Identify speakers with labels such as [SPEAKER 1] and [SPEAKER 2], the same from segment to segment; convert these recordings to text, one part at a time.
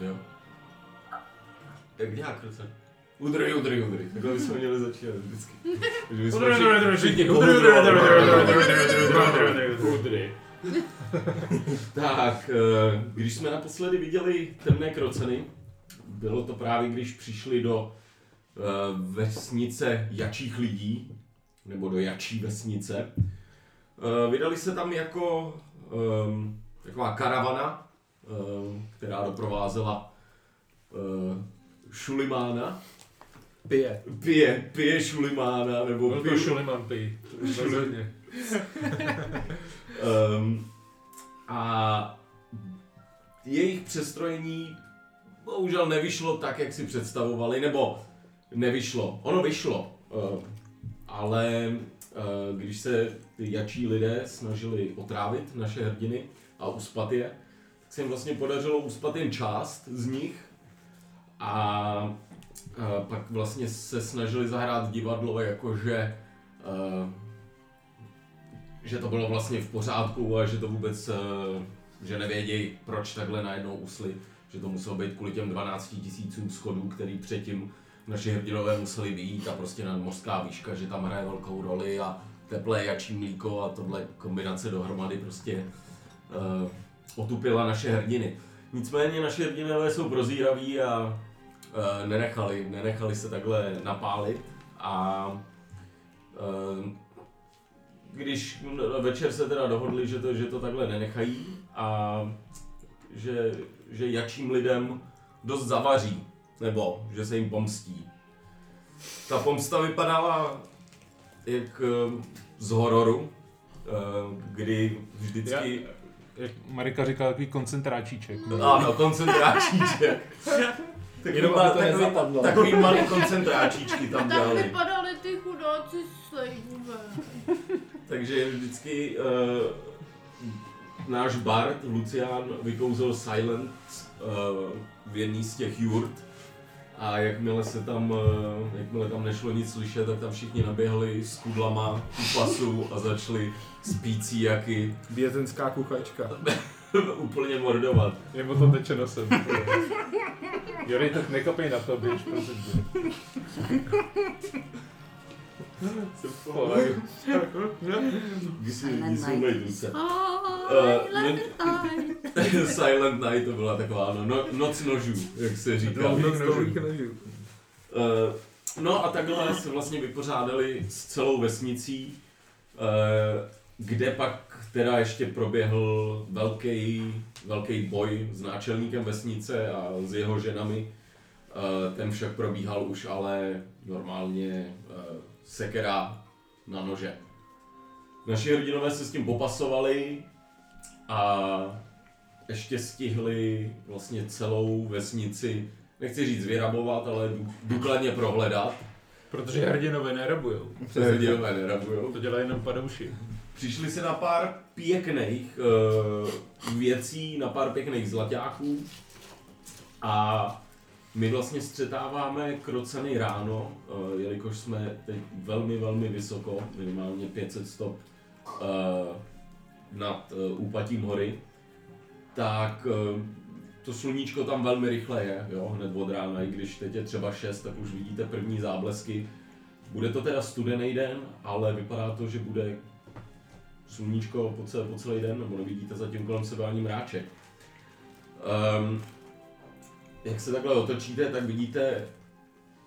[SPEAKER 1] Jo. Jak dělá kruce? Udry, udry, udry. Takhle bychom měli začínat vždycky. Že bychom všichni- všichni Udry. Tak, eh, když jsme naposledy viděli temné kroceny, bylo to právě, když přišli do eh, vesnice jačích lidí, nebo do jačí vesnice. Eh, Vydali se tam jako ehm, taková karavana, ehm, která doprovázela eh, Šulimána.
[SPEAKER 2] Pije.
[SPEAKER 1] Pije, pije Šulimána, nebo
[SPEAKER 3] Byl to
[SPEAKER 1] piju-
[SPEAKER 3] Šuliman pij. Rozhodně.
[SPEAKER 1] Um, a jejich přestrojení bohužel nevyšlo tak, jak si představovali, nebo nevyšlo. Ono vyšlo, um, ale uh, když se ty jačí lidé snažili otrávit naše hrdiny a uspat je, tak se jim vlastně podařilo uspat jen část z nich a uh, pak vlastně se snažili zahrát divadlo, jakože uh, že to bylo vlastně v pořádku a že to vůbec, eh, že nevědějí, proč takhle najednou usli, že to muselo být kvůli těm 12 tisícům schodů, který předtím naši hrdinové museli vyjít a prostě nadmořská výška, že tam hraje velkou roli a teplé jačí mlíko a tohle kombinace dohromady prostě uh, otupila naše hrdiny. Nicméně naše hrdinové jsou prozíraví a uh, nenechali, nenechali se takhle napálit a eh, když večer se teda dohodli, že to, že to takhle nenechají a že, že jačím lidem dost zavaří, nebo že se jim pomstí. Ta pomsta vypadala jak eh, z hororu, eh, kdy vždycky...
[SPEAKER 3] Jak Marika říká, takový koncentráčíček.
[SPEAKER 1] Ano, koncentráčíček. Takový,
[SPEAKER 2] Jenom
[SPEAKER 1] ma-
[SPEAKER 2] aby to
[SPEAKER 1] takový,
[SPEAKER 2] nezapadlo.
[SPEAKER 1] takový malý koncentráčíčky tam
[SPEAKER 4] Tak
[SPEAKER 1] dělali.
[SPEAKER 4] vypadaly ty chudáci slejbové.
[SPEAKER 1] Takže vždycky uh, náš bard Lucián vykouzel Silent uh, v jedný z těch jurt a jakmile se tam, uh, jakmile tam nešlo nic slyšet, tak tam všichni naběhli s kudlama u pasu a začali spící jaky
[SPEAKER 2] Vězenská kuchačka.
[SPEAKER 1] úplně mordovat.
[SPEAKER 3] Je mu to teče nosem. Jory, tak nekapej na to, běž, prosím tě. Fuck.
[SPEAKER 1] Když si, když si umej ruce.
[SPEAKER 4] Oh,
[SPEAKER 1] Eh,
[SPEAKER 4] I love
[SPEAKER 1] jen-
[SPEAKER 4] it, I.
[SPEAKER 1] Silent Night to byla taková no, no, noc nožů, jak se říká.
[SPEAKER 2] Dlouhých dlouhých nožů.
[SPEAKER 1] Eh, no a takhle se vlastně vypořádali s celou vesnicí, eh, kde pak teda ještě proběhl velký, velký boj s náčelníkem vesnice a s jeho ženami. Eh, ten však probíhal už ale normálně eh, sekera na nože. Naši hrdinové se s tím popasovali a ještě stihli vlastně celou vesnici, nechci říct vyrabovat, ale dů- důkladně prohledat.
[SPEAKER 3] Protože hrdinové nerabujou.
[SPEAKER 1] Hrdinové nerabujou.
[SPEAKER 3] To dělají jenom padouši.
[SPEAKER 1] Přišli si na pár pěkných uh, věcí, na pár pěkných zlaťáků a my vlastně střetáváme kroceny ráno, uh, jelikož jsme teď velmi, velmi vysoko, minimálně 500 stop uh, nad uh, úpatím hory, tak uh, to sluníčko tam velmi rychle je, jo, hned od rána, i když teď je třeba 6, tak už vidíte první záblesky. Bude to teda studený den, ale vypadá to, že bude sluníčko po celý, po celý den, nebo nevidíte zatím kolem sebe ani mráček. Um, jak se takhle otočíte, tak vidíte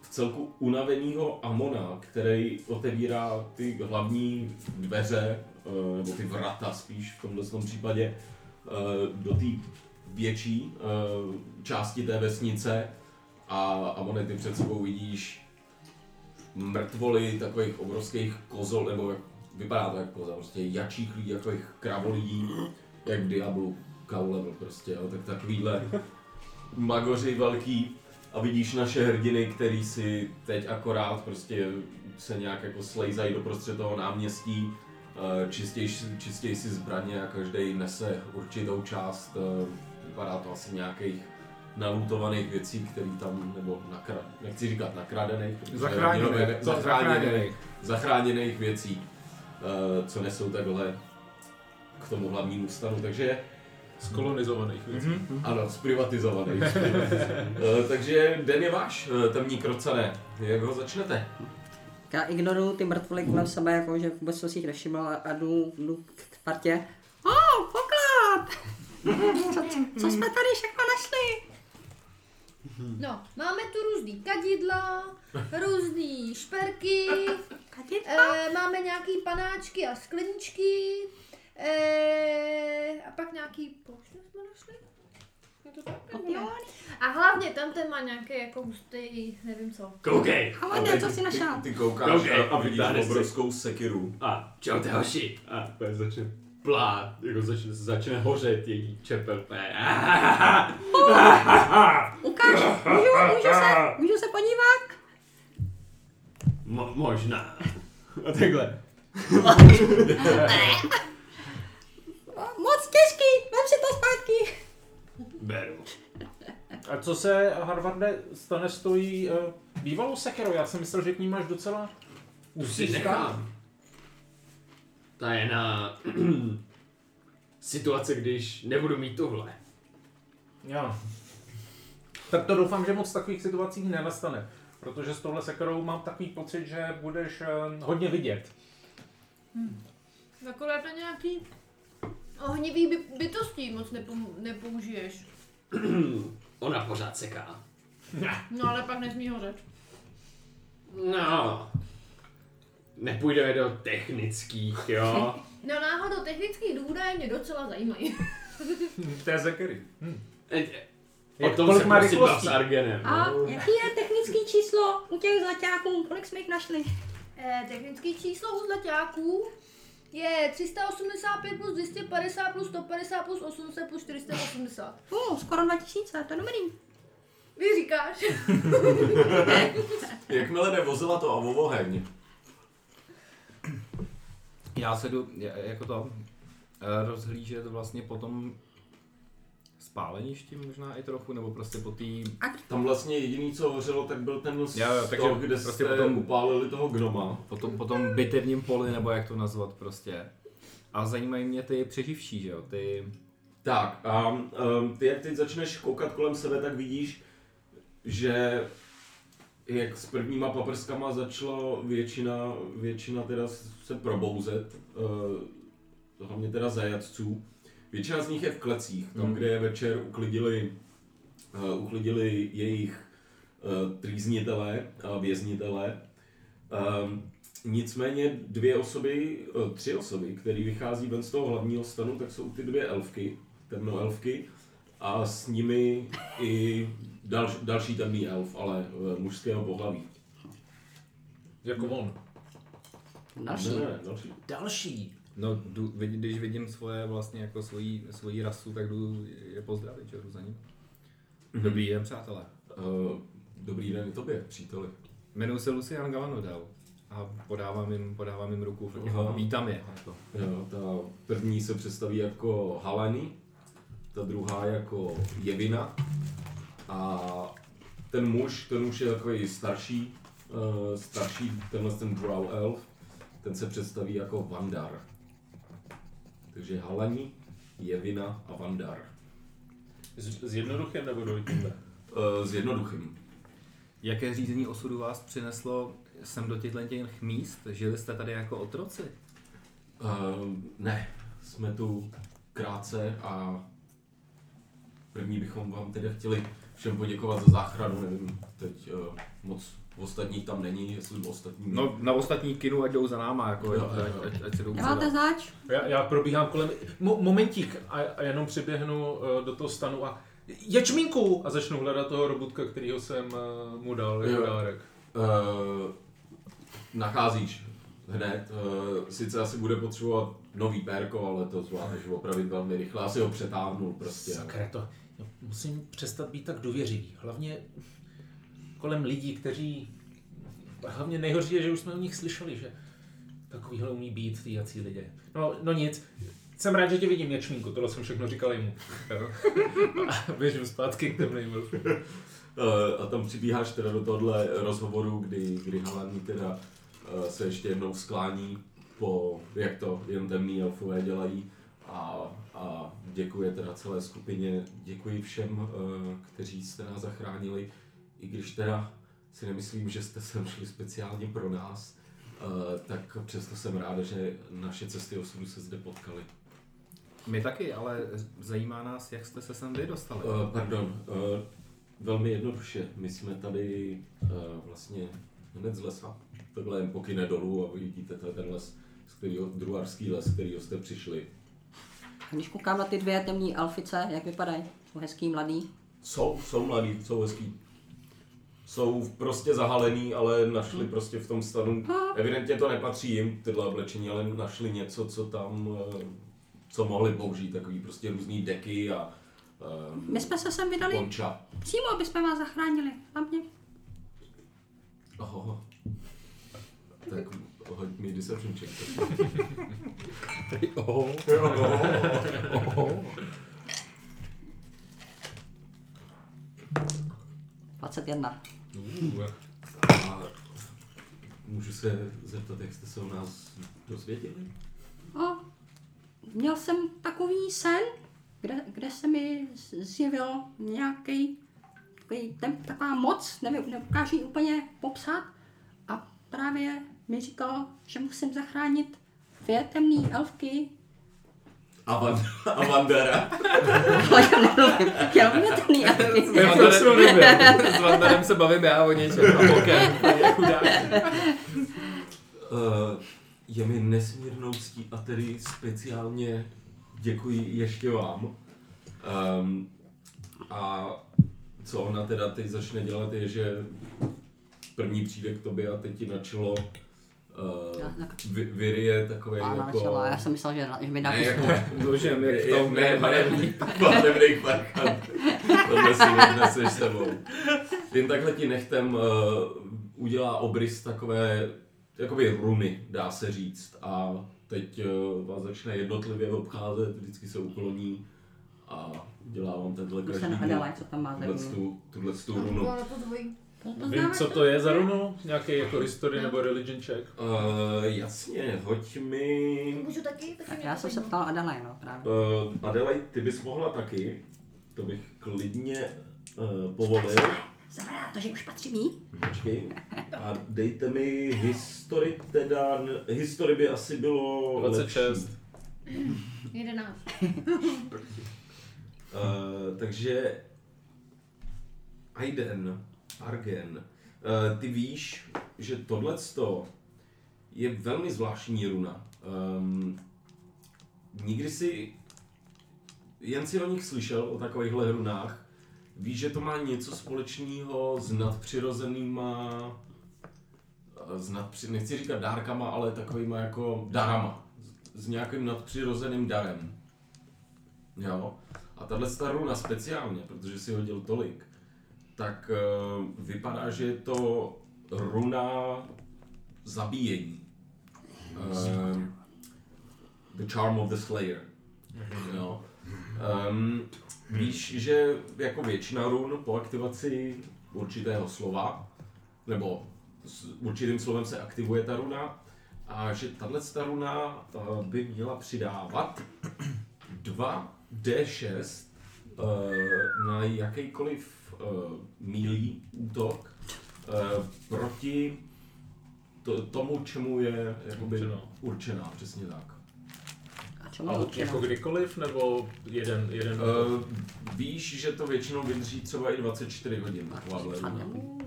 [SPEAKER 1] v celku unaveného Amona, který otevírá ty hlavní dveře, eh, nebo ty vrata spíš v tomhle tom případě, eh, do té větší eh, části té vesnice a Amone, ty před sebou vidíš mrtvoly takových obrovských kozol, nebo jak vypadá to jako koza, prostě jačích lidí, takových kravolidí, jak v Diablu, kaulevel prostě, jo, tak takovýhle magoři velký a vidíš naše hrdiny, který si teď akorát prostě se nějak jako slejzají doprostřed toho náměstí, eh, čistěj, si- čistěj si zbraně a každý nese určitou část, eh, vypadá to asi nějakých nalutovaných věcí, které tam, nebo nakra, nechci říkat nakradených, protože hrdinové ne- zachráněných,
[SPEAKER 2] Zachráněných. Zachráněných.
[SPEAKER 1] zachráněných věcí, eh, co nesou takhle k tomu hlavnímu stanu. Takže
[SPEAKER 5] Skolonizovaných věcí.
[SPEAKER 3] Mhm.
[SPEAKER 1] Ano, zprivatizovaný. Eh, Takže den je váš, eh, temní krocané. Jak ho začnete?
[SPEAKER 6] Já ignoruju ty mrtvoly kolem sebe, jako že vůbec jsem si jich nevšiml a, a jdu, jdu k k partě. O, oh, poklad! co, co, co jsme tady všechno našli?
[SPEAKER 4] No, máme tu různý kadidla, různý šperky,
[SPEAKER 6] Kadidla?
[SPEAKER 4] e, máme nějaký panáčky a skleničky, e, a pak nějaký plošně jsme našli. Je to tak, nebo ne? A hlavně tam ten má nějaký jako hustý, nevím co.
[SPEAKER 7] Koukej!
[SPEAKER 6] Ale ne, co jsi našel?
[SPEAKER 1] Ty koukáš
[SPEAKER 7] Dobře,
[SPEAKER 1] No, a, a vidíš
[SPEAKER 7] vytáhne si.
[SPEAKER 1] obrovskou sekiru.
[SPEAKER 7] A čau ty hoši! A úplně začne plát, jako začne, začne hořet její čepel. úplně.
[SPEAKER 6] Ukáž, můžu, můžu, se, můžu se podívat?
[SPEAKER 7] Mo- možná. A takhle.
[SPEAKER 6] O, moc těžký, vem si to zpátky.
[SPEAKER 7] Beru.
[SPEAKER 5] A co se, Harvarde, stane s tvojí uh, bývalou sekerou? Já jsem myslel, že k ní máš docela
[SPEAKER 7] Tu si
[SPEAKER 5] úzký vztah.
[SPEAKER 7] nechám. Ta je na situace, když nebudu mít tohle.
[SPEAKER 5] Jo. Tak to doufám, že moc takových situací nenastane. Protože s touhle sekerou mám takový pocit, že budeš eh, hodně vidět.
[SPEAKER 4] Akorát na nějaký ohnivý by- bytostí moc nepom- nepoužiješ.
[SPEAKER 7] Ona pořád seká.
[SPEAKER 4] No ale pak nesmí hořet.
[SPEAKER 7] No. Nepůjdeme do technických, jo.
[SPEAKER 4] No náhodou technický důvody mě docela zajímají.
[SPEAKER 5] To je sekery.
[SPEAKER 7] O
[SPEAKER 5] Jak-
[SPEAKER 7] tom
[SPEAKER 5] kolik
[SPEAKER 7] se
[SPEAKER 5] má
[SPEAKER 7] prosím bav s
[SPEAKER 5] rychlostí?
[SPEAKER 7] Argenem.
[SPEAKER 6] A jaký je technický číslo u těch zlaťáků? Kolik jsme jich našli?
[SPEAKER 4] Eh, technické číslo u zlaťáků je 385 plus 250 plus 150 plus 800 plus 480.
[SPEAKER 6] Uh, skoro 2000, to je dobrý.
[SPEAKER 4] Vy říkáš?
[SPEAKER 1] Jakmile jde vozila to a o oheň.
[SPEAKER 2] Já se jdu je- jako to eh, rozhlížet vlastně po tom spáleništi možná i trochu, nebo prostě po té...
[SPEAKER 1] Tam vlastně jediný, co hořelo, tak byl ten z
[SPEAKER 2] Jo, jo, takže
[SPEAKER 1] toho, kde
[SPEAKER 2] prostě
[SPEAKER 1] jste potom...
[SPEAKER 2] potom-
[SPEAKER 1] upálili toho gnoma.
[SPEAKER 2] Po tom, po tom bitevním poli, nebo jak to nazvat prostě. A zajímají mě ty přeživší, že jo, ty...
[SPEAKER 1] Tak a um, ty jak teď začneš koukat kolem sebe, tak vidíš, že jak s prvníma paprskama začalo většina, většina teda se probouzet, uh, hlavně teda zajatců. Většina z nich je v klecích, tam,
[SPEAKER 2] Hmm.
[SPEAKER 1] kde je večer uklidili, uh, uklidili jejich uh, trýznitele a věznitele. Um, nicméně dvě osoby, eh, tři osoby, které vychází ven z toho hlavního stanu, tak jsou ty dvě elfky, temnoelfky, a s nimi i dal, další temný elf, ale eh, mužského pohlaví.
[SPEAKER 5] Jako on.
[SPEAKER 6] Další.
[SPEAKER 1] Ne, Eh, ne, další.
[SPEAKER 5] Další.
[SPEAKER 2] No, jdu, vid- když vidím svoje vlastně jako svoji, svoji rasu, tak jdu je pozdravit, že jdu za ním. Dobrý den, přátelé.
[SPEAKER 1] Uh, dobrý den i tobě, příteli.
[SPEAKER 2] Jmenuji se Lucian Galanodel a podávám jim, podávám jim ruku,
[SPEAKER 1] Aha.
[SPEAKER 2] vítám je. Jako.
[SPEAKER 1] Jo, ta první se představí jako Halany, ta druhá jako Jevina a ten muž, ten už je takový starší, uh, starší, tenhle ten Drow Elf, ten se představí jako Vandar. Takže Halani, Jevina a Vandar.
[SPEAKER 5] S, s jednoduchým nebo dvojitým?
[SPEAKER 1] Uh, s jednoduchým.
[SPEAKER 2] Jaké řízení osudu vás přineslo sem do těchto těch míst? Žili jste tady jako otroci?
[SPEAKER 1] Uh, ne, jsme tu krátce a první bychom vám teda chtěli všem poděkovat za záchranu, nevím, teď uh, moc ostatních tam není, jestli ostatní...
[SPEAKER 2] No, na ostatní kinu ať jdou za náma, jako,
[SPEAKER 1] Jo,
[SPEAKER 2] ať,
[SPEAKER 1] jo, jo.
[SPEAKER 2] ať, ať se jdou
[SPEAKER 6] Nemáte
[SPEAKER 2] předat.
[SPEAKER 6] zač?
[SPEAKER 5] Já, já probíhám kolem. Mo, momentík a, a jenom přiběhnu eh, do toho stanu a ječminku a začnu hledat toho robotka, kterýho jsem eh, mu dal
[SPEAKER 1] Jo.
[SPEAKER 5] jako dárek.
[SPEAKER 1] Uh, nacházíš hned, uh, sice asi bude potřebovat nový pérko, ale to zvládneš opravit velmi rychle, asi ho přetáhnul prostě.
[SPEAKER 5] Sakra to. No, musím přestat být tak důvěřivý. Hlavně kolem lidí, kteří... Hlavně nejhorší je, že už jsme o nich slyšeli, že takovýhle umí být ty jací lidé. No, no nic. Jsem rád, že tě vidím, Ječmínku, tohle jsem všechno říkal jemu. Jo. A běžím zpátky k temným elfům.
[SPEAKER 1] Eh, a tam přibíháš teda do tohohle rozhovoru, kdy, kdy Halani teda eh, se ještě jednou sklání po, jak to jen temný elfové dělají a, a děkuje teda celé skupině, děkuji všem, eh, kteří jste nás zachránili, i když teda si nemyslím, že jste sem šli speciálně pro nás, eh, tak přesto jsem ráda, že naše cesty osudu se zde potkaly.
[SPEAKER 2] My taky, ale zajímá nás, jak jste se sem vy dostali.
[SPEAKER 1] Eh, Pardon, eh, velmi jednoduše. My jsme tady eh, vlastně hned z lesa. Takhle jen pokyne dolů a vy vidíte to je ten les, z kterého, druharský les, z kterého jste přišli.
[SPEAKER 6] A když koukám na ty dvě temní alfice, jak vypadají? Jsou hezký, mladý.
[SPEAKER 1] Jsou, jsou mladí, jsou hezký. Jsou prostě zahalený, ale našli prostě v tom stanu, evidentně to nepatří jim, tyhle oblečení, ale našli něco, co tam, eh, co mohli použít, takový prostě různý deky a eh,
[SPEAKER 6] My jsme se sem vydali
[SPEAKER 1] konča.
[SPEAKER 6] přímo, aby jsme vás zachránili. A mě.
[SPEAKER 1] Oho. Tak hoď mi deception check.
[SPEAKER 2] Oho. Oho.
[SPEAKER 6] 21.
[SPEAKER 1] A můžu se zeptat, jak jste se o nás dozvěděli?
[SPEAKER 6] A měl jsem takový sen, kde, kde se mi z- zjevil nějaký ten, taková moc, nevím, neukážu ji úplně popsat. A právě mi říkal, že musím zachránit dvě temné elfky.
[SPEAKER 1] Avan, Avandara.
[SPEAKER 6] Ale já nemluvím, já nemluvím temný
[SPEAKER 2] My
[SPEAKER 6] elfky.
[SPEAKER 2] o tom jsme nebyli. S Vandarem se bavím já o něčem. A bokem.
[SPEAKER 1] Uh, je mi nesmírnou ctí a tedy speciálně děkuji ještě vám. Um, a co ona teda teď začne dělat je, že první přijde k tobě a teď ti na čelo uh,
[SPEAKER 6] Já- tak-
[SPEAKER 1] vy, vyryje takové
[SPEAKER 6] Ano,
[SPEAKER 1] jako...
[SPEAKER 6] jako... já jsem myslel, že, na- že mi dá
[SPEAKER 1] Ne,
[SPEAKER 6] jako...
[SPEAKER 1] jako
[SPEAKER 2] Dožem, no, jak
[SPEAKER 1] Je-
[SPEAKER 2] v tom
[SPEAKER 1] ne, ne,
[SPEAKER 2] ne,
[SPEAKER 1] barevný parchant. Tohle si odneseš s sebou. Tím takhle ti nechtem uh, udělá obrys takové, jakoby runy, dá se říct. A teď uh, vás začne jednotlivě obcházet, vždycky se ukloní a dělá vám tenhle
[SPEAKER 6] Už se
[SPEAKER 1] každý
[SPEAKER 6] nehledala, co tam má za
[SPEAKER 1] tuhle
[SPEAKER 6] runu.
[SPEAKER 1] tu, tuhle tu
[SPEAKER 4] To
[SPEAKER 1] runu.
[SPEAKER 4] bylo No, to dvojí.
[SPEAKER 5] Vím, co to je za runu? Nějaký jako history nebo religion check?
[SPEAKER 1] Uh, jasně, hoď mi...
[SPEAKER 4] Můžu taky? Taky
[SPEAKER 6] Tak
[SPEAKER 4] mě
[SPEAKER 6] já
[SPEAKER 4] to
[SPEAKER 6] jsem se
[SPEAKER 4] zajímá.
[SPEAKER 6] ptal Adelaide, no právě.
[SPEAKER 1] Uh, Adelaide, ty bys mohla taky. To bych klidně uh, povolil.
[SPEAKER 6] Znamená to, že už patří mý?
[SPEAKER 1] Počkej. A dejte mi historik teda, historik by asi bylo
[SPEAKER 5] 26.
[SPEAKER 1] Lepší.
[SPEAKER 4] Jedenáct.
[SPEAKER 1] Uh, takže Aiden, Argen, uh, ty víš, že tohleto je velmi zvláštní runa. Um, nikdy si jen si o nich slyšel, o takovýchhle runách. Víš, že to má něco společného s nadpřirozenýma, eh, s nadpři, nechci říkat dárkama, ale takovýma jako darama. S, s nějakým nadpřirozeným darem. Jo. A tahle ta runa speciálně, protože si hodil tolik, tak eh, vypadá, že je to runa zabíjení. Ehm, the Charm of the Slayer. Jo. Um, víš, že jako většina run po aktivaci určitého slova, nebo s určitým slovem se aktivuje ta runa, a že tahle ta runa eh, by měla přidávat 2D6 eh, na jakýkoliv uh, mílý útok eh, proti to, tomu, čemu je jakoby, určená.
[SPEAKER 5] Určená.
[SPEAKER 1] určená, přesně tak.
[SPEAKER 6] A čemu
[SPEAKER 5] A
[SPEAKER 6] je
[SPEAKER 5] jako
[SPEAKER 6] určeno?
[SPEAKER 5] kdykoliv, nebo jeden, jeden?
[SPEAKER 1] Uh, víš, že to většinou vydrží třeba i 24 hodin. takováhle
[SPEAKER 6] Fakt,
[SPEAKER 1] runa.
[SPEAKER 6] jo.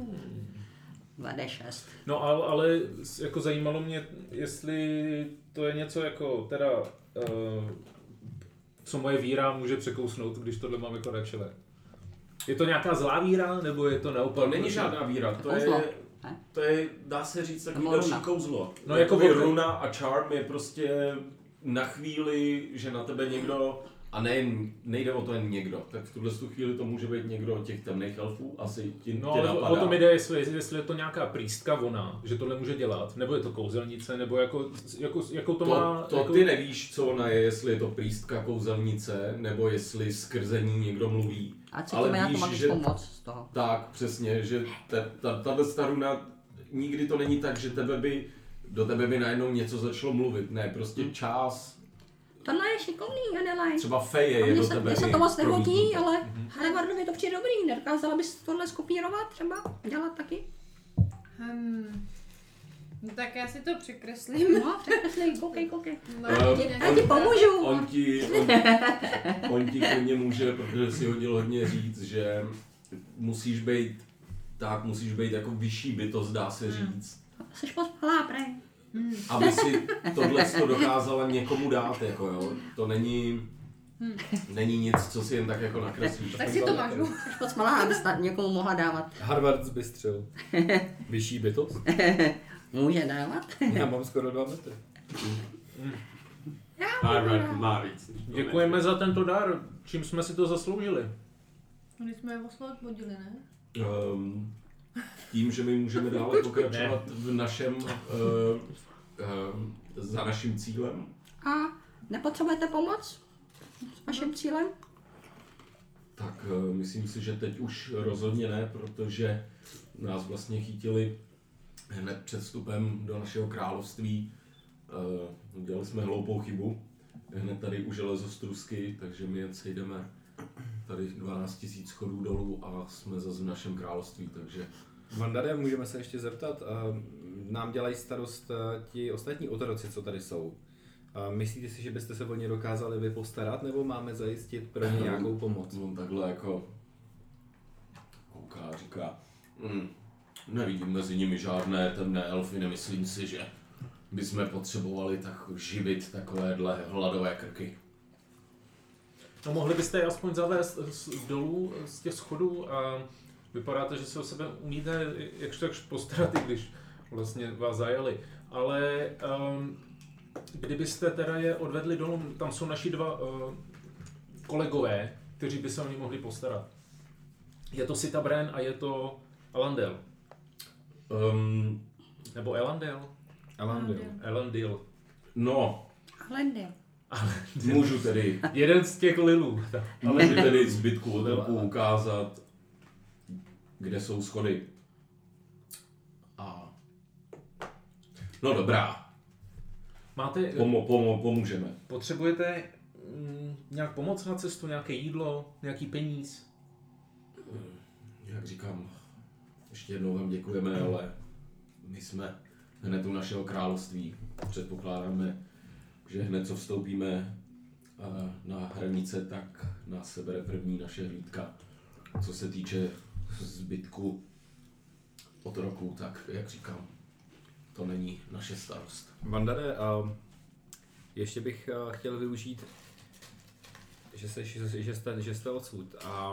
[SPEAKER 6] 2D6.
[SPEAKER 5] No ale, ale s- jako zajímalo mě, jestli to je něco jako teda, uh, co moje víra může překousnout, když tohle mám jako na čele. Je to nějaká zlá víra, nebo je to naopak? prostě-
[SPEAKER 1] To není žádná víra, to
[SPEAKER 6] Kouzlo,
[SPEAKER 1] je,
[SPEAKER 6] ne?
[SPEAKER 1] to je, dá se říct, takový
[SPEAKER 6] Nebo
[SPEAKER 1] další
[SPEAKER 6] runa.
[SPEAKER 1] kouzlo.
[SPEAKER 5] No, jako
[SPEAKER 1] Jakoby
[SPEAKER 5] od-
[SPEAKER 1] runa a charm je prostě na chvíli, že na tebe někdo, a nejen, nejde o to jen někdo, tak v tuhle tu chvíli to může být někdo od těch temných elfů, asi ti,
[SPEAKER 5] No,
[SPEAKER 1] tě
[SPEAKER 5] ale
[SPEAKER 1] napadá.
[SPEAKER 5] o tom jde, jestli, jestli je to nějaká prýstka ona, že tohle může dělat, nebo je to kouzelnice, nebo jako, jako, jako to,
[SPEAKER 1] To,
[SPEAKER 5] má...
[SPEAKER 1] to
[SPEAKER 5] jako...
[SPEAKER 1] ty nevíš, co ona je, jestli je to prýstka kouzelnice, nebo jestli skrze ní někdo mluví.
[SPEAKER 6] A cítíme nějakou magickou moc z toho.
[SPEAKER 1] Tak, přesně, že te, ta, tahle staruna, nikdy to
[SPEAKER 6] Hmm.
[SPEAKER 1] není tak, že tebe by, do tebe by najednou něco začalo mluvit, ne, prostě čas,
[SPEAKER 6] tohle je šikovný, Adelaide.
[SPEAKER 1] Třeba feje
[SPEAKER 6] A
[SPEAKER 1] je
[SPEAKER 6] mně
[SPEAKER 1] do
[SPEAKER 6] se,
[SPEAKER 1] tebe.
[SPEAKER 6] mně se
[SPEAKER 1] i Mhm.
[SPEAKER 6] to moc nehodí,
[SPEAKER 1] pronikne.
[SPEAKER 6] ale Harvardovi to přijde dobrý. Nedokázala bys tohle skopírovat třeba a dělat taky?
[SPEAKER 4] Hmm. No tak já si to překreslím.
[SPEAKER 6] No, překreslej, koukej, koukej.
[SPEAKER 4] Martina,
[SPEAKER 6] Já ti
[SPEAKER 1] Ehm,
[SPEAKER 6] pomůžu.
[SPEAKER 1] Um, On ti, on, on ti klidně může, protože si hodil hodně říct, že musíš být, tak musíš být jako vyšší bytost, dá se
[SPEAKER 6] Hmm.
[SPEAKER 1] říct.
[SPEAKER 6] Jsi pospalá, pre.
[SPEAKER 1] Aby si tohle to dokázala někomu dát, jako jo. To není,
[SPEAKER 6] Hmm.
[SPEAKER 1] není nic, co si jen tak jako nakreslíš.
[SPEAKER 4] Tak si to mažu.
[SPEAKER 6] Jsi pospalá, abys tam někomu mohla dávat.
[SPEAKER 2] Harvard zbystřil. Vyšší bytost?
[SPEAKER 6] Může dávat.
[SPEAKER 2] Já mám skoro 2 metry.
[SPEAKER 8] Harvard má víc. než dva
[SPEAKER 5] Děkujeme za tento dar, čím jsme si to zasloužili.
[SPEAKER 4] Když jsme je oslo odvodili, ne?
[SPEAKER 1] Um, tím, že my můžeme dále pokračovat v našem, uh, uh, za naším cílem,
[SPEAKER 6] A nepotřebujete pomoc? S vašim cílem?
[SPEAKER 1] Tak eh, myslím si, že teď už rozhodně ne, protože nás vlastně chytili hned před vstupem do našeho království. Eh, Udělali jsme hloupou chybu hned tady u železostrusky, takže my jen sejdeme tady 12 000 schodů dolů a jsme zase v našem království, takže
[SPEAKER 2] Vandade, můžeme se ještě zeptat. ehm, Nám dělají starost eh, ti ostatní otroci, co tady jsou. Eh, Myslíte si, že byste se o ně dokázali vy postarat, nebo máme zajistit pro ně nějakou pomoc?
[SPEAKER 1] on takhle jako kouká a říká, mm, nevidím mezi nimi žádné temné elfy, nemyslím si, že bychom potřebovali tak živit takovéhle hladové krky.
[SPEAKER 5] No mohli byste je aspoň zavést z, dolů z těch schodů a vypadá to, že se o sebe umíte jakž tak postarat, i když vlastně vás zajeli. Ale um, kdybyste teda je odvedli dolů, tam jsou naši dva uh, kolegové, kteří by se o ně mohli postarat. Je to Sitabren a je to Alandel.
[SPEAKER 1] Um,
[SPEAKER 5] Nebo Elandel?
[SPEAKER 2] Elandio.
[SPEAKER 5] Elandil.
[SPEAKER 1] no,
[SPEAKER 6] Ale ne.
[SPEAKER 1] můžu tedy,
[SPEAKER 5] Jeden z těch lilů. Tak.
[SPEAKER 1] můžu tedy zbytku otrku ukázat, kde jsou schody. A... No dobrá,
[SPEAKER 5] Máte,
[SPEAKER 1] pomo, pomo, pomůžeme.
[SPEAKER 5] potřebujete mm, nějak pomoc na cestu, nějaké jídlo, nějaký peníz?
[SPEAKER 1] Jak říkám, ještě jednou vám děkujeme, ale my jsme hned u našeho království. Předpokládáme, že hned co vstoupíme eh, na hranice, tak nás sebere první naše hlídka. Co se týče zbytku otroků, tak jak říkám, to není naše starost.
[SPEAKER 2] Vandade, a ještě bych eh, chtěl využít, že, se, že, že, jste, že jste odsud. A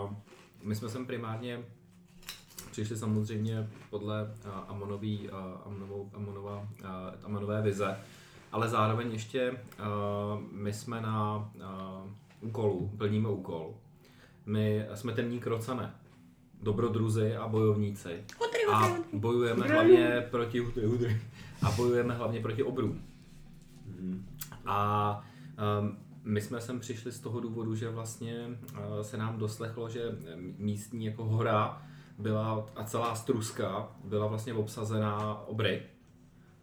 [SPEAKER 2] my jsme sem primárně přišli samozřejmě podle eh, Amonový, eh, Amonovou, Amonova, eh, Amonové vize, ale zároveň ještě eh, my jsme na eh, úkolu, plníme úkol. My jsme temní krocané, dobrodruzi a bojovníci
[SPEAKER 6] Utry,
[SPEAKER 2] a
[SPEAKER 6] utry, utry.
[SPEAKER 2] bojujeme hlavně proti a bojujeme hlavně proti obrům. A um, my jsme sem přišli z toho důvodu, že vlastně uh, se nám doslechlo, že um, místní jako hora byla a celá struska byla vlastně obsazená obry.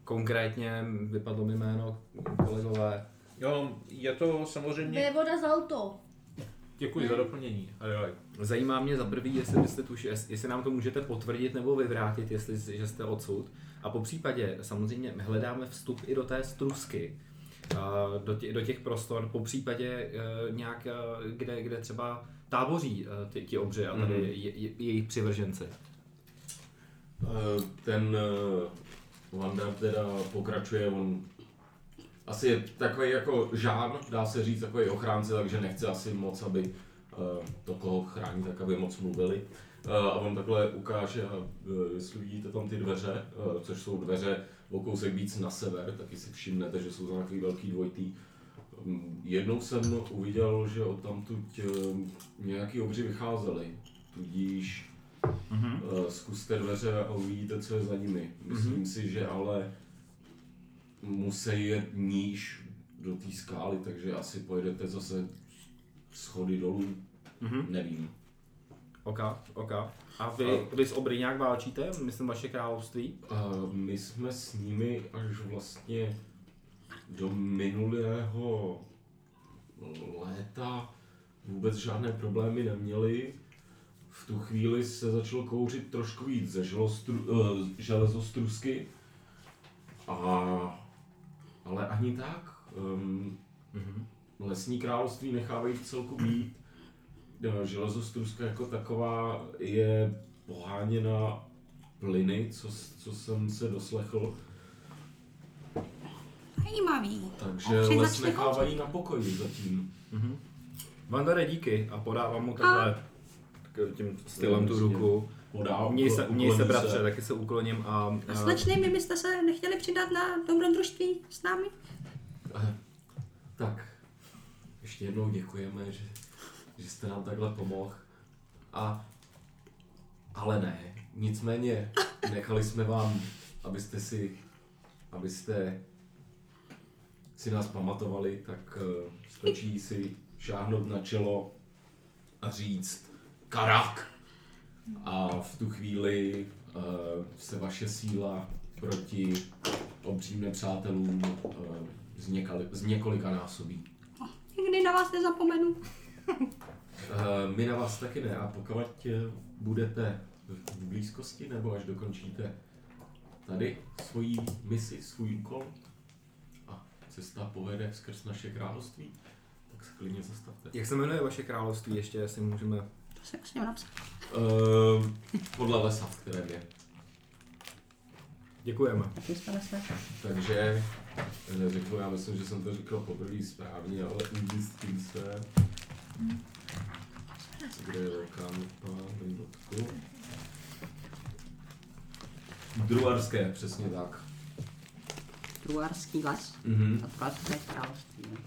[SPEAKER 2] Konkrétně vypadlo mi jméno kolegové.
[SPEAKER 5] Jo, je to samozřejmě...
[SPEAKER 4] Vévoda z auto.
[SPEAKER 5] Děkuji za doplnění. Adelaide.
[SPEAKER 2] Zajímá mě za prvý, jestli, byste tuž, jestli nám to můžete potvrdit nebo vyvrátit, jestli že jste odsud. A po případě samozřejmě hledáme vstup i do té strusky, a do, tě, do těch prostor, po případě eh, nějak, eh, kde, kde třeba táboří eh, ty, ti obři a tady je, je, jejich přivrženci.
[SPEAKER 1] Eh, Ten eh, Vandar teda pokračuje, on asi je takový jako žán, dá se říct, takový ochránce, takže nechce asi moc, aby eh, to, koho chrání, tak aby moc mluvili. Eh, A on takhle ukáže, a, eh, jestli vidíte tam ty dveře, eh, což jsou dveře o kousek víc na sever, taky si všimnete, že jsou tam takový velký dvojitý. Mm, Jednou jsem uviděl, že odtamtud eh, nějaký obři vycházeli, tudíž Eh, Zkuste dveře a uvidíte, co je za nimi. Myslím si, že ale musí jet níž do té skály, takže asi pojedete zase schody dolů.
[SPEAKER 2] Mhm.
[SPEAKER 1] Nevím.
[SPEAKER 2] Oka, oka. A vy, vy s obry nějak válčíte, myslím vaše království?
[SPEAKER 1] Eh, My jsme s nimi až vlastně do minulého léta vůbec žádné problémy neměli. V tu chvíli se začalo kouřit trošku víc ze želostru, uh, železostrusky. A, ale ani tak. Um, lesní království nechávají v celku být. Eh, Železostruska jako taková je poháněna plyny, co, s- co jsem se doslechl.
[SPEAKER 6] Zajímavý.
[SPEAKER 1] Takže
[SPEAKER 6] Opři
[SPEAKER 1] les
[SPEAKER 6] začne
[SPEAKER 1] nechávají na pokoji zatím.
[SPEAKER 2] Vandare, díky a podávám mu takhle tak tím stylem tu ruku.
[SPEAKER 1] Podá
[SPEAKER 2] Měj se,
[SPEAKER 1] uklo-
[SPEAKER 2] měj se
[SPEAKER 1] ukloní
[SPEAKER 2] bratře, taky se ukloním a...
[SPEAKER 6] A
[SPEAKER 2] a-
[SPEAKER 6] slečny, my byste se nechtěli přidat na dobrodružství s námi?
[SPEAKER 1] Tak, ještě jednou děkujeme, že, že jste nám takhle pomohl. A, ale ne, nicméně nechali jsme vám, abyste si, abyste si nás pamatovali, tak uh, stačí si šáhnout na čelo a říct karak. A v tu chvíli uh, se vaše síla proti obřím nepřátelům uh, z, několik, z několika násobí.
[SPEAKER 6] Nikdy na vás nezapomenu.
[SPEAKER 1] Uh, my na vás taky ne, a pokud eh, budete v v blízkosti nebo až dokončíte tady svoji misi, svůj úkol a cesta povede skrz naše království, tak se klidně zastavte.
[SPEAKER 2] Jak se jmenuje vaše království ještě, jestli můžeme...
[SPEAKER 6] To se musím napsat.
[SPEAKER 1] Uh, podle lesa, v kterém je.
[SPEAKER 2] Děkujeme.
[SPEAKER 6] Taky jste se.
[SPEAKER 1] Takže eh, řeknu, já myslím, že jsem to říkal poprvé správně, ale uvidí s tím se. Kde je kampa minutku. Druarské, přesně tak.
[SPEAKER 6] Truarský les.
[SPEAKER 1] Mhm.
[SPEAKER 6] A Truarské království. ne?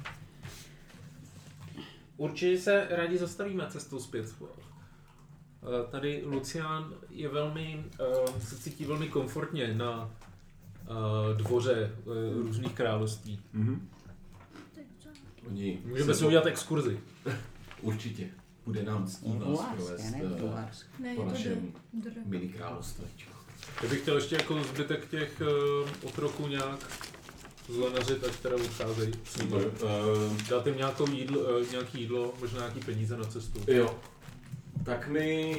[SPEAKER 3] Určitě se rádi zastavíme cestou zpět. Eh, Tady Lucián je velmi, eh, se cítí velmi komfortně na eh, dvoře eh, různých království.
[SPEAKER 1] Oni
[SPEAKER 3] Můžeme
[SPEAKER 1] se
[SPEAKER 3] si udělat exkurzi.
[SPEAKER 1] Určitě. Bude nám ctí vás provést
[SPEAKER 6] Truarské, ne?
[SPEAKER 1] eh,
[SPEAKER 6] Truarské.
[SPEAKER 4] Ne, je
[SPEAKER 1] po
[SPEAKER 4] to
[SPEAKER 1] našem
[SPEAKER 4] dr- dr.
[SPEAKER 1] mini království.
[SPEAKER 5] Já bych chtěl ještě jako zbytek těch uh, otroků nějak zlenařit, ať teda odcházejí. Dát jim nějakou jídlo, eh, nějaký jídlo, možná nějaký peníze na cestu.
[SPEAKER 1] Jo. Tak mi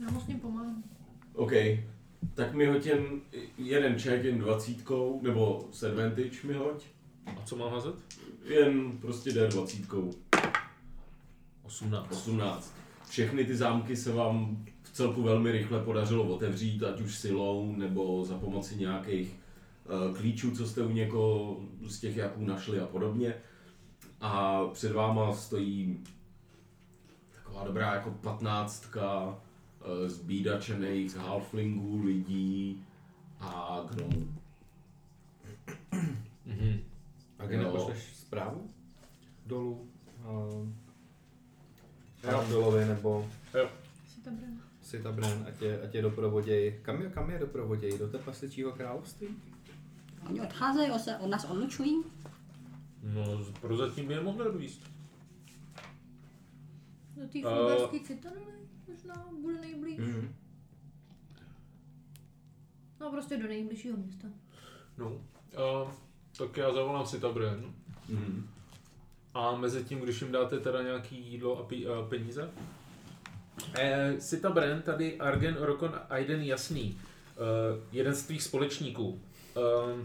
[SPEAKER 4] Já moc ním pomáhám.
[SPEAKER 1] OK. Tak mi hoď jen eh, jeden check, jen dvacítkou, nebo s advantage mi hoď.
[SPEAKER 5] A co mám hazet?
[SPEAKER 1] Jen prostě jde dvacítkou.
[SPEAKER 5] 18.
[SPEAKER 1] 18. Všechny ty zámky se vám v celku velmi rychle podařilo otevřít, ať už silou, nebo za pomoci nějakých eh, klíčů, co jste u někoho z těch jaků našli a podobně. A před váma stojí taková dobrá jako patnáctka eh, zbídačených halflingů, lidí a gnomů.
[SPEAKER 5] Mhm.
[SPEAKER 2] A
[SPEAKER 1] kde nepošleš
[SPEAKER 2] zprávu? Dolů. Uh, jo. Dolovi nebo
[SPEAKER 4] Si tam brám.
[SPEAKER 2] si ta brán, ať je, ať je doprovoděj. Kam je, kam je doprovoděj? Do té pasečího království?
[SPEAKER 6] Oni odcházejí, od, se, od nás odlučují.
[SPEAKER 5] No, z- prozatím by je mohli odvíst.
[SPEAKER 4] Do té
[SPEAKER 5] Eh.
[SPEAKER 4] fulgarské citadely možná bude nejblíž.
[SPEAKER 2] Mhm.
[SPEAKER 4] No prostě do nejbližšího města.
[SPEAKER 1] Mhm.
[SPEAKER 5] No. A, tak já zavolám si Tabren.
[SPEAKER 1] Mm.
[SPEAKER 5] Mhm. A mezi tím, když jim dáte teda nějaký jídlo a, pí, a peníze? Eh, Sita Bren, tady Argen Rokon Aiden Jasný, eh, jeden z tvých společníků. Eh,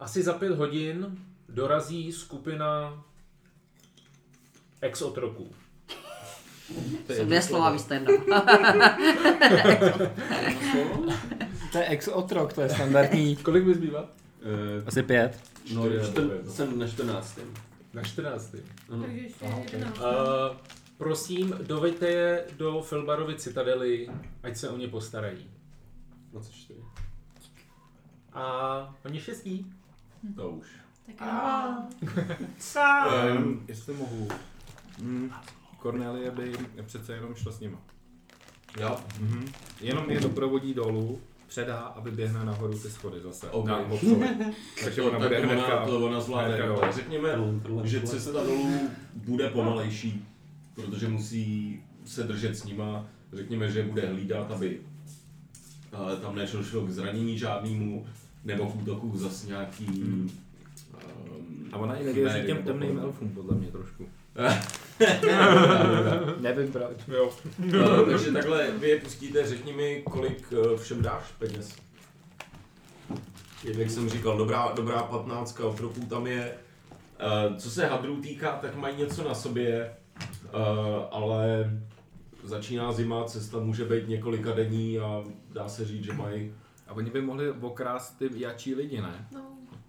[SPEAKER 5] asi za pět hodin dorazí skupina ex-otroků.
[SPEAKER 2] To je
[SPEAKER 6] Jsou
[SPEAKER 2] jedno
[SPEAKER 6] dvě
[SPEAKER 2] slovo.
[SPEAKER 6] slova, vy jste jedno.
[SPEAKER 2] To je ex-otrok, to je standardní.
[SPEAKER 5] Kolik mi zbývá?
[SPEAKER 2] Asi pět.
[SPEAKER 1] No,
[SPEAKER 8] Čtyři,
[SPEAKER 1] já
[SPEAKER 8] čtyř-
[SPEAKER 1] nevím.
[SPEAKER 8] Jsem na 14.
[SPEAKER 5] Na 14.
[SPEAKER 8] Ano.
[SPEAKER 4] Takže ještě jedna.
[SPEAKER 5] Eh, prosím, doveďte je do Filbarovy citadely, ať se o ně postarají.
[SPEAKER 8] 24.
[SPEAKER 5] A oni šestí.
[SPEAKER 1] to už.
[SPEAKER 4] Tak já
[SPEAKER 2] Um, jestli mohu. Mm. Cornelie by přece jenom šla s nima.
[SPEAKER 1] Jo,
[SPEAKER 2] Mhm. Jenom je doprovodí dolů, předá a vyběhne nahoru ty schody zase.
[SPEAKER 1] Ok.
[SPEAKER 2] Na kopcovi. Takže ona
[SPEAKER 1] tak
[SPEAKER 2] bude
[SPEAKER 1] ona,
[SPEAKER 2] hnedka.
[SPEAKER 1] to ona zvládne.
[SPEAKER 2] hnedka
[SPEAKER 1] takhle.
[SPEAKER 2] dole.
[SPEAKER 1] Řekněme, že cesta dolů bude pomalejší, protože musí se držet s nima. Řekněme, že bude hlídat, aby eh, tam nešlo šlo k zranění žádnému, nebo k útoku zase nějaký ehm,
[SPEAKER 2] A ona i nevěří těm temným elfům, podle mě trošku. Nevím proč.
[SPEAKER 5] Jo.
[SPEAKER 1] Eh, takže takhle vy je pustíte, řekni mi, kolik eh, všem dáš peněz. Jak jsem říkal, dobrá, dobrá patnáctka otroků tam je. Eh, Co se hadrů týká, tak mají něco na sobě, eh, ale začíná zima, cesta může být několika denní a dá se říct, že mají.
[SPEAKER 2] A oni by mohli okrást ty jačí lidi, ne?
[SPEAKER 4] No,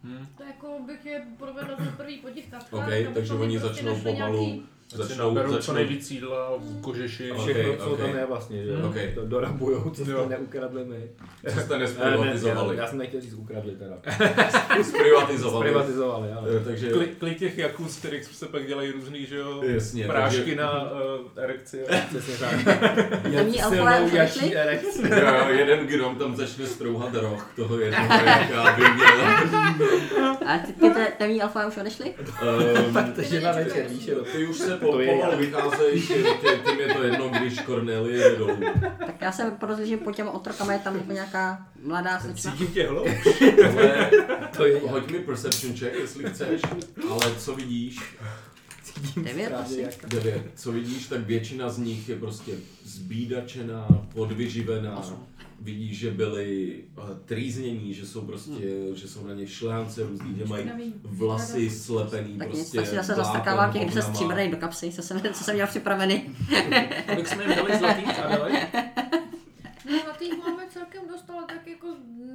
[SPEAKER 5] Hm.
[SPEAKER 4] to jako bych je provedla ten první podivka.
[SPEAKER 1] OK,
[SPEAKER 8] prostě
[SPEAKER 1] takže oni
[SPEAKER 4] prostě
[SPEAKER 1] začnou pomalu. Začnou,
[SPEAKER 5] Berou co
[SPEAKER 1] začnou,
[SPEAKER 5] nejvíc jídla, kožeši.
[SPEAKER 1] Ok,
[SPEAKER 2] Všechno, okay, co
[SPEAKER 1] ok.
[SPEAKER 2] tam je vlastně, že?
[SPEAKER 1] Ok.
[SPEAKER 2] To dorabujou, co
[SPEAKER 5] Jo.
[SPEAKER 2] jsme neukradli my.
[SPEAKER 1] co
[SPEAKER 5] Eh,
[SPEAKER 1] jste
[SPEAKER 2] já,
[SPEAKER 1] nesprivatizovali.
[SPEAKER 2] já jsem nechtěl říct ukradli teda.
[SPEAKER 1] Sprivatizovali.
[SPEAKER 2] Privatizovali, ale.
[SPEAKER 1] Eh, Takže,
[SPEAKER 5] Kli, kli těch jaků, z kterých se pak dělají různý, že jo,
[SPEAKER 1] jasně.
[SPEAKER 5] prášky
[SPEAKER 1] takže-
[SPEAKER 5] na uh, erekci.
[SPEAKER 2] Přesně tak.
[SPEAKER 6] Temní elfové ušli.
[SPEAKER 2] erekci.
[SPEAKER 1] Jo, jeden gnom tam začne strouhat roh toho jednoho vojáka, aby měl...
[SPEAKER 6] A ty, ty te- temní elfové už odešli?
[SPEAKER 1] Um,
[SPEAKER 2] Takže na večer, víš, jo.
[SPEAKER 1] ty už se po,
[SPEAKER 2] To je já.
[SPEAKER 1] pomalu vycházejí, ty, ty, tím je to jedno, když Cornelie jede dolů.
[SPEAKER 6] Tak já se porozlížím po těm otrokama, je tam jako nějaká mladá slečna.
[SPEAKER 5] Cítím tě hlo.
[SPEAKER 1] Ale
[SPEAKER 2] To je já.
[SPEAKER 1] hoď mi perception check, jestli chceš, ale co vidíš,
[SPEAKER 6] Devět asi.
[SPEAKER 1] devět, co vidíš, tak většina z nich je prostě zbídačená, podvyživená. Vidíš, že byli eh, trýznění, že jsou prostě,
[SPEAKER 6] Hmm.
[SPEAKER 1] že jsou na ně šlánce různý, že mají vlasy slepený
[SPEAKER 6] Tak nic,
[SPEAKER 1] prostě
[SPEAKER 6] tak si zase
[SPEAKER 1] blátem,
[SPEAKER 6] zastrkávám těch, kde se
[SPEAKER 1] oknama.
[SPEAKER 6] stříbrnej do kapsy, co jsem, co jsem měl připravený.
[SPEAKER 3] Kolik jsme jim dali zlatých a dali?
[SPEAKER 4] No, na těch máme celkem dost, ale tak jako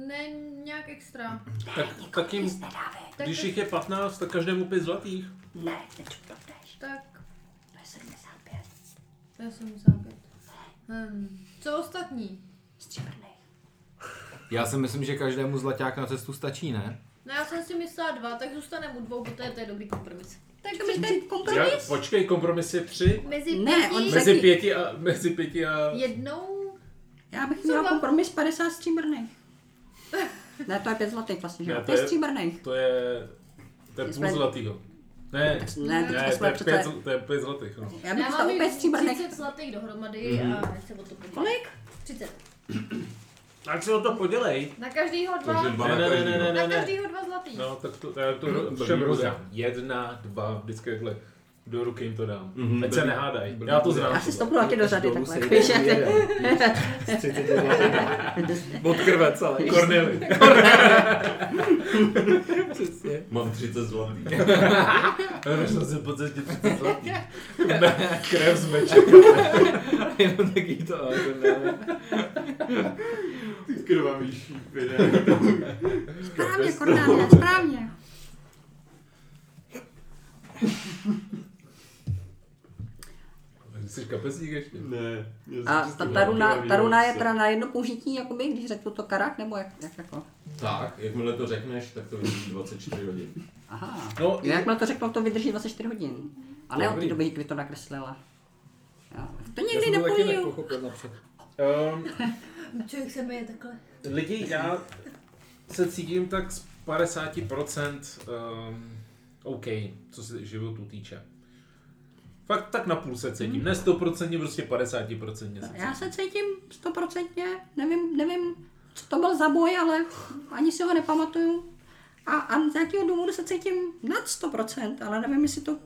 [SPEAKER 4] ne nějak extra.
[SPEAKER 5] Tak, tak jim,
[SPEAKER 4] Tak,
[SPEAKER 5] když jich je 15, tak každému pět zlatých.
[SPEAKER 6] Ne, nečupneš,
[SPEAKER 4] tak
[SPEAKER 6] to je 75.
[SPEAKER 4] to je 75. Hmm. Co ostatní?
[SPEAKER 6] Stříbrnej.
[SPEAKER 2] Já si myslím, že každému zlaťák na cestu stačí, ne?
[SPEAKER 4] No já jsem si myslela dva, tak zůstaneme u dvou, protože to je dobrý kompromis. Tak
[SPEAKER 6] To by ten
[SPEAKER 5] Já,
[SPEAKER 6] kompromis?
[SPEAKER 5] počkej, kompromis je tři.
[SPEAKER 4] mezi
[SPEAKER 6] Ne,
[SPEAKER 4] pěti-
[SPEAKER 6] on se-
[SPEAKER 5] Mezi pěti a, mezi pěti a...
[SPEAKER 4] jednou
[SPEAKER 6] Já bych
[SPEAKER 4] Co
[SPEAKER 6] měla
[SPEAKER 4] vám-
[SPEAKER 6] kompromis 50 stříbrných. Ne, to je 5 zlatých vlastně, že
[SPEAKER 5] Ne,
[SPEAKER 6] jo?
[SPEAKER 5] to
[SPEAKER 6] 5
[SPEAKER 5] je-
[SPEAKER 6] stříbrných.
[SPEAKER 5] To je, to je
[SPEAKER 6] My
[SPEAKER 5] půl
[SPEAKER 6] jsme-
[SPEAKER 5] zlatýho. Ne,
[SPEAKER 6] Ne, teďka
[SPEAKER 5] ne, to
[SPEAKER 6] jsme
[SPEAKER 5] je pět,
[SPEAKER 6] přece...
[SPEAKER 5] zl- to je pět zlatých, no.
[SPEAKER 6] Já bych
[SPEAKER 4] Já mám
[SPEAKER 6] dostala
[SPEAKER 4] jich
[SPEAKER 6] 5 stříbrných.
[SPEAKER 4] 30 zlatých dohromady mm.
[SPEAKER 5] Mhm.
[SPEAKER 4] a ať se o to podívej.
[SPEAKER 6] Kolik?
[SPEAKER 4] 30.
[SPEAKER 3] Tak se o to podělej.
[SPEAKER 4] Na každýho dva.
[SPEAKER 1] Takže dva
[SPEAKER 5] Ne,
[SPEAKER 1] na
[SPEAKER 5] ne, ne, ne,
[SPEAKER 1] každého.
[SPEAKER 5] ne, ne,
[SPEAKER 4] Na
[SPEAKER 5] ne.
[SPEAKER 4] každýho dva zlatý.
[SPEAKER 5] No, tak to, já to ro-
[SPEAKER 2] blbý
[SPEAKER 5] všem
[SPEAKER 2] bude.
[SPEAKER 5] rozdám. Jedna, dva, vždycky takhle. Do ruky jim to dám.
[SPEAKER 1] Mhm,
[SPEAKER 5] Ať se nehádají.
[SPEAKER 2] blbý
[SPEAKER 5] Já to
[SPEAKER 2] bude.
[SPEAKER 5] znám.
[SPEAKER 6] Já si
[SPEAKER 5] tohle.
[SPEAKER 6] stopnu taky No, do řady
[SPEAKER 2] Dolů
[SPEAKER 6] takhle. jako,
[SPEAKER 2] se
[SPEAKER 6] víš,
[SPEAKER 2] jde
[SPEAKER 6] jak-
[SPEAKER 2] jeden, víš. Z 30 zlatých. Od krve celé.
[SPEAKER 5] Korneli.
[SPEAKER 2] Přesně.
[SPEAKER 1] Mám 30 zlatých.
[SPEAKER 5] Já jsem se po cestě 30 zlatých. Ne, Krev z meče.
[SPEAKER 2] Jenom taky to, ale to ne.
[SPEAKER 8] Krvavý šípy, ne?
[SPEAKER 6] Správně, Kornália, správně.
[SPEAKER 5] Jsi kapesník ještě?
[SPEAKER 8] Ne. já jsem
[SPEAKER 6] A
[SPEAKER 8] přesně
[SPEAKER 6] ta
[SPEAKER 8] byl
[SPEAKER 6] taruna,
[SPEAKER 8] krvavý,
[SPEAKER 6] taruna
[SPEAKER 8] ale
[SPEAKER 6] je
[SPEAKER 8] se-
[SPEAKER 6] teda na jedno použití, jakoby, když řeknu to karak, nebo jak, jak jako...
[SPEAKER 1] Tak, jakmile to řekneš, tak to vydrží 24 hodin.
[SPEAKER 6] Aha.
[SPEAKER 5] No,
[SPEAKER 6] Jo, jakmile to řeknu, to vydrží 24 hodin. A ne od té
[SPEAKER 2] Dobrý.
[SPEAKER 6] doby, kdy to nakreslila. Jo. To
[SPEAKER 2] Já
[SPEAKER 6] nikdy
[SPEAKER 2] jsem to taky
[SPEAKER 6] nepomíju.
[SPEAKER 2] nepochopil napřed.
[SPEAKER 5] ehm,
[SPEAKER 4] Člověk se myje takhle.
[SPEAKER 5] Lidi, já se cítím tak z 50% um, OK, co se životu týče. Fakt tak na půl se
[SPEAKER 6] Mhm.
[SPEAKER 5] cítím. Ne 100%, prostě 50% se cítím.
[SPEAKER 6] Já se cítím stoprocentně, nevím, nevím, co to byl za boj, ale ani si ho nepamatuju. A, a z nějakého důvodu se cítím nad 100%, ale nevím, jestli to,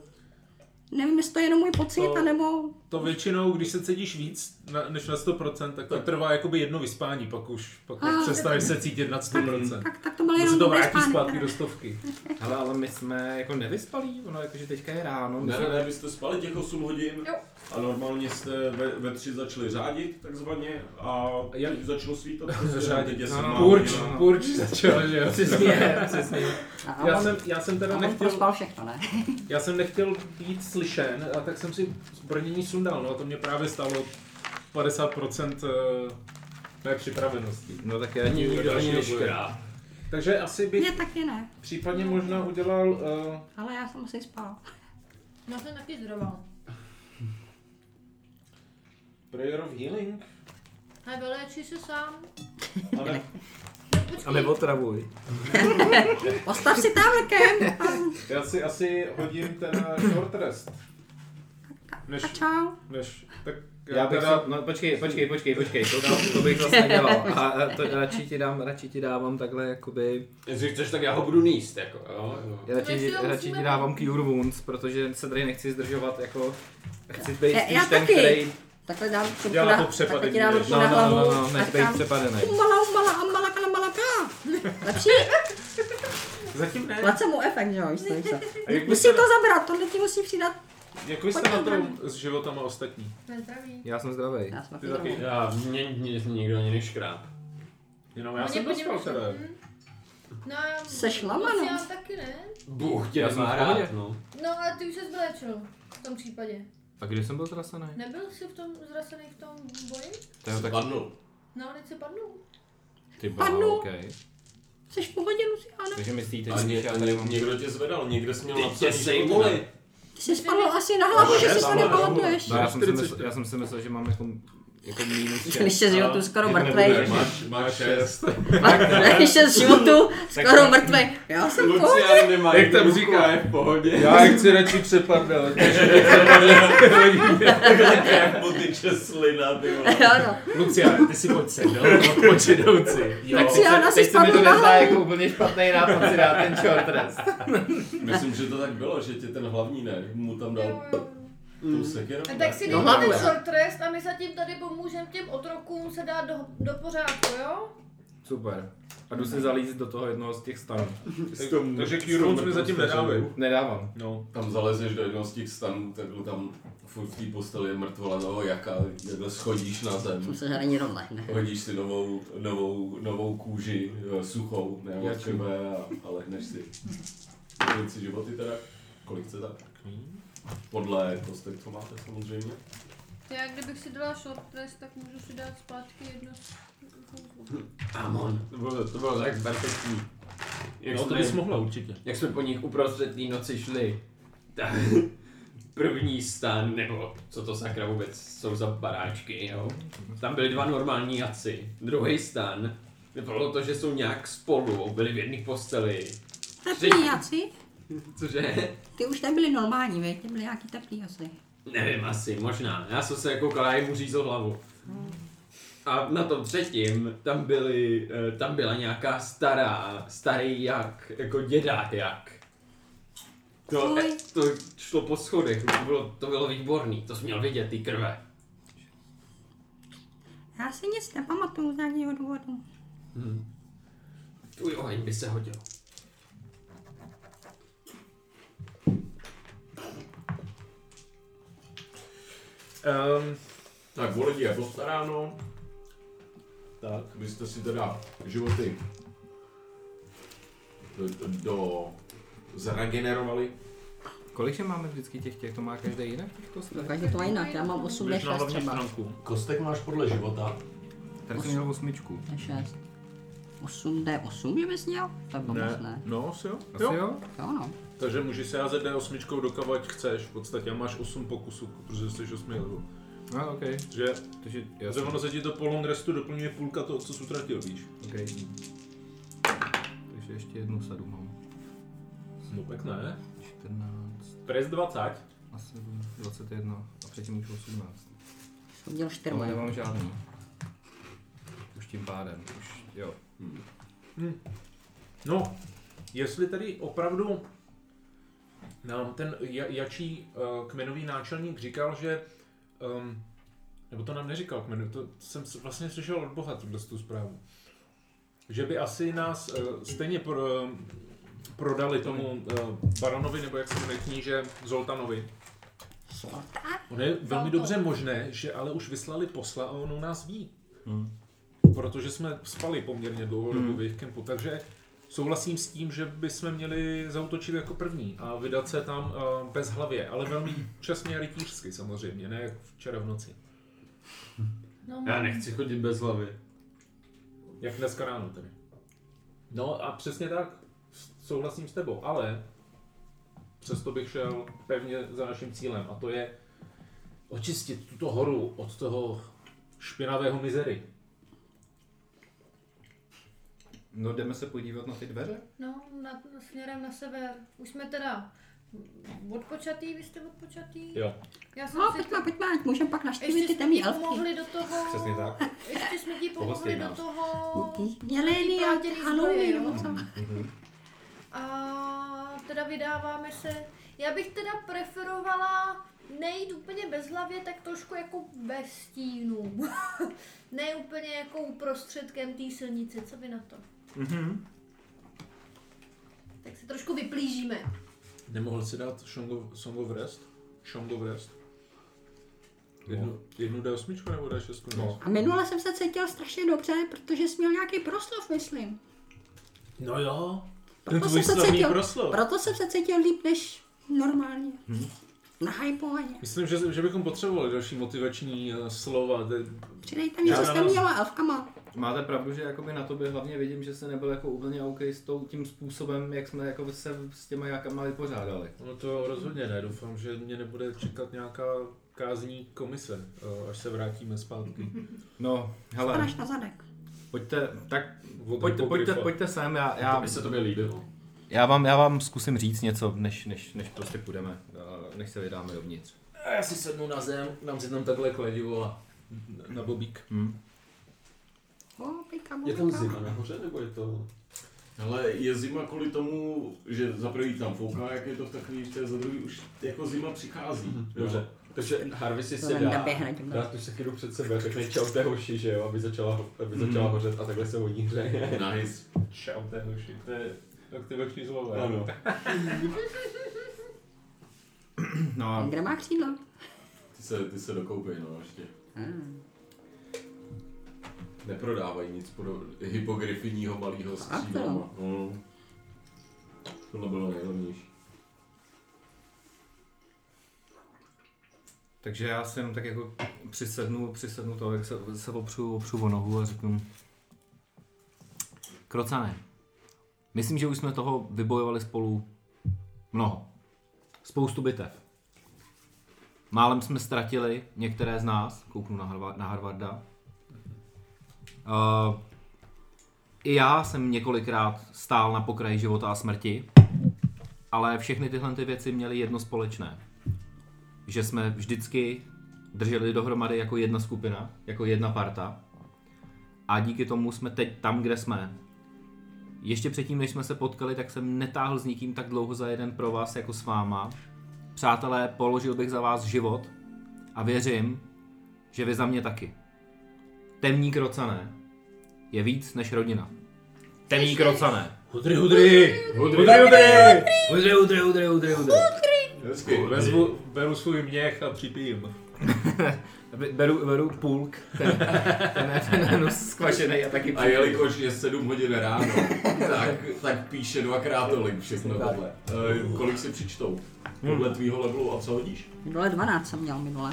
[SPEAKER 6] nevím, jestli to je jenom můj pocit,
[SPEAKER 5] To-
[SPEAKER 6] anebo
[SPEAKER 5] To většinou, když se cítíš víc na, než na 100%, tak to trvá jakoby jedno vyspání, pak už, pak
[SPEAKER 6] Ah.
[SPEAKER 5] už přestaneš se cítit nad 100%.
[SPEAKER 6] tak, tak to
[SPEAKER 5] To
[SPEAKER 6] bylo
[SPEAKER 5] se
[SPEAKER 6] jenom
[SPEAKER 5] to
[SPEAKER 6] dobré
[SPEAKER 5] vrátí
[SPEAKER 6] spánek.
[SPEAKER 5] zpátky
[SPEAKER 6] teda.
[SPEAKER 5] do stovky.
[SPEAKER 2] Hele, ale my jsme jako nevyspalí, ono jakože teďka je ráno. my
[SPEAKER 1] Ne,
[SPEAKER 2] jsme-
[SPEAKER 1] ne, ne, vy jste spali těch 8 hodin
[SPEAKER 4] Jo.
[SPEAKER 1] a normálně jste ve, ve 3 začali řádit takzvaně a
[SPEAKER 5] A jak-
[SPEAKER 1] teď začalo svítat prostě
[SPEAKER 5] Řádit.
[SPEAKER 1] teď je
[SPEAKER 2] No,
[SPEAKER 1] sedmá
[SPEAKER 2] no,
[SPEAKER 5] Purč,
[SPEAKER 1] hodina.
[SPEAKER 5] purč začal, že jo.
[SPEAKER 2] Přesně, přesně.
[SPEAKER 6] A on,
[SPEAKER 5] Já jsem, já jsem
[SPEAKER 6] a
[SPEAKER 5] teda
[SPEAKER 6] on
[SPEAKER 5] nechtěl...
[SPEAKER 6] prospal všechno, ne?
[SPEAKER 5] Já jsem nechtěl být slyšen, a tak jsem si zbrnění sundal, no a to mě právě stalo 50% eh, mé připravenosti.
[SPEAKER 2] No tak já ti nikdo ani neškrá.
[SPEAKER 5] Takže asi bych
[SPEAKER 6] Ne, taky ne,
[SPEAKER 5] případně možná udělal... Uh,
[SPEAKER 6] ale já jsem asi spal.
[SPEAKER 4] Já jsem taky zdroval.
[SPEAKER 5] Prayer of Healing?
[SPEAKER 4] Hej, vyléčí se sám.
[SPEAKER 5] Ale
[SPEAKER 4] No, počkej.
[SPEAKER 2] A neotravuj.
[SPEAKER 6] Postav si tam kem
[SPEAKER 5] já si asi hodím ten eh, short rest.
[SPEAKER 6] a
[SPEAKER 5] Než,
[SPEAKER 6] čau.
[SPEAKER 5] než, tak eh,
[SPEAKER 2] Já bych
[SPEAKER 5] teda-
[SPEAKER 2] teda... no, počkej, počkej, počkej, počkej, to, dám, to bych vlastně dělal. A, a to radši ti dám, radši ti dávám takhle, jakoby,
[SPEAKER 7] Jestli chceš, tak já ho budu níst, jako, jo. jo.
[SPEAKER 2] já radši,
[SPEAKER 4] Než si ho
[SPEAKER 2] radši
[SPEAKER 4] musíme-
[SPEAKER 2] ti dávám Cure Wounds, protože se tady nechci zdržovat, jako, chci být
[SPEAKER 6] Já-
[SPEAKER 2] spíš
[SPEAKER 6] já
[SPEAKER 2] ten,
[SPEAKER 6] taky.
[SPEAKER 2] který,
[SPEAKER 6] Takhle dám ruku
[SPEAKER 5] Dělá
[SPEAKER 6] na-
[SPEAKER 5] to přepadení,
[SPEAKER 6] takhle ti dám
[SPEAKER 5] že?
[SPEAKER 6] ruku
[SPEAKER 2] no,
[SPEAKER 6] na
[SPEAKER 2] no, no,
[SPEAKER 6] hlavu
[SPEAKER 2] no, no,
[SPEAKER 6] a
[SPEAKER 2] nech být
[SPEAKER 6] říkám,
[SPEAKER 2] přepadený.
[SPEAKER 6] Umbala, umbala, ambala, kalamalaka. Lepší?
[SPEAKER 5] Zatím ne.
[SPEAKER 6] Plať se mu efekt, že jo, víš co, víš co. Musím to zabrat, tohle ti musí přidat.
[SPEAKER 5] Jak vy jste na tom s životama ostatní?
[SPEAKER 4] Nezdraví.
[SPEAKER 2] Já jsem zdravý.
[SPEAKER 6] Já jsem
[SPEAKER 5] Ty
[SPEAKER 6] taky
[SPEAKER 5] taky.
[SPEAKER 7] Já, mě, mě nikdo ani neškráp.
[SPEAKER 5] Jenom já
[SPEAKER 4] Oni
[SPEAKER 5] jsem
[SPEAKER 4] po něm
[SPEAKER 5] dostal
[SPEAKER 4] už-
[SPEAKER 5] teda.
[SPEAKER 4] Mhm. No, já-
[SPEAKER 6] Seš
[SPEAKER 4] moc
[SPEAKER 6] lamanou.
[SPEAKER 4] Já taky ne.
[SPEAKER 7] Bůh tě
[SPEAKER 2] Já jsem
[SPEAKER 7] nemá
[SPEAKER 2] v pohodě.
[SPEAKER 7] rád, no.
[SPEAKER 4] No a ty už se zbléčil v tom případě.
[SPEAKER 2] A kdy jsem byl zrasený?
[SPEAKER 4] Nebyl jsi v tom zrasený v tom boji?
[SPEAKER 2] To je tak...
[SPEAKER 1] Padnul.
[SPEAKER 4] No, teď si padnul.
[SPEAKER 2] Ty
[SPEAKER 6] Padnu.
[SPEAKER 2] bálo, okay.
[SPEAKER 6] Jsi v pohodě, Luciana?
[SPEAKER 2] Takže myslíte,
[SPEAKER 1] A
[SPEAKER 2] že
[SPEAKER 1] ně,
[SPEAKER 2] já
[SPEAKER 1] a
[SPEAKER 2] tady
[SPEAKER 1] ně,
[SPEAKER 2] mám...
[SPEAKER 1] někdo tě zvedal, někdo jsi měl
[SPEAKER 7] Ty
[SPEAKER 1] napsaný
[SPEAKER 7] tě sej,
[SPEAKER 1] život,
[SPEAKER 7] vole.
[SPEAKER 1] ne?
[SPEAKER 6] Ty jsi spadl asi na hlavu, že
[SPEAKER 1] Ne,
[SPEAKER 6] si to
[SPEAKER 1] tam mám
[SPEAKER 6] nepamatuješ.
[SPEAKER 2] No, já, jsem si
[SPEAKER 5] 44.
[SPEAKER 2] myslel, já jsem si myslel, že mám jako, jako minus šest.
[SPEAKER 6] Když jsi z životu skoro mrtvej.
[SPEAKER 1] Máš, máš šest.
[SPEAKER 6] Když jsi z životu skoro mrtvej. Já jsem v pohodě.
[SPEAKER 7] Lucian nemá
[SPEAKER 5] Jak tam
[SPEAKER 7] ruku
[SPEAKER 5] říká?
[SPEAKER 7] a je v pohodě.
[SPEAKER 5] Já chci radši přepadnout.
[SPEAKER 1] Jak mu tyče slina, ty vole.
[SPEAKER 6] Jo, no.
[SPEAKER 9] Luciane, ty si pojď sem, jo? Odpočinouci. Jo.
[SPEAKER 6] Tak si Jana si
[SPEAKER 2] Teď se mi
[SPEAKER 6] spadl
[SPEAKER 2] to
[SPEAKER 6] na
[SPEAKER 2] nezdá
[SPEAKER 6] hlavu.
[SPEAKER 2] jako úplně špatný nápad si dát ten short
[SPEAKER 1] Myslím, že to tak bylo, že tě ten hlavní ne, mu tam
[SPEAKER 4] Jo,
[SPEAKER 1] dal
[SPEAKER 4] jo.
[SPEAKER 1] tu sekiru.
[SPEAKER 4] A tak si
[SPEAKER 6] No,
[SPEAKER 4] dejme ten
[SPEAKER 6] hlavně.
[SPEAKER 4] short rest a my zatím tady pomůžeme těm otrokům se dát do, do pořádku, jo?
[SPEAKER 2] Super. A jdu se zalíst do toho jednoho z těch stanů.
[SPEAKER 5] Takže Q-Rules mi zatím nedávají.
[SPEAKER 2] Nedávám.
[SPEAKER 5] No.
[SPEAKER 1] Tam zalezeš do jednoho z těch stanů, takhle tam furt v té posteli je mrtvola novou jaka, takhle schodíš na zem.
[SPEAKER 6] Myslím, že ani odlehne.
[SPEAKER 1] Hodíš si novou, novou, novou kůži, eh, suchou, ne od krve a, a lehneš si. Kolik si životy teda? Kolik chcete? Podle kostek, co máte samozřejmě.
[SPEAKER 4] Já kdybych si dala short rest, tak můžu si dát zpátky jedno z kouzlu.
[SPEAKER 7] Amon. To bylo, to bylo tak perfektní. Jak,
[SPEAKER 5] No, to
[SPEAKER 7] jsme,
[SPEAKER 5] bys mohla určitě.
[SPEAKER 7] jak jsme po nich uprostřed té noci šli. Ta, první stan, nebo co to sakra vůbec jsou za baráčky, jo. Tam byly dva normální jaci. Druhý stan. Vypadalo to, že jsou nějak spolu, byli v jedné posteli.
[SPEAKER 6] Teplý jaci?
[SPEAKER 7] Cože?
[SPEAKER 6] Ty už nebyli normální, vej? Ty byli nějaký teplý asi.
[SPEAKER 7] Nevím, asi, možná. Já jsem se jako kalaj mu řízl hlavu. A na tom třetím, tam, byly, eh, tam byla nějaká stará, starý jak, jako děda jak. To,
[SPEAKER 6] Fuj.
[SPEAKER 7] eh, to šlo po schodech, to bylo, to bylo výborný, to jsi měl vidět, ty krve.
[SPEAKER 6] Já si nic nepamatuju z nějakého důvodu.
[SPEAKER 7] Tvůj oheň by se hodil.
[SPEAKER 5] Um,
[SPEAKER 1] Tak o lidi je postaráno. no. Tak. Vy jste si teda životy do, do, do zregenerovali.
[SPEAKER 2] Kolik že máme vždycky těch těch? To má každý jinak těch kostek?
[SPEAKER 6] Každý to má jinak, já mám 8 než
[SPEAKER 5] běž na
[SPEAKER 6] 6
[SPEAKER 5] hlavní
[SPEAKER 6] třeba.
[SPEAKER 5] stránku.
[SPEAKER 1] Kostek máš podle života.
[SPEAKER 2] Tady jsem měl osmičku.
[SPEAKER 6] 6. 8 D8 že bys měl? To by moc
[SPEAKER 5] Ne.
[SPEAKER 6] ne.
[SPEAKER 5] No, asi jo.
[SPEAKER 2] Asi jo?
[SPEAKER 6] Jo no.
[SPEAKER 5] Takže můžeš se házet D8 do kava, ať chceš v podstatě a máš 8 pokusů, protože jsi 8 level.
[SPEAKER 2] No, ok.
[SPEAKER 5] Že,
[SPEAKER 2] Takže já
[SPEAKER 5] že
[SPEAKER 2] jsem...
[SPEAKER 5] ono se ti to po long restu doplňuje půlka toho, co jsi utratil, víš?
[SPEAKER 2] Ok. Takže ještě jednu sadu mám.
[SPEAKER 5] No tak ne.
[SPEAKER 2] 14
[SPEAKER 5] Press 20.
[SPEAKER 2] a 7, 21 a předtím už 18.
[SPEAKER 6] Jsem udělal 4
[SPEAKER 2] No,
[SPEAKER 6] moje.
[SPEAKER 2] nemám žádný. Už tím pádem, už jo.
[SPEAKER 5] No, jestli tady opravdu nám ten ja- jačí eh, kmenový náčelník říkal, že um, nebo to nám neříkal kmenu, to jsem s- vlastně slyšel od Boha tuhle tu zprávu. Že by asi nás eh, stejně pro, ehm, prodali tomu eh, baronovi, nebo jak se jmenuje kníže, Zoltanovi. Ono je velmi dobře možné, že ale už vyslali posla a on u nás ví. Protože jsme spali poměrně dlouho dobu v jejich kempu, takže souhlasím s tím, že bychom měli zautočit jako první a vydat se tam eh, bez hlavě, ale velmi čestně a rytířsky samozřejmě, ne jak včera v noci.
[SPEAKER 4] No,
[SPEAKER 7] Já nechci chodit bez hlavy.
[SPEAKER 5] Jak dneska ráno tedy. No a přesně tak, s- souhlasím s tebou, ale přesto bych šel pevně za naším cílem a to je očistit tuto horu od toho špinavého mizery.
[SPEAKER 2] No jdeme se podívat na ty dveře?
[SPEAKER 4] No, na, na směrem na sever. Už jsme teda Odpočatý, vy jste odpočatý?
[SPEAKER 5] Jo.
[SPEAKER 4] Já jsem
[SPEAKER 6] No,
[SPEAKER 4] si
[SPEAKER 6] pojďme, pojďme, ať můžeme pak naštívit
[SPEAKER 4] ještě
[SPEAKER 6] ty
[SPEAKER 4] jsme ti
[SPEAKER 6] temní elfky.
[SPEAKER 4] pomohli do toho...
[SPEAKER 5] Přesně tak.
[SPEAKER 4] Ještě jsme ti pomohli do
[SPEAKER 8] nás.
[SPEAKER 4] toho...
[SPEAKER 6] Jeleny
[SPEAKER 4] Ty
[SPEAKER 6] a
[SPEAKER 4] plátěný
[SPEAKER 6] hanouny,
[SPEAKER 4] zbroje,
[SPEAKER 6] no.
[SPEAKER 4] jo.
[SPEAKER 6] co?
[SPEAKER 4] A teda vydáváme se... Já bych teda preferovala nejít úplně bez hlavě, tak trošku jako bez stínů. ne úplně jako uprostředkem té silnice, co vy na to?
[SPEAKER 2] Mhm.
[SPEAKER 4] Tak se trošku vyplížíme.
[SPEAKER 5] Nemohl si dát Song of, Song of Rest? Song of Rest? Jednu, jednu D8 nebo D6? No.
[SPEAKER 6] A minule jsem se cítil strašně dobře, protože jsi měl nějaký proslov, myslím.
[SPEAKER 3] No jo.
[SPEAKER 6] Proto jsem se cítil, proto jsem se cítil líp než normálně. Nahypovaně.
[SPEAKER 5] Myslím, že, že bychom potřebovali další motivační eh, slova. De,
[SPEAKER 6] Přidejte mi,
[SPEAKER 5] Já
[SPEAKER 6] co
[SPEAKER 5] na
[SPEAKER 6] jste
[SPEAKER 5] vás-
[SPEAKER 6] měla elfkama.
[SPEAKER 2] Máte pravdu, že jakoby na tobě hlavně vidím, že jsi nebyl jako úplně OK s tou, tím způsobem, jak jsme jako se s těma jakama vypořádali.
[SPEAKER 5] no to rozhodně ne. Doufám, že mě nebude čekat nějaká kázní komise, eh, až se vrátíme zpátky.
[SPEAKER 2] No, hele,
[SPEAKER 6] Padaš na zadek.
[SPEAKER 2] pojďte, tak
[SPEAKER 5] Od
[SPEAKER 2] pojďte, pojďte,
[SPEAKER 5] hipokryfa.
[SPEAKER 2] pojďte sem, já, já,
[SPEAKER 8] Aby se tobě líbilo.
[SPEAKER 2] já, vám, já vám zkusím říct něco, než, než, než prostě půjdeme, eh, než se vydáme dovnitř.
[SPEAKER 3] A já si sednu na zem, dám si tam takhle kladivo a na bobík.
[SPEAKER 6] O, pika,
[SPEAKER 8] Je tam
[SPEAKER 6] bubika.
[SPEAKER 8] zima nahoře, nebo je to...
[SPEAKER 1] Hele, je zima kvůli tomu, že za prvý tam fouká, jak je to v takový, že za druhý už jako zima přichází.
[SPEAKER 8] Dobře. Takže Harvey si
[SPEAKER 6] To
[SPEAKER 8] se
[SPEAKER 6] jen
[SPEAKER 8] dá,
[SPEAKER 6] naběhne tímhle.
[SPEAKER 8] dá tu sekiru před sebe, řekne čau té hoši, že jo, aby začala, ho- aby
[SPEAKER 3] Hmm.
[SPEAKER 8] začala hořet a takhle se o ní hřeje.
[SPEAKER 1] Jo. Nice.
[SPEAKER 5] Čau, té hoši, to je aktivační slovo.
[SPEAKER 8] Ano.
[SPEAKER 2] No a
[SPEAKER 6] Kde má křídla?
[SPEAKER 1] Ty se, ty se dokoupej, no ještě.
[SPEAKER 6] Hmm.
[SPEAKER 1] Neprodávají nic podobného. Hypogryfinního malého s
[SPEAKER 6] Fakt,
[SPEAKER 1] křídlama. No. Tohle bylo nejlevnější.
[SPEAKER 2] Takže já si jenom tak jako přisednu, přisednu to, jak se, se opřu, opřu o nohu a řeknu. Krocane, myslím, že už jsme toho vybojovali spolu mnoho. Spoustu bitev. Málem jsme ztratili některé z nás, kouknu na, Harva- na Harvarda. Uh, I já jsem několikrát stál na pokraji života a smrti, ale všechny tyhle ty věci měly jedno společné že jsme vždycky drželi dohromady jako jedna skupina, jako jedna parta. A díky tomu jsme teď tam, kde jsme. Ještě předtím, než jsme se potkali, tak jsem netáhl s nikým tak dlouho za jeden pro vás jako s váma. Přátelé, položil bych za vás život a věřím, že vy za mě taky. Temní krocané je víc než rodina. Temní krocané.
[SPEAKER 3] Hudry, hudry!
[SPEAKER 1] Hudry,
[SPEAKER 2] Udry, udry, udry, udry, udry.
[SPEAKER 1] Hezky.
[SPEAKER 5] Vezmu, beru svůj měch a připijím.
[SPEAKER 2] Beru, beru půlk, ten, ten, ten, ten skvašený a taky
[SPEAKER 1] A jelikož je 7 hodin ráno, tak, tak píše dvakrát tolik všechno tohle. Eh, kolik si přečtou?
[SPEAKER 5] Hmm.
[SPEAKER 1] Podle tvýho levelu a co hodíš?
[SPEAKER 6] Minule 12 jsem měl minule.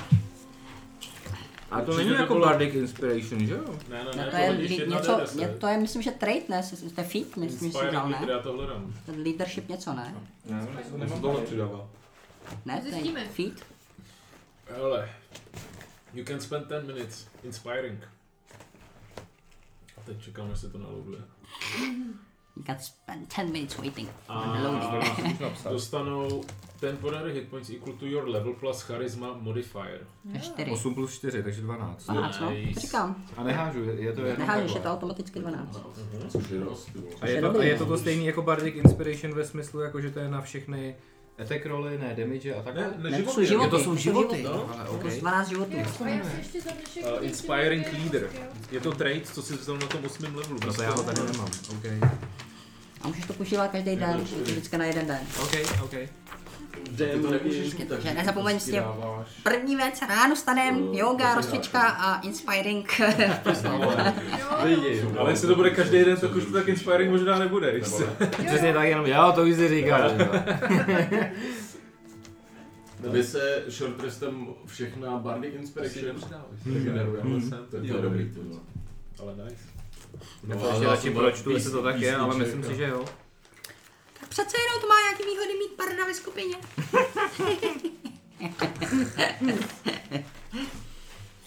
[SPEAKER 2] A to
[SPEAKER 5] Určitě
[SPEAKER 2] není
[SPEAKER 5] to
[SPEAKER 2] jako
[SPEAKER 5] bylo-
[SPEAKER 2] Bardic Inspiration, že jo?
[SPEAKER 5] Ne, ne,
[SPEAKER 6] No
[SPEAKER 5] ne,
[SPEAKER 6] to je
[SPEAKER 5] hodíš
[SPEAKER 6] li-
[SPEAKER 5] jedna
[SPEAKER 6] něco,
[SPEAKER 5] D10.
[SPEAKER 6] ně, to je myslím, že trade, ne? S- To je feed, myslím, že jsi
[SPEAKER 5] Inspiring
[SPEAKER 6] dal,
[SPEAKER 5] leader,
[SPEAKER 6] ne?
[SPEAKER 5] já to hledám.
[SPEAKER 6] Leadership něco,
[SPEAKER 5] No.
[SPEAKER 6] ne?
[SPEAKER 5] To se tohle přidává.
[SPEAKER 6] Ne, to
[SPEAKER 4] Zjistíme.
[SPEAKER 6] je feed.
[SPEAKER 5] Hele, you can spend 10 minutes. Inspiring. A teď čekám, jestli to naloaduje.
[SPEAKER 6] You got spend 10 minutes waiting.
[SPEAKER 5] A dostanou temporary hit points equal to your level plus charisma modifier.
[SPEAKER 6] 4.
[SPEAKER 2] 8 plus 4, takže 12.
[SPEAKER 6] 12, no, to
[SPEAKER 5] Nice.
[SPEAKER 6] říkám.
[SPEAKER 2] A nehážu, je, je to jedno
[SPEAKER 6] Nehážeš, je
[SPEAKER 2] takhle.
[SPEAKER 6] to automaticky 12.
[SPEAKER 1] Což je dost, ty vole.
[SPEAKER 2] A je, to, a je to to stejný jako Bardic Inspiration ve smyslu, jako že to je na všechny attack roly, ne damage a
[SPEAKER 5] Ne,
[SPEAKER 2] takhle?
[SPEAKER 5] ne,
[SPEAKER 6] Ne,
[SPEAKER 5] život
[SPEAKER 6] jsou
[SPEAKER 5] je.
[SPEAKER 6] životy.
[SPEAKER 2] Jo, to jsou životy. Jako-
[SPEAKER 5] No.
[SPEAKER 2] Ale
[SPEAKER 6] To je
[SPEAKER 2] okay.
[SPEAKER 6] 12 Jako životů.
[SPEAKER 4] Jo, a já se ještě zadržím.
[SPEAKER 5] Uh, inspiring leader. Je to trade, co jsi vzal na tom 8. levelu. Prostě-
[SPEAKER 2] No to já ho tady nemám. OK.
[SPEAKER 6] A můžeš to používat každý den, vždycky na jeden den.
[SPEAKER 2] OK, OK.
[SPEAKER 1] Ty to nemůžeš mít tak,
[SPEAKER 6] Takže nezapomeň
[SPEAKER 1] prostě
[SPEAKER 6] s tím.
[SPEAKER 1] dáváš-
[SPEAKER 6] První věc, ráno stanem,
[SPEAKER 1] Jo,
[SPEAKER 6] yoga,
[SPEAKER 1] to
[SPEAKER 6] rozcvička a inspiring.
[SPEAKER 8] Lidi,
[SPEAKER 5] Ale jestli to bude každý den, tak už to tak inspiring možná nebude. víš co?
[SPEAKER 2] Přesně tak, jenom jo, to už si říkal. že jo.
[SPEAKER 1] Tobě se short restem všechna Bardic Inspiration
[SPEAKER 8] Hmm.
[SPEAKER 5] Hmm.
[SPEAKER 1] regeneruje. To je- to je dobrý, to jo.
[SPEAKER 5] Ale nice.
[SPEAKER 1] No,
[SPEAKER 2] To ještě
[SPEAKER 1] já
[SPEAKER 2] radši
[SPEAKER 1] jsem
[SPEAKER 2] pročtu,
[SPEAKER 1] pís-
[SPEAKER 2] jestli to tak je, ale myslím si,
[SPEAKER 1] písniček,
[SPEAKER 2] že jo.
[SPEAKER 6] Tak přece jenom to má nějaký výhody mít parda ve skupině.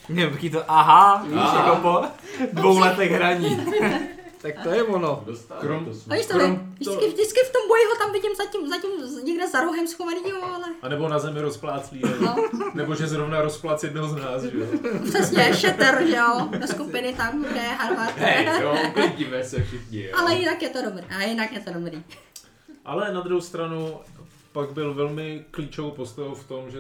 [SPEAKER 2] Mě taky to aha, víš,
[SPEAKER 1] Aha.
[SPEAKER 2] jako po dvou letech hraní. tak to je ono.
[SPEAKER 1] Dostal
[SPEAKER 5] Krom-
[SPEAKER 1] to
[SPEAKER 6] A
[SPEAKER 1] svůj.
[SPEAKER 6] No, víš to, ne, vždycky, vždycky v tom boji ho tam vidím zatím, zatím někde za rohem schovanýho, ale
[SPEAKER 5] A nebo na zemi rozpláclí, ne?
[SPEAKER 6] no,
[SPEAKER 5] nebo že zrovna rozplác jednoho z nás, že jo?
[SPEAKER 6] přesně, šeter, že jo, do skupiny tam, kde je Harvard.
[SPEAKER 8] Hej, jo, vidíme se všichni, jo.
[SPEAKER 6] Ale jinak je to dobrý, a jinak je to dobrý.
[SPEAKER 5] Ale na druhou stranu pak byl velmi klíčovou postavou v tom, že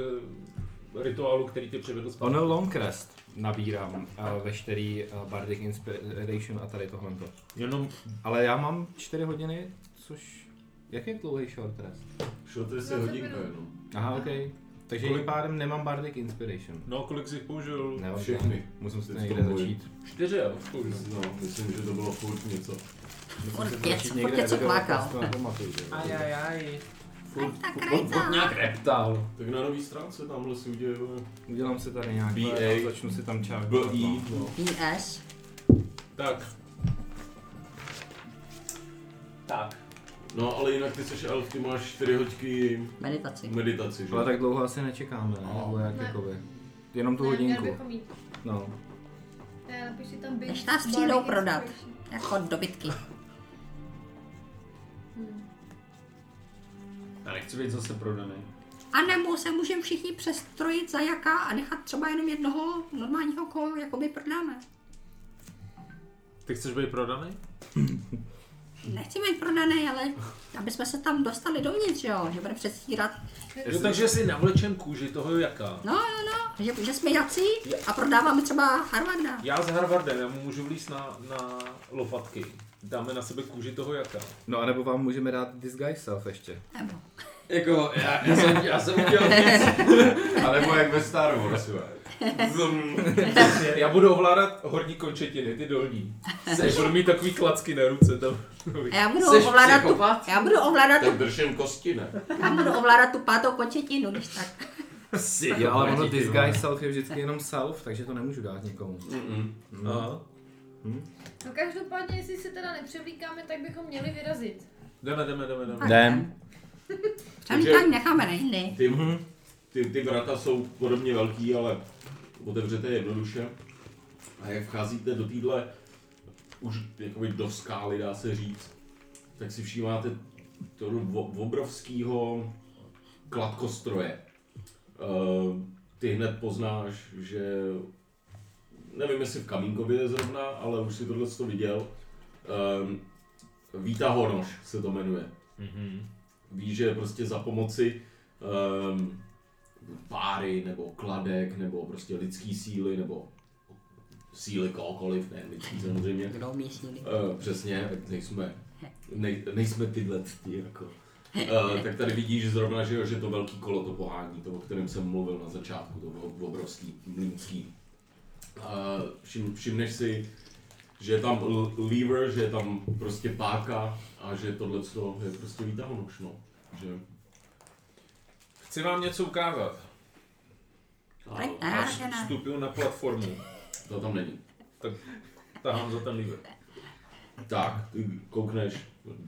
[SPEAKER 5] rituálu, který tě přivedl zpátky.
[SPEAKER 2] Ono long rest nabírám eh, a veškerý a Bardic Inspiration a tady tohle.
[SPEAKER 5] Jenom
[SPEAKER 2] Ale já mám 4 hodiny, což... Jak je dlouhý short rest?
[SPEAKER 1] Šlo to si
[SPEAKER 4] Dvacet
[SPEAKER 1] hodinka
[SPEAKER 4] minut.
[SPEAKER 1] jenom.
[SPEAKER 2] Aha, ok. Takže
[SPEAKER 5] Kolik-
[SPEAKER 2] tím pádem nemám Bardic Inspiration.
[SPEAKER 5] No, kolik jsi jich použil?
[SPEAKER 2] Nemám
[SPEAKER 1] Všechny.
[SPEAKER 2] tam. Musím si to
[SPEAKER 1] Teď
[SPEAKER 2] někde
[SPEAKER 1] to bojím.
[SPEAKER 2] začít.
[SPEAKER 5] Čtyři, jo, použil.
[SPEAKER 1] No, myslím, že to bylo furt něco.
[SPEAKER 6] Furt
[SPEAKER 2] Musím si to
[SPEAKER 6] něco-
[SPEAKER 2] začít
[SPEAKER 6] furt
[SPEAKER 2] někde,
[SPEAKER 6] něco
[SPEAKER 2] tak to
[SPEAKER 6] klákal.
[SPEAKER 2] prostě nepamatuju, že jo.
[SPEAKER 5] aj.
[SPEAKER 1] Furt,
[SPEAKER 6] Tak
[SPEAKER 8] On pod
[SPEAKER 6] krajca.
[SPEAKER 8] nějak reptal.
[SPEAKER 1] tak na nový stránce tamhle si udělal
[SPEAKER 2] Udělám si tady nějak.
[SPEAKER 1] BA,
[SPEAKER 2] Začnu si tam část.
[SPEAKER 1] BI, no.
[SPEAKER 6] BS.
[SPEAKER 5] Tak. Tak.
[SPEAKER 1] No, ale jinak ty jsi elf, ty máš 4 hoďky
[SPEAKER 6] Meditaci.
[SPEAKER 1] meditaci, že?
[SPEAKER 2] Ale tak dlouho asi nečekáme, ne? Nebo jak
[SPEAKER 4] Ne.
[SPEAKER 2] jakoby. No. Jenom tu
[SPEAKER 4] Ne, měli
[SPEAKER 2] hodinku.
[SPEAKER 4] bychom jít.
[SPEAKER 2] No.
[SPEAKER 4] Ne, Napiš si tam
[SPEAKER 6] Než
[SPEAKER 4] big
[SPEAKER 6] nás přijdou
[SPEAKER 4] bardic
[SPEAKER 6] prodat.
[SPEAKER 4] inspiration.
[SPEAKER 6] Jako dobytky.
[SPEAKER 8] Já nechci být zase prodaný.
[SPEAKER 6] A nebo se můžeme všichni přestrojit za jaká a nechat třeba jenom jednoho normálního, koho jakoby prodáme.
[SPEAKER 5] Ty chceš být prodaný?
[SPEAKER 6] Nechci být prodaný, ale aby jsme se tam dostali dovnitř, jo, že bude přestírat.
[SPEAKER 5] Jo, takže si navlečem kůži toho jaka.
[SPEAKER 6] No, no, no, že, že jsme jací a prodáváme třeba Harvarda.
[SPEAKER 5] Já s Harvardem, já mu můžu vlíz na, na lopatky. Dáme na sebe kůži toho jaka.
[SPEAKER 2] No a nebo vám můžeme dát Disguise Self ještě.
[SPEAKER 6] Nebo.
[SPEAKER 8] Jako, já, já, jsem, já jsem udělal nic.
[SPEAKER 1] A nebo jako jak ve Star Wars, jo. Zum.
[SPEAKER 5] Já budu ovládat horní končetiny, ty dolní.
[SPEAKER 8] Seš,
[SPEAKER 5] Budu mít takový klacky na ruce tam.
[SPEAKER 6] A já budu
[SPEAKER 8] Jseš
[SPEAKER 6] ovládat tu,
[SPEAKER 8] psychopat?
[SPEAKER 6] já budu ovládat
[SPEAKER 1] Tak
[SPEAKER 6] tu,
[SPEAKER 1] držím kosti, ne?
[SPEAKER 6] já budu ovládat tu pátou končetinu, když tak.
[SPEAKER 8] Psi,
[SPEAKER 2] Jo, ale ono
[SPEAKER 8] díky,
[SPEAKER 2] Disguise Self je vždycky jenom self, takže to nemůžu dát nikomu.
[SPEAKER 1] Mm-mm.
[SPEAKER 5] Aha.
[SPEAKER 4] No každopádně, jestli se teda nepřevlíkáme, tak bychom měli vyrazit.
[SPEAKER 5] Jdeme, jdeme, jdeme, jdeme.
[SPEAKER 6] Tak
[SPEAKER 2] Jdem.
[SPEAKER 6] Tam tak necháme na jindy.
[SPEAKER 1] Ty, ty, ty vrata jsou podobně velký, ale otevřete je jednoduše. A jak vcházíte do týdle, už jakoby do skály, dá se říct, tak si všímáte toho vo- obrovského kladkostroje. Ehm, Ty hned poznáš, že nevím, jestli v Kamínkově je zrovna, ale už si tohle to viděl. Ehm, Víta Honoš se to jmenuje. Ví, že prostě za pomoci um, páry nebo kladek nebo prostě lidský síly nebo síly kohokoliv, ne lidský samozřejmě,
[SPEAKER 6] Kdo umí síly?
[SPEAKER 1] Uh, přesně, tak nejsme, nej, nejsme tyhle ty jako. Uh, tak tady vidíš zrovna, že, jo, že to velký kolo to pohání, to, o kterém jsem mluvil na začátku, to bylo obrovský, mlínský. Uh, všim, všimneš si, že je tam l- lever, že je tam prostě páka a že tohle je prostě výtahonoš, no. Že,
[SPEAKER 5] Chci vám něco ukázat.
[SPEAKER 1] a,
[SPEAKER 6] Pojďte.
[SPEAKER 5] Až vstupuju na platformu,
[SPEAKER 1] to tam není.
[SPEAKER 5] tak tahám za ten líbek.
[SPEAKER 1] Tak, ty koukneš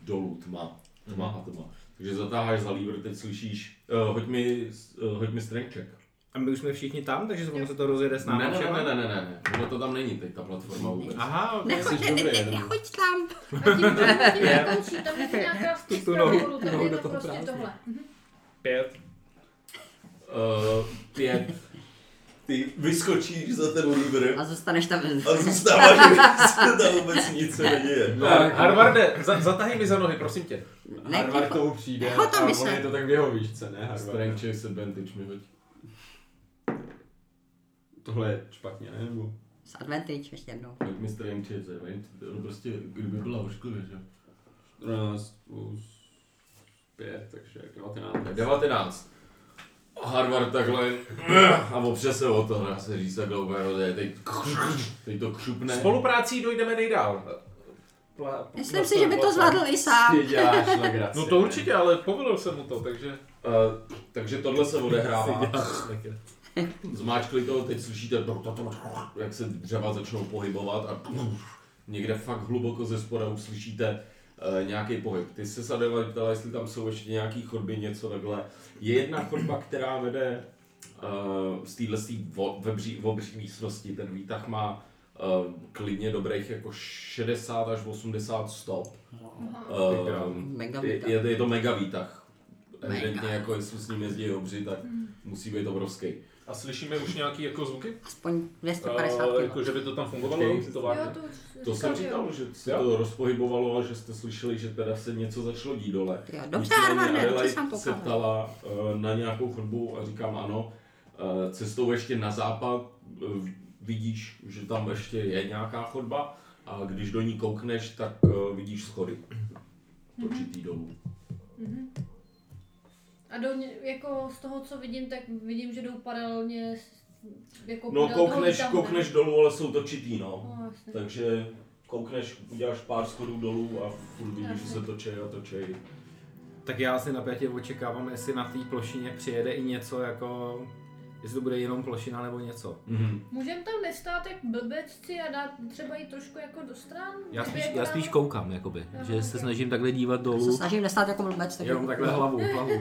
[SPEAKER 1] dolů, tma, tma a tma. Takže zatáháš za lever, teď slyšíš, uh, hoď mi, uh, hoď mi strength check.
[SPEAKER 2] A my už jsme všichni tam, takže ono se to rozjede s
[SPEAKER 1] Ne,
[SPEAKER 2] námi.
[SPEAKER 1] ne, ne,
[SPEAKER 2] všema?
[SPEAKER 1] ne, ne, ne, ne, ono to tam není teď, ta platforma vůbec.
[SPEAKER 2] Aha, ok.
[SPEAKER 6] Nechoď,
[SPEAKER 1] jsi
[SPEAKER 6] ne,
[SPEAKER 1] dobrý, ne?
[SPEAKER 6] ne, nechoď tam.
[SPEAKER 4] A tím, tím, tím nekončí, tam je nějaká
[SPEAKER 2] Tu
[SPEAKER 4] stupka
[SPEAKER 2] nohu-
[SPEAKER 4] nahoru, tam
[SPEAKER 2] nohu
[SPEAKER 4] je
[SPEAKER 2] do
[SPEAKER 4] to
[SPEAKER 2] toho
[SPEAKER 4] prostě
[SPEAKER 2] prázdně.
[SPEAKER 4] tohle.
[SPEAKER 5] Pět.
[SPEAKER 1] Uh, pět. Ty vyskočíš za ten lever
[SPEAKER 6] A zůstaneš tam.
[SPEAKER 1] a zůstáváš, že se tam vůbec nic se neděje.
[SPEAKER 5] No, Harvarde, za, zatahej mi za nohy, prosím tě.
[SPEAKER 6] Ne,
[SPEAKER 8] Harvard
[SPEAKER 6] necho-
[SPEAKER 8] tomu přijde
[SPEAKER 6] necho to
[SPEAKER 8] a on
[SPEAKER 6] myslet.
[SPEAKER 8] je to tak v jeho výšce, ne Harvard?
[SPEAKER 1] Strength check se advantage mi hoď.
[SPEAKER 8] Tohle je špatně, ne? Nebo...
[SPEAKER 6] S advantage ještě jednou.
[SPEAKER 1] Hoď mi strength check se advantage, no prostě, kdyby byla ošklivě, že?
[SPEAKER 8] 14 plus 5, takže 19.
[SPEAKER 1] 19. Harvard takhle a opře se o to, dá se říct takhle úplně rozjede. teď, teď to křupne.
[SPEAKER 5] Spoluprácí dojdeme nejdál. Pla,
[SPEAKER 6] Myslím si, že by
[SPEAKER 8] Vlastně-
[SPEAKER 6] to zvládl i sám.
[SPEAKER 8] Ty děláš legraci.
[SPEAKER 5] No to určitě, ale povolil jsem mu to, takže...
[SPEAKER 1] Eh, takže tohle se odehrává.
[SPEAKER 5] legraci.
[SPEAKER 1] Zmáčkli to, teď slyšíte, to- to- to- jak se dřeva začnou pohybovat a někde fakt hluboko ze spoda uslyšíte eh, nějaký pohyb. Ty se sadela ptala, jestli tam jsou ještě nějaký chodby, něco takhle. Je jedna chodba, která vede eh, z téhle obří, obří místnosti. Ten výtah má eh, klidně dobrých jako 60 až 80 stop. Eh,
[SPEAKER 6] Mega, mega.
[SPEAKER 1] je, je- je to mega výtah. Evidentně jako jestli s ním jezdí obři, tak musí být obrovský.
[SPEAKER 5] A slyšíme už nějaký jako zvuky?
[SPEAKER 6] Aspoň
[SPEAKER 5] Uh,
[SPEAKER 6] 250
[SPEAKER 5] jako,
[SPEAKER 6] kg.
[SPEAKER 5] že by to tam fungovalo?
[SPEAKER 1] Počkej.
[SPEAKER 5] to
[SPEAKER 4] Jo,
[SPEAKER 5] vážně?
[SPEAKER 4] to už
[SPEAKER 1] To jsem říkal, že se
[SPEAKER 5] Jo.
[SPEAKER 1] to rozpohybovalo a že jste slyšeli, že teda se něco začalo dít dole.
[SPEAKER 6] Jo, dobře,
[SPEAKER 1] Nicméně
[SPEAKER 6] Armande, dobře
[SPEAKER 1] Adelaide
[SPEAKER 6] jsi nám to
[SPEAKER 1] se
[SPEAKER 6] ukázal.
[SPEAKER 1] ptala eh, na nějakou chodbu a říkám ano. Eh, Cestou ještě na západ eh, vidíš, že tam ještě je nějaká chodba a když do ní koukneš, tak eh, vidíš schody. Točitý dolů.
[SPEAKER 4] A do, ně- jako z toho, co vidím, tak vidím, že jdou paralelně s- jako
[SPEAKER 1] No
[SPEAKER 4] podél toho
[SPEAKER 1] koukneš,
[SPEAKER 4] výtahu, ne?
[SPEAKER 1] koukneš dolů, ale jsou točitý no.
[SPEAKER 4] No, jasně.
[SPEAKER 1] Takže koukneš, uděláš pár schodů dolů a furt vidíš, že se točej a točej.
[SPEAKER 2] Tak já asi napětě očekávám, jestli na té plošině přijede i něco jako... Jestli to bude jenom plošina nebo něco.
[SPEAKER 1] Mhm.
[SPEAKER 4] Můžem tam nestát jak blbečci a dát třeba ji trošku jako do stran?
[SPEAKER 2] Já
[SPEAKER 4] Kdyby
[SPEAKER 2] spíš,
[SPEAKER 4] jako
[SPEAKER 2] já
[SPEAKER 4] dám-
[SPEAKER 2] spíš koukám, jakoby.
[SPEAKER 4] Aha,
[SPEAKER 2] Že se
[SPEAKER 4] ok.
[SPEAKER 2] snažím takhle dívat
[SPEAKER 6] Se
[SPEAKER 2] dolů.
[SPEAKER 6] snažím nestát jako blbec. tak-
[SPEAKER 2] Jenom takhle hlavou, hlavou.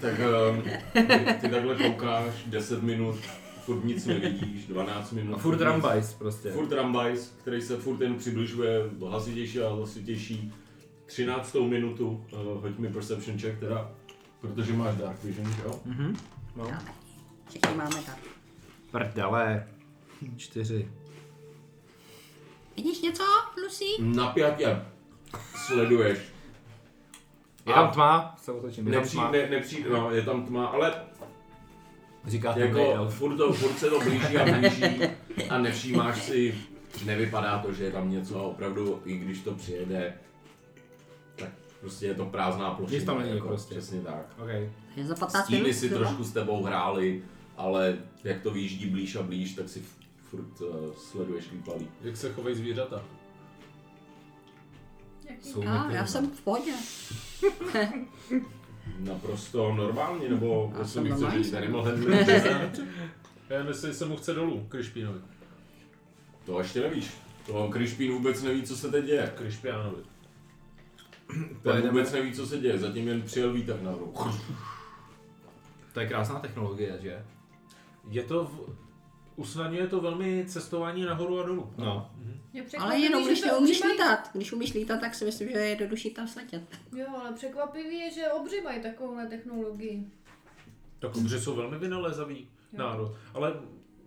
[SPEAKER 1] Tak ehm, ty, ty takhle koukáš 10 minut, furt nic nevidíš, 12 minut.
[SPEAKER 2] A furt
[SPEAKER 1] nic-
[SPEAKER 2] rambajs prostě.
[SPEAKER 1] Furt rambajs, který se furt jen přibližuje hlasitější a hlasitější. 13. minutu, uh, hoď mi perception check teda, protože máš dark vision, že jo?
[SPEAKER 2] Mhm. No.
[SPEAKER 6] Všichni máme tak.
[SPEAKER 2] Prdele. Čtyři.
[SPEAKER 6] Vidíš něco, Lucy?
[SPEAKER 1] Napjatě sleduješ.
[SPEAKER 2] Je
[SPEAKER 1] A-
[SPEAKER 2] tam tma? Se otočím. Je tam
[SPEAKER 1] Nepřijde,
[SPEAKER 2] tma?
[SPEAKER 1] ne, nepřijde, no, je tam tma, ale
[SPEAKER 2] Říká to
[SPEAKER 1] jako
[SPEAKER 2] jako...
[SPEAKER 1] furt, to, furt se to blíží a blíží a nevšímáš si, nevypadá to, že je tam něco a opravdu, i když to přijede, tak prostě je to prázdná plošina. jako
[SPEAKER 2] Nic tam není prostě.
[SPEAKER 1] Přesně tak.
[SPEAKER 2] Okay.
[SPEAKER 6] Je za
[SPEAKER 1] S
[SPEAKER 6] 15 minut.
[SPEAKER 1] tím si trošku s tebou hráli, ale jak to vyjíždí blíž a blíž, tak si f- furt uh, sleduješ lípalí.
[SPEAKER 5] Jak se chovají zvířata?
[SPEAKER 4] Jaký-
[SPEAKER 2] Jsou
[SPEAKER 6] A, já
[SPEAKER 2] no.
[SPEAKER 6] jsem v pohodě.
[SPEAKER 1] Naprosto normálně, nebo
[SPEAKER 6] Já
[SPEAKER 1] co
[SPEAKER 6] jsem
[SPEAKER 1] mi chceš
[SPEAKER 6] normální.
[SPEAKER 1] říct, animal handling?
[SPEAKER 5] Já nevím, jestli se mu chce dolů, Krišpínovi.
[SPEAKER 1] To ještě nevíš. To Krišpín vůbec neví, co se teď děje.
[SPEAKER 5] Krišpiánovi.
[SPEAKER 1] Ten
[SPEAKER 2] Pojedeme.
[SPEAKER 1] vůbec neví, co se děje, zatím jen přijel výtah na ruch.
[SPEAKER 2] To je krásná technologie, že?
[SPEAKER 5] Je to v... Usnadňuje to velmi cestování nahoru a dolů.
[SPEAKER 2] No.
[SPEAKER 4] Mě
[SPEAKER 6] Ale
[SPEAKER 4] překvapivý,
[SPEAKER 6] jenom
[SPEAKER 4] že
[SPEAKER 6] když
[SPEAKER 4] to
[SPEAKER 6] neumíš
[SPEAKER 4] obři mají-
[SPEAKER 6] lítat. Když umíš lítat, tak si myslím, že je jednodušší tam sletět.
[SPEAKER 4] Jo, ale překvapivý je, že obři mají takovouhle technologii.
[SPEAKER 5] Tak obře jsou velmi vynalézavý
[SPEAKER 4] Jo.
[SPEAKER 5] národ. Ale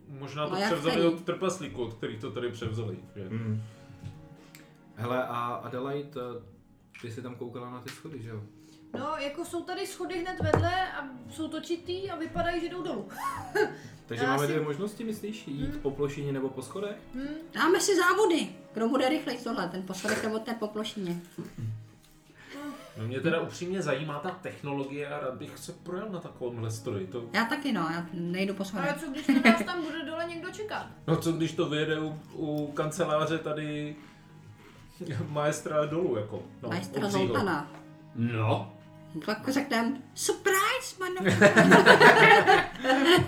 [SPEAKER 5] možná to
[SPEAKER 6] No jak
[SPEAKER 5] převzali
[SPEAKER 6] tady.
[SPEAKER 5] od trpaslíků, od kterých to tady převzali. Že?
[SPEAKER 2] Mm. Hele, a Adelaide, eh, ty jsi tam koukala na ty schody, že jo?
[SPEAKER 4] No, jako jsou tady schody hned vedle a jsou točitý a vypadají, že jdou dolů.
[SPEAKER 2] Takže
[SPEAKER 4] Já
[SPEAKER 2] máme
[SPEAKER 4] si-
[SPEAKER 2] dvě možnosti, myslíš? Jít
[SPEAKER 6] Hmm.
[SPEAKER 2] po plošině nebo po schodech?
[SPEAKER 4] Hm?
[SPEAKER 6] Dáme si závody. Kdo bude rychleji tohle, ten posledek nebo ten po plošině.
[SPEAKER 5] No mě teda upřímně zajímá ta technologie a rád bych se projel na takovémhle stroji. To...
[SPEAKER 6] Já taky no, já nejdu po
[SPEAKER 4] Ale
[SPEAKER 6] schodech.
[SPEAKER 4] co když na nás tam bude dole někdo čekat?
[SPEAKER 5] No co když to vyjede u, u kanceláře tady maestra dolů jako. No,
[SPEAKER 6] Majstra
[SPEAKER 5] obřího.
[SPEAKER 6] Zoltana.
[SPEAKER 8] No,
[SPEAKER 6] Tak řekneme, surprise, man.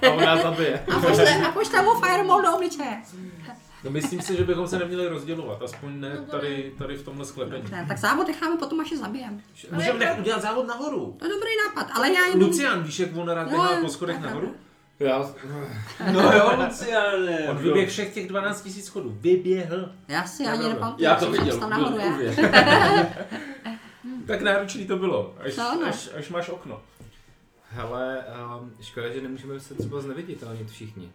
[SPEAKER 2] A ona zabije.
[SPEAKER 6] A pošle, a pošle mu fireball do obličeje.
[SPEAKER 5] No myslím si, že bychom se neměli rozdělovat, aspoň ne
[SPEAKER 4] No to
[SPEAKER 5] tady, tady v tomhle sklepě.
[SPEAKER 6] Ne, No, tak závod necháme potom, až je zabijem.
[SPEAKER 5] Můžeme
[SPEAKER 4] Ale jako-
[SPEAKER 5] nechat udělat závod nahoru.
[SPEAKER 6] To je dobrý nápad, ale já jenom...
[SPEAKER 5] Lucian, víš, jak on rád
[SPEAKER 6] No,
[SPEAKER 5] běhá
[SPEAKER 6] jo,
[SPEAKER 5] po schodech
[SPEAKER 6] tak, tak.
[SPEAKER 5] nahoru?
[SPEAKER 2] Já...
[SPEAKER 8] no jo, Luciane.
[SPEAKER 5] On vyběhl všech těch 12 000 schodů. Vyběhl.
[SPEAKER 6] Já si
[SPEAKER 5] Já
[SPEAKER 6] ani
[SPEAKER 5] pravda.
[SPEAKER 6] nepamatuju,
[SPEAKER 8] Já to
[SPEAKER 6] co jsem
[SPEAKER 8] viděl,
[SPEAKER 6] tam nahoru,
[SPEAKER 8] byl,
[SPEAKER 6] já.
[SPEAKER 8] uvěř.
[SPEAKER 5] Tak náročný to bylo, až,
[SPEAKER 6] No, no.
[SPEAKER 5] až, až máš okno.
[SPEAKER 2] Hele, um, škoda, že nemůžeme se třeba zneviditelnit všichni.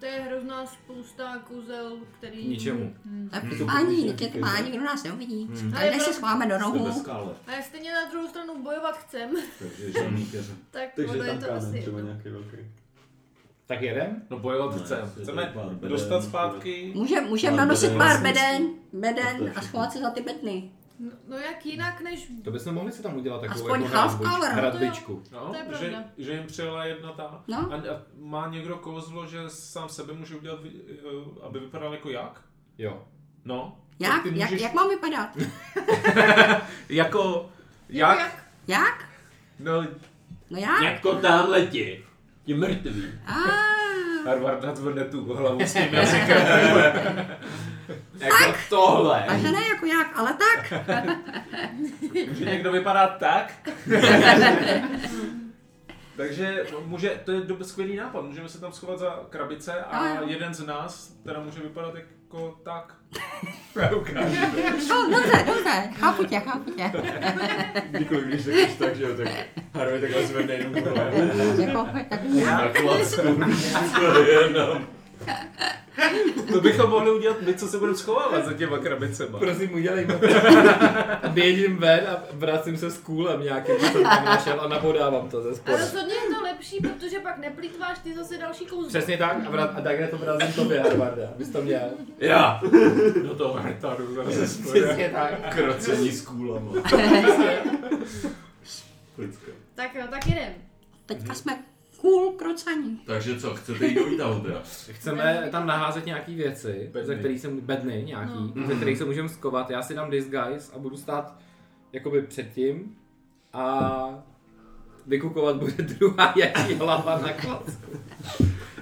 [SPEAKER 4] To je hrozná spousta kuzel, který...
[SPEAKER 2] K
[SPEAKER 6] Hmm.
[SPEAKER 2] ničemu.
[SPEAKER 4] Hm.
[SPEAKER 6] To je Ani, nikdy to má, nikdo nás neuvidí. Tak
[SPEAKER 4] Ale
[SPEAKER 6] se
[SPEAKER 4] pro-
[SPEAKER 6] schováme do
[SPEAKER 1] Jste ve
[SPEAKER 6] rohu.
[SPEAKER 1] skále,
[SPEAKER 4] A já stejně na druhou stranu bojovat chcem,
[SPEAKER 1] takže žádný keře.
[SPEAKER 4] tak
[SPEAKER 8] Takže
[SPEAKER 4] ono je
[SPEAKER 8] tam
[SPEAKER 4] to asi
[SPEAKER 8] kámen,
[SPEAKER 4] jedno.
[SPEAKER 8] třeba nějaký velký.
[SPEAKER 2] Tak jedem?
[SPEAKER 5] No bojovat
[SPEAKER 1] Ne,
[SPEAKER 5] chceme.
[SPEAKER 1] to je
[SPEAKER 5] Chceme
[SPEAKER 1] pár beden,
[SPEAKER 5] dostat
[SPEAKER 1] to je-
[SPEAKER 5] zpátky.
[SPEAKER 6] Můžeme můžem
[SPEAKER 1] Pár
[SPEAKER 6] nadosit
[SPEAKER 1] beden,
[SPEAKER 6] pár
[SPEAKER 1] jasný.
[SPEAKER 6] beden,
[SPEAKER 1] To je
[SPEAKER 6] beden a
[SPEAKER 1] všechno.
[SPEAKER 6] schovat se za ty betny.
[SPEAKER 4] No, no jak jinak než...
[SPEAKER 2] To bychom mohli si tam udělat takovou
[SPEAKER 6] Aspoň half
[SPEAKER 2] hradbič-
[SPEAKER 6] hour, no to jo.
[SPEAKER 2] hradbičku.
[SPEAKER 5] No,
[SPEAKER 4] To je
[SPEAKER 5] že,
[SPEAKER 4] pravda.
[SPEAKER 5] že jim přijela jedna ta.
[SPEAKER 6] No.
[SPEAKER 5] A, a má někdo kouzlo, že sám sebe může udělat, vy- eh, aby vypadal jako jak?
[SPEAKER 2] Jo.
[SPEAKER 5] No.
[SPEAKER 6] Jak,
[SPEAKER 5] ty
[SPEAKER 6] jak,
[SPEAKER 5] můžeš-
[SPEAKER 6] jak mám vypadat?
[SPEAKER 5] Jako, jak?
[SPEAKER 6] Jak?
[SPEAKER 5] No,
[SPEAKER 6] No jak?
[SPEAKER 8] Jako tamhle ti. Ti mrtví.
[SPEAKER 6] A
[SPEAKER 5] Harvard nadvrne tu hlavu s tím
[SPEAKER 8] Jako tohle.
[SPEAKER 6] takže ne jako jak, ale tak.
[SPEAKER 5] Že někdo vypadá tak? Takže může, to je dob- skvělý nápad, můžeme se tam schovat za krabice a
[SPEAKER 6] Ano.
[SPEAKER 5] jeden z nás teda může vypadat jako tak. Já ukážu.
[SPEAKER 6] No, dobře, dobře, chápu tě, chápu tě.
[SPEAKER 1] Nikoli, když řekneš tak, že jo, tak Harvey takhle zvedne jenom kurva.
[SPEAKER 6] Jako,
[SPEAKER 1] Na klacku. To je jenom.
[SPEAKER 5] To bychom mohli udělat my, co se budeme schovávat za těma krabicema.
[SPEAKER 2] Prosím, udělejme to. Běžím ven a vracím se s kůlem nějakým, co jsem tam našel a napodávám to ze
[SPEAKER 4] A
[SPEAKER 2] spodu.
[SPEAKER 4] rozhodně je to lepší, protože pak neplýtváš ty zase další kouzlo.
[SPEAKER 2] Přesně tak a, vrat, a takhle to vrazím tobě, Harvarda, abys to měl.
[SPEAKER 8] Já!
[SPEAKER 5] Do toho hrtaru zase spojíme.
[SPEAKER 2] Přesně tak.
[SPEAKER 1] Krocení s kůlama.
[SPEAKER 6] jako.
[SPEAKER 1] Lidská.
[SPEAKER 4] Tak jo, tak jdem.
[SPEAKER 6] teďka jsme cool krocaní.
[SPEAKER 1] Takže co, chcete jít do výtahu teda?
[SPEAKER 2] Chceme tam naházet nějaký věci,
[SPEAKER 5] Bedny.
[SPEAKER 2] ze kterých se mů- bedny nějaký,
[SPEAKER 4] No.
[SPEAKER 2] ze kterých se můžeme skovat. Já si dám disguise a budu stát jakoby předtím a vykukovat bude druhá jaký hlava na klacku.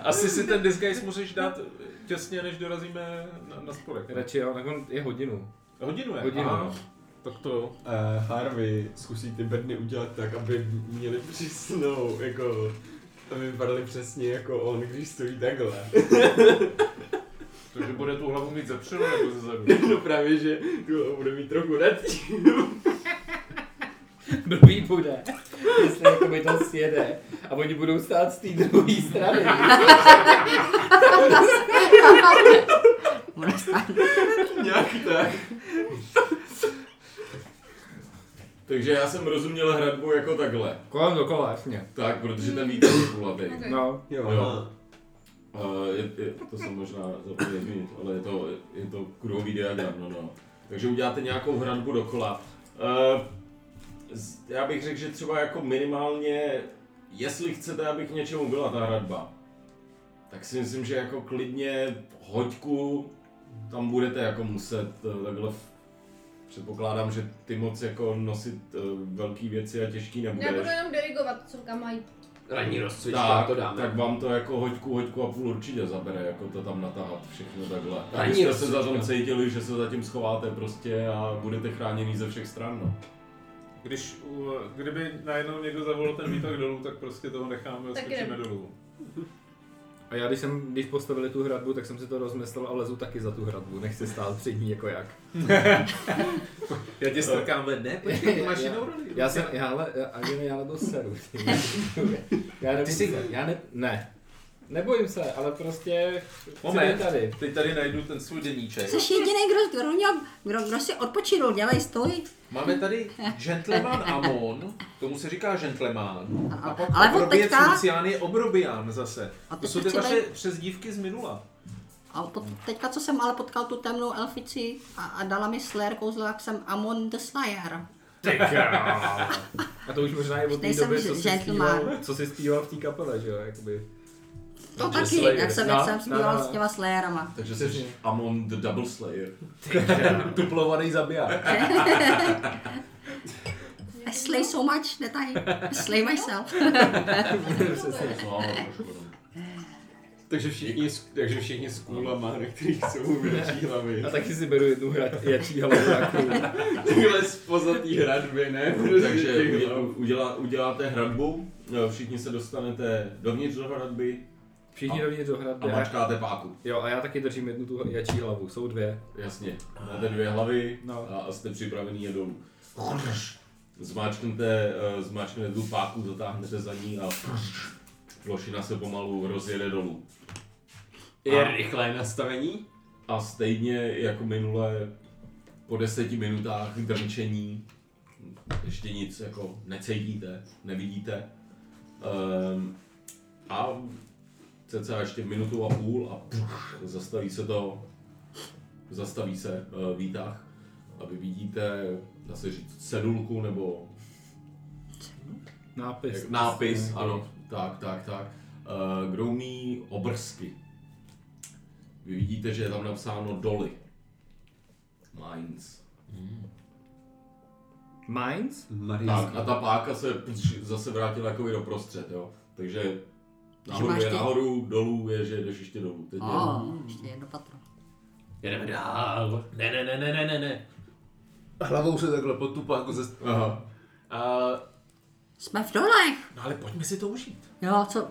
[SPEAKER 5] Asi si ten disguise musíš dát těsně, než dorazíme na, na spolek. ne?
[SPEAKER 2] Radši jo, tak on je hodinu.
[SPEAKER 5] Hodinu je.
[SPEAKER 2] Hodinu.
[SPEAKER 5] Aha. Tak to jo.
[SPEAKER 7] Uh, Harvey zkusí ty bedny udělat tak, aby měli přísnou, jako, aby vypadaly přesně jako on, když stojí takhle.
[SPEAKER 5] Takže bude tu hlavu mít ze předu nebo ze zadu.
[SPEAKER 7] No právě, že tu bude mít trochu radí.
[SPEAKER 2] Blbý bude, jestli jakoby to sjede a oni budou stát z té druhé strany.
[SPEAKER 6] Ono se-
[SPEAKER 7] Nějak tak.
[SPEAKER 1] Takže já jsem rozuměl hradbu jako takhle.
[SPEAKER 2] Kolem dokola, jasně.
[SPEAKER 1] Tak, protože ten výtah je kulatý.
[SPEAKER 4] Ok.
[SPEAKER 2] No,
[SPEAKER 7] Jo.
[SPEAKER 1] Jo. Eh, je, je, to jsem možná zapomněl zmínit, ale je to, je to kruhový diagram, no, no. Takže uděláte nějakou hradbu dokola. Eh, z- já bych řekl, že třeba jako minimálně, jestli chcete, aby k něčemu byla ta hradba, tak si myslím, že jako klidně hoďku tam budete jako muset eh, takhle v- Předpokládám, že ty moc jako nosit eh, velký věci a těžký
[SPEAKER 4] Já
[SPEAKER 1] nebudeš.
[SPEAKER 4] budu jenom dirigovat, co kam mají.
[SPEAKER 8] Ranní rozcvička,
[SPEAKER 1] Tak,
[SPEAKER 8] to dáme.
[SPEAKER 1] tak vám to jako hoďku, hoďku a půl určitě zabere, jako to tam natáhat všechno takhle. A
[SPEAKER 8] Ani
[SPEAKER 1] vy jste se
[SPEAKER 8] rozcvička.
[SPEAKER 1] za tom cítili, že se zatím schováte prostě a budete chráněný ze všech stran, no.
[SPEAKER 5] Když, u- kdyby najednou někdo zavolal ten výtah dolů, tak prostě toho necháme a
[SPEAKER 4] Tak
[SPEAKER 5] skočíme
[SPEAKER 4] jdem.
[SPEAKER 5] dolů.
[SPEAKER 2] a já když jsem, když postavili tu hradbu, tak jsem si to rozmyslel a lezu taky za tu hradbu, nechci stát před ní jako jak.
[SPEAKER 5] Já tě strkám ve dne, počkej, to máš jinou roli.
[SPEAKER 2] Já jsem, já ale, já- ani ne, já ale to seru. ty. já nebojím se, já ne, ne. Nebojím se, ale prostě chci
[SPEAKER 5] Moment.
[SPEAKER 2] být tady.
[SPEAKER 5] Teď tady najdu ten svůj deníček.
[SPEAKER 6] Jsi jediný, kdo, kdo, měl, kdo, kdo si odpočinul, dělej, stoj.
[SPEAKER 5] Máme tady gentleman Amon, tomu se říká gentleman. A pak
[SPEAKER 6] Ale on
[SPEAKER 5] obroběc
[SPEAKER 6] teďka-
[SPEAKER 5] Lucián je obrobián zase.
[SPEAKER 6] A
[SPEAKER 5] To
[SPEAKER 6] teď
[SPEAKER 5] jsou ty
[SPEAKER 6] třeba-
[SPEAKER 5] vaše přezdívky z minula.
[SPEAKER 6] A pot, teďka, co jsem ale potkal tu temnou elfici a, a dala mi Slayer kouzlo, jak jsem Amon the Slayer.
[SPEAKER 2] A to už možná je od té
[SPEAKER 6] Nejsem
[SPEAKER 2] doby, co jsi,
[SPEAKER 6] gentleman.
[SPEAKER 2] zpíval, co jsi zpíval v té kapele, že jo, jakoby.
[SPEAKER 6] To
[SPEAKER 1] The
[SPEAKER 6] taky,
[SPEAKER 1] Slayer.
[SPEAKER 6] jak jsem,
[SPEAKER 2] No,
[SPEAKER 6] jak jsem
[SPEAKER 2] no,
[SPEAKER 6] zpíval
[SPEAKER 2] no.
[SPEAKER 6] s těma Slayerama.
[SPEAKER 1] Takže jsi Amon the Double Slayer.
[SPEAKER 2] Tuplovaný zabiják.
[SPEAKER 6] I slay so much that I slay myself.
[SPEAKER 1] No, trošku, no.
[SPEAKER 7] Takže všichni, s- takže všichni s kůlama, na kterých jsou větší hlavy.
[SPEAKER 2] A taky si beru jednu hra, jačí hlavu takovou.
[SPEAKER 7] Tyhle spozatý hradby, ne?
[SPEAKER 1] Takže
[SPEAKER 7] Těch
[SPEAKER 1] udě-
[SPEAKER 7] hlav.
[SPEAKER 1] udělá, uděláte hradbu, eh, všichni se dostanete dovnitř do hradby
[SPEAKER 2] Všichni dovnitř do
[SPEAKER 1] a
[SPEAKER 2] hradby.
[SPEAKER 1] mačkáte páku.
[SPEAKER 2] Jo, a já taky držím jednu tu jačí hlavu, jsou dvě.
[SPEAKER 1] Jasně, máte dvě hlavy
[SPEAKER 2] No.
[SPEAKER 1] a, a jste připravený je dolů. Zmáčknete, eh, zmáčknete tu páku, zatáhnete za ní a plošina se pomalu rozjede dolů.
[SPEAKER 8] Je rychlé nastavení?
[SPEAKER 1] A stejně jako minule, po deseti minutách drnčení, ještě nic jako necítíte, nevidíte. Um, a cca ještě minutu a půl a puch, zastaví se to, zastaví se uh, výtah a vy vidíte, dá se říct, cedulku nebo
[SPEAKER 2] Nápis.
[SPEAKER 1] jak- nápis, ano, tak, tak, tak. Eh, Kdo umí obrsky? Vy vidíte, že je tam napsáno doly. Mines.
[SPEAKER 2] Mines?
[SPEAKER 1] Tak, a ta páka se pš- zase vrátila jako do prostřed, jo. Takže nahoru
[SPEAKER 6] máš
[SPEAKER 1] je
[SPEAKER 6] ty-
[SPEAKER 1] nahoru, dolů je, že jdeš ještě dolů. Teď je-
[SPEAKER 6] Oh, ještě jedno patro.
[SPEAKER 8] Jedeme dál. Ne, ne, ne, ne, ne, ne, ne.
[SPEAKER 5] Hlavou se takhle potupá jako ze...
[SPEAKER 1] Aha.
[SPEAKER 5] A
[SPEAKER 6] Jsme v dolech.
[SPEAKER 3] No ale pojďme si to užít.
[SPEAKER 6] Jo, co?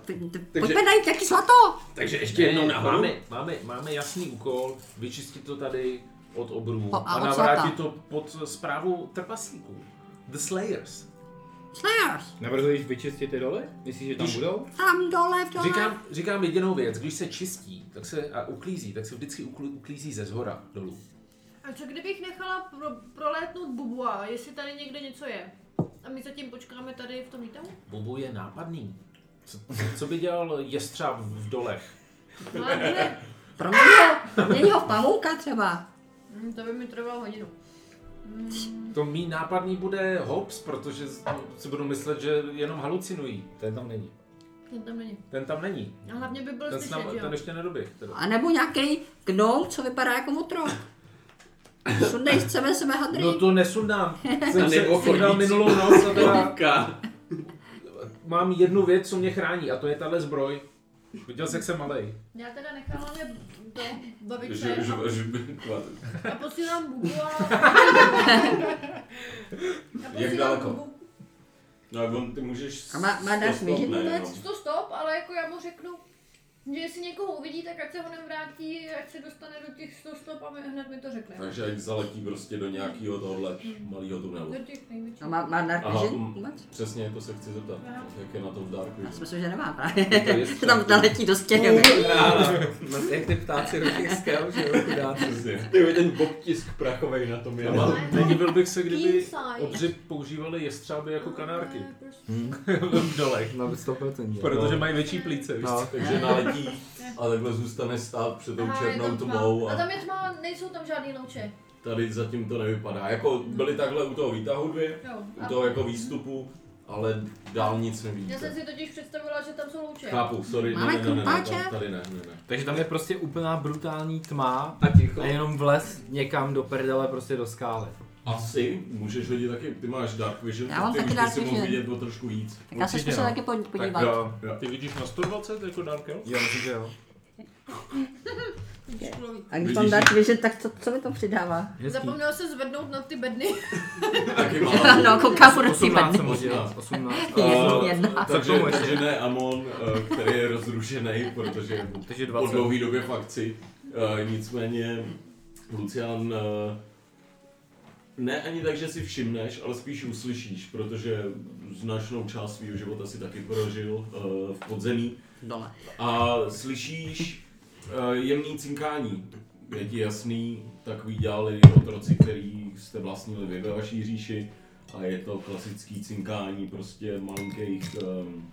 [SPEAKER 6] Pojďme najít jaký zlato.
[SPEAKER 8] Takže ještě jednou nahoru.
[SPEAKER 5] Máme, máme, máme jasný úkol vyčistit to tady od obrů
[SPEAKER 6] Po- a
[SPEAKER 5] a,
[SPEAKER 6] od
[SPEAKER 5] navrátit
[SPEAKER 6] zlata.
[SPEAKER 5] to pod zprávu trpaslíků. The Slayers.
[SPEAKER 6] Slayers.
[SPEAKER 2] Navrhuješ vyčistit ty doly? Myslíš, že tam budou?
[SPEAKER 6] Tam dole, v dole.
[SPEAKER 5] Říkám, říkám jedinou věc, když se čistí tak se, a uklízí, tak se vždycky ukl- uklízí ze zhora dolů.
[SPEAKER 4] A co kdybych nechala pro, prolétnout bubu a jestli tady někde něco je? A my zatím počkáme tady v tom výtahu?
[SPEAKER 5] Bubu je nápadný. Co, co by dělal jestřáb v dolech?
[SPEAKER 4] No, ale ne.
[SPEAKER 6] Pro mě není ho pavouka třeba.
[SPEAKER 4] Hm, to by mi trvalo hodinu.
[SPEAKER 5] To mý nápadný bude hops, protože z- no, si budu myslet, že jenom halucinují.
[SPEAKER 2] Ten tam není.
[SPEAKER 4] Ten tam není.
[SPEAKER 5] Ten tam není.
[SPEAKER 4] A hlavně by byl
[SPEAKER 5] Ten, s
[SPEAKER 4] slyšet,
[SPEAKER 5] nám,
[SPEAKER 4] že jo?
[SPEAKER 5] ten ještě nedoběh. Teda.
[SPEAKER 6] A nebo nějaký gnom, co vypadá jako otrok. Sundej z sebe sebe hadry.
[SPEAKER 5] No to nesundám.
[SPEAKER 8] A
[SPEAKER 5] Jsem se
[SPEAKER 8] nebo
[SPEAKER 5] sundal
[SPEAKER 8] chodící
[SPEAKER 5] minulou noc a teda
[SPEAKER 8] Koubka.
[SPEAKER 5] mám jednu věc, co mě chrání a to je tahle zbroj. Viděl jsi, jak jsem malej.
[SPEAKER 4] Já teda nechám hlavně to babičce
[SPEAKER 7] Že, že, že,
[SPEAKER 4] a posílám bubu a... a posílám
[SPEAKER 1] daleko?
[SPEAKER 4] Bubu.
[SPEAKER 1] No a on, ty můžeš...
[SPEAKER 6] A má- má
[SPEAKER 1] to
[SPEAKER 6] náš
[SPEAKER 1] stopnout,
[SPEAKER 6] měřit
[SPEAKER 1] ne,
[SPEAKER 6] vůbec?
[SPEAKER 1] no.
[SPEAKER 4] To stop, ale jako já mu řeknu, že jestli někoho uvidí, tak ať se ho nevrátí, ať se dostane do těch 100 stop a my hned mi to řekne.
[SPEAKER 1] Takže ať zaletí prostě do nějakého tohohle malého tunelu.
[SPEAKER 4] Do těch největších.
[SPEAKER 6] No má, má
[SPEAKER 1] Aha,
[SPEAKER 6] narvižit
[SPEAKER 1] mm.
[SPEAKER 6] vůbec?
[SPEAKER 1] Přesně to se chci zeptat,
[SPEAKER 4] Aha.
[SPEAKER 1] jak je na tom v Dark
[SPEAKER 6] Já
[SPEAKER 1] Vision.
[SPEAKER 6] si myslím, že nemá právě.
[SPEAKER 5] To je
[SPEAKER 6] Že tam zaletí do stěny.
[SPEAKER 2] No, Jak ty ptáci do těch skel, že jo, chudáci.
[SPEAKER 1] Přesně.
[SPEAKER 7] Ty ten bobtisk prachovej na tom je.
[SPEAKER 1] Má-
[SPEAKER 5] No. Nedivil bych se, kdyby
[SPEAKER 4] Inside.
[SPEAKER 5] obři používali jestřáby jako kanárky.
[SPEAKER 4] Ne, prostě.
[SPEAKER 5] v dolech.
[SPEAKER 2] No, 100%.
[SPEAKER 5] Protože mají větší plíce, víš co?
[SPEAKER 2] No.
[SPEAKER 1] Takže naletí a takhle zůstane stát před tou
[SPEAKER 4] Aha, je
[SPEAKER 1] černou
[SPEAKER 4] tam tma.
[SPEAKER 1] tmou
[SPEAKER 4] A
[SPEAKER 1] a
[SPEAKER 4] tam je tma, nejsou tam žádný louče.
[SPEAKER 1] tady zatím to nevypadá. Jako byly takhle u toho výtahu dvě,
[SPEAKER 4] Jo.
[SPEAKER 1] u
[SPEAKER 4] A-
[SPEAKER 1] toho jako výstupu, ale dál nic
[SPEAKER 4] Já jsem
[SPEAKER 1] nevidíte.
[SPEAKER 4] si totiž představila, že tam jsou louče.
[SPEAKER 1] Chápu, sorry, ne,
[SPEAKER 6] Máme
[SPEAKER 1] ne, ne, ne,
[SPEAKER 6] krumpáče?
[SPEAKER 1] ta- tady ne, ne, ne.
[SPEAKER 2] Takže tam je prostě úplná brutální tma
[SPEAKER 8] A ticho.
[SPEAKER 2] a jenom vles někam do prdele, prostě do skály.
[SPEAKER 1] Asi můžeš hodit taky, ty máš Dark Vision,
[SPEAKER 6] Já
[SPEAKER 1] tak
[SPEAKER 6] mám
[SPEAKER 1] ty
[SPEAKER 6] taky
[SPEAKER 1] už
[SPEAKER 6] Dark
[SPEAKER 1] bys si mohl
[SPEAKER 6] Vision.
[SPEAKER 1] vidět o trošku víc.
[SPEAKER 6] Tak já se
[SPEAKER 2] Určitě,
[SPEAKER 6] zkusím
[SPEAKER 2] no.
[SPEAKER 6] taky pod- podívat.
[SPEAKER 2] jo,
[SPEAKER 1] Jo.
[SPEAKER 5] Ty vidíš na 120 jako Dark Elf?
[SPEAKER 2] jo, myslím, že jo.
[SPEAKER 6] A když
[SPEAKER 1] Vidíš,
[SPEAKER 6] mám
[SPEAKER 1] že-
[SPEAKER 6] Dark Vision, tak co, co mi to přidává?
[SPEAKER 2] Hezký.
[SPEAKER 4] Zapomněl se zvednout na ty bedny.
[SPEAKER 1] Taky má.
[SPEAKER 6] No, kouká furt na ty
[SPEAKER 2] 18
[SPEAKER 6] bedny.
[SPEAKER 2] jsem hodil, 18.
[SPEAKER 6] Jedna,
[SPEAKER 1] Eh,
[SPEAKER 6] jedna.
[SPEAKER 1] Takže,
[SPEAKER 2] tomu ještě?
[SPEAKER 1] takže ne Amon, eh, který je rozrušený, protože
[SPEAKER 2] Takže
[SPEAKER 1] po
[SPEAKER 2] 20.
[SPEAKER 1] dlouhé době v akci. Eh, Nicméně Lucian eh, ne ani tak, že si všimneš, ale spíš uslyšíš, protože značnou část svého života si taky prožil eh, v podzemí
[SPEAKER 6] Dole.
[SPEAKER 1] a slyšíš eh, jemný cinkání. Je ti jasný, takový dělali otroci, který jste vlastnili vy ve vaší říši a je to klasický cinkání prostě malinkých um,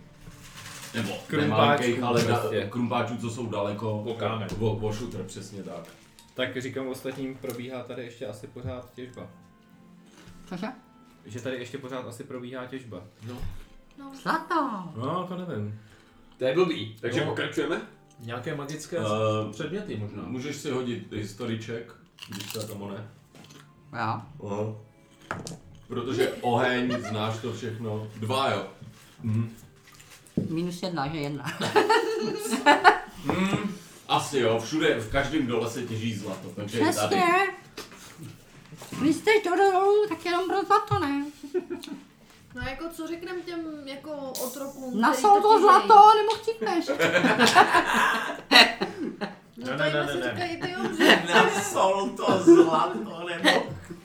[SPEAKER 1] nebo krumpáčů, ale prostě.
[SPEAKER 2] prostě.
[SPEAKER 1] da, krumpáčů, co jsou daleko.
[SPEAKER 5] Vokáme.
[SPEAKER 1] Vo, vo šutr, přesně tak.
[SPEAKER 2] Tak říkám ostatním, probíhá tady ještě asi pořád těžba.
[SPEAKER 6] Cože?
[SPEAKER 2] Že tady ještě pořád asi probíhá těžba.
[SPEAKER 6] Zlato.
[SPEAKER 2] No, to nevím.
[SPEAKER 8] To je blbý. Takže
[SPEAKER 5] Jo.
[SPEAKER 8] pokračujeme?
[SPEAKER 5] Nějaké magické
[SPEAKER 10] Eh,
[SPEAKER 1] Uh,
[SPEAKER 5] předměty možná.
[SPEAKER 1] můžeš si hodit historiček, když jako tak, tomu ne.
[SPEAKER 6] Jo.
[SPEAKER 1] Aha. Protože oheň, znáš to všechno. Dva jo.
[SPEAKER 6] Minus jedna, že jedna.
[SPEAKER 1] Asi jo, všude, v každém dole se těží zlato, takže i tady.
[SPEAKER 6] Přesně. Vy jste do dolů, tak jenom pro zlato, ne?
[SPEAKER 4] No jako co řekneme těm jako otrokům,
[SPEAKER 6] Na
[SPEAKER 4] který
[SPEAKER 6] to
[SPEAKER 4] těžejí?
[SPEAKER 6] zlato, nebo chcípneš.
[SPEAKER 4] No
[SPEAKER 5] Ne,
[SPEAKER 4] to
[SPEAKER 5] ne,
[SPEAKER 4] jim
[SPEAKER 5] ne,
[SPEAKER 4] asi
[SPEAKER 5] ne, ne.
[SPEAKER 4] říkají ty obři.
[SPEAKER 7] Nasol to zlato, nebo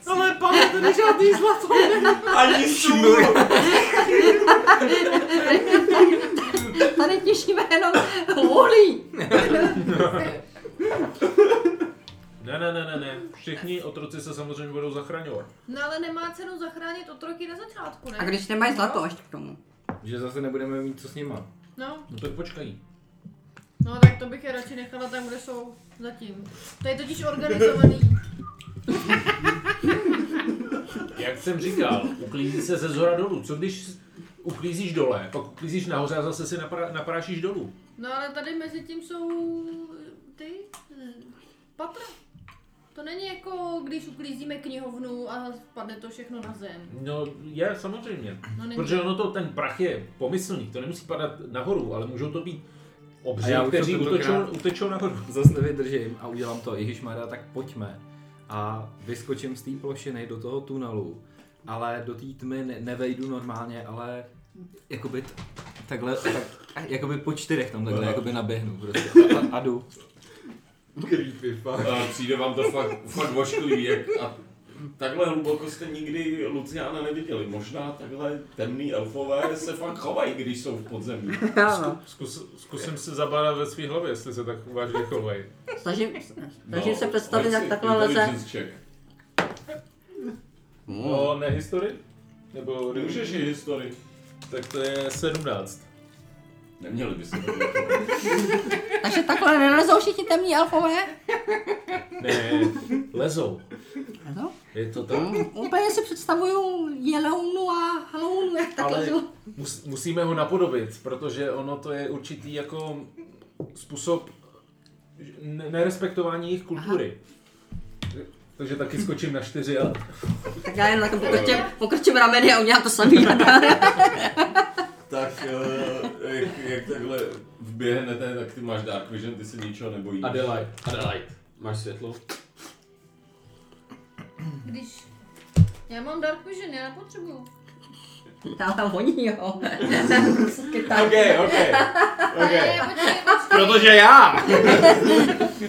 [SPEAKER 6] Ale pane, tady žádný zlato není.
[SPEAKER 7] ani šnur.
[SPEAKER 10] No,
[SPEAKER 6] Tady těšíme jenom uhlí.
[SPEAKER 5] Ne, ne, ne, ne, ne. Všichni otroci se samozřejmě budou zachraňovat.
[SPEAKER 4] No ale nemá cenu zachránit otroky na začátku, ne?
[SPEAKER 6] A když nemají zlato ještě k tomu.
[SPEAKER 2] Že zase nebudeme mít co s nima.
[SPEAKER 4] No,
[SPEAKER 5] No tak počkají.
[SPEAKER 4] no tak to bych je radši nechala tam, kde jsou zatím. To je totiž organizovaný.
[SPEAKER 5] Jak jsem říkal, uklízí se ze zhora dolů. Co když uklízíš dole, pak uklízíš nahoře a zase si napra- naprášíš dolů.
[SPEAKER 4] No ale tady mezi tím jsou ty hm, patra. To není jako když uklízíme knihovnu a spadne to všechno na zem.
[SPEAKER 5] No je, samozřejmě.
[SPEAKER 4] No není.
[SPEAKER 5] Protože ono to, ten prach je pomyslný, to nemusí padat nahoru, ale můžou to být obři,
[SPEAKER 2] A já už
[SPEAKER 5] kteří
[SPEAKER 2] to
[SPEAKER 5] utečou,
[SPEAKER 2] tentokrát-
[SPEAKER 5] utečou nahoru.
[SPEAKER 2] Zase nevydržím a udělám to. Ježišmarja, tak pojďme. A vyskočím z té plošiny do toho tunelu. Ale do té tmy ne- nevejdu normálně, ale
[SPEAKER 10] jakoby t- takhle, tak, jakoby po čtyřech tam takhle, jakoby naběhnu prostě a, a jdu.
[SPEAKER 7] Creepy, fuck.
[SPEAKER 1] A Eh, přijde vám to fakt, fakt vošklivý, jak a takhle hluboko jste nikdy Luciána neviděli. Možná takhle temný elfové se fakt chovají, když jsou v podzemí.
[SPEAKER 6] Ano.
[SPEAKER 5] Zkus, zkusím si zabádat ve své hlavě, jestli se tak jako vážně chovají.
[SPEAKER 6] Snažím, snažím se představit,
[SPEAKER 1] No, hoď
[SPEAKER 6] jak
[SPEAKER 1] si
[SPEAKER 6] takhle leze.
[SPEAKER 1] intelligence check.
[SPEAKER 5] No, ne historii? Nebo
[SPEAKER 1] Můžeš i historii.
[SPEAKER 5] Tak to je 17.
[SPEAKER 1] Neměli by se to
[SPEAKER 6] Takže takhle nelezou všichni temní elfové?
[SPEAKER 5] Ne,
[SPEAKER 3] Lezou.
[SPEAKER 6] Ano.
[SPEAKER 5] je to tak.
[SPEAKER 6] Úplně si představuju jelounu a halounu, jak tak
[SPEAKER 5] Ale
[SPEAKER 6] lezu.
[SPEAKER 5] mus, musíme ho napodobit, protože ono to je určitý jako způsob ne- nerespektování jejich kultury. Takže taky skočím na čtyři a
[SPEAKER 6] Tak já jen takhle pokrčím, pokrčím rameny a udělám to samý.
[SPEAKER 1] Tak eh, jak, jak takhle vběhnete, tak ty máš Dark Vision, ty se ničeho nebojíš.
[SPEAKER 8] Adelaide. Adelaide. Máš světlo?
[SPEAKER 4] Když... Já mám Dark Vision, já nepotřebuju.
[SPEAKER 6] Já tam honí, jo.
[SPEAKER 7] OK, OK, OK.
[SPEAKER 4] Ne, počkej, počkej.
[SPEAKER 10] Protože já!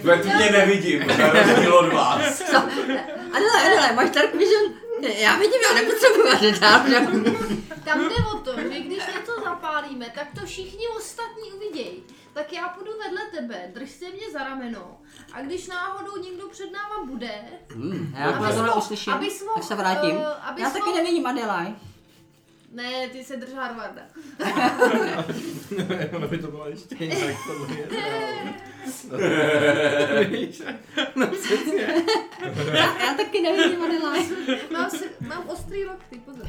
[SPEAKER 1] Ve tmě nevidím, na rozdíl od vás.
[SPEAKER 6] Adele, Adele, máš Dark Vision? Já vidím, já nepotřebuji ani dál, že?
[SPEAKER 4] Tam jde o to, že když něco zapálíme, tak to všichni ostatní uvidějí. Tak já půjdu vedle tebe, drž se mě za rameno a když náhodou někdo před náma bude,
[SPEAKER 6] Hmm, já
[SPEAKER 4] abys
[SPEAKER 6] to tohle
[SPEAKER 4] mohl-
[SPEAKER 6] uslyším,
[SPEAKER 4] abys mohl,
[SPEAKER 6] tak se vrátím.
[SPEAKER 4] eh, abys
[SPEAKER 6] Já taky
[SPEAKER 4] mohl-
[SPEAKER 6] nevidím Adelaide.
[SPEAKER 4] ne, ty se drž Harvarda.
[SPEAKER 10] Ono by to bylo ještě jinak, tohle je
[SPEAKER 6] Já, já taky nevidím Adelaide.
[SPEAKER 4] Mám, se, mám ostrý lokty, pozor.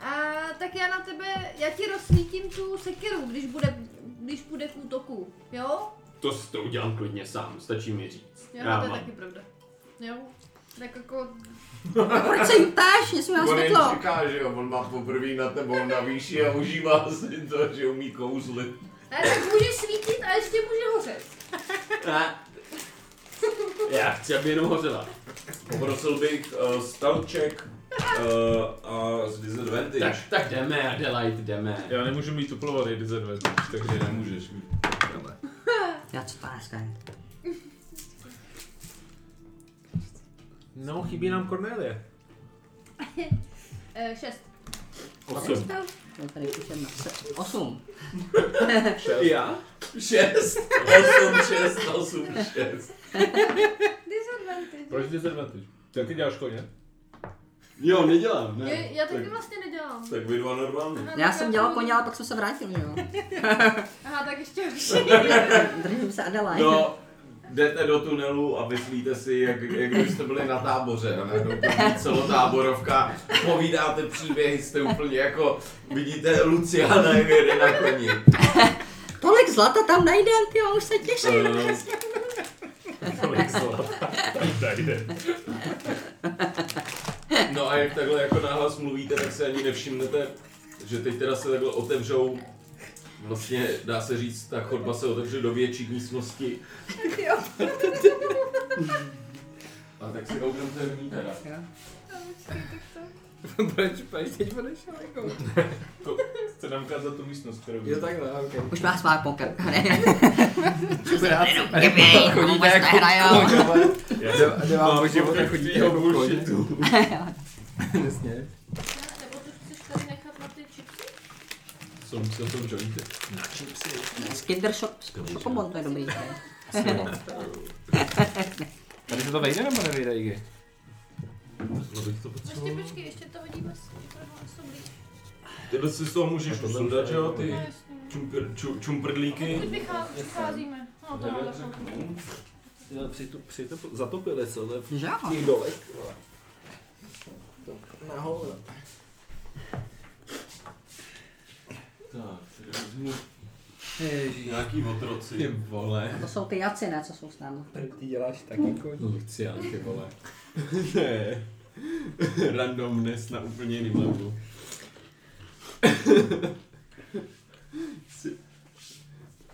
[SPEAKER 4] A tak já na tebe, já ti rozsvítím tu sekiru, když bude, když půjde k útoku, jo?
[SPEAKER 8] To, s- to udělám klidně sám, stačí mi říct.
[SPEAKER 4] Jo, to je
[SPEAKER 8] mám.
[SPEAKER 4] taky pravda. Jo? Tak jako,
[SPEAKER 6] Proč se jí ptáš? Jestli mám
[SPEAKER 1] On jen
[SPEAKER 6] světlo.
[SPEAKER 1] říká, že jo, on má poprvé na tebou na výši a užívá si to, že umí kouzlit.
[SPEAKER 4] ne, tak může svítit a ještě může hořet.
[SPEAKER 8] Eh. Já chci, aby jenom hořela.
[SPEAKER 1] Poprosil bych uh, stealth check uh, a s disadvantage.
[SPEAKER 8] Tak, tak jdeme, Adelaide, jdeme.
[SPEAKER 5] já nemůžu mít tuplovaný disadvantage, takže
[SPEAKER 1] Ty nemůžeš mít.
[SPEAKER 6] Já co to dneska je?
[SPEAKER 5] No, chybí nám Cornelie.
[SPEAKER 4] E, šest.
[SPEAKER 8] Osm.
[SPEAKER 6] Já tady píšem na se- osm.
[SPEAKER 8] Já?
[SPEAKER 1] 6, 8, 6, 8, 6.
[SPEAKER 4] Disadvantage.
[SPEAKER 5] Proč disadvantage? Ty taky děláš koně?
[SPEAKER 7] Jo, nedělám,
[SPEAKER 4] Já,
[SPEAKER 7] ne.
[SPEAKER 4] já taky vlastně nedělám.
[SPEAKER 1] Tak vy dva normálně.
[SPEAKER 4] Aha,
[SPEAKER 6] Já
[SPEAKER 4] tak
[SPEAKER 6] jsem dělal
[SPEAKER 4] budu-
[SPEAKER 6] koně, ale pak jsem se vrátil, že jo.
[SPEAKER 4] Aha, tak ještě horší.
[SPEAKER 6] Držím se Adelaide.
[SPEAKER 1] No, jdete do tunelu a myslíte si, jak, jak byste byli na táboře. A najednou první celotáborovka, povídáte příběhy, jste úplně jako, vidíte Luciana, jak jede na koni.
[SPEAKER 6] Tolik zlata tam najdem, ty jo, už se těším.
[SPEAKER 1] Eh, No a jak takhle jako náhlas mluvíte, tak se ani nevšimnete, že teď teda se takhle otevřou, vlastně dá se říct, ta chodba se otevře do větší místnosti. A tak si koukám ten teda.
[SPEAKER 10] Proč pač teď odešel jako?
[SPEAKER 5] Chce nám ukázat tu místnost, kterou
[SPEAKER 10] Jo takhle, ok.
[SPEAKER 2] Eh.
[SPEAKER 6] Už má svá poker.
[SPEAKER 10] Akorát
[SPEAKER 6] Kdyby,
[SPEAKER 10] chodíte
[SPEAKER 6] vůbec
[SPEAKER 10] jako
[SPEAKER 6] nehrajou.
[SPEAKER 10] koň, ale jde- jde vám
[SPEAKER 7] Mám
[SPEAKER 10] po životě
[SPEAKER 7] poker
[SPEAKER 10] chodíte
[SPEAKER 7] tvýho
[SPEAKER 10] jako koň.
[SPEAKER 7] bullshitu.
[SPEAKER 10] Přesně.
[SPEAKER 4] Nebo to chceš tady nechat na ty čipsy?
[SPEAKER 1] Jsou, jsou to jointy.
[SPEAKER 6] Kinder Shop, Pokémon, to je dobrý.
[SPEAKER 10] Tady se to vejde nebo nevejde, Iggy?
[SPEAKER 4] Ještě počkej, ještě to hodíme s trochu osobí.
[SPEAKER 1] Tyhle si z toho můžeš usundat, že jo, ty
[SPEAKER 4] No jasně.
[SPEAKER 1] čumpr, ču, čumprdlíky.
[SPEAKER 4] Odkud vychá- vycházíme? No to nám došlo.
[SPEAKER 10] Při to, při to zatopili, co? To je
[SPEAKER 7] No
[SPEAKER 6] Že jo?
[SPEAKER 10] těch dolech. Nahoru.
[SPEAKER 1] Tak, tady vezmu nějaký
[SPEAKER 7] Ty
[SPEAKER 1] otroci.
[SPEAKER 7] vole.
[SPEAKER 6] To jsou ty jaci, ne, co jsou s námi.
[SPEAKER 10] Ty děláš taky koní.
[SPEAKER 1] Lucián, ty No, vole.
[SPEAKER 7] Ne. Randomness na úplně jiným levelu. Jsi-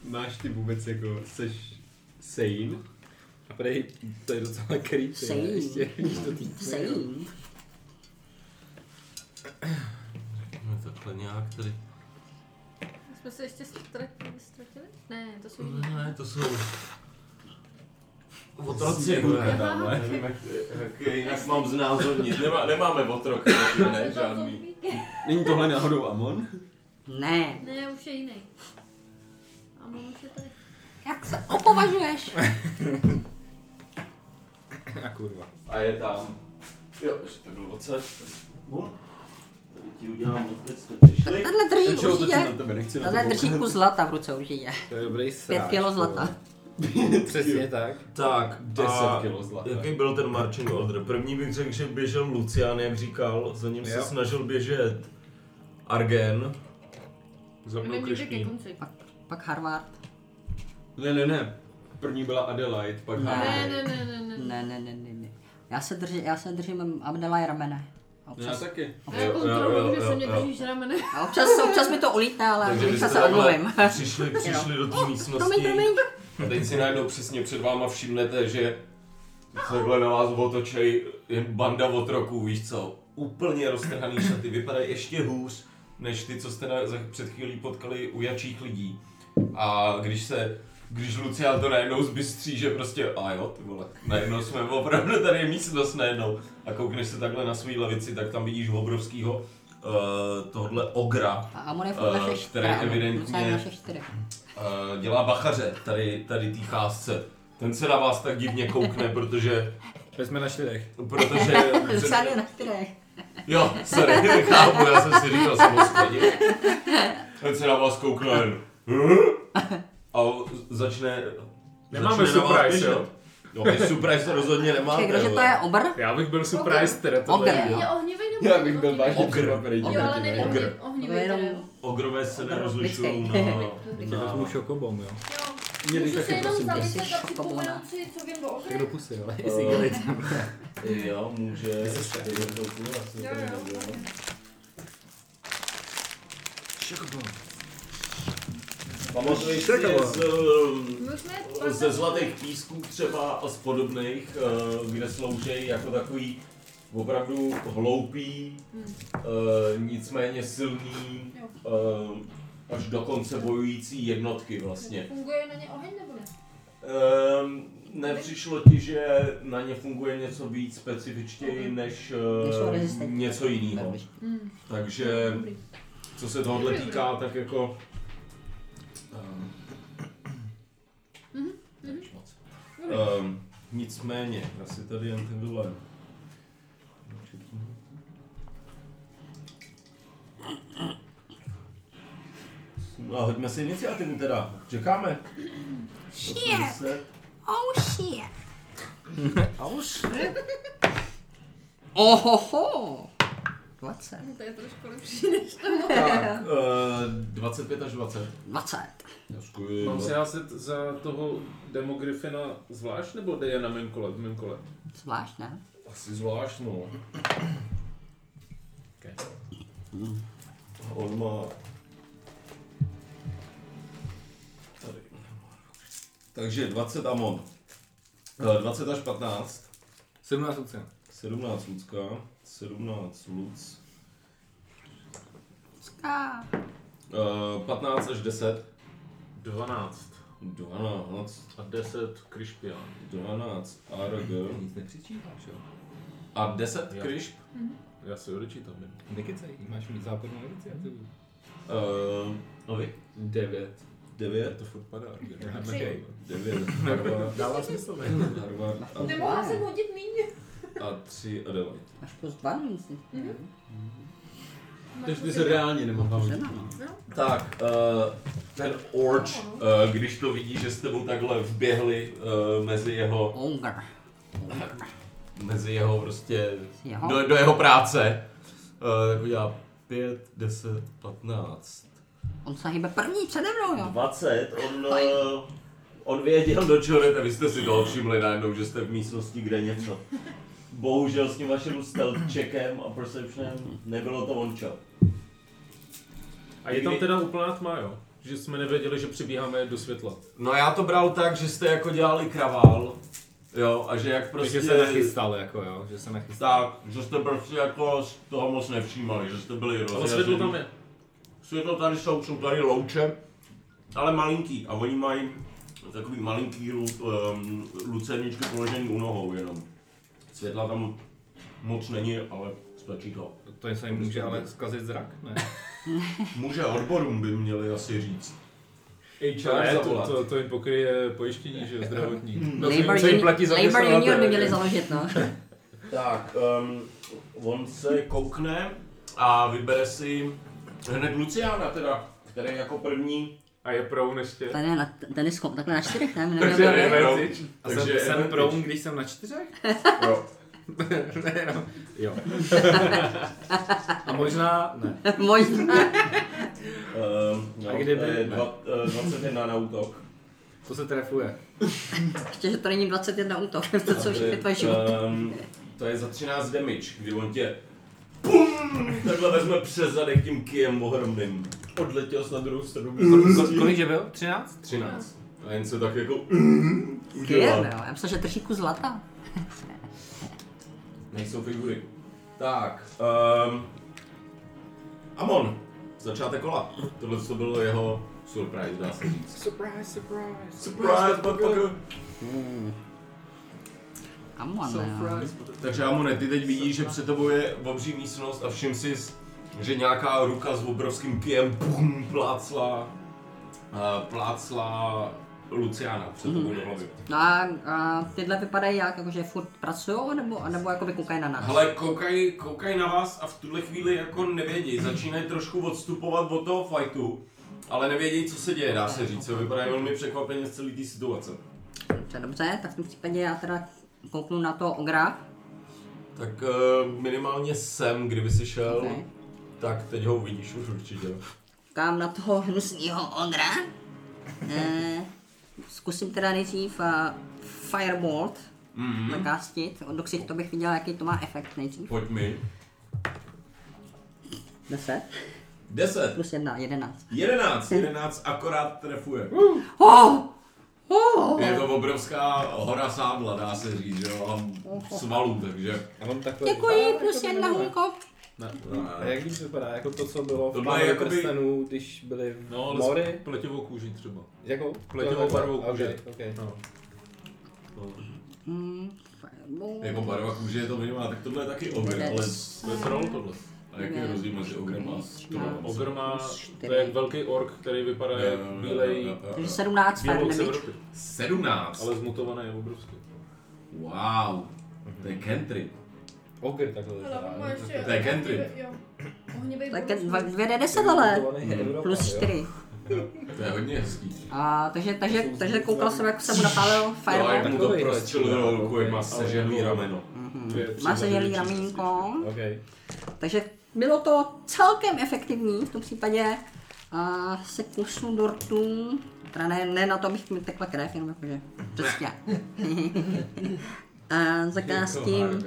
[SPEAKER 7] Máš ty vůbec jako, seš sane?
[SPEAKER 10] A prej, to je docela creepy.
[SPEAKER 6] Sejím.
[SPEAKER 10] ne? Ještě, když to týpne.
[SPEAKER 6] Sejím.
[SPEAKER 1] No, takhle nějak tady
[SPEAKER 4] Jsme se ještě ztratili? ztratili? Ne, to jsou jiní.
[SPEAKER 1] Ne, to jsou... Otroci, ne?
[SPEAKER 7] jako,
[SPEAKER 1] Nevím, jak, jak jinak mám znázornit. Nemá, nemáme otrok, ne, žádný.
[SPEAKER 7] Není tohle náhodou Amon?
[SPEAKER 6] Ne.
[SPEAKER 4] Ne, už je jiný. A mám už je tady.
[SPEAKER 6] Jak se opovažuješ?
[SPEAKER 2] A kurva.
[SPEAKER 1] A je tam. Jo, ještě to bylo oce. Tady ti udělám odpět, jste přišli.
[SPEAKER 6] Tenhle drží
[SPEAKER 7] Čeho to
[SPEAKER 6] určitě.
[SPEAKER 7] na tebe nechci na
[SPEAKER 6] Tenhle
[SPEAKER 7] tebe
[SPEAKER 6] drží kus zlata v ruce určitě.
[SPEAKER 2] To je dobrý sráč.
[SPEAKER 6] Pět kilo
[SPEAKER 2] vole.
[SPEAKER 6] zlata.
[SPEAKER 2] Přesně tak.
[SPEAKER 1] Tak,
[SPEAKER 8] 10
[SPEAKER 1] a
[SPEAKER 8] kilo zlata.
[SPEAKER 1] Jaký byl ten marching order? První bych řekl, že běžel Lucian, jak říkal, za ním se
[SPEAKER 2] Jo.
[SPEAKER 1] snažil běžet Argen.
[SPEAKER 5] Za mnou
[SPEAKER 4] Nemůže ke
[SPEAKER 5] Krištín.
[SPEAKER 4] konci.
[SPEAKER 6] Pak Harvard.
[SPEAKER 7] Ne, ne, ne. První byla Adelaide, pak
[SPEAKER 6] Ne.
[SPEAKER 7] Harvard.
[SPEAKER 4] Ne, ne, ne, ne, ne.
[SPEAKER 6] Ne, ne, ne, ne, ne. Já se držím, já se držím Abdela ramene. A
[SPEAKER 7] Já
[SPEAKER 6] Občas,
[SPEAKER 7] taky.
[SPEAKER 4] Já kontroluju, že se mě držíš ramene.
[SPEAKER 8] No.
[SPEAKER 6] a občas, občas mi to ulítne, ale
[SPEAKER 1] Takže vy
[SPEAKER 6] občas
[SPEAKER 1] jste
[SPEAKER 6] se omluvím.
[SPEAKER 1] takhle přišli, přišli do té
[SPEAKER 6] Promiň,
[SPEAKER 1] místnosti.
[SPEAKER 6] promiň.
[SPEAKER 1] A teď si najednou přesně před váma všimnete, že takhle na vás otočej jen banda otroků, víš co? Úplně roztrhaný šaty, vypadají ještě hůř, než ty, co jste na, za, před chvílí potkali u jačích lidí. A když se když Lucián to najednou zbystří, že prostě, a jo, ty vole, najednou jsme opravdu tady je místnost najednou. A koukneš se takhle na svý levici, tak tam vidíš obrovskýho uh, tohle ogra,
[SPEAKER 6] A Amon je
[SPEAKER 1] Eh,
[SPEAKER 6] furt naše čtyři.
[SPEAKER 1] který evidentně-
[SPEAKER 6] Amon je naše čtyři.
[SPEAKER 1] Eh, dělá bachaře tady, tady tý cházce. Ten se na vás tak divně koukne, protože,
[SPEAKER 2] Teď jsme na čtyřech.
[SPEAKER 1] protože,
[SPEAKER 6] Lucian je na čtyřech.
[SPEAKER 1] jo, sorry, chápu, já jsem si říkal, jsem ho schodil. Ten se na vás koukne jen, "Hm?" a začne,
[SPEAKER 5] Nemáme
[SPEAKER 1] začne na vás
[SPEAKER 5] surprise,
[SPEAKER 1] běžet.
[SPEAKER 5] jo?
[SPEAKER 1] No, vy surprise rozhodně nemáte.
[SPEAKER 6] Počkej, kdo že to
[SPEAKER 1] ale-
[SPEAKER 6] je obr?
[SPEAKER 5] Já bych byl surprise, teda
[SPEAKER 6] Ogre,
[SPEAKER 5] tohle je.
[SPEAKER 6] jo.
[SPEAKER 4] Je ohnivý nebo
[SPEAKER 7] Já bych byl
[SPEAKER 4] ohnivý?
[SPEAKER 7] vážně
[SPEAKER 1] Ogr.
[SPEAKER 7] překvapený.
[SPEAKER 4] Jo, ale není
[SPEAKER 1] Ogr.
[SPEAKER 4] ohnivý.
[SPEAKER 6] To
[SPEAKER 4] Ohnivý
[SPEAKER 6] je
[SPEAKER 4] teda.
[SPEAKER 6] jenom
[SPEAKER 4] Jo.
[SPEAKER 1] Ogrové se
[SPEAKER 6] Ogr,
[SPEAKER 1] nerozlišují
[SPEAKER 6] lidsky.
[SPEAKER 1] na...
[SPEAKER 10] No.
[SPEAKER 2] Tě vezmu šokobom, Jako jo.
[SPEAKER 7] Měli
[SPEAKER 4] Můžu se
[SPEAKER 7] taky
[SPEAKER 4] jenom
[SPEAKER 7] prosím.
[SPEAKER 6] ty
[SPEAKER 4] zamyslet
[SPEAKER 6] jsi
[SPEAKER 4] a připomenout
[SPEAKER 6] šokobona.
[SPEAKER 4] si, co vím o
[SPEAKER 2] Tak
[SPEAKER 4] okrem.
[SPEAKER 2] do pusy, ale jestli
[SPEAKER 10] Eh.
[SPEAKER 2] dělej tam.
[SPEAKER 1] Jo, může...
[SPEAKER 4] Jo, jo. vlastně.
[SPEAKER 2] Šokobom.
[SPEAKER 1] Pamatuješ si je z, eh,
[SPEAKER 4] My už jsme
[SPEAKER 1] ze zlatých písků třeba a z podobných, eh, kde slouží jako takový opravdu hloupý,
[SPEAKER 4] Hmm.
[SPEAKER 1] eh, nicméně silný,
[SPEAKER 4] Jo.
[SPEAKER 1] eh, až dokonce bojující jednotky vlastně.
[SPEAKER 4] Funguje na ně oheň nebo ne?
[SPEAKER 1] Ehm, Nepřišlo ti, že na ně funguje něco víc specifičtěji než eh,
[SPEAKER 6] Než jsou rezistentní.
[SPEAKER 1] něco jiného.
[SPEAKER 4] Hmm.
[SPEAKER 1] Takže
[SPEAKER 4] Dobrý.
[SPEAKER 1] co se tohohle týká, tak jako... ehm,
[SPEAKER 4] Mhm,
[SPEAKER 1] není špatně. Ehm, Nicméně, já si tady jen tenhle... No a hoďme si iniciativu teda. Čekáme. Shit.
[SPEAKER 6] Oh shit. oh shit. Ohoho. 20.
[SPEAKER 4] To je trošku lepší než to.
[SPEAKER 1] Tak, eh, 25 až 20.
[SPEAKER 6] 20.
[SPEAKER 5] Mám se házet za toho demogrifina zvlášť, nebo jde je na mém kole, v mém kole?
[SPEAKER 6] Zvlášť, ne?
[SPEAKER 1] Asi zvlášť, no. On má... Tady. Takže 20 Amon. Eh, 20 až 15.
[SPEAKER 2] 17 Lucian.
[SPEAKER 1] 17 Lucka. 17 Luc.
[SPEAKER 6] A
[SPEAKER 1] Eh, 15 až 10.
[SPEAKER 5] 12
[SPEAKER 1] 12.
[SPEAKER 5] a 10 Krišpian.
[SPEAKER 1] 12 ARG.
[SPEAKER 2] Nic nepřičítáš, jo.
[SPEAKER 1] A 10
[SPEAKER 5] Jo.
[SPEAKER 1] Krišp.
[SPEAKER 5] Já si ho dočítám.
[SPEAKER 2] Nekecej, máš mít zápornou iniciativu.
[SPEAKER 1] Eh, no vy?
[SPEAKER 8] 9.
[SPEAKER 1] 9.
[SPEAKER 5] To furt padá.
[SPEAKER 2] Okej.
[SPEAKER 1] 9. Harvard,
[SPEAKER 2] Dává smysl, ne?
[SPEAKER 1] Harvard a
[SPEAKER 4] Nemohla jsem hodit míň.
[SPEAKER 1] A tři Adelaide.
[SPEAKER 6] máš plus 2 nebo nic? Mhm.
[SPEAKER 7] Takže ty se reálně nemám bavit.
[SPEAKER 6] no.
[SPEAKER 1] Tak, uh, ten Orč, uh, když to vidí, že s tebou takhle vběhli uh, mezi jeho,
[SPEAKER 6] Ogre.
[SPEAKER 1] mezi jeho prostě,
[SPEAKER 6] Jeho?
[SPEAKER 1] do, do jeho práce, uh, tak udělá 5, 10, 15,
[SPEAKER 6] On se hýbe první přede mnou, jo.
[SPEAKER 1] 20, on, uh, on věděl, do čeho jdete, vy jste si toho všimli najednou, že jste v místnosti, kde něco. Bohužel s tím vaším stealth checkem a perceptionem nebylo to ončo.
[SPEAKER 5] A je tam teda úplná tma, jo? Že jsme nevěděli, že přibíháme do světla.
[SPEAKER 1] No já to bral tak, že jste jako dělali kravál, jo, a že jak prostě...
[SPEAKER 2] Prostě... Takže se nachystal, jako jo, že se nachystal.
[SPEAKER 1] Tak, že jste prostě jako z toho moc nevšímali, že jste byli
[SPEAKER 5] Ale
[SPEAKER 1] rozjaření.
[SPEAKER 5] světlo tam je.
[SPEAKER 1] světlo tady jsou, jsou tady louče, ale malinký a oni mají takový malinký lu, um, lucerničky položený u nohou jenom. Světla tam moc není, ale stačí to.
[SPEAKER 2] To je se jim může ale zkazit zrak, ne?
[SPEAKER 1] Muže odborům by měli asi říct.
[SPEAKER 5] Ne,
[SPEAKER 8] HR
[SPEAKER 5] to,
[SPEAKER 8] zavolat.
[SPEAKER 5] to, to jim pokryje pojištění, že jo, zdravotní.
[SPEAKER 6] Labor,
[SPEAKER 5] co jim
[SPEAKER 6] uni-
[SPEAKER 5] platí za
[SPEAKER 6] labor
[SPEAKER 5] měsíc na
[SPEAKER 6] union by
[SPEAKER 5] tebe.
[SPEAKER 6] měli založit, no.
[SPEAKER 1] Tak, um, on se koukne a vybere si hned Luciana teda, který jako první.
[SPEAKER 5] A je proun ještě.
[SPEAKER 6] Ten je na, ten je schop, takhle na čtyřech, ne? Neměl
[SPEAKER 5] Takže
[SPEAKER 6] by-
[SPEAKER 5] advantage.
[SPEAKER 2] A jsem,
[SPEAKER 1] Takže
[SPEAKER 2] jsem
[SPEAKER 1] advantage.
[SPEAKER 2] proum, když jsem na čtyřech?
[SPEAKER 1] Jo.
[SPEAKER 2] ne, no. Jo. A možná ne.
[SPEAKER 1] no.
[SPEAKER 6] Možná.
[SPEAKER 1] Um, no,
[SPEAKER 2] A kdyby-
[SPEAKER 1] eh, dva, eh, 21 na útok.
[SPEAKER 2] To se trefuje.
[SPEAKER 6] Ještě, že to není 21 útok, to jsou všechny tvoje životy.
[SPEAKER 1] um, to je za 13 damage, kdy on tě BUM! Takhle vezme přes zadek tím kijem ohromným. Odletěl jsi na druhou stranu.
[SPEAKER 2] Kolik že byl? 13?
[SPEAKER 1] 13. A jen se tak jako
[SPEAKER 6] Kyjem,
[SPEAKER 1] udělal.
[SPEAKER 6] jo. Já myslím, že drží kus zlata.
[SPEAKER 1] Nejsou figury. Tak, um, Amon, začátek kola. Tohle to bylo jeho surprise, dá se říct. Surprise, surprise. Surprise, motherfucker.
[SPEAKER 6] A on, jo.
[SPEAKER 1] Takže Amone, ty teď vidíš, že před tebou je obří místnost a všim si, že nějaká ruka s obrovským kijem bum, plácla, uh, plácla Luciana před tebou do hlavy.
[SPEAKER 6] No a, a tyhle vypadají jak, jakože furt pracují, nebo, nebo jakoby koukají na nás?
[SPEAKER 1] Hele, koukaj, koukaj na vás a v tuhle chvíli jako nevědějí, začínají trošku odstupovat od toho fightu, ale nevědějí, co se děje, dá se říct, jo, vypadají velmi překvapeně z celé té situace.
[SPEAKER 6] Dobře, dobře, tak v tom případě já teda kouknu na to ogra.
[SPEAKER 1] Tak eh, minimálně sem, kdyby si šel,
[SPEAKER 6] Okay.
[SPEAKER 1] tak teď ho uvidíš už určitě.
[SPEAKER 6] Koukám na toho hnusného ogra. Eh, zkusím teda nejdřív uh, Firebolt mm-hmm. nakástit. Od doksich to bych viděl, jaký to má efekt nejdřív.
[SPEAKER 1] Pojď mi.
[SPEAKER 6] 10
[SPEAKER 1] Deset.
[SPEAKER 6] plus 1, 11. Hm.
[SPEAKER 1] 11, 11 akorát trefuje.
[SPEAKER 6] Oh! Oh!
[SPEAKER 1] Je to obrovská hora sádla, dá se říct, že jo, a svalů, takže eh,
[SPEAKER 2] A on takhle...
[SPEAKER 6] Děkuji, plus
[SPEAKER 2] jako
[SPEAKER 6] 1 hulko.
[SPEAKER 2] Ne, no, a jak víš, vypadá jako to, co bylo
[SPEAKER 1] To
[SPEAKER 2] v
[SPEAKER 1] má
[SPEAKER 2] Pánu
[SPEAKER 1] jakoby-
[SPEAKER 2] prstenů, když byly v
[SPEAKER 5] No, ale
[SPEAKER 2] mory?
[SPEAKER 5] s pletivou kůží třeba.
[SPEAKER 2] Jakou?
[SPEAKER 5] pletivou barvou kůže.
[SPEAKER 2] Okay, okay.
[SPEAKER 5] No.
[SPEAKER 6] Hmm, Firebolt.
[SPEAKER 1] jako barva kůže je to minimální, tak tohle je taky ogr, ale
[SPEAKER 5] To je troll tohle.
[SPEAKER 1] a jaký je rozdíl mezi ogrem a trollem?
[SPEAKER 5] Ogr má, to
[SPEAKER 6] čtyři.
[SPEAKER 5] je jak velký ork, který vypadá jak bílej,
[SPEAKER 6] Takže 17 fire
[SPEAKER 5] bílou
[SPEAKER 6] damage.
[SPEAKER 5] severokry.
[SPEAKER 1] 17.
[SPEAKER 5] Ale zmutovaný je obrovský.
[SPEAKER 1] Wow. To je country.
[SPEAKER 2] Ogr takhle
[SPEAKER 4] Hele,
[SPEAKER 2] vypadá.
[SPEAKER 4] on má ještě...
[SPEAKER 1] To je country.
[SPEAKER 4] Jo. Ohnivej
[SPEAKER 6] Tak
[SPEAKER 4] bonus.
[SPEAKER 6] 2D10 ale.
[SPEAKER 2] Europa,
[SPEAKER 6] Plus
[SPEAKER 2] jo.
[SPEAKER 6] 4.
[SPEAKER 1] To je hodně hezký.
[SPEAKER 6] A, takže, takže,
[SPEAKER 2] jsou
[SPEAKER 6] takže koukal
[SPEAKER 2] zvířata.
[SPEAKER 6] jsem, jak se mu napálil
[SPEAKER 1] No,
[SPEAKER 6] fireball.
[SPEAKER 1] jak mu to
[SPEAKER 2] Takovej
[SPEAKER 1] prostřelil do ruku, jak má sežehlý rameno.
[SPEAKER 5] To je
[SPEAKER 6] Má
[SPEAKER 5] třeba
[SPEAKER 6] se želý
[SPEAKER 5] největší
[SPEAKER 6] ramínko.
[SPEAKER 2] Okay.
[SPEAKER 6] Takže bylo to celkem efektivní v tom případě. A se kusnu do rtu. Teda ne, ne na to, abych mi tekla krev, jenom jakože přesně. A zakástím,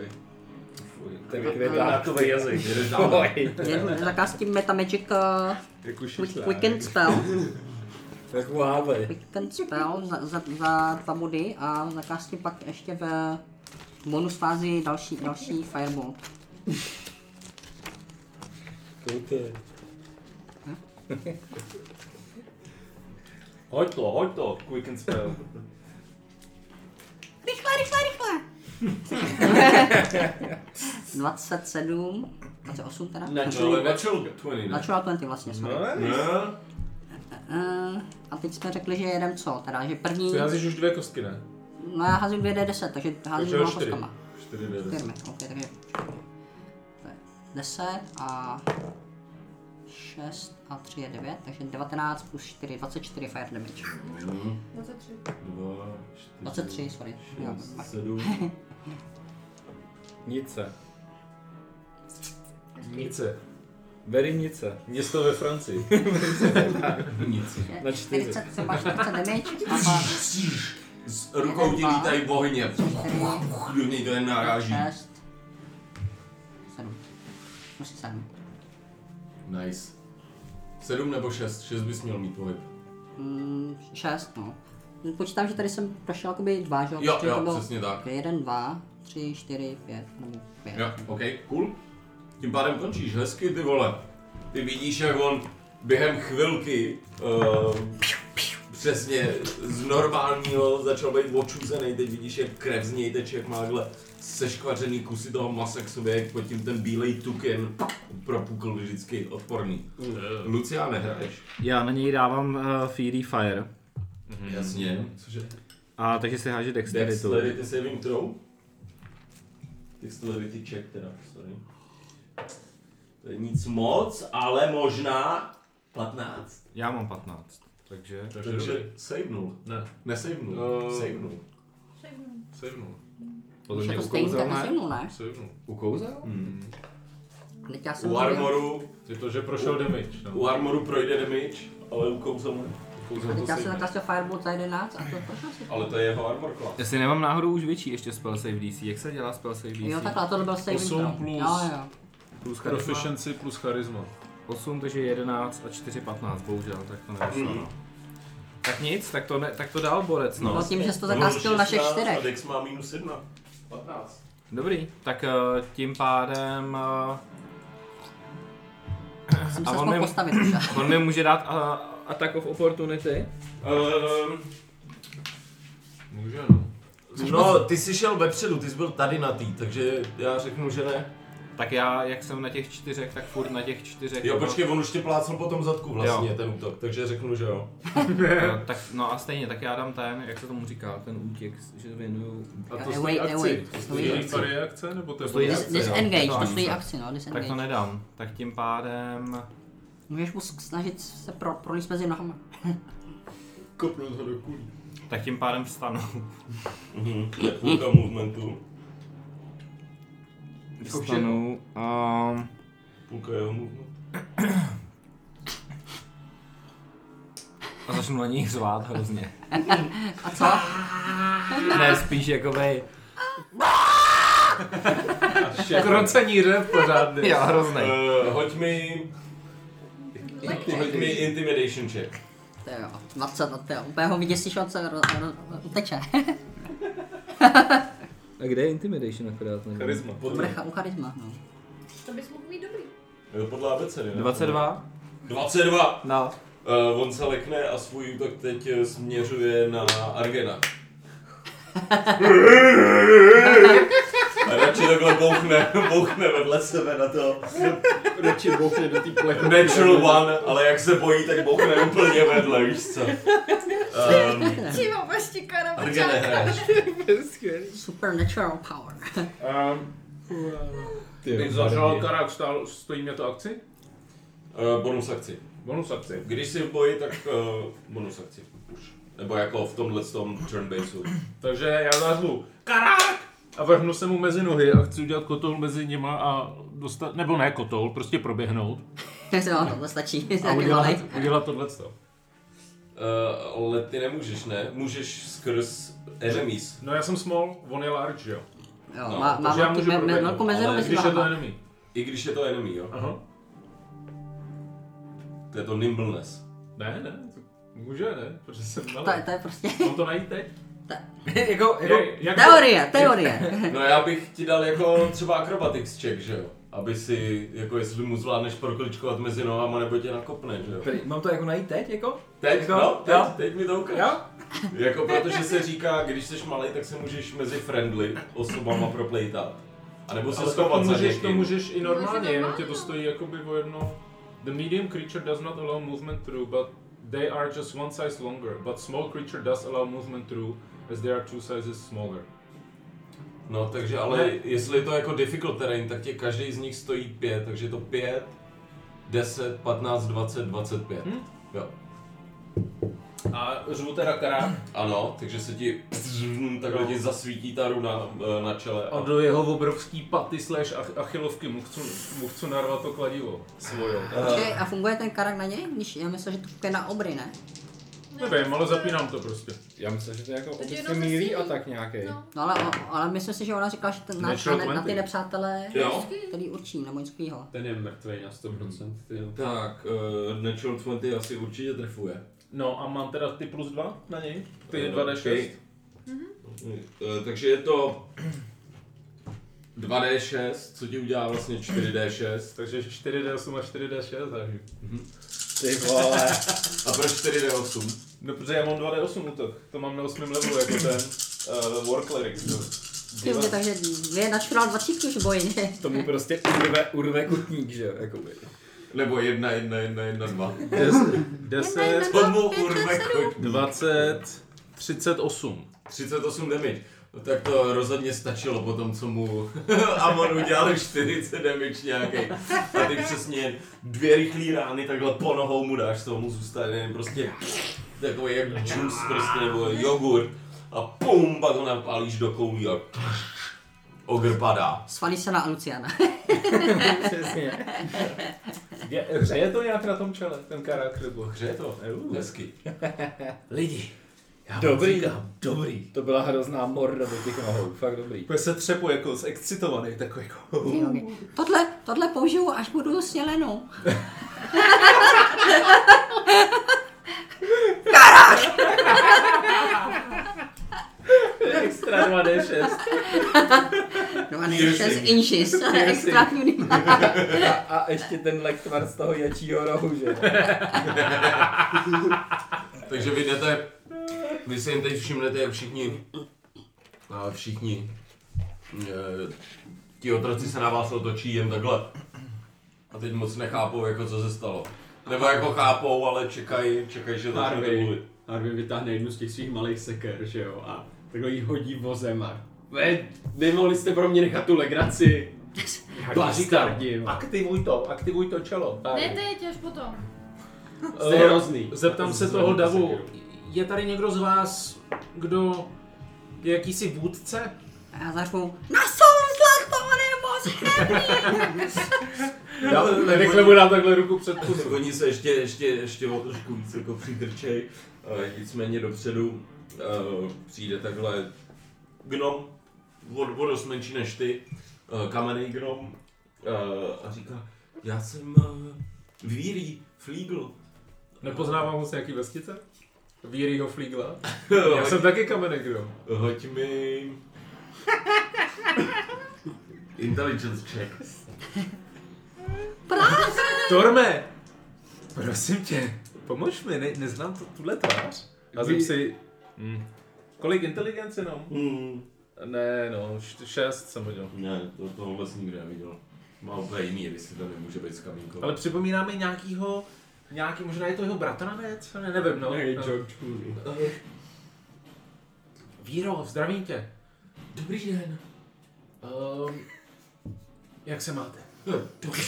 [SPEAKER 2] Ten květá takový jazyk.
[SPEAKER 1] Jedeš dál.
[SPEAKER 2] Ahoj.
[SPEAKER 6] jed- zakástím Metamagic uh,
[SPEAKER 5] Jak už
[SPEAKER 6] Quick- Quicken spell.
[SPEAKER 2] Tak hábej.
[SPEAKER 6] Quicken spell za, za, za dva body a zakástím pak ještě v bonus fázi další, další fireball.
[SPEAKER 2] Koukej.
[SPEAKER 5] Hoď to, hoď to, quick and spell.
[SPEAKER 6] Rychle, rychle, rychle! 27, 28 teda.
[SPEAKER 1] Natural, natural 20, no, ne?
[SPEAKER 6] Začala 20 vlastně, sorry. No.
[SPEAKER 1] Ne?
[SPEAKER 6] a teď jsme řekli, že jedem co, teda, že první,
[SPEAKER 5] Ty házíš už dvě kostky, ne?
[SPEAKER 6] no já házím 2D10, takže
[SPEAKER 5] Takže
[SPEAKER 6] házím dvěma
[SPEAKER 5] čtyři.
[SPEAKER 6] kostkama.
[SPEAKER 1] 4 jde.
[SPEAKER 6] Firmy, ok, takže to je 10 a 6 a 3 je 9, takže 19 plus 4, 24 fire damage.
[SPEAKER 4] 23.
[SPEAKER 1] 2,
[SPEAKER 6] 23, sorry. Jo,
[SPEAKER 1] 7.
[SPEAKER 2] Nice.
[SPEAKER 5] Nice.
[SPEAKER 2] Very nice.
[SPEAKER 5] Město ve Francii.
[SPEAKER 1] Nic.
[SPEAKER 2] Na
[SPEAKER 6] 40,
[SPEAKER 2] 40.
[SPEAKER 6] jsem 40 damage a pak
[SPEAKER 1] S rukou ti lítají bohně. Do něj to jen naráží.
[SPEAKER 6] 6, 7, plus 7.
[SPEAKER 1] Nice. 7 nebo 6? 6 bys měl mít pohyb.
[SPEAKER 6] 6, no. Počítám, že tady jsem prošel jakoby dva, že
[SPEAKER 1] Jo,
[SPEAKER 6] Protože to
[SPEAKER 1] jo,
[SPEAKER 6] bylo
[SPEAKER 1] přesně tak.
[SPEAKER 6] 1, 2, 3, 4, 5, nebo 5.
[SPEAKER 1] Jo, OK, cool. Tím pádem končíš hezky, ty vole. Ty vidíš, jak on během chvilky ehm, přesně z normálního začal být očuzený, teď vidíš, jak krev z něj teče, jak má takhle seškvařený kusy toho masa k sobě, jak pod tím ten bílej tuken propukl vždycky odporný. Luciane, hraješ?
[SPEAKER 2] Já na něj dávám uh, Fury Fire.
[SPEAKER 1] Jasně.
[SPEAKER 7] Cože?
[SPEAKER 2] A takže se háže dexteritu.
[SPEAKER 1] Dexterity saving throw? Dexterity check teda, sorry. To je nic moc, ale možná 15.
[SPEAKER 2] Já mám 15. Takže...
[SPEAKER 1] Takže savenul.
[SPEAKER 5] Ne.
[SPEAKER 1] Nesavenul.
[SPEAKER 5] No.
[SPEAKER 1] Savenul.
[SPEAKER 5] Sejmnul.
[SPEAKER 2] Podle mě Hmm.
[SPEAKER 6] Jako stejně
[SPEAKER 2] ukouzel,
[SPEAKER 6] tak
[SPEAKER 2] ne?
[SPEAKER 6] zimnu, ne?
[SPEAKER 5] Sejmnul.
[SPEAKER 2] Ukouzel?
[SPEAKER 6] Teď já jsem
[SPEAKER 1] U
[SPEAKER 6] zabil,
[SPEAKER 1] armoru,
[SPEAKER 5] Je to, že prošel damage. No.
[SPEAKER 1] u armoru projde damage, ale u kouzla ne.
[SPEAKER 5] Kouzlo to
[SPEAKER 6] teď já
[SPEAKER 5] sejmnul.
[SPEAKER 6] jsem nakastil Firebolt za 11 a to prošel si.
[SPEAKER 1] Ale to je jeho armor class.
[SPEAKER 2] Jestli nemám náhodou už větší ještě spell save DC. Jak se dělá spell save DC?
[SPEAKER 6] Jo, takhle, to byl saving
[SPEAKER 5] 8
[SPEAKER 6] throw.
[SPEAKER 5] plus.
[SPEAKER 6] Jo, jo.
[SPEAKER 2] Plus charisma.
[SPEAKER 5] Proficiency plus charisma.
[SPEAKER 2] 8, takže 11 a 4, 15, bohužel, tak to nevyšlo, no. Tak nic, tak to, ne, tak to dal borec, no.
[SPEAKER 6] No tím, že jsi to zakastil na všech
[SPEAKER 1] A
[SPEAKER 6] čtyřech.
[SPEAKER 1] Dex má minus 1. 15.
[SPEAKER 2] Dobrý, tak eh, tím pádem... eh,
[SPEAKER 6] Jsem
[SPEAKER 2] A
[SPEAKER 6] se
[SPEAKER 2] on
[SPEAKER 6] mohl
[SPEAKER 2] mi-
[SPEAKER 6] postavit už.
[SPEAKER 2] On mi může dát a, attack of opportunity.
[SPEAKER 1] Ehm,
[SPEAKER 5] Může no.
[SPEAKER 1] no, ty jsi šel vepředu, ty jsi byl tady na tý, takže já řeknu, že ne.
[SPEAKER 2] Tak já, jak jsem na těch čtyřech, tak furt na těch čtyřech.
[SPEAKER 1] Jo, počkej, on už tě plácel po tom zadku vlastně, jo. ten útok, takže řeknu, že jo.
[SPEAKER 2] No, tak, no a stejně, tak já dám ten, jak se tomu říká, ten útěk, že věnuju...
[SPEAKER 5] A to
[SPEAKER 6] Away,
[SPEAKER 5] stojí
[SPEAKER 6] away.
[SPEAKER 5] akci. To
[SPEAKER 6] Away.
[SPEAKER 5] stojí pár reakce, nebo to je
[SPEAKER 2] Stojí
[SPEAKER 5] bonus?
[SPEAKER 2] akci, no.
[SPEAKER 6] Disengage,
[SPEAKER 2] To
[SPEAKER 6] to
[SPEAKER 2] ani
[SPEAKER 6] stojí
[SPEAKER 2] tak.
[SPEAKER 6] akci, no,
[SPEAKER 2] Tak to
[SPEAKER 6] disengage.
[SPEAKER 2] nedám. Tak tím pádem...
[SPEAKER 6] Můžeš mu snažit se pro, prolíst mezi nohama.
[SPEAKER 7] Kopnout ho do kůlí.
[SPEAKER 2] Tak tím pádem vstanu.
[SPEAKER 1] Mhm. Je půlka movementu,
[SPEAKER 2] Vstanu a...
[SPEAKER 1] půlka jeho movementu.
[SPEAKER 2] A začnu na něj řvát hrozně.
[SPEAKER 6] A co?
[SPEAKER 2] Ah. Ne, spíš jako jakoby...
[SPEAKER 5] Krocení řev pořádný.
[SPEAKER 2] Jo, hrozný.
[SPEAKER 1] Uh, hoď mi... Hoď mi intimidation check.
[SPEAKER 6] To jo, 20, no to jo, úplně ho vyděsíš, on se ro, ro, uteče.
[SPEAKER 2] A kde je intimidation akorát? nevím.
[SPEAKER 5] Charisma.
[SPEAKER 6] Vrcha u charisma, no.
[SPEAKER 4] To bys mohl mít dobrý.
[SPEAKER 1] Jo, podle abecedy, ne?
[SPEAKER 2] 22?
[SPEAKER 1] 22!
[SPEAKER 2] No.
[SPEAKER 1] Uh, on se lekne a svůj útok teď eh, směřuje na Argena. A radši takhle bouchne, bouchne vedle sebe na to.
[SPEAKER 7] Radši bouchne do té plechy.
[SPEAKER 1] Natural one, ale jak se bojí, tak bouchne úplně vedle, víš co? Um,
[SPEAKER 4] Čím ještě
[SPEAKER 1] Argene,
[SPEAKER 4] karabačák?
[SPEAKER 1] hraješ.
[SPEAKER 6] Supernatural power.
[SPEAKER 5] Um, bych zažal karak, stál, stojí mě to akci?
[SPEAKER 1] Uh, bonus akci.
[SPEAKER 5] Bonus akci.
[SPEAKER 1] Když jsi v boji, tak uh, bonus akci už. Nebo jako v tomhle tom Ehm, turn baseu.
[SPEAKER 5] Takže já zařvu karak! A vrhnu se mu mezi nohy a chci udělat kotoul mezi nima a dostat, nebo ne kotoul, prostě proběhnout.
[SPEAKER 6] jo, to stačí,
[SPEAKER 5] A
[SPEAKER 6] nějaký
[SPEAKER 5] udělat,
[SPEAKER 6] malej.
[SPEAKER 5] udělat tohleto.
[SPEAKER 1] Uh, ale ty nemůžeš, ne? Můžeš skrz enemies.
[SPEAKER 5] No já jsem small, on je large, že jo.
[SPEAKER 6] Jo,
[SPEAKER 1] No,
[SPEAKER 6] má, má
[SPEAKER 5] takže já
[SPEAKER 6] velký,
[SPEAKER 5] můžu
[SPEAKER 6] me, me,
[SPEAKER 5] proběhnout,
[SPEAKER 6] velkou mezeru
[SPEAKER 1] ale
[SPEAKER 6] mezi
[SPEAKER 5] Když je to
[SPEAKER 6] nohama.
[SPEAKER 5] enemy.
[SPEAKER 1] I když je to enemy, jo?
[SPEAKER 5] Aha.
[SPEAKER 1] To je to nimbleness.
[SPEAKER 5] Ne, ne, to může, ne, protože jsem
[SPEAKER 6] To, je-
[SPEAKER 5] malý.
[SPEAKER 6] to je prostě
[SPEAKER 5] Mám to najít teď?
[SPEAKER 2] jako, jako...
[SPEAKER 5] Je, jak
[SPEAKER 6] teorie, teorie.
[SPEAKER 1] No já bych ti dal jako třeba acrobatics check, že jo? Aby si, jako jestli mu zvládneš prokličkovat mezi nohama, nebo tě nakopne, že jo?
[SPEAKER 2] Mám to jako najít teď, jako?
[SPEAKER 1] Teď,
[SPEAKER 2] Jako,
[SPEAKER 1] no, teď,
[SPEAKER 2] jo.
[SPEAKER 1] teď mi to ukáž.
[SPEAKER 2] Jo?
[SPEAKER 1] Jako protože se říká, když jsi malý, tak se můžeš mezi friendly osobama proplejtat. A nebo se
[SPEAKER 5] Ale to,
[SPEAKER 1] schovat za
[SPEAKER 5] můžeš, to
[SPEAKER 1] někým.
[SPEAKER 5] můžeš i normálně,
[SPEAKER 4] normálně.
[SPEAKER 5] jenom tě to stojí jakoby o jedno. The medium creature does not allow movement through, but they are just one size longer. But small creature does allow movement through, as they are two sizes smaller.
[SPEAKER 1] No takže, ale
[SPEAKER 5] Ne.
[SPEAKER 1] jestli je to jako difficult terrain, tak tě každý z nich stojí pět, takže je to pět, 10, 15, 20, 25.
[SPEAKER 5] Hm.
[SPEAKER 1] Jo.
[SPEAKER 5] A řvu teda karák.
[SPEAKER 1] Ano, takže se ti takhle ti zasvítí ta runa eh, na čele.
[SPEAKER 5] A do jeho obrovský paty slash ach- achilovky mu chci, mu chci narvat to kladivo svojou.
[SPEAKER 6] Počkej, a funguje ten karak na něj? Když, já myslím, že to je na obry, ne?
[SPEAKER 5] Nevím, ale zapínám to prostě.
[SPEAKER 2] Já myslím, že to je jako
[SPEAKER 4] Takže
[SPEAKER 2] obecně
[SPEAKER 4] jenom se
[SPEAKER 2] mílí
[SPEAKER 4] sílí.
[SPEAKER 2] a tak nějaký.
[SPEAKER 4] No,
[SPEAKER 6] No ale, ale myslím si, že ona říkala, že ten, na,
[SPEAKER 5] Natural
[SPEAKER 6] na, na, ty
[SPEAKER 5] 20.
[SPEAKER 6] nepřátelé,
[SPEAKER 1] Jo.
[SPEAKER 6] který určí, nebo něco takového.
[SPEAKER 8] Ten je mrtvý na 100%, ty jo.
[SPEAKER 1] Tak,
[SPEAKER 5] eh,
[SPEAKER 1] uh, Natural 20 asi určitě trefuje.
[SPEAKER 5] No a mám teda ty plus dva na něj? Ty je 2d6.
[SPEAKER 1] Eh, takže je to 2D6, co ti udělá vlastně 4D6.
[SPEAKER 5] Takže 4d8 a 4d6 takže. Ty vole.
[SPEAKER 1] A proč 4D8?
[SPEAKER 5] No, protože já mám 2D8 útok. To mám na 8. levelu jako ten uh, War Cleric. že jo.
[SPEAKER 6] Ty vole, takže dvě na 20 už boj, ne?
[SPEAKER 2] Tomu prostě urve, urve kutník, že jo, jako jakoby.
[SPEAKER 1] Nebo 1, 1, 1, 1, 2.
[SPEAKER 5] 10,
[SPEAKER 1] Tomu urve kotník.
[SPEAKER 5] 20, 38.
[SPEAKER 1] 38 damage. No tak to rozhodně stačilo po tom, co mu Amon udělal 40 damage nějaký. A ty přesně dvě rychlé rány takhle po nohou mu dáš, to mu zůstane jen prostě takový jak džus prostě nebo jogurt. A pum, pak ho napálíš do koulí a ogr padá.
[SPEAKER 6] Svalí se na Luciana.
[SPEAKER 2] Přesně.
[SPEAKER 5] Je, hřeje to nějak na tom čele, ten karakter byl.
[SPEAKER 1] Hře to, hezky.
[SPEAKER 3] Lidi, já vám
[SPEAKER 2] Dobrý.
[SPEAKER 3] říkám, dobrý.
[SPEAKER 2] To byla hrozná morda do těch nohou, fakt dobrý.
[SPEAKER 5] Úplně se třepu jako zexcitovaný, takový jako...
[SPEAKER 6] Tohle, tohle použiju, až budu snělenou.
[SPEAKER 5] Extra 2D6.
[SPEAKER 6] No a ne,
[SPEAKER 1] Piercing.
[SPEAKER 6] 6 inches. Extra unit.
[SPEAKER 2] A, a ještě ten lektvar z toho jačího rohu, že jo.
[SPEAKER 1] Takže vy jdete, vy si jim teď všimnete, jak všichni, a všichni, e, ti otroci se na vás otočí jen takhle. A teď moc nechápou, jako co se stalo. Nebo jako chápou, ale čekají, čekají, že začnete
[SPEAKER 8] Harvey,
[SPEAKER 1] mluvit.
[SPEAKER 8] Harvey vytáhne jednu z těch svých malých seker, že jo, a takhle jí hodí vozem a Ve, nemohli jste pro mě nechat tu legraci. Bastardi, jo.
[SPEAKER 5] Aktivuj to, aktivuj to čelo. eh, Tak.
[SPEAKER 4] Ne teď, až potom.
[SPEAKER 8] Jste hrozný.
[SPEAKER 3] Zeptám se toho davu, je tady někdo z vás, kdo je jakýsi vůdce?
[SPEAKER 6] A já zařvu, na soul zlato, nebo
[SPEAKER 5] Já, rychle mu dám takhle ruku před pusu.
[SPEAKER 1] Oni se Jako ještě, ještě, ještě o trošku víc jako přidrčej. E, nicméně dopředu e, přijde takhle gnom, od, o dost menší než ty, e, kamenný gnom e, a říká, já jsem e, vírí, flígl.
[SPEAKER 5] Nepoznávám moc nějaký vestice? Víryho flígla? Já jsem taky kamenek, jo.
[SPEAKER 1] Hoď mi... Intelligence check.
[SPEAKER 5] Torme! Prosím tě, pomož mi, ne, neznám to, tuhle tvář. A jsem si... Hm. Kolik inteligence jenom?
[SPEAKER 1] Hmm.
[SPEAKER 5] Ne, no, št- šest jsem hodil.
[SPEAKER 1] Ne, to, to vůbec nikdy neviděl. Má úplně jiný, jestli to nemůže být z kamínkou.
[SPEAKER 5] Ale připomíná mi nějakýho, nějaký, možná je to jeho bratranec, ne, nevím, no. Eh,
[SPEAKER 8] Hej, George Clooney.
[SPEAKER 5] Víro, zdravím tě.
[SPEAKER 1] Dobrý den.
[SPEAKER 5] Um, jak se máte?
[SPEAKER 1] Dobrý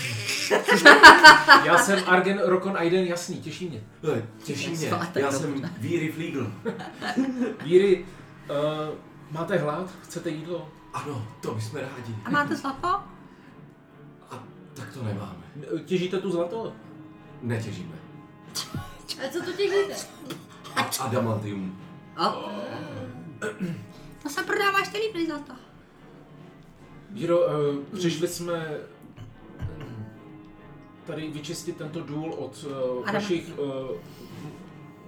[SPEAKER 5] Já jsem Argen Rokon Aiden Jasný, těší mě.
[SPEAKER 1] den. Eh, Těší mě, já jsem Víry Flígl.
[SPEAKER 5] Víry, uh, máte hlad? Chcete jídlo?
[SPEAKER 1] Ano, to bychom rádi.
[SPEAKER 6] A máte zlato?
[SPEAKER 1] A tak to nemáme.
[SPEAKER 5] N- Těžíte tu zlato?
[SPEAKER 1] Netěžíme.
[SPEAKER 4] A co to těžíte?
[SPEAKER 1] A adamantium.
[SPEAKER 6] O. To se prodává ještě líp než zlato.
[SPEAKER 5] Víro, uh, přišli jsme hm, tady vyčistit tento důl od uh,
[SPEAKER 6] Adam.
[SPEAKER 5] vašich uh,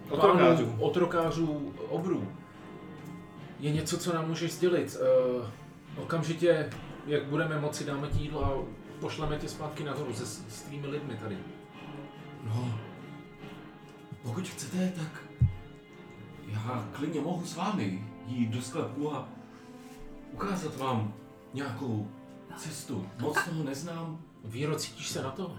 [SPEAKER 7] Otrokářů.
[SPEAKER 5] otrokářů obrů. Je něco, co nám můžeš sdělit. Uh, okamžitě, jak budeme moci, dáme ti jídlo a pošleme tě zpátky nahoru se s, s tvými lidmi tady.
[SPEAKER 1] No, pokud chcete, tak já klidně mohu s vámi jít do sklepu a ukázat vám nějakou cestu. Moc toho neznám,
[SPEAKER 5] Víro, cítíš se na to?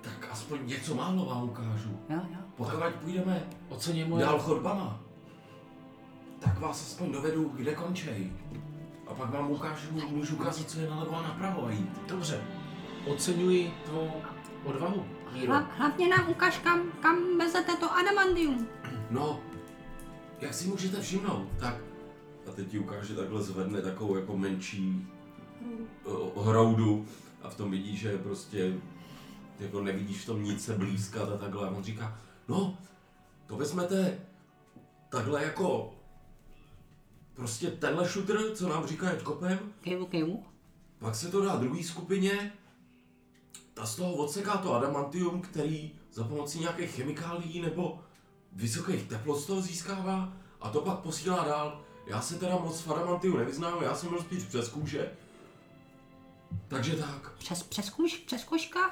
[SPEAKER 1] tak aspoň něco málo vám ukážu.
[SPEAKER 6] Jo, jo.
[SPEAKER 1] Pokud půjdeme
[SPEAKER 5] Oceně moje...
[SPEAKER 1] dál chodbama, tak vás aspoň dovedu, kde končej. A pak vám ukážu, můžu ukázat, co je nalevo a napravo a jít.
[SPEAKER 5] Dobře, oceňuji tvou odvahu, Míro.
[SPEAKER 6] Hla, hlavně nám ukáž, kam, kam vezete to adamantium.
[SPEAKER 1] No, jak si můžete všimnout, tak... A teď ti ukáže takhle zvedne takovou jako menší eh, hroudu a v tom vidíš, že prostě jako nevidíš v tom nic se blízkat a takhle. A on říká, no, to vezmete takhle jako prostě tenhle šutr, co nám říká, ať kopem,
[SPEAKER 6] Kivu, kivu.
[SPEAKER 1] pak se to dá druhé skupině, ta z toho odseká to adamantium, který za pomocí nějakých chemikálií nebo vysokých teplot z toho získává a to pak posílá dál. Já se teda moc v adamantiu nevyznám, já jsem byl spíš přes kůže. Takže tak,
[SPEAKER 6] Přes, přes, kůž, přes koška?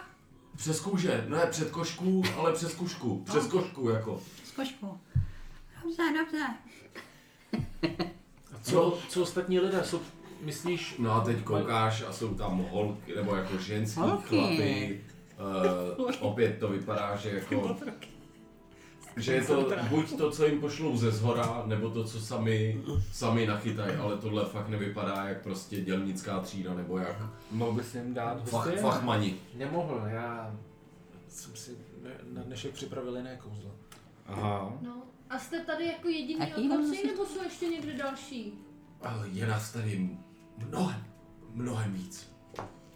[SPEAKER 1] Přes kůže, ne před košku, ale přes kušku. Přes košku jako.
[SPEAKER 6] S koškou. Dobře, dobře.
[SPEAKER 5] A co, co ostatní lidé jsou, myslíš,
[SPEAKER 1] No a teď koukáš a jsou tam holky, nebo jako ženský
[SPEAKER 6] Holky.
[SPEAKER 1] chlapy. Uh, opět to vypadá, že jako... Že je to buď to, co jim pošlou ze zhora, nebo to, co sami, sami nachytají, ale tohle fakt nevypadá jak prostě dělnická třída, nebo jak
[SPEAKER 2] Mohl bys jim dát
[SPEAKER 1] fach, fachmani.
[SPEAKER 5] nemohl, já jsem si ne- na dnešek připravil jiné kouzlo.
[SPEAKER 2] Aha.
[SPEAKER 4] No. A jste tady jako jediný
[SPEAKER 6] Taky mám
[SPEAKER 4] otroci,
[SPEAKER 6] zase-
[SPEAKER 4] nebo jsou ještě někde další?
[SPEAKER 1] Ale je nás tady mnohem, mnohem víc.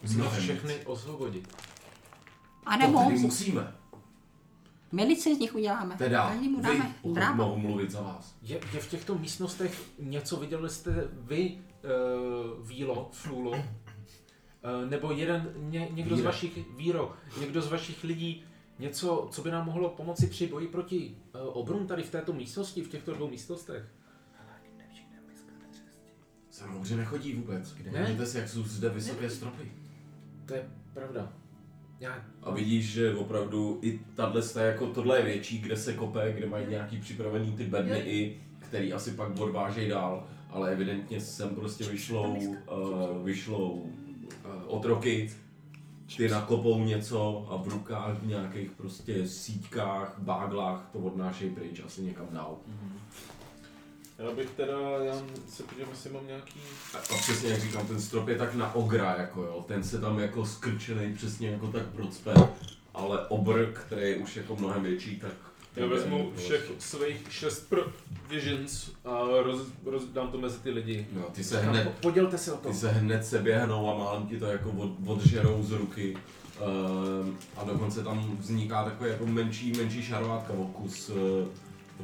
[SPEAKER 5] Musíme
[SPEAKER 1] Mnohem víc.
[SPEAKER 5] všechny osvobodit.
[SPEAKER 6] A
[SPEAKER 1] To
[SPEAKER 6] nebo
[SPEAKER 1] tedy musíme.
[SPEAKER 6] milici z nich uděláme.
[SPEAKER 1] Teda,
[SPEAKER 6] Každý mu
[SPEAKER 1] vy,
[SPEAKER 6] dáme
[SPEAKER 1] pokud
[SPEAKER 6] drába.
[SPEAKER 1] mohu mluvit za vás.
[SPEAKER 5] Je, je v těchto místnostech něco, viděli jste vy, uh, Vílo, Flulo, uh, nebo jeden, ně, někdo z
[SPEAKER 1] Víra.
[SPEAKER 5] vašich, Víro, někdo z vašich lidí, něco, co by nám mohlo pomoci při boji proti uh, obrům tady v této místnosti, v těchto dvou místnostech?
[SPEAKER 1] Sem houře nechodí vůbec. Kde?
[SPEAKER 5] Ne?
[SPEAKER 1] Vidíte si, jak jsou zde vysoké stropy.
[SPEAKER 5] To je pravda. Já,
[SPEAKER 1] A vidíš, že opravdu i tahle jste, jako tohle je větší, kde se kope, kde mají nějaký připravený ty bedny
[SPEAKER 4] Jo.
[SPEAKER 1] i, který asi pak odvážejí dál, ale evidentně sem prostě vyšlou, uh, vyšlou uh, otroky, ty nakopou něco a v rukách v nějakých prostě síťkách, báglách to odnášejí pryč asi někam dál.
[SPEAKER 11] Já bych teda, já se podívám, jestli mám nějaký...
[SPEAKER 1] A, a přesně jak říkám, ten strop je tak na ogra, jako jo. Ten se tam jako skrčený přesně jako tak procpe. Ale obr, který je už jako mnohem větší, tak...
[SPEAKER 11] Já vezmu všech svých šest pro visions a roz, rozdám to mezi ty lidi.
[SPEAKER 1] No, ty se hned,
[SPEAKER 5] po- podělte se o to.
[SPEAKER 1] ty se hned se běhnou a málem ti to jako od, odžerou z ruky. Ehm, a dokonce tam vzniká takový jako menší, menší šarvátka, okus, eh,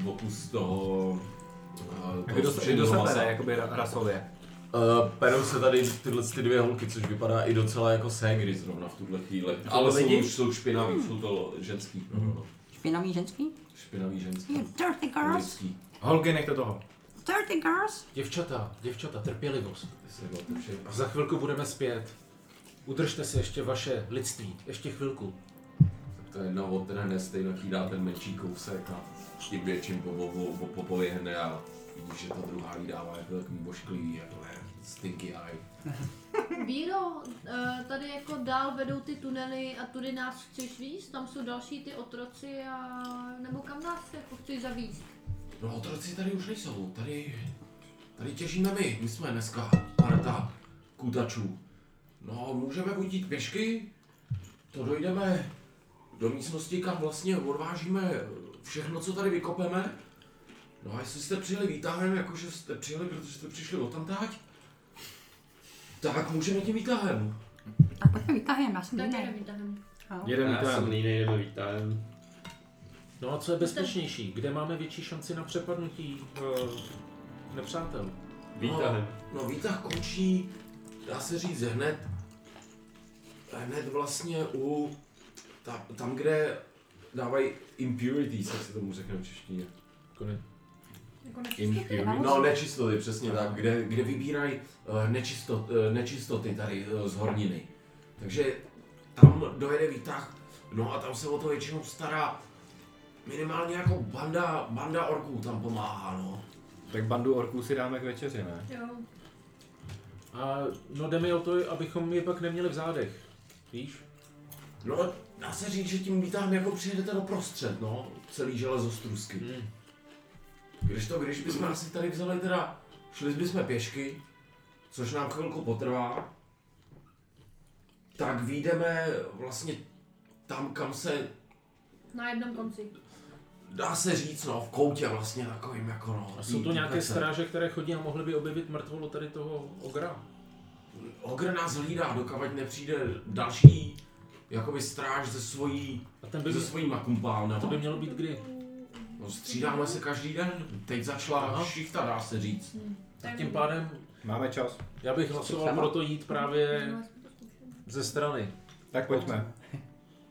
[SPEAKER 1] okus toho... eh, toho
[SPEAKER 2] Jako do,
[SPEAKER 1] sušeného
[SPEAKER 2] do
[SPEAKER 1] masa.
[SPEAKER 2] sebe, jakoby ra- rasově.
[SPEAKER 1] Uh, perou se tady tyhle ty dvě holky, což vypadá i docela jako ségry zrovna v tuhle chvíli. Ale jsou, už jsou špinavý, jsou to ženský, no, no, no.
[SPEAKER 6] Špinavý ženský?
[SPEAKER 1] špinavý ženský.
[SPEAKER 6] You dirty girls.
[SPEAKER 1] Lidský.
[SPEAKER 2] Holky, nechte toho.
[SPEAKER 6] Dirty girls.
[SPEAKER 5] Děvčata, děvčata, trpělivost.
[SPEAKER 1] Jestli bylo to vše.
[SPEAKER 5] A za chvilku budeme zpět. Udržte si ještě vaše lidství, ještě chvilku.
[SPEAKER 1] Tak to jedna odtrhne, stejně jí dá ten menší kousek a tím větším popovu- po- popověhne a vidíš, že ta druhá jí dává jako takový bošklivý, jako ne, stinky eye.
[SPEAKER 4] Víro, eh, tady jako dál vedou ty tunely a tudy nás chceš víc? Tam jsou další ty otroci a... Nebo kam nás jako chceš zavíst?
[SPEAKER 1] No otroci tady už nejsou, tady, tady těžíme my, my jsme dneska parta kutačů. No, můžeme buď jít pěšky, to dojdeme do místnosti, kam vlastně odvážíme všechno, co tady vykopeme. No a jestli jste přijeli výtahem, jakože jste přijeli, protože jste přišli odtamtáť, tak můžeme tím výtahem.
[SPEAKER 6] Tak pojďme vytahujem, já jsem
[SPEAKER 4] Tak
[SPEAKER 6] jiný.
[SPEAKER 4] nevím, tam.
[SPEAKER 2] Jeden
[SPEAKER 7] Já jsem
[SPEAKER 2] ten.
[SPEAKER 7] línej, nebo vítám.
[SPEAKER 5] No a co je bezpečnější? Kde máme větší šanci na přepadnutí eh, nepřátel?
[SPEAKER 7] Vítám.
[SPEAKER 1] No výtah končí, dá se říct, hned, hned vlastně u, ta, tam, kde dávají impurities, jak se tomu řekne v češtině.
[SPEAKER 4] Jako nechci-
[SPEAKER 1] No, nečistoty, přesně tak, kde, kde vybírají eh, nečistot, eh, nečistoty tady eh, z horniny. Takže tam dojede výtah, no a tam se o to většinou stará minimálně jako banda, banda orků tam pomáhá, no.
[SPEAKER 2] Tak bandu orků si dáme k večeři, ne?
[SPEAKER 4] Jo.
[SPEAKER 5] A no jde mi o to, abychom je pak neměli v zádech. Víš?
[SPEAKER 1] No, dá se říct, že tím výtahem jako přijedete do prostřed, no, celý železo strusky.
[SPEAKER 5] Hmm.
[SPEAKER 1] Když to, když bychom asi tady vzali teda, šli bychom pěšky, což nám chvilku potrvá, tak výjdeme vlastně tam, kam se,
[SPEAKER 4] Na jednom konci.
[SPEAKER 1] dá se říct, no, v koutě vlastně takovým jako no.
[SPEAKER 5] A
[SPEAKER 1] tý-
[SPEAKER 5] jsou to nějaké
[SPEAKER 1] týkace.
[SPEAKER 5] stráže, které chodí a mohly by objevit mrtvolu tady toho ogra?
[SPEAKER 1] Ogr nás hlídá, dokud nepřijde další, jakoby stráž ze svojí,
[SPEAKER 5] A ten by,
[SPEAKER 1] ze svojíma kumpálnama.
[SPEAKER 5] to by mělo být kdy?
[SPEAKER 1] No, střídáme se každý den, teď začala
[SPEAKER 5] Aha.
[SPEAKER 1] šichta, dá se říct.
[SPEAKER 5] Tak tím pádem
[SPEAKER 2] Máme čas.
[SPEAKER 5] já bych hlasoval pro to jít právě ze strany.
[SPEAKER 2] Tak pojďme.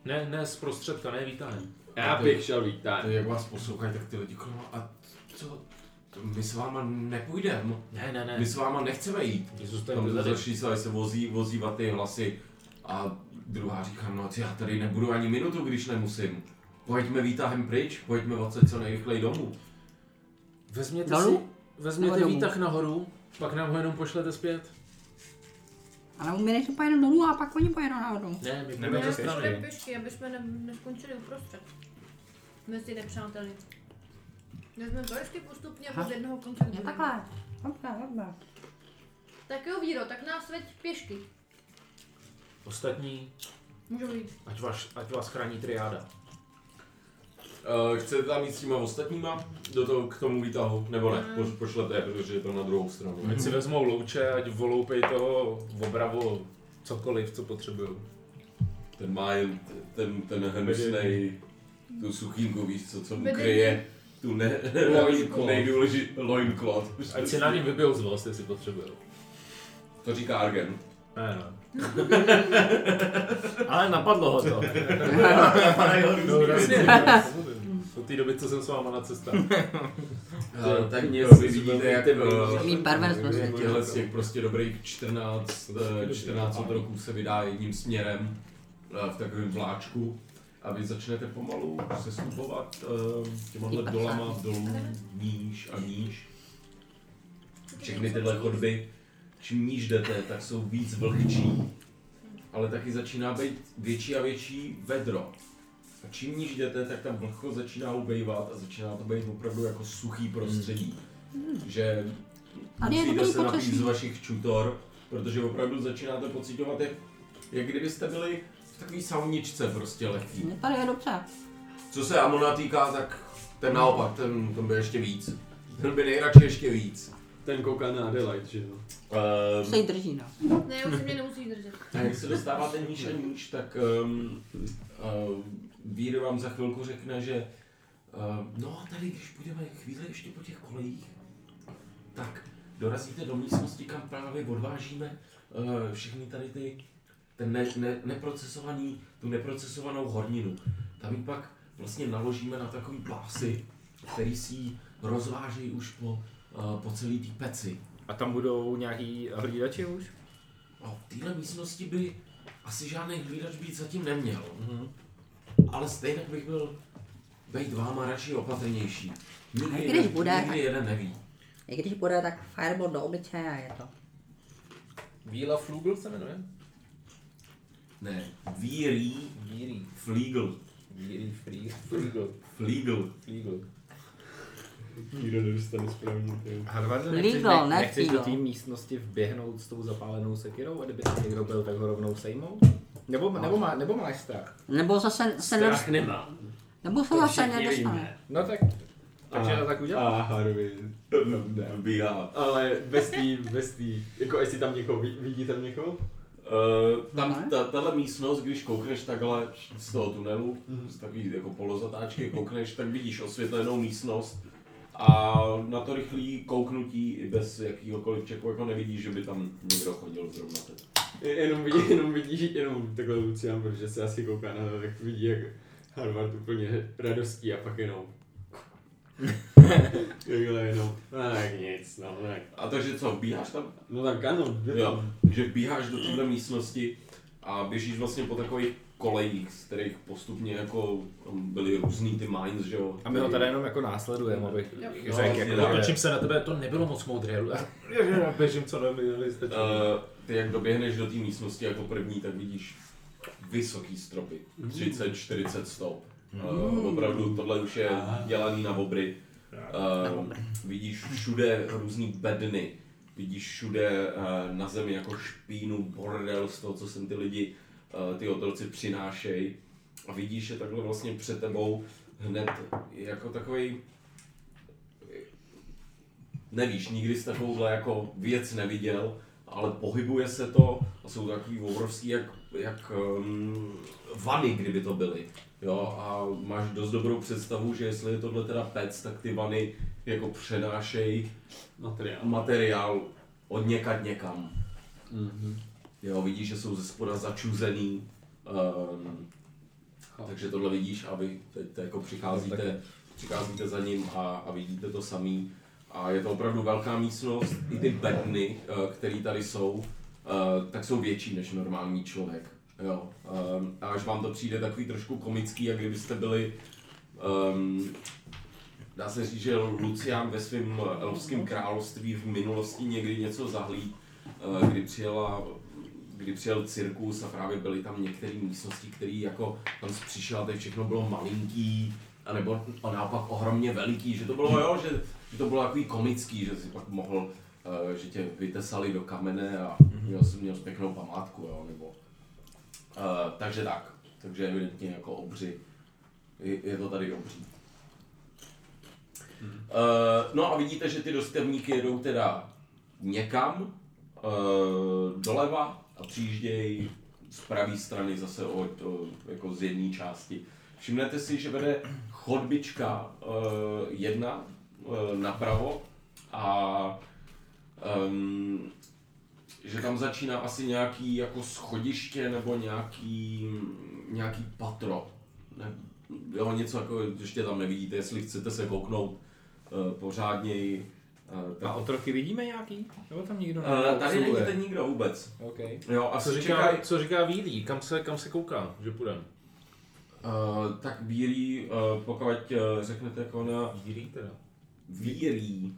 [SPEAKER 5] Ne, ne z prostředka, ne výtahem.
[SPEAKER 7] Já bych šel vítám.
[SPEAKER 1] To jak vás poslouchají, tak ty lidi kolem, a co, to my s váma nepůjdeme.
[SPEAKER 5] Ne, ne,
[SPEAKER 1] My
[SPEAKER 5] ne.
[SPEAKER 1] s váma nechceme jít.
[SPEAKER 5] Jezus, to je
[SPEAKER 1] Tam
[SPEAKER 5] blbý.
[SPEAKER 1] začali se, se vozí, vozívat ty hlasy a Druhá říká, no já tady nebudu ani minutu, když nemusím. Pojďme výtahem pryč, pojďme odsaď co nejrychleji domů.
[SPEAKER 3] Vezměte
[SPEAKER 6] Dolů?
[SPEAKER 3] si, vezměte
[SPEAKER 6] Nebo domů?
[SPEAKER 3] výtah nahoru, pak nám ho jenom pošlete zpět.
[SPEAKER 6] Ale u mě nejsou pojedu dolů a pak oni pojedou nahoru.
[SPEAKER 3] Ne, my
[SPEAKER 2] Nebo
[SPEAKER 3] půjdeme ze
[SPEAKER 2] to
[SPEAKER 3] strany.
[SPEAKER 2] strany.
[SPEAKER 4] Pojďme pěšky, aby jsme ne, neskončili uprostřed. Mezi nepřáteli. Vezmeme to ještě postupně
[SPEAKER 6] Aha.
[SPEAKER 4] od jednoho konce k
[SPEAKER 6] Je
[SPEAKER 4] druhému.
[SPEAKER 6] takhle. Dobrá, dobrá.
[SPEAKER 4] Tak jo, Víro, tak nás veď pěšky.
[SPEAKER 3] Ostatní,
[SPEAKER 4] Můžou jít.
[SPEAKER 3] ať vás, ať vás chrání triáda.
[SPEAKER 1] Uh, chcete tam jít s těma ostatníma do toho, k tomu výtahu, nebo ne? Po, pošlete je, protože je to na druhou stranu.
[SPEAKER 5] Ať si vezmou louče, ať voloupej toho obravo, cokoliv, co potřebují.
[SPEAKER 1] Ten má jen t- ten, ten hnusnej, tu suchýnku, víš co, co mu
[SPEAKER 4] Vedení.
[SPEAKER 1] kryje, tu ne,
[SPEAKER 5] Loincloth.
[SPEAKER 1] nejdůležitější loincloth.
[SPEAKER 5] Ať si na něm vybijou zlost, jestli potřebují.
[SPEAKER 1] To říká Argen.
[SPEAKER 5] Ne, no.
[SPEAKER 2] Ale napadlo ho to.
[SPEAKER 5] No, jasně. Od té doby, co jsem s váma na cestách.
[SPEAKER 1] Eh, tak
[SPEAKER 8] Mě
[SPEAKER 1] vy
[SPEAKER 8] si
[SPEAKER 1] vidíte,
[SPEAKER 8] velmi
[SPEAKER 1] jak
[SPEAKER 8] líbí.
[SPEAKER 6] Mý perverznost
[SPEAKER 1] eh,
[SPEAKER 5] Jako
[SPEAKER 1] těhle z těch prostě dobrých 14, eh, 14 roků se vydá jedním směrem eh, v takovém vláčku a vy začnete pomalu sestupovat eh, těmahle dolama dolů, níž a níž. Všechny tyhle chodby, čím níž jdete, tak jsou víc vlhčí, ale taky začíná být větší a větší vedro. A čím níž jdete, tak tam vlhko začíná ubejvat a začíná to být opravdu jako suchý prostředí. Že
[SPEAKER 6] Tady Hmm. je
[SPEAKER 1] musíte
[SPEAKER 6] dobrý
[SPEAKER 1] se napít
[SPEAKER 6] počasí.
[SPEAKER 1] z vašich čutor, protože opravdu začínáte pocitovat, jak, jak kdybyste byli v takové sauničce prostě lehký.
[SPEAKER 6] Mně No, tady je dobře.
[SPEAKER 1] Co se Amona týká, tak ten naopak, ten, ten by ještě víc. Ten by nejradši ještě víc.
[SPEAKER 8] Ten kouká na Adelaide, že jo?
[SPEAKER 1] Ehm,
[SPEAKER 6] Se jí drží, no.
[SPEAKER 4] Ne, už si mě nemusí držet.
[SPEAKER 1] A jak se dostáváte níž a níž, tak um, uh, Vír vám za chvilku řekne, že um, no a tady, když půjdeme chvíli ještě po těch kolejích, tak dorazíte do místnosti, kam právě odvážíme uh, všechny tady ty ten ne, ne, neprocesovaný, tu neprocesovanou horninu. Tam ji pak vlastně naložíme na takový pásy, který si ji rozvážejí už po, uh, po celý té peci.
[SPEAKER 2] A tam budou nějaký hlídači už?
[SPEAKER 1] No, v téhle místnosti by asi žádný hlídač být zatím neměl. Ale stejně bych byl být váma radši opatrnější. Nikdy,
[SPEAKER 6] A i když
[SPEAKER 1] jeden-
[SPEAKER 6] bude, tak-
[SPEAKER 1] nikdy jeden neví.
[SPEAKER 6] I když bude, tak fireball do obličeje a je to.
[SPEAKER 5] Víla Flugl se jmenuje?
[SPEAKER 1] Ne, vírí,
[SPEAKER 5] Víry.
[SPEAKER 1] flígl,
[SPEAKER 5] Víry Flugl.
[SPEAKER 1] flígl.
[SPEAKER 5] Flugl.
[SPEAKER 7] Nikdo nedostane správně. jo.
[SPEAKER 2] Harvard,
[SPEAKER 6] Legal, ne
[SPEAKER 2] nechceš do
[SPEAKER 6] legal.
[SPEAKER 2] té místnosti vběhnout s tou zapálenou sekirou a kdyby tam někdo byl, tak ho rovnou sejmou? Nebo, nebo, má, nebo máš strach?
[SPEAKER 6] Nebo zase se
[SPEAKER 8] Strach
[SPEAKER 6] nedostane.
[SPEAKER 8] nemá.
[SPEAKER 6] Nebo se
[SPEAKER 8] To
[SPEAKER 6] zase
[SPEAKER 8] všichni
[SPEAKER 6] nedostane.
[SPEAKER 8] víme.
[SPEAKER 2] No tak, takže
[SPEAKER 7] A-
[SPEAKER 2] tak udělám.
[SPEAKER 7] A Harvey. Ne.
[SPEAKER 1] Vbíhá.
[SPEAKER 7] Ale bez tý, bez tý, jako jestli tam někoho, vid- vidí tam někoho?
[SPEAKER 2] Eh,
[SPEAKER 1] Uh, tam
[SPEAKER 6] Ne?
[SPEAKER 1] ta, tahle místnost, když koukneš takhle z toho tunelu, z takový jako polozatáčky koukneš, tak vidíš osvětlenou místnost a na to rychlý kouknutí i bez jakýhokoliv čeku jako nevidíš, že by tam někdo chodil zrovna teď.
[SPEAKER 7] Je- Jenom vidí, jenom vidí, jenom takhle Lucian, protože se asi kouká na to, tak vidí, jak Harvard úplně radostí a pak jenom. Takhle jenom, no tak nic, no tak.
[SPEAKER 1] A takže co, bíháš tam?
[SPEAKER 7] No tak ano, jde
[SPEAKER 1] Jo.
[SPEAKER 7] tam.
[SPEAKER 1] Že bíháš do téhle místnosti a běžíš vlastně po takových kolejích, z kterých postupně jako um, byly různý ty mines, že jo?
[SPEAKER 2] A my ho tady jenom jako následujeme, abych
[SPEAKER 4] Jo.
[SPEAKER 2] abych
[SPEAKER 1] No,
[SPEAKER 2] řekl,
[SPEAKER 1] vlastně
[SPEAKER 2] jako,
[SPEAKER 1] tak.
[SPEAKER 2] že-
[SPEAKER 3] Otočím se na tebe, to nebylo moc moudré.
[SPEAKER 5] Běžím co neměli jste.
[SPEAKER 1] Eh, ty jak doběhneš do té místnosti jako první, tak vidíš vysoký stropy. 30, 40 stop. Uh, opravdu tohle už je dělaný na obry. Uh, vidíš všude různé bedny. Vidíš všude uh, na zemi jako špínu, bordel z toho, co sem ty lidi, uh, ty otroci přinášejí. A vidíš je takhle vlastně před tebou hned jako takový nevíš, nikdy jsi takovouhle jako věc neviděl, ale pohybuje se to a jsou takový obrovský jak, jak um, vany, kdyby to byly. Jo, a máš dost dobrou představu, že jestli je tohle teda pec, tak ty vany jako přenášejí
[SPEAKER 8] Materiál.
[SPEAKER 1] materiál od někad někam. Mm-hmm. Jo, vidíš, že jsou ze spoda začuzený. Um, takže tohle vidíš a vy teď jako přicházíte, přicházíte za ním a, a vidíte to samý. A je to opravdu velká místnost, i ty bedny, eh, které tady jsou, eh, tak jsou větší než normální člověk. Jo. Um, a až vám to přijde takový trošku komický, jak kdybyste byli, um, dá se říct, že Lucian ve svém elfském království v minulosti někdy něco zahlíd, eh, kdy přijela kdy přijel cirkus a právě byly tam některé místnosti, které jako tam přišel, teď všechno bylo malinký, anebo a naopak ohromně veliký, že to bylo, jo, že, že to bylo takový komický, že si pak mohl, eh, že tě vytesali do kamene a měl jsi, měl jsi pěknou památku, jo, nebo Uh, takže tak. Takže evidentně jako obři. Je, je to tady obří. Uh, no a vidíte, že ty dostevníky jedou teda někam uh, doleva a přijíždějí z pravé strany zase od, o, jako z jedné části. Všimnete si, že vede chodbička uh, jedna uh, napravo a um, že tam začíná asi nějaký jako schodiště nebo nějaký, nějaký patro. Ne, jo, něco jako, ještě tam nevidíte, jestli chcete se kouknout uh, pořádněji. Uh,
[SPEAKER 2] A
[SPEAKER 1] tak,
[SPEAKER 2] otroky vidíme nějaký? Nebo tam nikdo
[SPEAKER 5] eh,
[SPEAKER 1] uh, tady není ten nikdo vůbec.
[SPEAKER 2] Okay.
[SPEAKER 1] Jo, a
[SPEAKER 5] A co říká,
[SPEAKER 1] čekaj,
[SPEAKER 5] co říká Vílí? Kam se, kam se kouká, že půjdem?
[SPEAKER 1] uh, tak bílý, uh, pokud uh, řeknete jako na
[SPEAKER 5] Vílí teda.
[SPEAKER 1] vírí,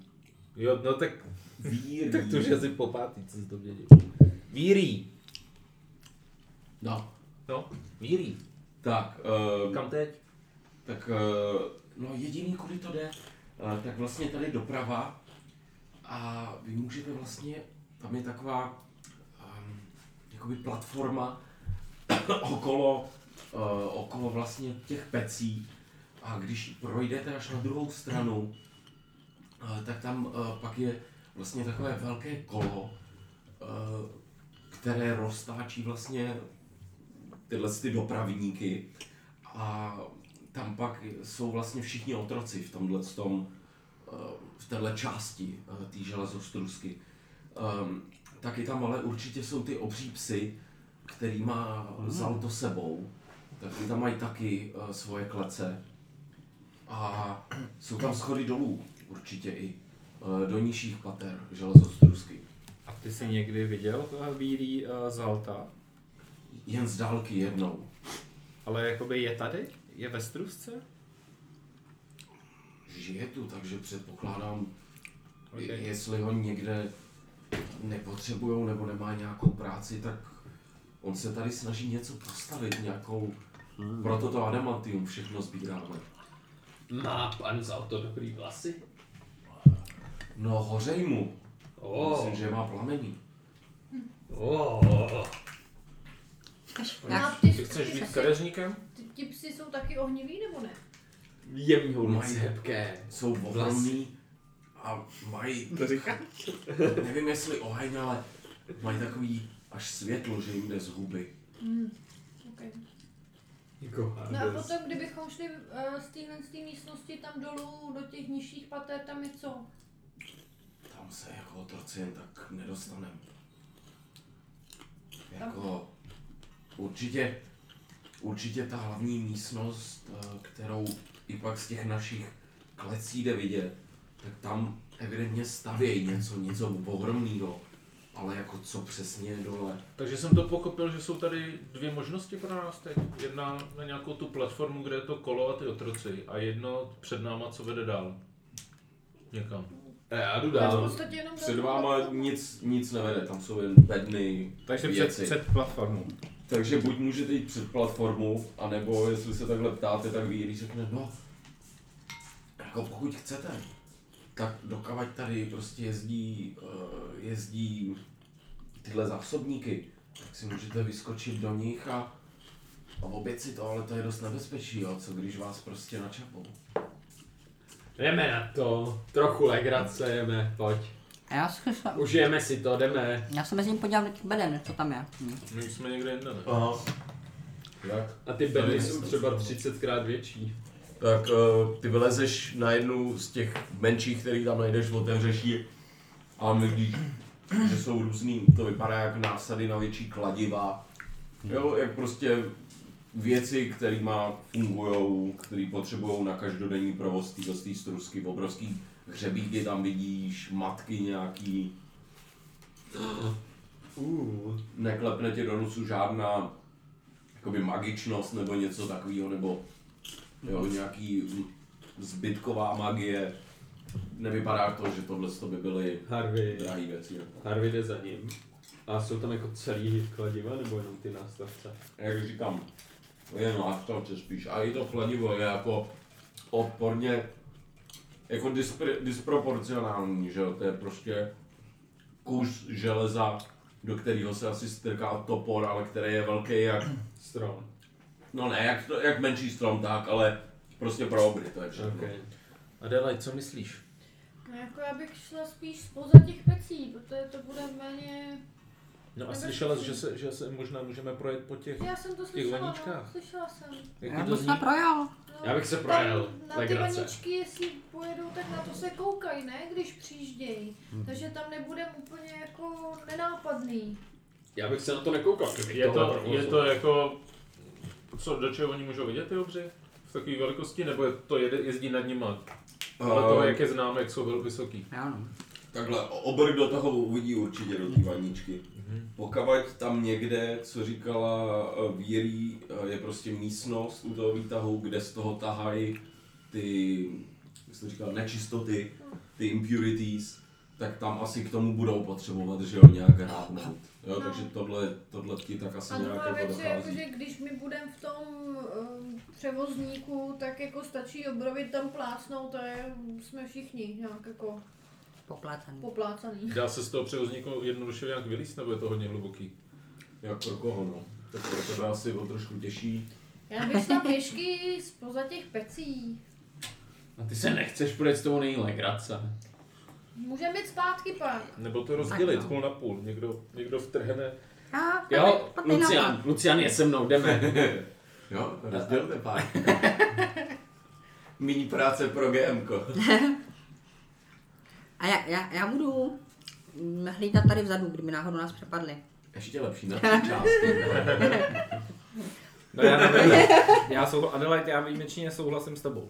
[SPEAKER 5] Jo, no tak,
[SPEAKER 1] vírí.
[SPEAKER 5] tak to už je asi po pátý, co jsi to věděl. Vílí.
[SPEAKER 1] No.
[SPEAKER 5] No, Vílí.
[SPEAKER 1] Tak, uh,
[SPEAKER 5] Kam teď?
[SPEAKER 1] tak eh, no jediný, kudy to jde, eh, tak vlastně tady doprava a vy můžete vlastně, tam je taková um, jakoby platforma okolo, eh, okolo vlastně těch pecí a když projdete až na druhou stranu, eh, tak tam eh, pak je vlastně takové velké kolo, eh, které roztáčí vlastně tyhle ty dopravníky a tam pak jsou vlastně všichni otroci v tomhle tom, eh, v téhle části eh, té železostrusky. Ehm, Taky tam ale určitě jsou ty obří psy, který má vzal to sebou. Tak ty tam mají taky eh, svoje klece. A jsou tam schody dolů, určitě i eh, do nižších pater železostrusky.
[SPEAKER 2] A ty jsi někdy viděl toho bílý uh, Zalta?
[SPEAKER 1] Jen z dálky jednou.
[SPEAKER 2] Ale jakoby je tady? Je ve strusce?
[SPEAKER 1] Žije tu, takže předpokládám,
[SPEAKER 2] Ok.
[SPEAKER 1] Je- Jestli ho někde nepotřebujou nebo nemá nějakou práci, tak on se tady snaží něco postavit, nějakou... Proto to adamantium všechno sbíráme.
[SPEAKER 8] Má pan za to dobrý vlasy?
[SPEAKER 1] No hořej mu.
[SPEAKER 8] O,
[SPEAKER 1] Myslím, že má plamení.
[SPEAKER 8] o,
[SPEAKER 6] Chceš,
[SPEAKER 4] No,
[SPEAKER 6] já,
[SPEAKER 4] a ty,
[SPEAKER 5] Ty chceš být
[SPEAKER 4] ty,
[SPEAKER 5] kadeřníkem?
[SPEAKER 4] ty, ti psi jsou taky ohniví nebo ne?
[SPEAKER 8] jemný
[SPEAKER 1] Mají-
[SPEAKER 8] holuci, hebké.
[SPEAKER 1] Jsou ohromní a mají... To Nevím jestli oheň, ale mají takový až světlo, že jim jde z huby.
[SPEAKER 4] Okay.
[SPEAKER 8] Jako
[SPEAKER 4] No a potom, kdybychom šli eh, z téhle z té místnosti tam dolů do těch nižších pater, tam je co?
[SPEAKER 1] Tam se jako otroci jen tak nedostaneme. Jako určitě, určitě ta hlavní místnost, eh, kterou i pak z těch našich klecí jde vidět, tak tam evidentně stavějí něco, něco ohromného. Ale jako co přesně je dole.
[SPEAKER 5] Takže jsem to pochopil, že jsou tady dvě možnosti pro nás teď. Jedna na nějakou tu platformu, kde je to kolo a ty otroci. A jedno před náma, co vede dál. Někam.
[SPEAKER 8] E, Já jdu
[SPEAKER 4] Já v
[SPEAKER 8] dál.
[SPEAKER 4] podstatě jenom
[SPEAKER 1] Před
[SPEAKER 4] do-
[SPEAKER 1] váma nic, nic nevede, tam jsou jen bedny,
[SPEAKER 2] Takže před,
[SPEAKER 1] věci.
[SPEAKER 2] před platformou.
[SPEAKER 1] Takže buď můžete jít před platformu, anebo jestli se takhle ptáte, tak Víry řekne, no, jako pokud chcete, tak dokavať tady prostě jezdí, eh, jezdí tyhle zásobníky, tak si můžete vyskočit do nich a, a obět si to, ale to je dost nebezpečí, jo, co když vás prostě načapou.
[SPEAKER 8] Jdeme na to. Trochu legrace jeme, pojď.
[SPEAKER 6] a já, si,
[SPEAKER 8] Užijeme si to, jdeme.
[SPEAKER 6] já se mezi ním podívám na těch beden, co tam je. Hm.
[SPEAKER 5] My jsme někde jinde, ne?
[SPEAKER 1] Aha. Jak?
[SPEAKER 8] A ty bedny jsou třeba 30 krát větší.
[SPEAKER 1] tak eh, ty vylezeš na jednu z těch menších, který tam najdeš, otevřeš ji a vidíš, že jsou různý, to vypadá jak násady na větší kladiva, jo, jak prostě věci, kterýma fungujou, který potřebují na každodenní provoz tý z té strusky, obrovský hřebíky tam vidíš, matky nějaký. Neklepne ti do nosu žádná jakoby magičnost nebo něco takového, nebo jo, nějaký mm, zbytková magie. Nevypadá to, že tohle to by byly
[SPEAKER 8] Harvey,
[SPEAKER 1] drahé věci. No.
[SPEAKER 8] Harvey jde za ním. A jsou tam jako celý kladiva nebo jenom ty nástavce?
[SPEAKER 1] jak říkám, je nástavce spíš. A i to chladivo je jako odporně, jako dispr- disproporcionální, že jo? To je prostě kus železa, do kterého se asi strká topor, ale který je velký jak,
[SPEAKER 8] Strom.
[SPEAKER 1] no ne, jak, to, jak menší strom, tak, ale prostě pro obry, to je všechno. Okay.
[SPEAKER 8] Okay.
[SPEAKER 3] Adelaide, co myslíš?
[SPEAKER 4] No, jako já bych šla spíš spoza těch pecí, protože to bude méně...
[SPEAKER 3] No a
[SPEAKER 4] Nebo-
[SPEAKER 3] slyšela jsi, že se, že se možná můžeme projet po těch...
[SPEAKER 4] Já jsem to
[SPEAKER 3] těch
[SPEAKER 4] slyšela, no,
[SPEAKER 3] vaničkách.
[SPEAKER 4] slyšela jsem.
[SPEAKER 6] Já
[SPEAKER 3] Jak to
[SPEAKER 6] bych
[SPEAKER 3] zní?
[SPEAKER 6] se projel.
[SPEAKER 4] No,
[SPEAKER 8] Já bych se
[SPEAKER 4] tam
[SPEAKER 8] projel,
[SPEAKER 4] Na ty
[SPEAKER 8] legrace.
[SPEAKER 4] vaničky, jestli pojedou, tak na to se koukají, ne? Když přijíždějí. Takže tam nebudem úplně jako nenápadný.
[SPEAKER 8] Já bych se na to nekoukal, kdybych
[SPEAKER 5] Je
[SPEAKER 8] tohle
[SPEAKER 5] to, je
[SPEAKER 8] provozoval.
[SPEAKER 5] to jako... Co, do čeho oni můžou vidět ty obři? V takové velikosti? Nebo je to jede, jezdí nad nima? Ale
[SPEAKER 8] Eh,
[SPEAKER 5] to, jak je známe, jak jsou velmi vysoký.
[SPEAKER 6] Já no.
[SPEAKER 1] Takhle, obr do toho uvidí určitě do té vaničky. Pokud tam někde, co říkala eh, Víry, eh, je prostě místnost u toho výtahu, kde z toho tahají ty, jak jsi to říkal, nečistoty, ty impurities, tak tam asi k tomu budou potřebovat, že jo, nějak rábnout. Jo, takže tohle, tohle ti tak asi
[SPEAKER 4] No. A
[SPEAKER 1] nějak
[SPEAKER 4] druhá
[SPEAKER 1] jako
[SPEAKER 4] věc je, jako,
[SPEAKER 1] dochází.
[SPEAKER 4] že když my budeme v tom ehm, převozníku, tak jako stačí obrovit tam plácnout a je, jsme všichni nějak jako
[SPEAKER 6] Poplácaný.
[SPEAKER 4] poplácaný.
[SPEAKER 5] Dá se z toho převozníku jednoduše nějak vylíst, nebo je to hodně hluboký?
[SPEAKER 1] Jak pro koho, no. Tak pro tebe asi o trošku těžší.
[SPEAKER 4] Já bych šla pěšky spoza těch pecí.
[SPEAKER 8] A ty se nechceš projet s tou nejlegrace.
[SPEAKER 4] Můžeme jít zpátky pak.
[SPEAKER 5] Nebo to rozdělit
[SPEAKER 6] no.
[SPEAKER 5] půl na půl. Někdo, někdo vtrhne.
[SPEAKER 6] Já,
[SPEAKER 8] Jo,
[SPEAKER 6] špatný nápad.
[SPEAKER 8] Lucian, Lucian je se mnou, jdeme.
[SPEAKER 1] Jo, rozdělte pár. Míní práce pro GMko.
[SPEAKER 6] A já, já, já budu mm, hlídat tady vzadu, kdyby náhodou nás přepadli.
[SPEAKER 1] Ještě lepší na tři části.
[SPEAKER 2] No já nevím, já souhla- Adelaide, já výjimečně souhlasím s tebou.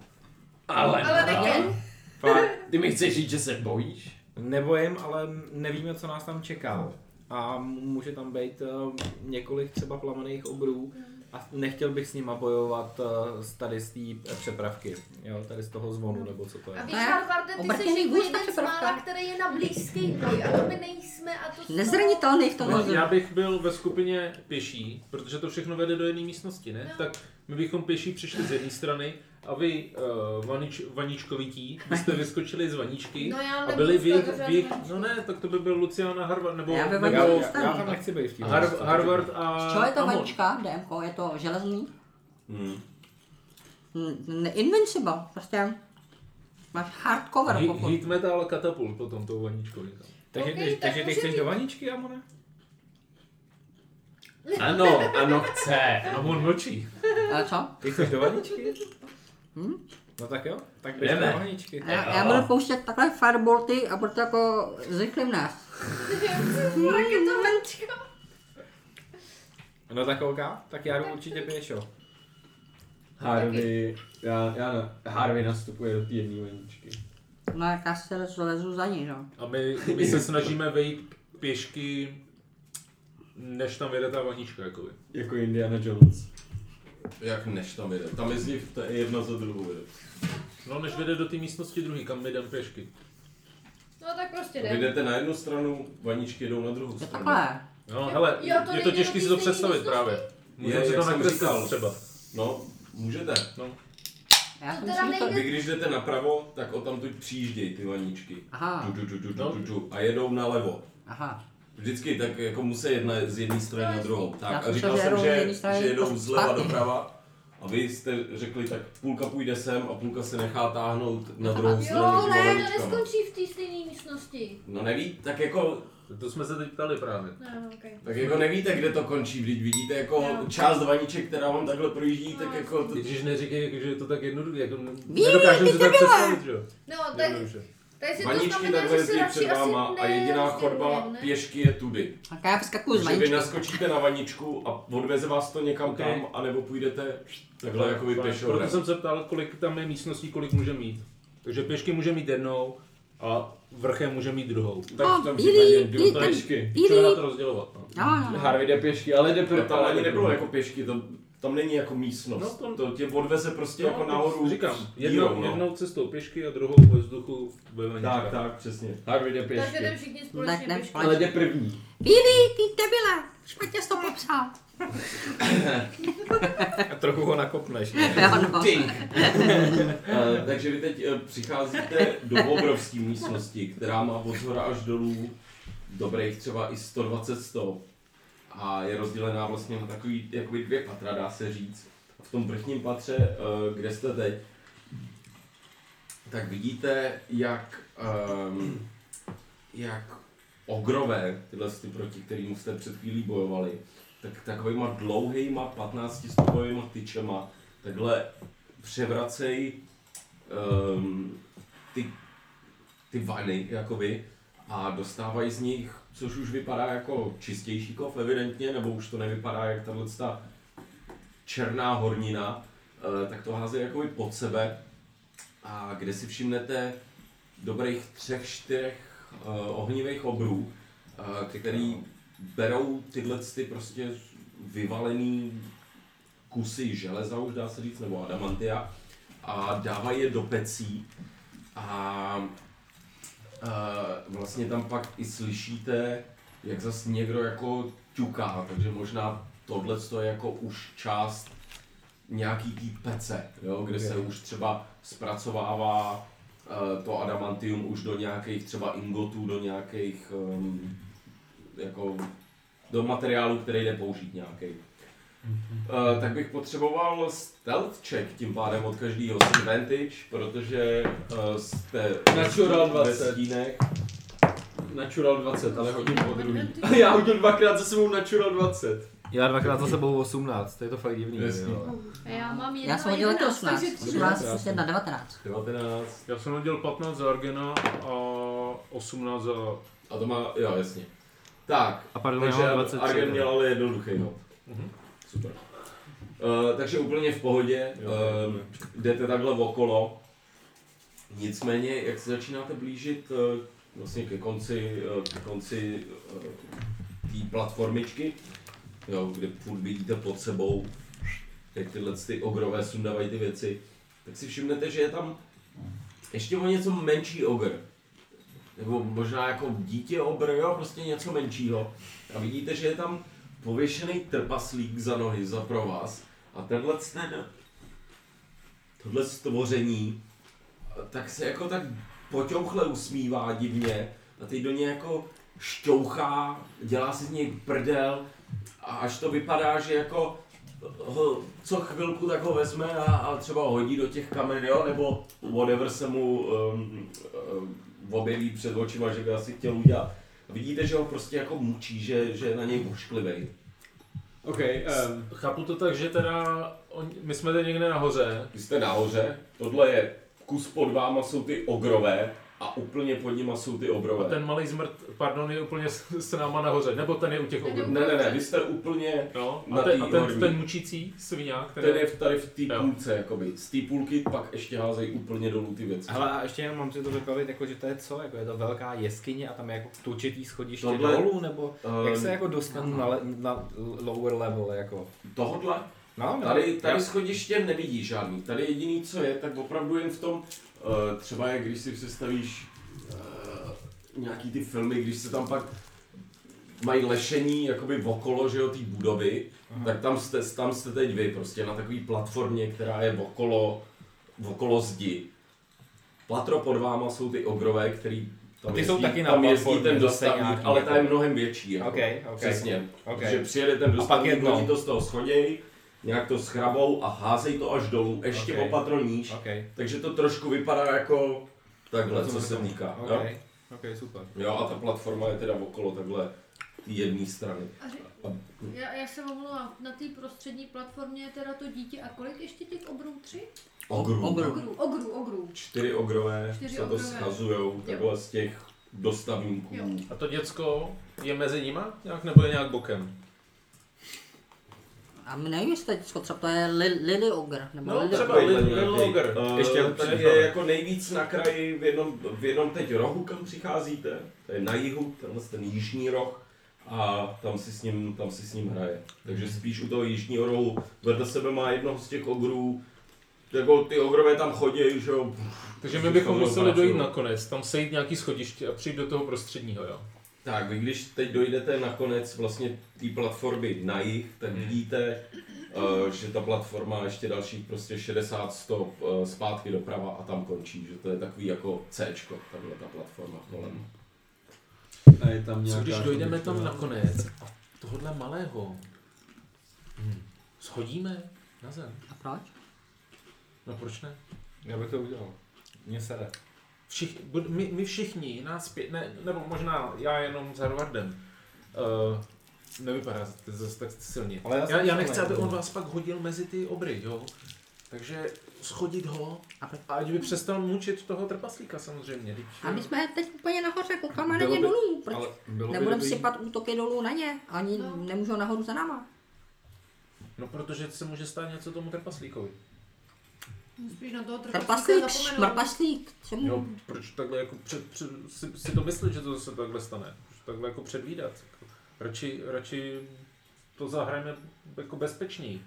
[SPEAKER 4] Ale
[SPEAKER 8] Ale, Ale
[SPEAKER 4] nechtěl.
[SPEAKER 2] Fakt,
[SPEAKER 8] ty mi chceš říct, že se bojíš?
[SPEAKER 2] nebojím, ale nevíme, co nás tam čeká. A může tam být eh, několik třeba plamených obrů a nechtěl bych s nima bojovat eh, z tady z té přepravky, jo, tady z toho zvonu, nebo co to je.
[SPEAKER 4] A víš,
[SPEAKER 6] To je
[SPEAKER 4] Harvarde, ty
[SPEAKER 6] obrtěný
[SPEAKER 4] jsi jako
[SPEAKER 6] vůz, ta
[SPEAKER 4] jeden z
[SPEAKER 6] přepravka.
[SPEAKER 4] mála, který je na blízký boj a to my nejsme a to...
[SPEAKER 6] Nezranitelný v tom
[SPEAKER 5] No, Já bych byl ve skupině pěší, protože to všechno vede do jedné místnosti, ne?
[SPEAKER 4] No.
[SPEAKER 5] Tak my bychom pěší přišli z jedné strany a vy, uh, vanič, vaníčkovití, byste vyskočili z vaníčky
[SPEAKER 4] No já
[SPEAKER 5] a byli
[SPEAKER 4] nebudu
[SPEAKER 5] v jejich,
[SPEAKER 4] stát za
[SPEAKER 5] v jejich,
[SPEAKER 4] žádnou
[SPEAKER 5] no ne, tak to by byl Luciana Harvard, nebo,
[SPEAKER 6] Já ve
[SPEAKER 5] nebo
[SPEAKER 2] Já,
[SPEAKER 6] vaníčku.
[SPEAKER 5] Har-
[SPEAKER 2] já, já tam nechci být v té vlasti.
[SPEAKER 5] Harvard a
[SPEAKER 6] Z čeho je to
[SPEAKER 5] Amon.
[SPEAKER 6] vanička, DMK? Je to železný?
[SPEAKER 1] Hmm.
[SPEAKER 6] Mm, ne- Invincible, prostě máš hardcover
[SPEAKER 5] Hi-
[SPEAKER 6] pokud.
[SPEAKER 5] Hit metal a katapult potom tou vaničkou je tam.
[SPEAKER 2] Takže,
[SPEAKER 4] Ok,
[SPEAKER 2] takže,
[SPEAKER 4] tak
[SPEAKER 2] takže ty
[SPEAKER 4] může
[SPEAKER 2] chceš
[SPEAKER 4] být.
[SPEAKER 2] do vaničky, Amone?
[SPEAKER 8] Ano, ano, chce.
[SPEAKER 5] Amon No, mlčí.
[SPEAKER 6] Ale co?
[SPEAKER 2] Ty chceš do vaničky?
[SPEAKER 6] Hm?
[SPEAKER 2] No tak jo, tak jdeš
[SPEAKER 8] Jdeme.
[SPEAKER 2] do vaničky.
[SPEAKER 6] A Já, já budu pouštět takhle firebolty a proto jako zrychlím nás.
[SPEAKER 4] Raketovenčka.
[SPEAKER 2] No tak holka, tak já jdu určitě pěšo.
[SPEAKER 8] Harvey, já, já ne. Harvey nastupuje do té jedné vaničky.
[SPEAKER 6] No jak já se lezu za ní, no.
[SPEAKER 5] A my, my se snažíme vejít pěšky, než tam jede ta vanička, jako by.
[SPEAKER 8] Jako Indiana Jones.
[SPEAKER 1] Jak než tam jede? Tam je z nich to je jedno za druhou jede.
[SPEAKER 5] No, než vede do té místnosti druhý, kam my jdem pěšky.
[SPEAKER 4] No tak prostě
[SPEAKER 1] Vy
[SPEAKER 4] jde.
[SPEAKER 1] jdete na jednu stranu, vaničky jdou na druhou
[SPEAKER 6] Je
[SPEAKER 1] stranu.
[SPEAKER 6] takhle.
[SPEAKER 5] No, hele,
[SPEAKER 4] Jo, to
[SPEAKER 5] je
[SPEAKER 4] nejde
[SPEAKER 5] to
[SPEAKER 4] do
[SPEAKER 5] těžké si
[SPEAKER 4] té
[SPEAKER 5] to
[SPEAKER 4] stejné
[SPEAKER 5] představit
[SPEAKER 4] místnosti.
[SPEAKER 5] právě. Můžeme
[SPEAKER 1] Je,
[SPEAKER 5] si to
[SPEAKER 1] jak jsem
[SPEAKER 5] nakreslit
[SPEAKER 1] říkal.
[SPEAKER 5] třeba.
[SPEAKER 1] No, můžete.
[SPEAKER 5] No.
[SPEAKER 6] Já
[SPEAKER 4] To
[SPEAKER 6] jsem
[SPEAKER 4] teda
[SPEAKER 6] si to...
[SPEAKER 4] nejde-
[SPEAKER 1] Vy když jdete napravo, tak o tam tu přijíždějí ty vaničky.
[SPEAKER 6] Aha,
[SPEAKER 1] Du, du, du, du,
[SPEAKER 5] No.
[SPEAKER 1] du, du, du, a jedou nalevo.
[SPEAKER 6] aha.
[SPEAKER 1] Vždycky tak jako musí jedna z jedné strany na druhou.
[SPEAKER 6] Já
[SPEAKER 1] Tak a
[SPEAKER 6] jsem
[SPEAKER 1] říkal
[SPEAKER 6] se
[SPEAKER 1] jsem,
[SPEAKER 6] jedou z jedné
[SPEAKER 1] že,
[SPEAKER 6] strany
[SPEAKER 1] že jedou
[SPEAKER 6] prostě
[SPEAKER 1] zleva
[SPEAKER 6] zpátky.
[SPEAKER 1] doprava. A vy jste řekli, tak půlka půjde sem a půlka se nechá táhnout na druhou stranu
[SPEAKER 4] Jo,
[SPEAKER 1] těma
[SPEAKER 4] ne, to
[SPEAKER 5] no.
[SPEAKER 1] vaničkama.
[SPEAKER 4] neskončí v té stejné místnosti.
[SPEAKER 1] No neví, tak jako
[SPEAKER 5] No. To jsme se teď ptali právě.
[SPEAKER 4] No, okay.
[SPEAKER 1] Tak jako nevíte, kde to končí, vždyť vidíte jako
[SPEAKER 4] Jo. No,
[SPEAKER 1] část vaniček, která vám takhle projíždí, tak jako to...
[SPEAKER 5] Když neříkej, že je to tak jednoduché, jako
[SPEAKER 6] Ví,
[SPEAKER 5] nedokážeme
[SPEAKER 6] ty
[SPEAKER 5] si tak
[SPEAKER 6] debile!
[SPEAKER 5] představit, že jo?
[SPEAKER 4] No, tak,
[SPEAKER 5] Jednoduše.
[SPEAKER 4] takže to
[SPEAKER 1] Vaničky
[SPEAKER 4] znamená,
[SPEAKER 1] takhle
[SPEAKER 4] že se
[SPEAKER 1] jezdí
[SPEAKER 4] radši
[SPEAKER 1] před
[SPEAKER 4] asi
[SPEAKER 1] váma a jediná chodba
[SPEAKER 4] ne?
[SPEAKER 1] pěšky je tudy.
[SPEAKER 6] Tak já vyskakuju z
[SPEAKER 1] Takže vy
[SPEAKER 6] vaničky.
[SPEAKER 1] naskočíte na vaničku a odveze vás to někam
[SPEAKER 5] Ok.
[SPEAKER 1] tam, anebo půjdete takhle jako vy
[SPEAKER 5] Fajn.
[SPEAKER 1] pěšou.
[SPEAKER 5] Proto jsem se ptal, kolik tam je místností, kolik může mít. Takže pěšky může mít jednou a vrchem může mít druhou.
[SPEAKER 6] O,
[SPEAKER 8] v
[SPEAKER 6] bílý,
[SPEAKER 8] tom případě jdu
[SPEAKER 6] bílý,
[SPEAKER 8] do
[SPEAKER 6] ten,
[SPEAKER 8] pěšky.
[SPEAKER 6] bílý.
[SPEAKER 5] Třeba na to rozdělovat. No.
[SPEAKER 6] Jo, jo.
[SPEAKER 8] Harvey jde pěšky, ale jde pro
[SPEAKER 1] Tam ani No, nebylo jako pěšky, to Tam není jako místnost.
[SPEAKER 5] No,
[SPEAKER 1] No,
[SPEAKER 5] to-
[SPEAKER 1] to, to tě odveze prostě jako nahoru.
[SPEAKER 5] No, Říkám, jednou,
[SPEAKER 1] jednou, no.
[SPEAKER 5] jednou cestou pěšky a druhou ve vzduchu ve vaničkách.
[SPEAKER 1] Tak, tak, přesně.
[SPEAKER 8] Harvey jde
[SPEAKER 4] Takže
[SPEAKER 8] pěšky.
[SPEAKER 4] jdem všichni společně
[SPEAKER 6] Ne, ne,
[SPEAKER 4] pěšky.
[SPEAKER 8] Ale jde první.
[SPEAKER 6] Bílý, ty debile, špatně jsi to popsal.
[SPEAKER 2] A trochu ho nakopneš.
[SPEAKER 6] Jo, no.
[SPEAKER 1] Eh, takže vy teď eh, přicházíte do obrovské místnosti, která má od shora až dolů dobrých třeba i 120 stop. A je rozdělená vlastně na takový jakoby dvě patra, dá se říct. A v tom vrchním patře, eh, kde jste teď, tak vidíte, jak, ehm, jak ogrové, tyhle ty proti kterým jste před chvílí bojovali, tak takovýma dlouhýma 15 stupňovýma tyčema takhle převracej um, ty, ty vany, jakoby, a dostávají z nich, což už vypadá jako čistější kov, evidentně, nebo už to nevypadá jak tahle ta černá hornina, eh, tak to házejí jakoby pod sebe. A kde si všimnete dobrých třech, čtyřech eh, ohnivých obrů, eh, který berou tyhle ty prostě vyvalený kusy železa, už dá se říct, nebo adamantia, a dávají je do pecí a e, vlastně tam pak i slyšíte, jak zas někdo jako ťuká, takže možná tohle je jako už část nějaký té pece, jo, kde se už třeba zpracovává e, to adamantium už do nějakých třeba ingotů, do nějakých em, jako do materiálu, který jde použít nějaký. Uh, tak bych potřeboval stealth check tím pádem od každého s advantage, protože uh, jste
[SPEAKER 8] Natural
[SPEAKER 1] ve
[SPEAKER 8] 20.
[SPEAKER 1] stínek.
[SPEAKER 8] Natural 20, ale hodím po druhý.
[SPEAKER 4] Advantage.
[SPEAKER 8] Já hodil dvakrát za sebou natural 20.
[SPEAKER 2] Já dvakrát za sebou 18, to je to fakt divný.
[SPEAKER 1] Jasný.
[SPEAKER 2] jo.
[SPEAKER 4] Já mám jedna
[SPEAKER 6] Já jsem hodil jako
[SPEAKER 4] 11,
[SPEAKER 6] 18,
[SPEAKER 4] takže
[SPEAKER 6] 18, 1, 19.
[SPEAKER 1] 19.
[SPEAKER 5] Já jsem hodil 15 za Argena a 18 za...
[SPEAKER 1] A to má, jo, jasně. Tak,
[SPEAKER 2] A pardon, já
[SPEAKER 1] takže
[SPEAKER 2] mám 23.
[SPEAKER 1] Argen měl ale jednoduchý not. Super. Uh, takže úplně v pohodě, uh, jdete takhle okolo. Nicméně, jak se začínáte blížit uh, vlastně ke konci, uh, ke konci uh, té platformičky, jo, kde furt vidíte pod sebou, jak tyhle ty ogrové sundavají ty věci, tak si všimnete, že je tam ještě o něco menší ogr. Nebo možná jako dítě obr, jo, prostě něco menšího. A vidíte, že je tam pověšený trpaslík za nohy, za provaz. A tenhle ten, tohle stvoření, tak se jako tak poťouchle usmívá divně a teď do něj jako šťouchá, dělá si z něj prdel a až to vypadá, že jako ho, co chvilku tak ho vezme a, a třeba ho hodí do těch kamen, jo, nebo whatever se mu um, um, objeví před očima, že by asi chtěl udělat. A vidíte, že ho prostě jako mučí, že, že je na něj vošklivej.
[SPEAKER 8] OK, um,
[SPEAKER 5] Chápu to tak, že teda on, my jsme tady někde nahoře.
[SPEAKER 1] Vy jste nahoře, tohle je kus pod váma jsou ty ogrové a úplně pod nima jsou ty obrové.
[SPEAKER 5] Ten malý zmrt, pardon, je úplně s, s náma nahoře, nebo ten je u těch obrů.
[SPEAKER 1] Ne, ne, ne, vy jste úplně
[SPEAKER 5] No, a,
[SPEAKER 1] Na
[SPEAKER 5] ten,
[SPEAKER 1] tý
[SPEAKER 5] a ten,
[SPEAKER 1] horní.
[SPEAKER 5] ten mučící sviňák, který...
[SPEAKER 1] Ten je v- tady v té
[SPEAKER 5] Jo.
[SPEAKER 1] půlce, jakoby. Z té půlky pak ještě házejí úplně dolů ty věci.
[SPEAKER 2] Hele, a ještě jenom mám si to vybavit, jako, že to je co? Jako je to velká jeskyně a tam je jako tučitý schodiště
[SPEAKER 1] Tohle-
[SPEAKER 2] Tohle... dolů, nebo jak se
[SPEAKER 1] Ehm,
[SPEAKER 2] jako dostanu na, le, na lower level, jako?
[SPEAKER 1] Tohodle,
[SPEAKER 2] No, no.
[SPEAKER 1] tady,
[SPEAKER 2] Já-
[SPEAKER 1] tady schodiště nevidíš žádný. Tady jediný, co je, tak opravdu jen v tom, eh, třeba jak když si představíš eh, nějaký ty filmy, když se tam pak mají lešení jakoby okolo, že jo, té budovy, Aha. tak tam jste, tam jste teď vy, prostě na takové platformě, která je okolo, okolo zdi. Platro pod váma jsou ty ogrové, který tam
[SPEAKER 2] A ty jsou taky na
[SPEAKER 1] tam jezdí
[SPEAKER 2] platformě
[SPEAKER 1] ten
[SPEAKER 2] zase
[SPEAKER 1] dostavník,
[SPEAKER 2] nějaký,
[SPEAKER 1] ale
[SPEAKER 2] jako.
[SPEAKER 1] ta je mnohem větší. Jako.
[SPEAKER 2] OK, OK.
[SPEAKER 1] Přesně.
[SPEAKER 2] OK.
[SPEAKER 1] Okay. Že přijede ten dostavník,
[SPEAKER 2] jedno.
[SPEAKER 1] oni to z toho schoděj, nějak to schrabou a házej to až dolů, ještě okay.
[SPEAKER 2] OK.
[SPEAKER 1] o patro níž.
[SPEAKER 2] OK,
[SPEAKER 1] Takže to trošku vypadá jako takhle, co se
[SPEAKER 2] rozumím.
[SPEAKER 1] týká.
[SPEAKER 2] OK,
[SPEAKER 1] Jo?
[SPEAKER 2] OK, super.
[SPEAKER 1] jo, a ta platforma je teda okolo takhle té jedné strany.
[SPEAKER 4] A ři- Já, já se omlouvám, na té prostřední platformě je teda to dítě a kolik ještě těch obrů? Tři?
[SPEAKER 1] Ogru.
[SPEAKER 6] Obr.
[SPEAKER 4] Ogrů, ogrů, ogrů.
[SPEAKER 1] Čtyři ogrové
[SPEAKER 4] Čtyři
[SPEAKER 1] se to
[SPEAKER 4] ogrové.
[SPEAKER 1] schazujou takhle z těch dostavníků.
[SPEAKER 4] Jo.
[SPEAKER 5] A to děcko je mezi nima nějak, nebo je nějak bokem?
[SPEAKER 6] A my nevím, jestli to je děcko, třeba to je li, Lily Ogre, nebo
[SPEAKER 5] No,
[SPEAKER 6] Lily
[SPEAKER 5] třeba
[SPEAKER 1] Takovýhle
[SPEAKER 5] Lil- Lil
[SPEAKER 1] nějaký,
[SPEAKER 5] Ogre.
[SPEAKER 1] eh,
[SPEAKER 2] Ještě lepší,
[SPEAKER 1] tady
[SPEAKER 5] ale.
[SPEAKER 1] je jako nejvíc na kraji, v jednom, v jednom teď rohu, kam přicházíte, to je na jihu, tenhle ten jižní roh, a tam si s ním, tam si s ním hraje. Takže spíš u toho jižního rohu vedle sebe má jednoho z těch ogrů, jako ty ogrové tam chodí, že jo.
[SPEAKER 5] Takže my
[SPEAKER 1] Tam
[SPEAKER 5] bychom museli
[SPEAKER 1] otáčou.
[SPEAKER 5] dojít nakonec, tam sejít nějaký schodiště a přijít do toho prostředního, jo.
[SPEAKER 1] Tak, vy když teď dojdete na konec vlastně té platformy na jich, tak vidíte, eh, že ta platforma má ještě dalších prostě 60 stop eh, zpátky doprava a tam končí, že to je takový jako C, tahle ta platforma kolem.
[SPEAKER 8] A je tam
[SPEAKER 3] Co
[SPEAKER 8] nějaká...
[SPEAKER 3] když dojdeme tam nakonec a tohohle malého hm, shodíme na zem?
[SPEAKER 6] A proč?
[SPEAKER 3] No proč ne?
[SPEAKER 2] Já bych to udělal. Mě sere.
[SPEAKER 3] Všich, bud- my, my všichni, nás pět, ne, nebo možná já jenom s Harvardem. Uh, nevypadá to zase tak silně.
[SPEAKER 2] Ale já jsem
[SPEAKER 3] já, já
[SPEAKER 2] silnej.
[SPEAKER 3] nechci, aby on vás pak hodil mezi ty obry, jo? Takže schodit ho a ať by přestal mučit toho trpaslíka samozřejmě. Teď,
[SPEAKER 6] A my jsme teď úplně nahoře, koukáme na
[SPEAKER 2] Bylo
[SPEAKER 6] ně
[SPEAKER 2] by-
[SPEAKER 6] dolů. Proč?
[SPEAKER 2] Ale bylo by
[SPEAKER 6] Nebudeme
[SPEAKER 2] dobrý,
[SPEAKER 6] sypat útoky dolů na ně, ani
[SPEAKER 4] No.
[SPEAKER 6] nemůžou nahoru za náma.
[SPEAKER 3] No protože se může stát něco tomu trpaslíkovi.
[SPEAKER 4] Spíš na toho
[SPEAKER 6] Trpaslík,
[SPEAKER 4] trpaslíka zapomenout.
[SPEAKER 6] šmrpaslík, co mu?
[SPEAKER 5] Jo, proč takhle jako před, před, si, si to myslet, že to se takhle stane? Proč takhle jako předvídat? Jako, radši, radši to zahrajeme jako bezpečněji.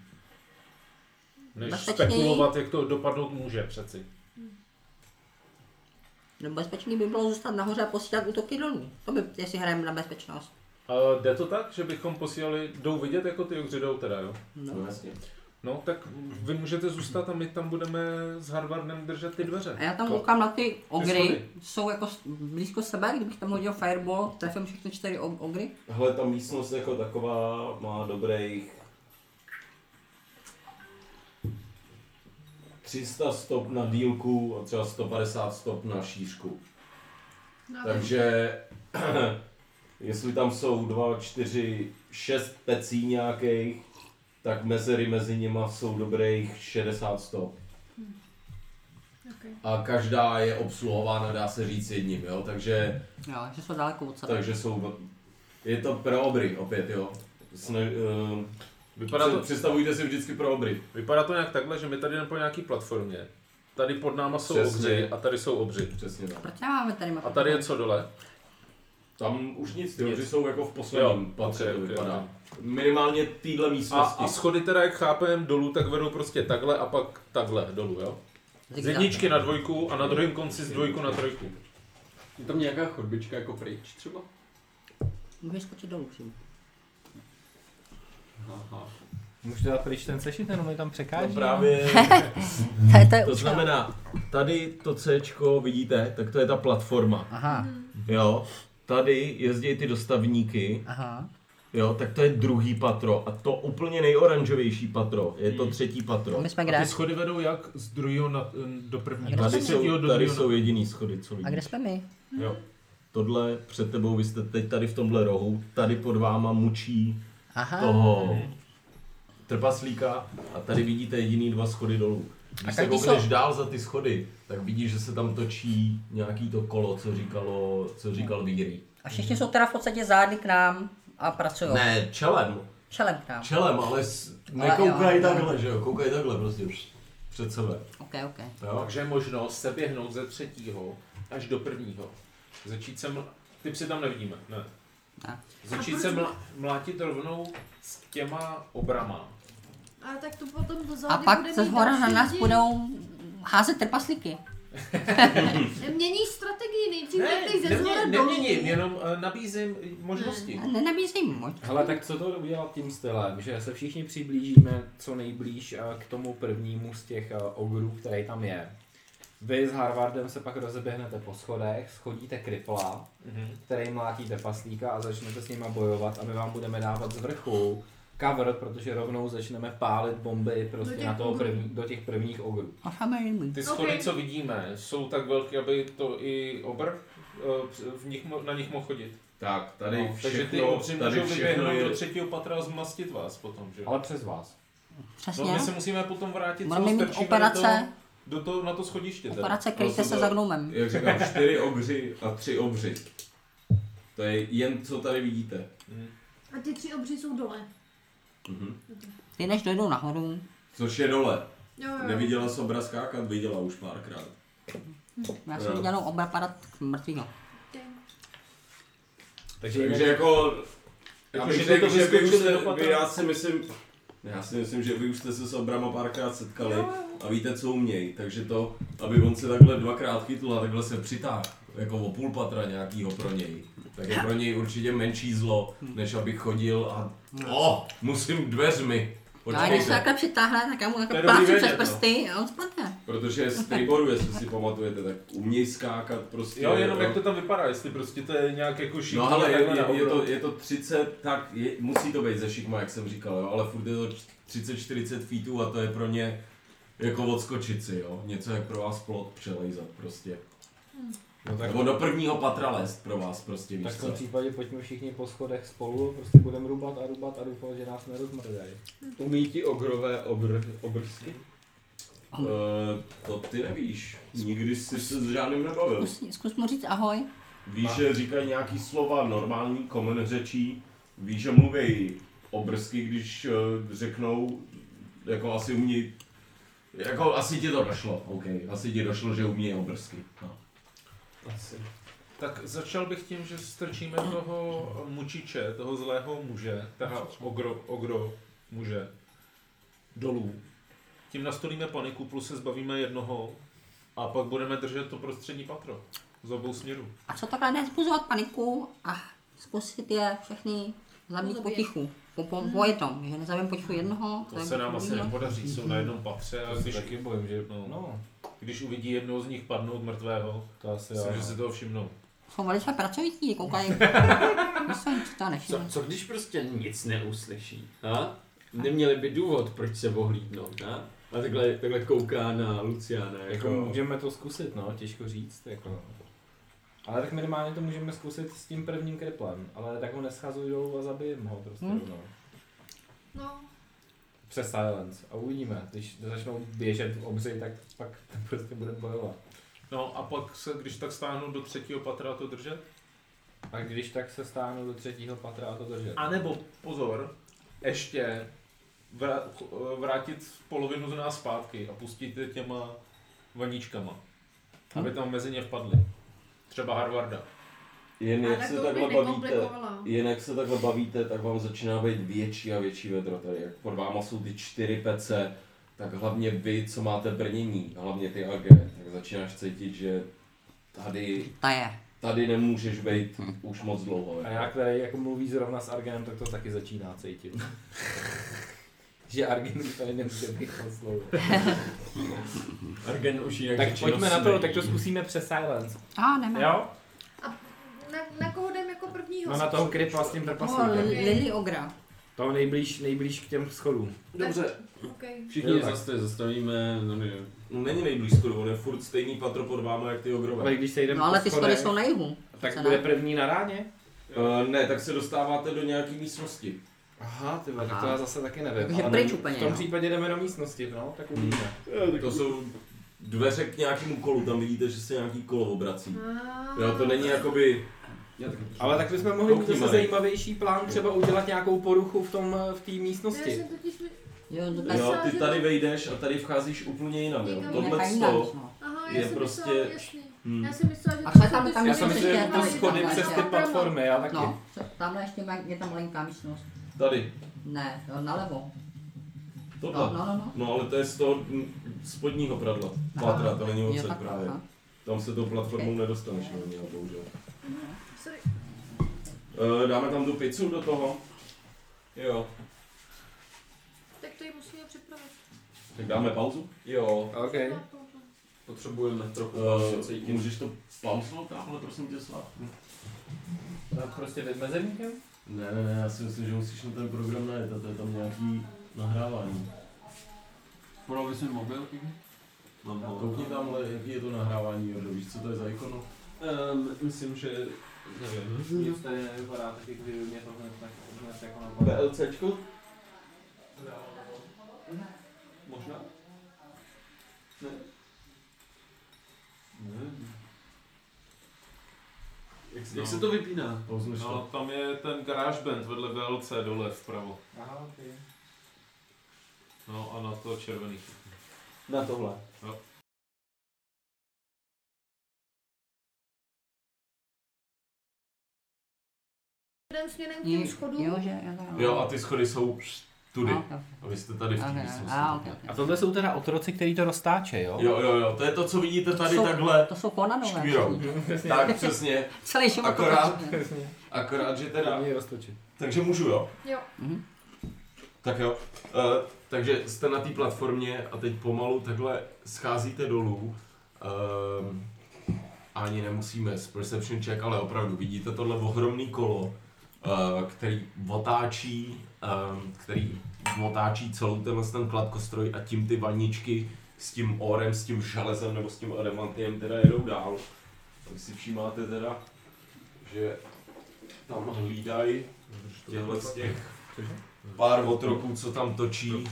[SPEAKER 5] Než
[SPEAKER 6] Bezpečněji.
[SPEAKER 5] spekulovat, jak to dopadnout může přeci.
[SPEAKER 6] Nebezpečný No, by bylo zůstat nahoře a posílat útoky dolů. To by, jestli hrajeme na bezpečnost.
[SPEAKER 5] A jde to tak, že bychom posílali, jdou vidět jako ty ogři jdou teda, jo?
[SPEAKER 1] No jasně.
[SPEAKER 5] No, tak vy můžete zůstat a my tam budeme s Harvardem držet ty dveře.
[SPEAKER 6] A já tam
[SPEAKER 5] To-
[SPEAKER 6] koukám na ty ogry,
[SPEAKER 5] schody.
[SPEAKER 6] jsou jako s- blízko sebe, kdybych tam hodil fireball, trefím všechny čtyři og- ogry.
[SPEAKER 1] Hele, ta místnost jako taková má dobrých 300 stop na dílku a třeba 150 stop na šířku. Takže jestli tam jsou 2, 4, 6 pecí nějakých, tak mezery mezi nima jsou dobrých 60 stop.
[SPEAKER 4] Okay.
[SPEAKER 1] A každá je obsluhována, dá se říct, jedním, jo? Takže
[SPEAKER 6] Jo, že jsou daleko od sebe.
[SPEAKER 1] Takže jsou... v- Je to pro obry opět, jo. Sne, uh,
[SPEAKER 5] Vypadá to,
[SPEAKER 1] Představujte si vždycky pro obry.
[SPEAKER 5] vypadá to nějak takhle, že my tady jdeme po nějaký platformě. Tady pod náma jsou
[SPEAKER 1] Přesně.
[SPEAKER 5] obři a tady jsou obři.
[SPEAKER 1] Přesně tak.
[SPEAKER 6] Proč nemáme tady mapu?
[SPEAKER 5] A tady je co dole?
[SPEAKER 1] Tam už nic, ty
[SPEAKER 5] Nic.
[SPEAKER 1] obři jsou jako v posledním
[SPEAKER 5] Jo,
[SPEAKER 1] patře,
[SPEAKER 5] ok,
[SPEAKER 1] to
[SPEAKER 5] ok,
[SPEAKER 1] vypadá.
[SPEAKER 5] ok.
[SPEAKER 1] Minimálně týhle
[SPEAKER 5] A,
[SPEAKER 1] místnosti.
[SPEAKER 5] a schody teda, jak chápem, dolů, tak vedou prostě takhle a pak takhle dolů, jo? Z
[SPEAKER 6] Zigzag.
[SPEAKER 5] jedničky na dvojku a na druhém konci z dvojku na trojku.
[SPEAKER 8] Je tam nějaká chodbička jako pryč třeba?
[SPEAKER 6] Můžeš skočit dolů přímo.
[SPEAKER 8] Aha.
[SPEAKER 2] Můžu dát pryč ten sešit, jenom mi tam
[SPEAKER 1] No
[SPEAKER 2] překáží.
[SPEAKER 1] právě,
[SPEAKER 6] To je, to je
[SPEAKER 1] to
[SPEAKER 6] učka.
[SPEAKER 1] znamená, tady to C, vidíte, tak to je ta platforma,
[SPEAKER 6] Aha,
[SPEAKER 1] jo. Tady jezdí ty dostavníky,
[SPEAKER 6] aha.
[SPEAKER 1] jo, tak to je druhý patro. A to úplně nejoranžovější patro, je
[SPEAKER 5] Hmm.
[SPEAKER 1] to třetí patro.
[SPEAKER 6] A my jsme
[SPEAKER 5] A
[SPEAKER 6] kde?
[SPEAKER 5] ty schody vedou jak z druhého na, do prvního?
[SPEAKER 6] Tady
[SPEAKER 5] Z
[SPEAKER 1] Tady
[SPEAKER 5] třetího
[SPEAKER 1] jsou,
[SPEAKER 5] do
[SPEAKER 1] tady
[SPEAKER 5] druhého.
[SPEAKER 1] jsou jediný schody, co
[SPEAKER 6] A
[SPEAKER 1] vidíte.
[SPEAKER 6] kde jsme my?
[SPEAKER 1] Jo. Tohle před tebou, vy jste teď tady v tomhle rohu, tady pod váma mučí
[SPEAKER 6] Aha.
[SPEAKER 1] toho trpaslíka a tady vidíte jediný dva schody dolů. Když se
[SPEAKER 6] každý
[SPEAKER 1] koukneš
[SPEAKER 6] jsou-
[SPEAKER 1] dál za ty schody, tak vidíš, že se tam točí nějaký to kolo, co říkalo, co říkal Víry.
[SPEAKER 6] A všichni jsou teda v podstatě zády k nám a pracují.
[SPEAKER 1] Ne, čelem.
[SPEAKER 6] Čelem k nám.
[SPEAKER 1] Čelem, ale s-
[SPEAKER 6] Ale
[SPEAKER 1] nekoukají
[SPEAKER 6] jo, jo.
[SPEAKER 1] takhle, že jo, koukají takhle prostě před sebe.
[SPEAKER 6] Ok, ok.
[SPEAKER 1] Jo?
[SPEAKER 3] Takže je možnost se běhnout ze třetího až do prvního. Začít se ml... Ty psy tam nevidíme, ne.
[SPEAKER 6] Ne.
[SPEAKER 3] Začít se mla... mlátit rovnou s těma obrama.
[SPEAKER 4] A tak to potom do
[SPEAKER 6] A
[SPEAKER 4] zády
[SPEAKER 6] pak
[SPEAKER 4] bude
[SPEAKER 6] ze
[SPEAKER 4] mít
[SPEAKER 6] zhora na
[SPEAKER 4] další
[SPEAKER 6] nás
[SPEAKER 4] lidi.
[SPEAKER 6] budou házet trpaslíky.
[SPEAKER 4] Mění strategii, nejdřív ne, ze zhora dolů.
[SPEAKER 3] neměním, jenom eh, nabízím možnosti.
[SPEAKER 6] A nenabízím moc.
[SPEAKER 2] Hele, tak co to udělat tím stylem, že se všichni přiblížíme co nejblíž eh, k tomu prvnímu z těch eh, ogrů, který tam je. Vy s Harvardem se pak rozeběhnete po schodech, schodíte kripla,
[SPEAKER 3] Mhm.
[SPEAKER 2] který mlátíte paslíka a začnete s nima bojovat a my vám budeme dávat z vrchu cover, protože rovnou začneme pálit bomby
[SPEAKER 4] Do
[SPEAKER 2] prostě
[SPEAKER 4] těch
[SPEAKER 2] na toho
[SPEAKER 4] ogrů.
[SPEAKER 2] první, do těch prvních ogrů.
[SPEAKER 6] A samé
[SPEAKER 5] Ty schody,
[SPEAKER 4] Ok.
[SPEAKER 5] co vidíme, jsou tak velké, aby to i obr eh, v nich, mo- na nich mohl chodit.
[SPEAKER 1] Tak, tady
[SPEAKER 5] No, takže ty
[SPEAKER 1] všechno,
[SPEAKER 5] obři
[SPEAKER 1] tady
[SPEAKER 5] můžou
[SPEAKER 1] všechno
[SPEAKER 5] vyběhnout
[SPEAKER 1] je...
[SPEAKER 5] do třetího patra a zmastit vás potom, že?
[SPEAKER 2] Ale přes vás.
[SPEAKER 5] No,
[SPEAKER 6] Přesně.
[SPEAKER 5] my se musíme potom vrátit,
[SPEAKER 6] Budeme
[SPEAKER 5] co
[SPEAKER 6] Vlastně. mít
[SPEAKER 5] strčíme
[SPEAKER 6] operace.
[SPEAKER 5] do, toho, do toho, na to schodiště. teda.
[SPEAKER 6] Operace kryjte
[SPEAKER 1] Prosím,
[SPEAKER 6] se
[SPEAKER 1] to-
[SPEAKER 6] za gnoumem.
[SPEAKER 1] Jak říkám, čtyři obři a tři obři. To je jen co tady vidíte.
[SPEAKER 4] A ty tři obři jsou dole.
[SPEAKER 6] Ty než dojdou nahoru.
[SPEAKER 1] Což je dole.
[SPEAKER 4] Jo, jo.
[SPEAKER 1] Neviděla jsem obra skákat, viděla už párkrát.
[SPEAKER 6] Já
[SPEAKER 1] Jo.
[SPEAKER 6] jsem viděl oba padat k mrtvýho.
[SPEAKER 4] Ty.
[SPEAKER 1] Takže jako Já
[SPEAKER 12] Jako,
[SPEAKER 1] bych
[SPEAKER 12] že to
[SPEAKER 1] řekl, že vy už
[SPEAKER 12] vyskočili
[SPEAKER 1] jste,
[SPEAKER 12] do patra?
[SPEAKER 1] vy, já si myslím, ne, já si myslím, že vy už jste se s Abrama párkrát setkali a víte, co umějí, takže to, aby on se takhle dvakrát chytl a takhle se přitáhl, jako o půl patra nějakýho pro něj, tak je pro něj určitě menší zlo, než aby chodil a o, musím dveřmi,
[SPEAKER 6] Já když se
[SPEAKER 1] počkejte,
[SPEAKER 6] takhle přitáhne, tak já mu
[SPEAKER 12] To
[SPEAKER 6] takhle
[SPEAKER 12] je dobrý
[SPEAKER 6] plácnu
[SPEAKER 12] vědět,
[SPEAKER 6] přes
[SPEAKER 12] no.
[SPEAKER 6] prsty a on spadne.
[SPEAKER 1] protože z triboru, jestli si pamatujete, tak umějí skákat prostě.
[SPEAKER 5] Jo, jenom jak to tam vypadá, jestli prostě to je nějak jako šikmo,
[SPEAKER 1] No ale je,
[SPEAKER 5] takhle na
[SPEAKER 1] je, je,
[SPEAKER 5] obro.
[SPEAKER 1] to, je to 30, tak je, musí to být ze šikma, jak jsem říkal, jo, ale furt je to 30-40 feetů a to je pro ně jako odskočit si, jo. Něco jak pro vás plot přelejzat prostě.
[SPEAKER 5] No tak-
[SPEAKER 1] Nebo do prvního patra lézt pro vás prostě, víš
[SPEAKER 2] Tak v
[SPEAKER 1] co.
[SPEAKER 2] tom případě pojďme všichni po schodech spolu, prostě budeme rubat a rubat a doufám, že nás nerozmrdají.
[SPEAKER 4] Hm.
[SPEAKER 12] Umí ti ogrové obr, obrsky?
[SPEAKER 1] Eh, to ty nevíš. Nikdy jsi se s žádným nebavil.
[SPEAKER 6] Zkus, zkus mu říct ahoj.
[SPEAKER 1] Víš, že říkají nějaký slova, normální common řečí. Víš, že mluví obrsky, když eh, řeknou, jako asi umí, jako asi ti to došlo, OK, asi ti došlo, že umí obrsky. No.
[SPEAKER 12] Asi.
[SPEAKER 5] Tak začal bych tím, že strčíme toho mučiče, toho zlého muže, teda ogro, ogro muže, dolů. Tím nastolíme paniku, plus se zbavíme jednoho a pak budeme držet to prostřední patro. Z obou směrů.
[SPEAKER 6] A co takhle nezbuzovat paniku a zkusit je všechny zabít
[SPEAKER 4] Zabít.
[SPEAKER 6] potichu. Po, po, po jednom, že nezabijeme potichu jednoho.
[SPEAKER 5] To
[SPEAKER 6] zabijeme
[SPEAKER 5] se nám
[SPEAKER 6] potichu
[SPEAKER 5] asi
[SPEAKER 6] druhého.
[SPEAKER 5] nepodaří, jsou na jednom patře a
[SPEAKER 2] To se
[SPEAKER 5] když,
[SPEAKER 2] taky bojím, že...
[SPEAKER 5] no,
[SPEAKER 2] No,
[SPEAKER 5] když uvidí jednoho z nich padnout mrtvého,
[SPEAKER 2] to asi
[SPEAKER 5] myslím,
[SPEAKER 2] jo.
[SPEAKER 5] že si toho všimnou.
[SPEAKER 6] Jsou velice pracovití, koukají. Myslím, že to
[SPEAKER 7] Co,
[SPEAKER 6] nešlo.
[SPEAKER 7] co když prostě nic neuslyší? A? Neměli by důvod, proč se ohlídnout, a? A takhle, takhle kouká na Luciana,
[SPEAKER 2] Jako
[SPEAKER 7] jako...
[SPEAKER 2] můžeme to zkusit, no, těžko říct, jako. Ale tak minimálně to můžeme zkusit s tím prvním kriplem, ale tak ho neschazuj dolů a zabijeme ho prostě
[SPEAKER 6] Hmm.
[SPEAKER 2] hmm. rovnou.
[SPEAKER 4] No,
[SPEAKER 2] Přes silence a uvidíme, když začnou běžet obři, tak pak prostě budeme bojovat.
[SPEAKER 5] No a pak se, když tak stáhnou do třetího patra a to držet?
[SPEAKER 2] A když tak se stáhnu do třetího patra a to držet.
[SPEAKER 5] A nebo pozor, ještě vrá- vrátit polovinu z nás zpátky a pustit je těma vaničkama, aby tam mezi ně vpadly. Třeba Harvarda.
[SPEAKER 1] Jen
[SPEAKER 4] a
[SPEAKER 1] jak
[SPEAKER 4] tak
[SPEAKER 1] se
[SPEAKER 4] to
[SPEAKER 1] takhle
[SPEAKER 4] bych
[SPEAKER 1] bavíte,
[SPEAKER 4] nekomplikovala.
[SPEAKER 1] jen jak se takhle bavíte, tak vám začíná být větší a větší vedro tady. Jak pod váma jsou ty čtyři pece, tak hlavně vy, co máte brnění, hlavně ty AG, tak začínáš cítit, že tady,
[SPEAKER 6] Ta je.
[SPEAKER 1] tady nemůžeš být už moc dlouho.
[SPEAKER 2] A
[SPEAKER 1] jo.
[SPEAKER 2] já, který jako mluví zrovna s Argenem, tak to taky začíná cítit. že Argen už tady nemůže být na slovo.
[SPEAKER 7] Argen už jinak
[SPEAKER 2] Tak
[SPEAKER 7] řečeno
[SPEAKER 2] pojďme na to,
[SPEAKER 7] smejí.
[SPEAKER 2] tak to zkusíme přes silence.
[SPEAKER 6] A jdeme.
[SPEAKER 2] Jo?
[SPEAKER 4] Na, na koho jdem jako prvního?
[SPEAKER 2] No na toho krypa s tím
[SPEAKER 6] No,
[SPEAKER 2] trpaslíkem.
[SPEAKER 6] Lily Ogra.
[SPEAKER 2] Toho nejblíž, nejblíž k těm schodům.
[SPEAKER 1] Dobře.
[SPEAKER 4] Okay.
[SPEAKER 7] Všichni
[SPEAKER 2] Jo,
[SPEAKER 7] je
[SPEAKER 2] tak.
[SPEAKER 7] zastavíme, zastavíme, no ne.
[SPEAKER 1] Není nejblíž skoro, on je furt stejný patro pod váma, jak ty ogrové.
[SPEAKER 2] Ale když se jdeme
[SPEAKER 6] No ale ty schody jsou
[SPEAKER 2] na...
[SPEAKER 6] na jihu.
[SPEAKER 2] Tak
[SPEAKER 6] Přece
[SPEAKER 2] bude
[SPEAKER 6] ne.
[SPEAKER 2] první na ráně?
[SPEAKER 1] Uh, ne, tak se dostáváte do nějaký místnosti.
[SPEAKER 2] Aha, ty vole, tak
[SPEAKER 6] Aha.
[SPEAKER 2] to já zase taky nevím.
[SPEAKER 6] Takže
[SPEAKER 2] ale
[SPEAKER 6] pryč úplně,
[SPEAKER 2] V tom
[SPEAKER 6] no.
[SPEAKER 2] případě jdeme do místnosti, no, tak uvidíme.
[SPEAKER 1] To jsou dveře k nějakému kolu, tam vidíte, že se nějaký kolo obrací.
[SPEAKER 4] Ah,
[SPEAKER 1] Jo, to není jakoby...
[SPEAKER 2] Ale tak bychom mohli mít zase
[SPEAKER 1] Koukneme.
[SPEAKER 2] zajímavější plán, třeba udělat nějakou poruchu v tom, eh, v té
[SPEAKER 4] Já
[SPEAKER 2] místnosti.
[SPEAKER 4] jsem totiž... mi-
[SPEAKER 6] Jo, to tak
[SPEAKER 1] Jo, ty tady vejdeš a tady vcházíš úplně jinam, jo.
[SPEAKER 6] Jako
[SPEAKER 4] Někam
[SPEAKER 1] Tohle
[SPEAKER 6] nechají
[SPEAKER 1] to...
[SPEAKER 6] nás, no.
[SPEAKER 4] Aha,
[SPEAKER 1] Je
[SPEAKER 4] já jsem
[SPEAKER 1] prostě-
[SPEAKER 4] myslela, jasný.
[SPEAKER 1] Hmm.
[SPEAKER 4] Já jsem myslela, že...
[SPEAKER 6] A co je
[SPEAKER 4] jsou
[SPEAKER 6] tam-
[SPEAKER 4] ty
[SPEAKER 6] tam
[SPEAKER 2] Já
[SPEAKER 6] je
[SPEAKER 2] jsem
[SPEAKER 4] schody,
[SPEAKER 2] myslel, že
[SPEAKER 6] ještě
[SPEAKER 4] které
[SPEAKER 2] to
[SPEAKER 4] mají
[SPEAKER 2] schody
[SPEAKER 4] tam
[SPEAKER 2] přes
[SPEAKER 4] na
[SPEAKER 2] ty
[SPEAKER 4] obranu.
[SPEAKER 2] platformy, já taky.
[SPEAKER 6] No, tamhle ještě ma- je tam malinká místnost.
[SPEAKER 1] Tady,
[SPEAKER 6] Ne, jo, nalevo. No,
[SPEAKER 1] tohle.
[SPEAKER 6] no, no. no.
[SPEAKER 1] No ale to je z toho mm, spodního pradla. Pátra, to není
[SPEAKER 6] Jo,
[SPEAKER 1] odsaď
[SPEAKER 6] tak, no.
[SPEAKER 1] právě.
[SPEAKER 6] aha.
[SPEAKER 1] Tam se tou platformou nedostaneš, no, mě, bohužel.
[SPEAKER 4] Mhm. Sorry.
[SPEAKER 1] Eh, Dáme tam tu pizzu do toho. Jo.
[SPEAKER 4] Tak to ji musíme připravit.
[SPEAKER 1] Tak dáme pauzu.
[SPEAKER 12] Jo,
[SPEAKER 2] OK.
[SPEAKER 4] Já to-
[SPEAKER 12] potřebujeme trochu
[SPEAKER 1] Eh, můžeš to pauznout tamhle, prosím tě, Slávku?
[SPEAKER 2] Prostě vymezerníkem?
[SPEAKER 1] Ne, ne, ne, já si myslím, že musíš na ten program najet, a to je tam nějaký nahrávání.
[SPEAKER 12] Podal jsem mobilky? Mám ho.
[SPEAKER 1] Koukni tamhle, jaký je to nahrávání, Jordo, víš, co to je za ikonu?
[SPEAKER 12] Um, myslím, že... Nevím.
[SPEAKER 2] Nic tady nevypadá, tak jako kdyby mě to hned tak hned jako napadlo.
[SPEAKER 12] BLCčko? Možná? Ne.
[SPEAKER 5] Ne.
[SPEAKER 12] Jak,
[SPEAKER 5] No.
[SPEAKER 12] jak se to vypíná?
[SPEAKER 1] Pouzneš to?
[SPEAKER 5] No, tam je ten GarageBand vedle VLC dole vpravo.
[SPEAKER 2] Aha, okay.
[SPEAKER 5] No a na to červený.
[SPEAKER 12] Na tohle.
[SPEAKER 4] směrem, směrem k
[SPEAKER 6] Jo,
[SPEAKER 4] těm schodům.
[SPEAKER 6] Jo, že jo, to
[SPEAKER 1] Jo, a ty schody jsou tudy.
[SPEAKER 6] A, to-
[SPEAKER 1] A vy jste tady v té
[SPEAKER 6] a,
[SPEAKER 1] místnosti.
[SPEAKER 6] a, okay, okay.
[SPEAKER 13] A tohle jsou teda otroci, který to roztáče, jo?
[SPEAKER 1] Jo, jo, jo, to je to, co vidíte tady
[SPEAKER 6] jsou,
[SPEAKER 1] takhle
[SPEAKER 6] To jsou konanové.
[SPEAKER 1] škvírou. Tak, přesně.
[SPEAKER 6] Celý život
[SPEAKER 1] Akorát,
[SPEAKER 6] to
[SPEAKER 1] akorát, že teda...
[SPEAKER 2] Mě roztočit.
[SPEAKER 1] Takže můžu, jo?
[SPEAKER 4] Jo.
[SPEAKER 6] Mhm.
[SPEAKER 1] Tak jo. Uh, takže jste na té platformě a teď pomalu takhle scházíte dolů. Uh, ani nemusíme s Perception check, ale opravdu vidíte tohle ohromný kolo, uh, který otáčí, um, který otáčí celou tenhle ten kladkostroj a tím ty vaničky s tím orem, s tím železem nebo s tím adamantiem teda jedou dál. Tak si všímáte teda, že tam hlídají
[SPEAKER 7] No,
[SPEAKER 1] těchto z
[SPEAKER 7] vlastně-
[SPEAKER 1] těch pár otroků, co tam točí,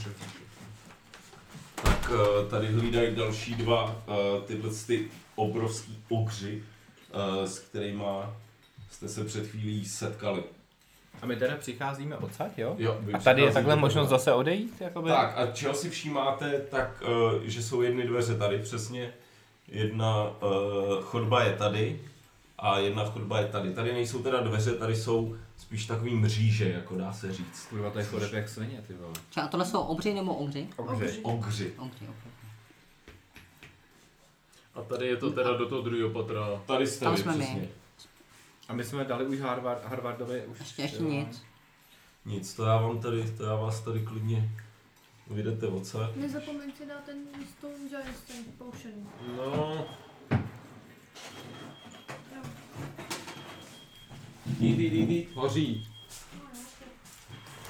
[SPEAKER 1] tak eh, tady hlídají další dva eh, tyhle ty obrovský okři, eh, s kterými jste se před chvílí setkali.
[SPEAKER 13] A my teda přicházíme odsaď, jo?
[SPEAKER 1] Jo, vy
[SPEAKER 13] A tady je
[SPEAKER 1] přicházíte
[SPEAKER 13] takhle
[SPEAKER 1] do
[SPEAKER 13] možnost
[SPEAKER 1] toho.
[SPEAKER 13] zase odejít, jakoby?
[SPEAKER 1] Tak a čeho si všímáte, tak eh, že jsou jedny dveře tady přesně, jedna eh, chodba je tady a jedna chodba je tady. Tady nejsou teda dveře, tady jsou spíš takový mříže, jako dá se říct.
[SPEAKER 2] Kurva, to je chodeb jak svině, ty vole.
[SPEAKER 6] A tohle jsou obři nebo obři?
[SPEAKER 1] Ogři.
[SPEAKER 6] Obři, obři.
[SPEAKER 5] A tady je to teda do toho druhého patra.
[SPEAKER 1] Tady jste
[SPEAKER 6] Tam
[SPEAKER 1] vy,
[SPEAKER 6] jsme my.
[SPEAKER 1] přesně.
[SPEAKER 2] A my jsme dali už Harvard, Harvardovi už... eh,
[SPEAKER 6] Ještě, ještě nic.
[SPEAKER 1] Nic, to já vám tady, to já vás tady klidně vydete odsaď.
[SPEAKER 4] Nezapomeň si dát ten Stone Giant Strength Potion.
[SPEAKER 5] No,
[SPEAKER 4] Jo.
[SPEAKER 1] Dí, dí, dí, dí. Hoří.
[SPEAKER 4] No, jo, ok.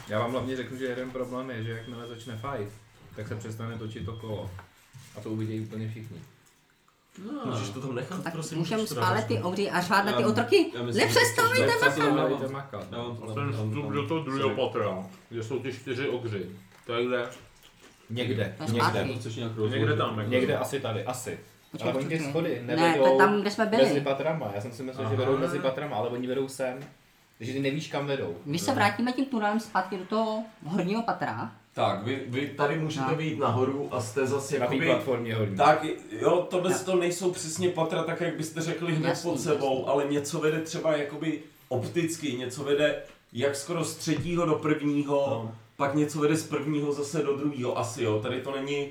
[SPEAKER 2] Já vám hlavně řeknu, že jeden problém je, že jakmile začne fight, tak se přestane točit to kolo. A to uvidějí úplně všichni.
[SPEAKER 5] No.
[SPEAKER 1] Můžeš to tam nechat,
[SPEAKER 6] Tak
[SPEAKER 1] prosím.
[SPEAKER 6] můžeme
[SPEAKER 1] můžeš to dát.
[SPEAKER 6] spálet ty obři a řvát na ty
[SPEAKER 7] Já-
[SPEAKER 6] otroky.
[SPEAKER 7] já myslím, že
[SPEAKER 6] Nepřestavujte
[SPEAKER 2] Tak
[SPEAKER 6] maka!
[SPEAKER 2] to dávajte makat.
[SPEAKER 6] No.
[SPEAKER 7] Já vám to
[SPEAKER 5] a
[SPEAKER 7] tam-
[SPEAKER 5] ten
[SPEAKER 7] já vám to
[SPEAKER 5] vstup
[SPEAKER 7] tam-
[SPEAKER 5] do toho druhého patra, kde jsou ty čtyři ogři. Takhle.
[SPEAKER 13] Někde,
[SPEAKER 6] To je
[SPEAKER 13] někde.
[SPEAKER 6] zpátky.
[SPEAKER 7] Chceš nějak
[SPEAKER 5] Někde
[SPEAKER 7] rozložit?
[SPEAKER 5] tam. Jako.
[SPEAKER 13] Někde asi tady, asi.
[SPEAKER 6] Počkej,
[SPEAKER 13] Ale oni ty
[SPEAKER 6] počkej.
[SPEAKER 13] schody
[SPEAKER 6] Ne, to
[SPEAKER 13] nevedou
[SPEAKER 6] je tam, kde jsme
[SPEAKER 13] mezi
[SPEAKER 6] byli.
[SPEAKER 13] patrama. Já jsem si myslel, že
[SPEAKER 5] Aha.
[SPEAKER 13] vedou mezi patrama, ale oni vedou sem. Takže ty nevíš, kam vedou.
[SPEAKER 6] Když se vrátíme tím tunelem zpátky do toho horního patra,
[SPEAKER 1] Tak, vy, vy tady můžete
[SPEAKER 6] Tak.
[SPEAKER 1] vyjít nahoru a jste zase
[SPEAKER 13] Na té
[SPEAKER 1] jakoby...
[SPEAKER 13] platformě hodně.
[SPEAKER 1] Tak, jo, tohle to nejsou přesně patra, tak jak byste řekli hned
[SPEAKER 6] Jasný,
[SPEAKER 1] pod sebou, ale něco vede třeba jakoby opticky, něco vede jak skoro z třetího do prvního, pak něco vede z prvního zase do druhého, asi jo, tady to není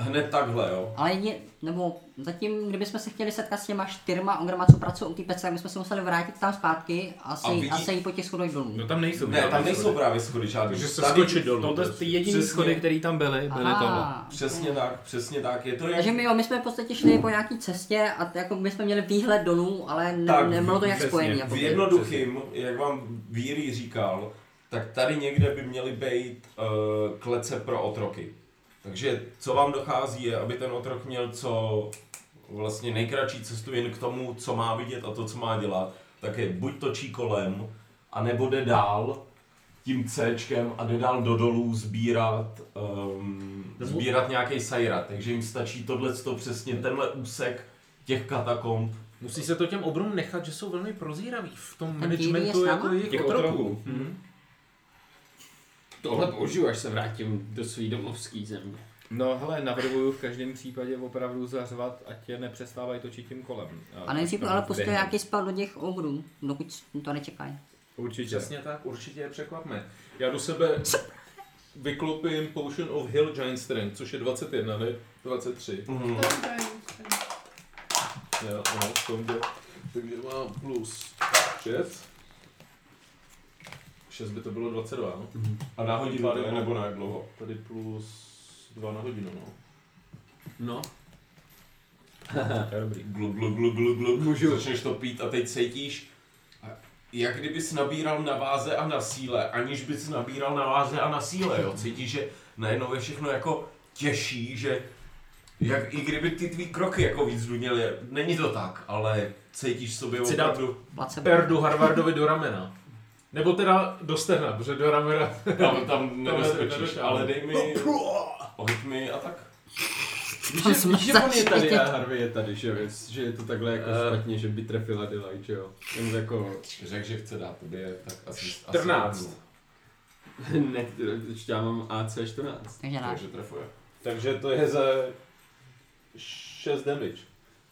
[SPEAKER 1] hned takhle, jo.
[SPEAKER 6] ale je, nebo zatím, kdybychom se chtěli setkat s těma čtyřma ograma, co pracují u té pece, tak bychom se museli vrátit tam zpátky a sejít, a,
[SPEAKER 1] vidí-
[SPEAKER 6] sejít po těch schodech dolů.
[SPEAKER 2] No tam nejsou
[SPEAKER 1] Ne, tam
[SPEAKER 2] žádné
[SPEAKER 1] nejsou
[SPEAKER 2] schody.
[SPEAKER 1] právě schody žádný.
[SPEAKER 5] Takže se
[SPEAKER 1] Tady-
[SPEAKER 5] skočit dolů.
[SPEAKER 13] Tohle ty jediný
[SPEAKER 1] Přesně.
[SPEAKER 13] schody, které tam byly, byly
[SPEAKER 6] Aha,
[SPEAKER 13] tohle.
[SPEAKER 1] Přesně tak, přesně tak. Je to jak...
[SPEAKER 6] Takže my, jo, my jsme v podstatě šli po nějaký cestě a t- jako my jsme měli výhled dolů, ale ne,
[SPEAKER 1] Tak,
[SPEAKER 6] nebylo to jak
[SPEAKER 2] přesně.
[SPEAKER 6] spojený. Jako
[SPEAKER 1] V jednoduchým, jak vám Víry říkal, tak tady někde by měly být uh, klece pro otroky. Takže co vám dochází je, aby ten otrok měl co vlastně nejkratší cestu jen k tomu, co má vidět a to, co má dělat, tak je buď točí kolem, anebo jde dál tím Cčkem a jde dál do dolů sbírat, um, sbírat nějaký sajrat. Takže jim stačí tohle přesně tenhle úsek těch katakomb
[SPEAKER 3] Musí se to těm obrům nechat, že jsou velmi prozíraví v tom
[SPEAKER 6] Ten Kiri je
[SPEAKER 3] managementu
[SPEAKER 6] s
[SPEAKER 3] jako
[SPEAKER 6] náma?
[SPEAKER 3] jejich otroků.
[SPEAKER 8] Tohle použiju, až se vrátím do svý domovský země.
[SPEAKER 2] No hele, navrhuju v každém případě opravdu zařvat, ať tě nepřestávají točit tím kolem.
[SPEAKER 6] A nejdřív
[SPEAKER 2] tam
[SPEAKER 6] ale pustil
[SPEAKER 2] No, během.
[SPEAKER 6] nějaký spel do těch ogrů, dokud to nečekají.
[SPEAKER 2] Určitě.
[SPEAKER 5] Přesně tak, určitě je překvapme. Já do sebe vyklopím Potion of Hill Giant Strength, což je 21, ne 23.
[SPEAKER 1] Mhm.
[SPEAKER 4] Stone Giant Strength.
[SPEAKER 5] Já, no, v tom jde. Takže mám plus 6. 6 by to bylo 22, no.
[SPEAKER 1] a nahodí to je, Mhm. nebo na jak dlouho.
[SPEAKER 5] Tady plus 2 na hodinu, no.
[SPEAKER 8] No,
[SPEAKER 1] Glu, glu, glu, glu, glu. Můžu. Začneš to pít a teď cítíš, a jak kdybys nabíral na váze a na síle, aniž bys nabíral na váze a na síle, jo. Cítíš, že najednou je všechno jako těžší, že jak, i kdyby ty tvý kroky jako víc duněly, není to tak, ale cítíš sobě
[SPEAKER 5] Chci dát-
[SPEAKER 1] opravdu,
[SPEAKER 6] Placebo.
[SPEAKER 5] Perdu Harvardovi do ramena. Nebo teda do stehna, protože do ramena
[SPEAKER 1] tam, tam nedoskočíš,
[SPEAKER 5] nedošel. No,
[SPEAKER 1] ale dej mi, hoď mi a tak.
[SPEAKER 6] Tam jsme
[SPEAKER 7] Víš, že on je tady
[SPEAKER 6] začali.
[SPEAKER 7] a Harvey je tady, že, věc, že je to takhle jako
[SPEAKER 1] Eh.
[SPEAKER 7] špatně, že by trefila Delight, že jo. Jen jako...
[SPEAKER 1] Řekl, že chce dát tobě, tak asi... no,
[SPEAKER 5] 14.
[SPEAKER 1] Asi,
[SPEAKER 8] ne, ještě já mám AC14.
[SPEAKER 6] Takže náš.
[SPEAKER 1] takže trefuje.
[SPEAKER 5] Takže to je za 6 damage.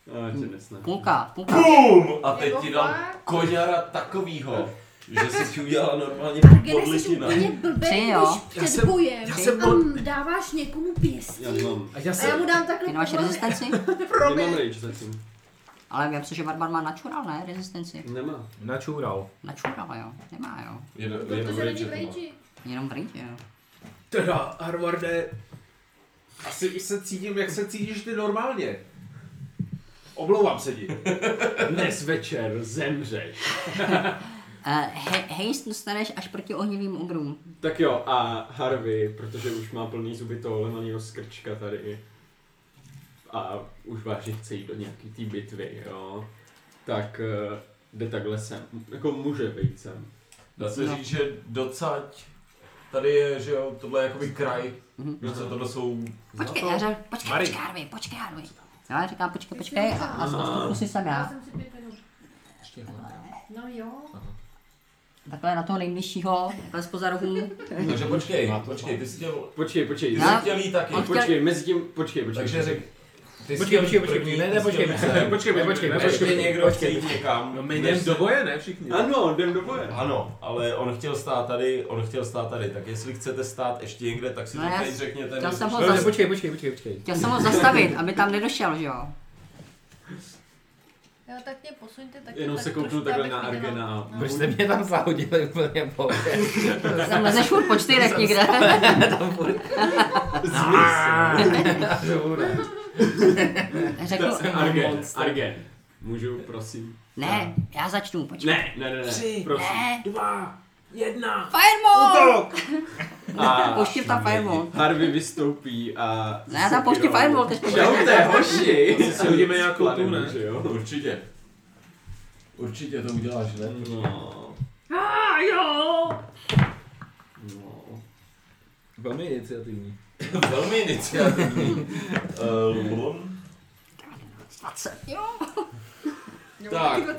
[SPEAKER 7] No,
[SPEAKER 5] Hm.
[SPEAKER 8] Já tě nesnám.
[SPEAKER 6] Půlka, půlka.
[SPEAKER 1] BUM! A teď
[SPEAKER 4] Jako
[SPEAKER 1] ti dám
[SPEAKER 4] fakt?
[SPEAKER 1] koňara takovýho, že jsi ti udělala normálně
[SPEAKER 4] Argeny jsi
[SPEAKER 1] podlitina.
[SPEAKER 4] úplně blbý,
[SPEAKER 6] Ty jo.
[SPEAKER 4] když
[SPEAKER 1] Já
[SPEAKER 4] před
[SPEAKER 1] jsem-
[SPEAKER 4] bojem
[SPEAKER 1] já jsem
[SPEAKER 4] a
[SPEAKER 1] byl-
[SPEAKER 4] m- dáváš někomu pěstí.
[SPEAKER 1] Já nemám.
[SPEAKER 4] A já, mu dám takhle
[SPEAKER 6] Ty nemáš
[SPEAKER 4] pomalu-
[SPEAKER 6] rezistenci?
[SPEAKER 4] Promiň.
[SPEAKER 7] Nemám rage zatím.
[SPEAKER 6] Ale vím si, že Barbar má načural, ne? Rezistenci.
[SPEAKER 7] Nemá.
[SPEAKER 2] Načural.
[SPEAKER 6] Načural, jo. Nemá, jo.
[SPEAKER 1] Jenom,
[SPEAKER 4] To
[SPEAKER 1] jenom
[SPEAKER 4] se
[SPEAKER 1] rage.
[SPEAKER 4] není v rejči.
[SPEAKER 6] Jenom v rýtě, jo.
[SPEAKER 5] Teda, Harvarde, asi už se cítím, jak se cítíš ty normálně. Omlouvám se ti. Dnes večer zemřeš.
[SPEAKER 6] Uh, he, hejst dostaneš až proti ohnivým obrům.
[SPEAKER 7] Tak jo, a Harvey, protože už má plný zuby toho lemanýho skrčka tady a už vážně chce jít do nějaký té bitvy, jo, tak eh, jde takhle sem. Jako může vejít sem.
[SPEAKER 1] Dá se říct, že docať tady je, že jo, tohle je jakoby kraj, protože tohle jsou...
[SPEAKER 6] Počkej,
[SPEAKER 1] Zlato.
[SPEAKER 6] já říkám, počkej,
[SPEAKER 2] Mary.
[SPEAKER 6] počkej, Harvey, počkej, Harvey. Jo, já říkám, počkej, počkej, a, a, a zkusím jsem
[SPEAKER 4] Já
[SPEAKER 6] já.
[SPEAKER 4] jsem si pět minut. No jo.
[SPEAKER 6] Takhle na toho nejbližšího, takhle spoza rohu.
[SPEAKER 1] Takže počkej, počkej, ty jsi chtěl...
[SPEAKER 7] Počkej, počkej,
[SPEAKER 1] Ty
[SPEAKER 7] no.
[SPEAKER 1] jsi
[SPEAKER 6] Já-
[SPEAKER 1] chtěl jít taky.
[SPEAKER 6] On chtěl-
[SPEAKER 7] počkej, mezi tím, počkej, počkej.
[SPEAKER 1] Takže řek... Ty jsi
[SPEAKER 2] Počkej,
[SPEAKER 1] chtěl jít
[SPEAKER 2] počkej, počkej,
[SPEAKER 1] první,
[SPEAKER 2] ne, ne,
[SPEAKER 1] ty jsi
[SPEAKER 2] počkej,
[SPEAKER 1] chtěl jít
[SPEAKER 2] ne,
[SPEAKER 1] sem.
[SPEAKER 2] počkej, počkej,
[SPEAKER 1] Ne,
[SPEAKER 2] počkej,
[SPEAKER 1] Ještě
[SPEAKER 2] počkej,
[SPEAKER 1] někdo chce jít někam.
[SPEAKER 5] No my jdeme do boje, ne všichni?
[SPEAKER 7] Ano, jdem do boje.
[SPEAKER 1] Ano, ale on chtěl stát tady, on chtěl stát tady, tak jestli chcete stát ještě někde, tak si
[SPEAKER 6] No
[SPEAKER 1] to
[SPEAKER 6] já-
[SPEAKER 1] teď řekněte.
[SPEAKER 6] chtěl
[SPEAKER 1] my-
[SPEAKER 6] jsem ho
[SPEAKER 2] Dobře,
[SPEAKER 6] zas-
[SPEAKER 2] počkej, počkej, počkej, počkej.
[SPEAKER 6] Chtěl jsem ho zastavit, aby tam nedošel, že jo.
[SPEAKER 4] Jo, tak mě posuňte taky.
[SPEAKER 7] Jenom
[SPEAKER 4] tak
[SPEAKER 7] se kouknu
[SPEAKER 4] trošku,
[SPEAKER 7] takhle
[SPEAKER 4] abych viděla.
[SPEAKER 7] na Argena.
[SPEAKER 4] No.
[SPEAKER 13] Proč jste mě tam zahodili úplně po
[SPEAKER 6] Tam lezeš furt po čtyřech někde. Řeknu,
[SPEAKER 7] Argen, Argen. Můžu, prosím.
[SPEAKER 6] ne, já začnu, počkej.
[SPEAKER 7] Ne, ne, ne, ne, prosím.
[SPEAKER 6] Ne,
[SPEAKER 5] Dva, jedna.
[SPEAKER 6] Fireball!
[SPEAKER 7] A
[SPEAKER 6] Pouštím tam Fireball.
[SPEAKER 7] Harvey vystoupí a...
[SPEAKER 6] Ne, já tam pouštím Fireball, teď
[SPEAKER 7] Šaute, hoši!
[SPEAKER 5] si hodíme nějakou tu, ne?
[SPEAKER 7] Že jo?
[SPEAKER 1] Určitě. Určitě to uděláš, ne?
[SPEAKER 7] No.
[SPEAKER 4] A jo!
[SPEAKER 7] No.
[SPEAKER 2] Velmi iniciativní.
[SPEAKER 1] Velmi iniciativní. Uh,
[SPEAKER 6] 20, jo.
[SPEAKER 1] tak, ehm,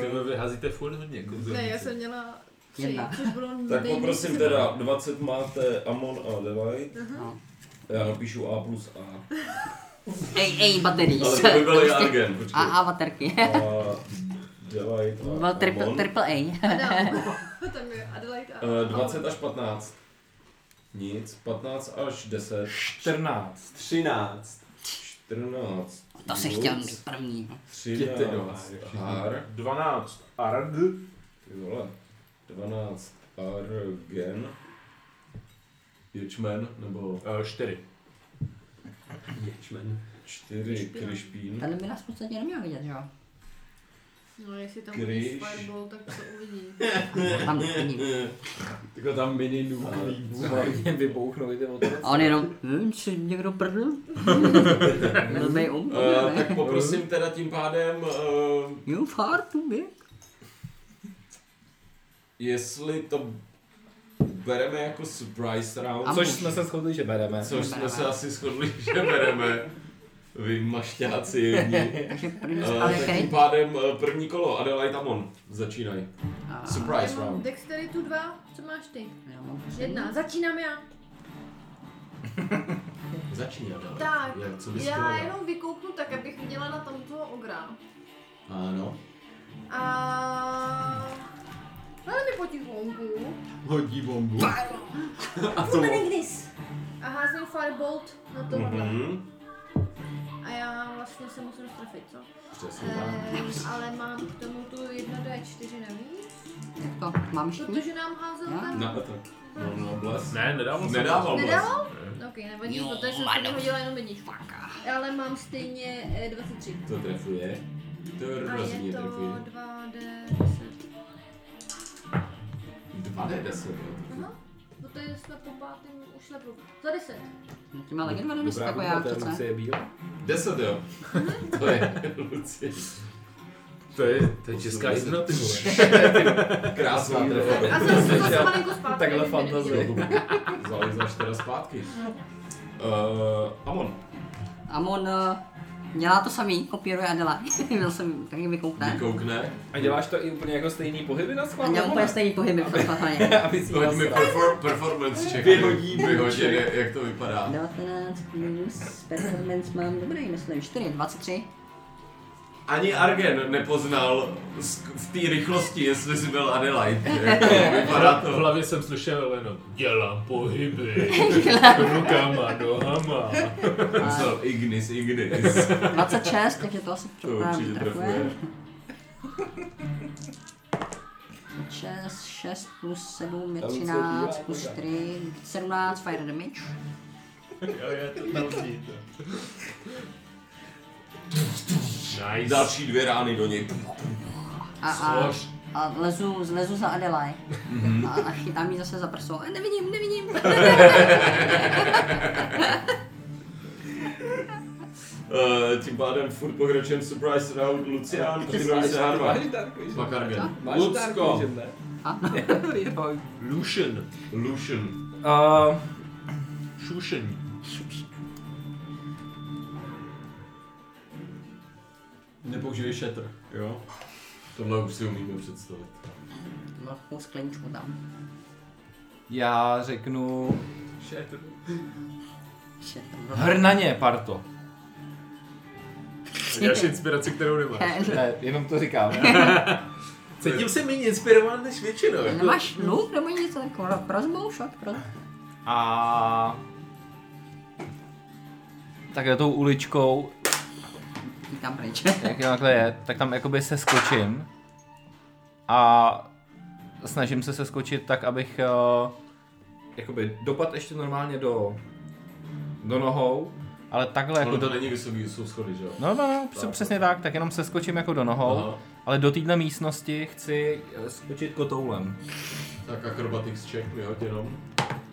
[SPEAKER 5] Ty
[SPEAKER 1] uh,
[SPEAKER 5] vy hazíte furt hodně.
[SPEAKER 1] jako
[SPEAKER 5] kouzelníci.
[SPEAKER 4] Ne, já jsem měla tři,
[SPEAKER 6] Jedna.
[SPEAKER 4] což bylo
[SPEAKER 1] tak
[SPEAKER 4] nejvíc.
[SPEAKER 1] poprosím teda, 20 máte Amon a Levite.
[SPEAKER 6] No.
[SPEAKER 1] Já napíšu A plus A.
[SPEAKER 6] Ej, ej, bateries.
[SPEAKER 1] Ale to by byl i Argen, počkej.
[SPEAKER 6] A, a baterky.
[SPEAKER 1] A Levite a
[SPEAKER 6] Byl triple,
[SPEAKER 1] Amon.
[SPEAKER 6] triple A.
[SPEAKER 4] Adam. Tam je Adelaide a...
[SPEAKER 1] Eh, 20 až 15. Nic, 15 až 10,
[SPEAKER 14] 14.
[SPEAKER 7] 13.
[SPEAKER 1] 14.
[SPEAKER 6] To si
[SPEAKER 1] nic,
[SPEAKER 6] chtěl mít první. no.
[SPEAKER 7] Jděte
[SPEAKER 1] 13
[SPEAKER 7] do háje,
[SPEAKER 1] har,
[SPEAKER 5] 12. Ard.
[SPEAKER 1] ty vole, 12 argen, ječmen, nebo
[SPEAKER 5] 4.
[SPEAKER 7] Ječmen.
[SPEAKER 1] 4 krišpín,
[SPEAKER 6] Tady by nás v podstatě neměl vidět, že jo.
[SPEAKER 4] No, jestli tam
[SPEAKER 1] Kryš.
[SPEAKER 4] bude fireball, tak to uvidí.
[SPEAKER 6] Tam není.
[SPEAKER 7] Takhle tam mini nuklí.
[SPEAKER 2] Mě vybouchnou, jde o to.
[SPEAKER 6] A on jenom, hm, si někdo prdl? Blbej um,
[SPEAKER 1] Eh,
[SPEAKER 6] ne?
[SPEAKER 1] tak poprosím teda tím pádem, eh,
[SPEAKER 6] You far too big.
[SPEAKER 1] jestli to bereme jako surprise round,
[SPEAKER 6] A
[SPEAKER 13] Což jsme se shodli, že bereme.
[SPEAKER 1] což jsme
[SPEAKER 6] bereme.
[SPEAKER 1] se asi shodli, že bereme, vy mašťáci jedni.
[SPEAKER 6] Takže první
[SPEAKER 1] Eh,
[SPEAKER 6] spal je
[SPEAKER 1] tak tím
[SPEAKER 6] Kate.
[SPEAKER 1] pádem eh, první kolo, Adelaide Amon, začínaj.
[SPEAKER 6] A-
[SPEAKER 1] Surprise
[SPEAKER 4] Já mám
[SPEAKER 1] round.
[SPEAKER 4] Dexteritu 2, co máš ty?
[SPEAKER 6] já mám
[SPEAKER 4] Jedna, začínám já.
[SPEAKER 1] Začni Adelaide.
[SPEAKER 4] Tak,
[SPEAKER 1] Jak, co bys
[SPEAKER 4] já
[SPEAKER 1] chtěla?
[SPEAKER 4] jenom vykouknu tak, abych viděla na tamtoho ogra.
[SPEAKER 1] Ano.
[SPEAKER 4] A... Ale mi potichonku.
[SPEAKER 7] Hodí bombu.
[SPEAKER 4] A to Ignis. A házím firebolt na tohle.
[SPEAKER 1] Mhm.
[SPEAKER 4] A já vlastně se musím strefit, co?
[SPEAKER 1] Přesně tak.
[SPEAKER 4] Ehm, ale mám k tomu tu 1D4 navíc.
[SPEAKER 6] To, mám štít?
[SPEAKER 4] Protože nám házel
[SPEAKER 6] Já?
[SPEAKER 4] ten...
[SPEAKER 1] Na atak. No, no, bles.
[SPEAKER 5] Ne, nedával jsem.
[SPEAKER 1] Nedával bles.
[SPEAKER 4] Nedával? Ok, nevadí,
[SPEAKER 6] Jo,
[SPEAKER 4] protože jsem
[SPEAKER 6] ano.
[SPEAKER 4] to hodila jenom jedničku. Ale mám stejně eh, 23.
[SPEAKER 1] To trefuje. To je
[SPEAKER 4] A je
[SPEAKER 1] rozhodně
[SPEAKER 4] to
[SPEAKER 1] trefuje.
[SPEAKER 4] 2D10.
[SPEAKER 1] 2D10.
[SPEAKER 4] Aha, no to je snad po pátém už nebo za deset.
[SPEAKER 6] Ty má legendu na deset, jako já přece.
[SPEAKER 2] je bílá.
[SPEAKER 1] 10 jo. To je Luci.
[SPEAKER 5] To je, to je česká hymna, ty vole.
[SPEAKER 1] Krásná trefa.
[SPEAKER 4] A zase zase malinko zpátky.
[SPEAKER 13] Takhle
[SPEAKER 4] kdyby neviděli.
[SPEAKER 13] fantazie.
[SPEAKER 1] Zalizaš teda zpátky. Uh, Amon,
[SPEAKER 6] Amon eh, dělá to samý, kopíruje a dělá. Byl jsem taky vykoukne.
[SPEAKER 1] vykoukne.
[SPEAKER 14] A děláš to i úplně jako stejný pohyby na
[SPEAKER 6] A
[SPEAKER 14] schvál?
[SPEAKER 6] dělá
[SPEAKER 14] nebo
[SPEAKER 6] úplně
[SPEAKER 14] ne?
[SPEAKER 6] stejný pohyby, protože
[SPEAKER 14] Aby si
[SPEAKER 1] Hoď mi
[SPEAKER 14] nasral.
[SPEAKER 1] perfor- performance check. Vyhodí, vyhodí, jak- jak to vypadá.
[SPEAKER 6] 19 minus performance mám dobrý, myslím 4, 23.
[SPEAKER 1] ani Argen nepoznal z- v té rychlosti, jestli jsi byl Adelaide. Jako, vypadá
[SPEAKER 5] V
[SPEAKER 1] to.
[SPEAKER 5] hlavě jsem slyšel jenom, dělám pohyby, rukama, nohama.
[SPEAKER 1] Myslel Ignis, Ignis.
[SPEAKER 6] 26, takže to asi předpokládám
[SPEAKER 1] určitě
[SPEAKER 6] vytrafuje.
[SPEAKER 1] trefuje.
[SPEAKER 6] 6, 6 plus 7 je
[SPEAKER 15] Tam se
[SPEAKER 6] 13,
[SPEAKER 15] dívá,
[SPEAKER 6] plus
[SPEAKER 15] pořád.
[SPEAKER 6] 4, 17 fire damage.
[SPEAKER 5] Nice.
[SPEAKER 1] Další dvě rány do něj.
[SPEAKER 6] A, a, a lezu, lezu za Adelaide. A, a chytám ji zase za prso. E, nevidím, nevidím.
[SPEAKER 1] Eh, tím pádem furt pokračujeme surprise round Lucian, připraví se Harva. Pak Argen. Lucko.
[SPEAKER 5] Lucian.
[SPEAKER 1] Lucian.
[SPEAKER 2] Uh,
[SPEAKER 5] Šušen.
[SPEAKER 7] Nepoužívej šetr.
[SPEAKER 1] Jo. Tohle už si umíme představit.
[SPEAKER 6] Velkou skleničku tam.
[SPEAKER 2] já řeknu...
[SPEAKER 5] Šetr.
[SPEAKER 6] Shit, to bylo-
[SPEAKER 2] Hrnaně, parto.
[SPEAKER 6] prostě-
[SPEAKER 5] Dáš inspiraci, kterou nemáš.
[SPEAKER 16] Ne, jenom to říkám.
[SPEAKER 5] Cítím se méně inspirován než většinou. jako-
[SPEAKER 6] Nemáš luk nebo něco takového? Crossbow shot? Cross...
[SPEAKER 2] A... Takhle tou uličkou,
[SPEAKER 6] Tam pryč.
[SPEAKER 2] jak je takhle je, tak tam jakoby se skočím. A snažím se se skočit tak, abych eh, jakoby dopad ještě normálně do, do nohou, ale takhle jako
[SPEAKER 1] Ono to
[SPEAKER 2] do...
[SPEAKER 1] není vysoký, jsou schody, že jo?
[SPEAKER 2] No, no, no, přes- přesně tak, tak jenom se skočím jako do nohou,
[SPEAKER 1] Aha.
[SPEAKER 2] ale do téhle místnosti chci eh, skočit kotoulem.
[SPEAKER 1] Tak acrobatics check mi hoď jenom.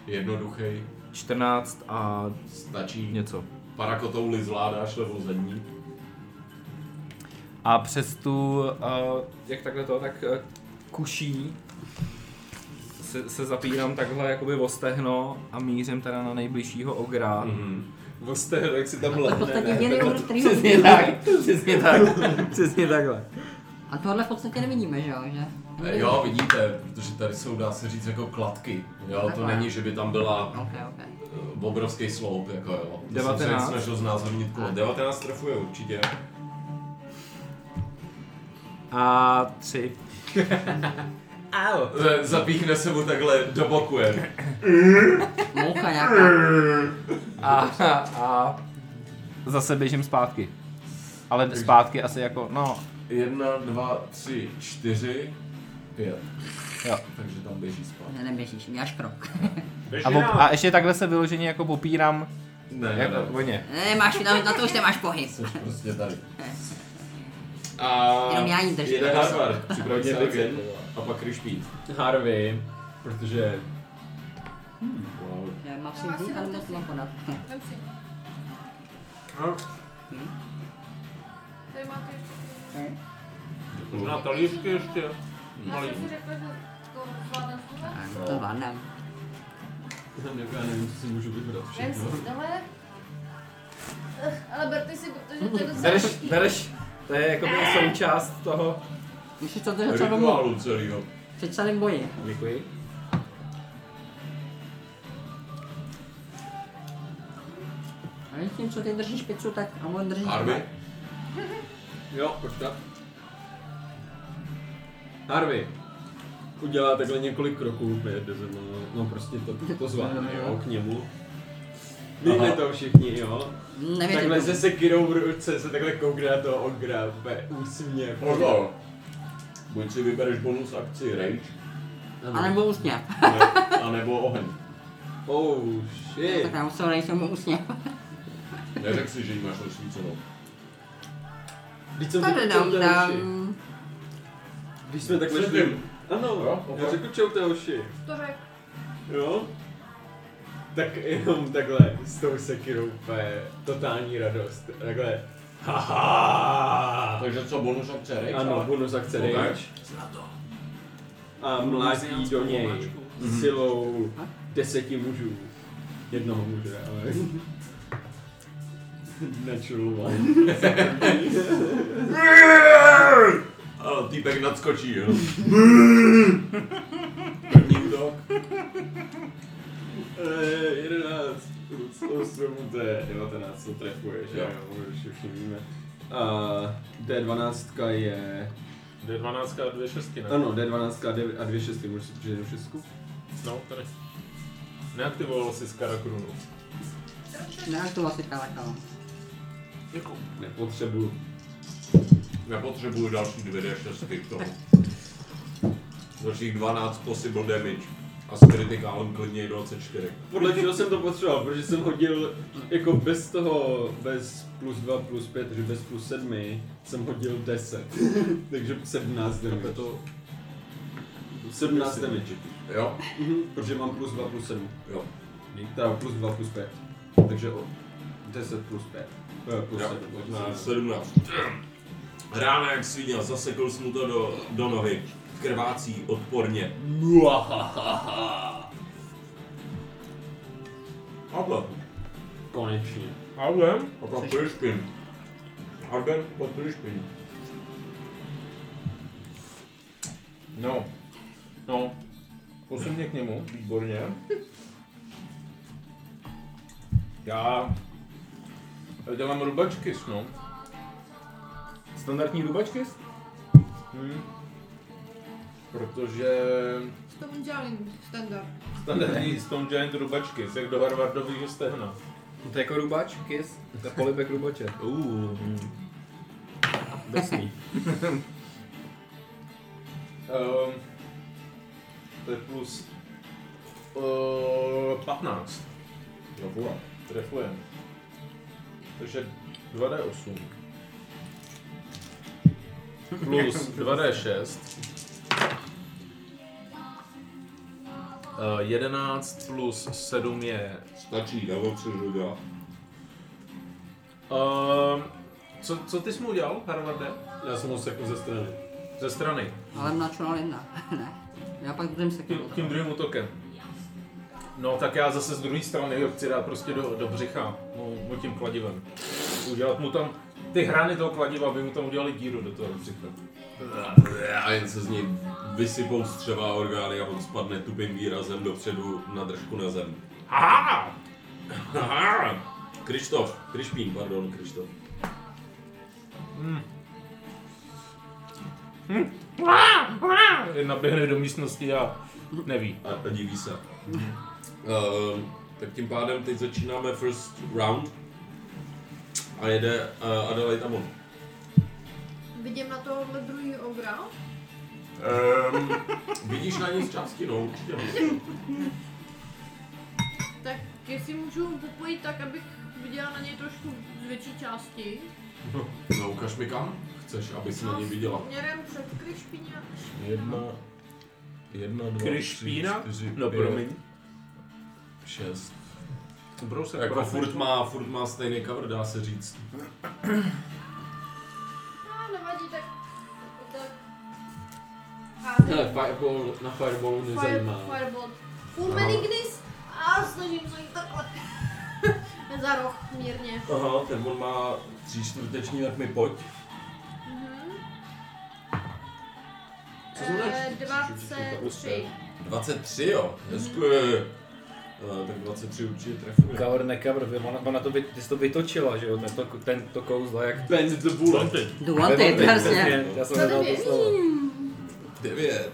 [SPEAKER 1] Jednoduchý,
[SPEAKER 2] 14 a
[SPEAKER 1] stačí.
[SPEAKER 2] něco.
[SPEAKER 1] Parakotouly zvládáš levou zadní.
[SPEAKER 2] A přes tu, uh, jak takhle to, tak uh, kuší se, se zapírám takhle jakoby o stehno a mířím teda na nejbližšího ogra.
[SPEAKER 1] Mhm.
[SPEAKER 5] Vostehno, jak si tam
[SPEAKER 6] To je v
[SPEAKER 5] lehne.
[SPEAKER 6] podstatě jediný úr, který ho
[SPEAKER 2] Přesně tak, přesně tak, přesně takhle.
[SPEAKER 6] A tohle v podstatě nevidíme, že jo? Že?
[SPEAKER 1] Eh, Jo, vidíte, protože tady jsou, dá se říct, jako kladky. Jo, to
[SPEAKER 6] Takhle. No.
[SPEAKER 1] není, že by tam byla
[SPEAKER 6] Ok, ok.
[SPEAKER 1] eh, obrovský sloup, jako jo. To
[SPEAKER 2] 19.
[SPEAKER 1] Jsem se snažil znázornit kolo. 19 trefuje určitě.
[SPEAKER 2] A tři.
[SPEAKER 1] Eh, Zapíchne se mu takhle do boku jen.
[SPEAKER 6] Moucha nějaká.
[SPEAKER 2] A, a zase běžím zpátky. Ale zpátky asi jako, no,
[SPEAKER 1] Jedna, dva, tři, čtyři, pět.
[SPEAKER 2] Jo.
[SPEAKER 1] Takže tam běží spát.
[SPEAKER 6] Ne, neběžíš, děláš krok.
[SPEAKER 2] a, op, a ještě takhle se vyloženě jako popírám
[SPEAKER 1] Ne, ne,
[SPEAKER 2] jako
[SPEAKER 1] ne.
[SPEAKER 2] o ně.
[SPEAKER 6] Ne, máš, na, na to už nemáš pohyb.
[SPEAKER 1] Jsi prostě tady. A
[SPEAKER 6] Jenom já jí držím.
[SPEAKER 1] jede Harvard, připraví
[SPEAKER 7] Hodně
[SPEAKER 1] se
[SPEAKER 7] pixel.
[SPEAKER 1] Argen a pak Krišpít.
[SPEAKER 7] Harvey, protože... Wow.
[SPEAKER 6] Já mám si vzít, ale moc mám podat.
[SPEAKER 4] Tady máte ještě...
[SPEAKER 5] Možná talířky ještě.
[SPEAKER 4] Já jsem si řekla, že to zvládám tohle.
[SPEAKER 6] Tak, To zvládnem.
[SPEAKER 7] Jako já nevím, co si můžu vybrat
[SPEAKER 4] Jen
[SPEAKER 7] všechno.
[SPEAKER 4] si tohle. Eh, Ale berte si, protože to je docela...
[SPEAKER 2] Bereš, bereš, to je jakoby součást toho.
[SPEAKER 6] Když si to držel celou dobu,
[SPEAKER 1] Rituálu celýho.
[SPEAKER 6] před celým boji.
[SPEAKER 2] Děkuji.
[SPEAKER 6] A když tím, co ty držíš pizzu, tak a on drží.
[SPEAKER 1] Harvey,
[SPEAKER 7] Jo, počkat. Harvey, udělá takhle několik kroků, pojede ze mnou, no prostě to, to zvládne, jo, k němu. Víme
[SPEAKER 1] Aha.
[SPEAKER 7] to všichni, jo.
[SPEAKER 6] Mm, Nevěřím
[SPEAKER 7] Takhle
[SPEAKER 6] tomu.
[SPEAKER 7] se sekirou v ruce se takhle koukne na toho ogra, úplně úsměv.
[SPEAKER 1] pozor. Buď si vybereš bonus akci Rage,
[SPEAKER 6] A nebo usně.
[SPEAKER 1] ne- anebo oheň.
[SPEAKER 7] Oh shit.
[SPEAKER 6] No, Tak já musel nejsem mu usně.
[SPEAKER 1] Neřek si, že jí máš rozsvícenou.
[SPEAKER 7] Když jsem
[SPEAKER 6] Tady
[SPEAKER 7] řekl
[SPEAKER 6] dám,
[SPEAKER 7] Čauteoši.
[SPEAKER 6] dám.
[SPEAKER 7] Když jsme takhle
[SPEAKER 1] Před
[SPEAKER 7] šli.
[SPEAKER 1] tím.
[SPEAKER 7] Ano,
[SPEAKER 1] Jo,
[SPEAKER 7] já
[SPEAKER 1] ok.
[SPEAKER 7] řekl Čauteoši.
[SPEAKER 4] To řekl.
[SPEAKER 7] Jo? Tak jenom takhle s tou sekirou úplně totální radost. Takhle. Haha.
[SPEAKER 1] Takže co, bonus akce Rage?
[SPEAKER 7] Ano,
[SPEAKER 1] ale-
[SPEAKER 7] bonus akce
[SPEAKER 1] Ok.
[SPEAKER 7] rage. A mlátí do něj silou deseti mužů. Jednoho muže, ale... Natural one.
[SPEAKER 1] A týpek nadskočí, jo. První útok.
[SPEAKER 7] Eh, 11 plus 8, to je 19, co trefuje, že jo, už všichni víme. Uh, D12 je...
[SPEAKER 5] D12 a dvě šestky, ne?
[SPEAKER 7] Ano, D12 a dvě- a dvě šestky, můžeš si přidat šestku?
[SPEAKER 5] No, tady. Neaktivoval jsi Skarakrunu.
[SPEAKER 6] Ne, to asi kalekala.
[SPEAKER 7] Nepotřebuju.
[SPEAKER 1] Já potřebuju další dvě D6 k tomu. Dalších 12 possible damage. A s kritikálem klidně i 24.
[SPEAKER 7] Podle čeho jsem to potřeboval, protože jsem hodil jako bez toho, bez plus 2, plus 5, takže bez plus 7, jsem hodil 10. takže 17 damage. To... 17 damage.
[SPEAKER 1] Jo?
[SPEAKER 7] Mhm, protože mám plus 2, plus 7.
[SPEAKER 1] Jo.
[SPEAKER 7] Teda plus 2, plus 5. Takže o 10 plus 5. Eh, Plus
[SPEAKER 1] Já,
[SPEAKER 7] 7.
[SPEAKER 1] na 17. Rána jak svině, zasekl jsem mu to do, do nohy. Krvácí odporně. Takhle.
[SPEAKER 8] Konečně.
[SPEAKER 1] Albem? A pak Prišpin. Albem, pak Prišpin.
[SPEAKER 5] No. No. Posun mě k němu, výborně. Já... Já dělám rubačky s no.
[SPEAKER 14] Standardní rubačky?
[SPEAKER 5] Hm. Protože
[SPEAKER 4] Stone Jolin standard.
[SPEAKER 5] standardní Stone Giant rubačky, jak do Harvardových stehna.
[SPEAKER 10] To je jako rubač, kis, to je polibek rubače.
[SPEAKER 5] Uh.
[SPEAKER 7] Drsný.
[SPEAKER 5] Um, to je plus uh, 15. No bula. Trefujem. Takže 2D8. Plus 2D6. Uh, 11 plus 7 je...
[SPEAKER 1] Stačí, dalo si žuga.
[SPEAKER 5] Uh, co, co ty jsi mu udělal, Harvarde?
[SPEAKER 7] Já jsem ho sekl ze strany.
[SPEAKER 5] Ze strany.
[SPEAKER 6] Ale natural jedna. ne. Já pak budem se
[SPEAKER 5] Tím, tím druhým útokem. No tak já zase z druhé strany ho chci dát prostě do, do břicha no, mu, mu tím kladivem. Udělat mu tam, ty hrany toho kladiva by mu tam udělali díru do toho břicha.
[SPEAKER 1] A jen se z něj vysypou střeva a orgány a on spadne tupým výrazem dopředu na držku na zem. Aha! Aha! Krištof, Krišpín, pardon, Krištof.
[SPEAKER 5] Jedna běhne do místnosti a neví.
[SPEAKER 1] a, a diví se. Ehm, tak tím pádem teď začínáme first round a jede uh, Adelaide Amon.
[SPEAKER 4] Vidím na tohohle druhý ogra.
[SPEAKER 1] Um, vidíš na něj z části, no určitě.
[SPEAKER 4] Tak jestli můžu popojit tak, abych viděla na něj trošku z větší části.
[SPEAKER 1] No ukaž mi kam chceš, aby si na něj viděla.
[SPEAKER 4] Směrem před kryšpině.
[SPEAKER 1] Jedna, jedna, dva,
[SPEAKER 5] Krišpína? No promiň.
[SPEAKER 1] šest.
[SPEAKER 5] Brousek
[SPEAKER 1] Jako
[SPEAKER 5] promiň.
[SPEAKER 1] furt má, furt má stejný cover, dá se říct.
[SPEAKER 4] No, nevadí, tak... tak.
[SPEAKER 8] Hele, fireball na fireballu
[SPEAKER 4] Fire,
[SPEAKER 8] nezajímá.
[SPEAKER 4] fireball. Full benignis a snažím se jít takhle. Za roh, mírně.
[SPEAKER 1] Aha, ten on má tři čtvrteční, tak mi pojď.
[SPEAKER 4] Mhm.
[SPEAKER 1] Co znamená
[SPEAKER 4] Eh, 23.
[SPEAKER 1] 23 jo, hezky. Eh, tak 23 určitě trefuje.
[SPEAKER 10] Cover, necover, ona, ona to, vy, ty jsi to vytočila, že jo, tento, tento kouzlo, jak...
[SPEAKER 7] Bend the bullet.
[SPEAKER 6] Důležitý, přesně.
[SPEAKER 10] Já jsem
[SPEAKER 4] To
[SPEAKER 10] nedal to
[SPEAKER 4] nevěří.
[SPEAKER 10] slovo.
[SPEAKER 1] 9.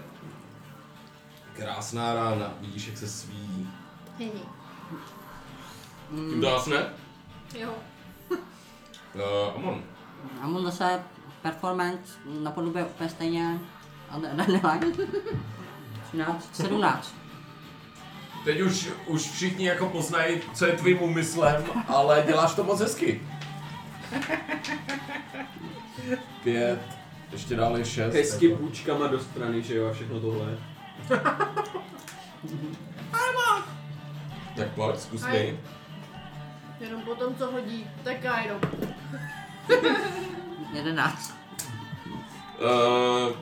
[SPEAKER 1] Krásná rána, vidíš, jak se svíjí.
[SPEAKER 4] Hehe.
[SPEAKER 1] Tím dás ne?
[SPEAKER 4] Jo.
[SPEAKER 1] Uh, Amon.
[SPEAKER 6] A mu zase performance napodobuje úplně stejně. A ne, ne, ne. 13, 17.
[SPEAKER 1] Teď už, už všichni jako poznají, co je tvým úmyslem, ale děláš to moc hezky. Pět, ještě dál je šest.
[SPEAKER 7] Hezky půčkama do strany, že jo, a všechno tohle.
[SPEAKER 1] Tak pojď, zkus
[SPEAKER 4] Aj.
[SPEAKER 1] dej.
[SPEAKER 4] Jenom po tom, co hodí, tak já jenom.
[SPEAKER 6] 11.
[SPEAKER 1] Uh,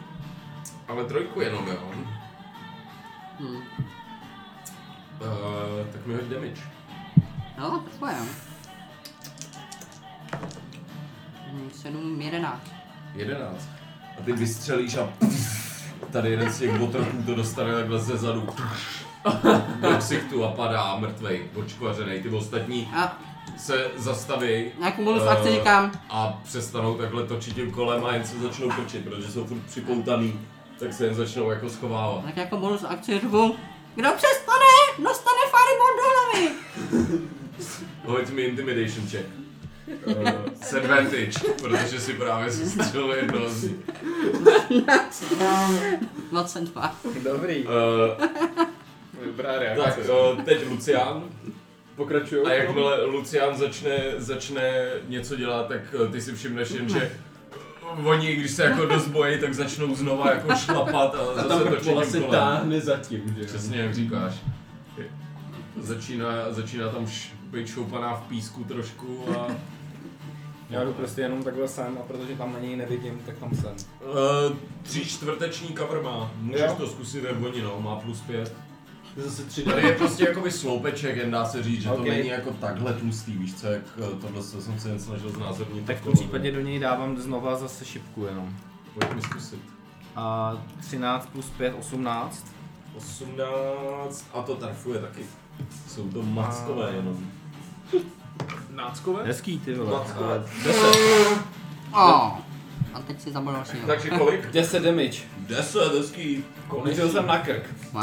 [SPEAKER 1] ale trojku jenom, jo.
[SPEAKER 6] Hm.
[SPEAKER 1] Uh, tak mi hoď damage.
[SPEAKER 6] No, to pojím. 7, 11.
[SPEAKER 1] 11. A ty vystřelíš a tady jeden z těch otroků to dostane takhle ze zadu. do ksichtu a padá mrtvej, očkvařený. Ty ostatní
[SPEAKER 6] A
[SPEAKER 1] se zastaví
[SPEAKER 6] nějakou bonus
[SPEAKER 1] Eh,
[SPEAKER 6] akci říkám,
[SPEAKER 1] a přestanou takhle točit tím kolem a jen se začnou krčit, protože jsou furt připoutaný, tak se jen začnou jako schovávat.
[SPEAKER 6] tak jako bonus akci řvu, kdo přestane, dostane Fireball do hlavy.
[SPEAKER 1] Hoď mi intimidation check. Uh, s advantage, protože si právě zastřelil jednoho z nich.
[SPEAKER 6] 22.
[SPEAKER 13] Dobrý.
[SPEAKER 1] Eh,
[SPEAKER 13] Dobrá
[SPEAKER 1] Tak
[SPEAKER 13] reakce.
[SPEAKER 1] eh, teď Lucián.
[SPEAKER 7] Pokračuju.
[SPEAKER 1] A jakmile Lucián začne, začne něco dělat, tak eh, ty si všimneš jen, že oni, když se jako dost bojí, tak začnou znova jako šlapat a,
[SPEAKER 7] A
[SPEAKER 1] zase
[SPEAKER 7] ta
[SPEAKER 1] točit tím
[SPEAKER 7] mrtvola se
[SPEAKER 1] kolem.
[SPEAKER 7] táhne zatím, že jo?
[SPEAKER 1] Přesně jak říkáš. Začíná, začíná tam š, být šoupaná v písku trošku a...
[SPEAKER 14] Já jdu prostě jenom takhle sem a protože tam na něj nevidím, tak tam jsem.
[SPEAKER 1] Uh, tři čtvrteční cover má, můžeš
[SPEAKER 14] Jo.
[SPEAKER 1] to zkusit jak oni, no, má plus pět.
[SPEAKER 7] To je Zase tři
[SPEAKER 1] Tady je prostě jakoby sloupeček, jen dá se říct, že to
[SPEAKER 14] Ok.
[SPEAKER 1] není jako takhle tlustý, víš co, jak eh, tohle se jsem se jen snažil znázornit.
[SPEAKER 10] Tak v tom
[SPEAKER 1] okolo.
[SPEAKER 10] případě do něj dávám znova zase šipku jenom.
[SPEAKER 1] no. Pojď mi zkusit.
[SPEAKER 10] A 13 plus 5, 18.
[SPEAKER 1] 18 a to trefuje taky. Jsou to mackové jenom.
[SPEAKER 5] Náckové?
[SPEAKER 10] Hezký ty vole.
[SPEAKER 1] Mackové.
[SPEAKER 6] Oh. A teď si zabil dalšího.
[SPEAKER 1] Takže kolik?
[SPEAKER 13] 10 damage.
[SPEAKER 1] 10, hezký.
[SPEAKER 13] Konečil jsem na krk.
[SPEAKER 6] Wow.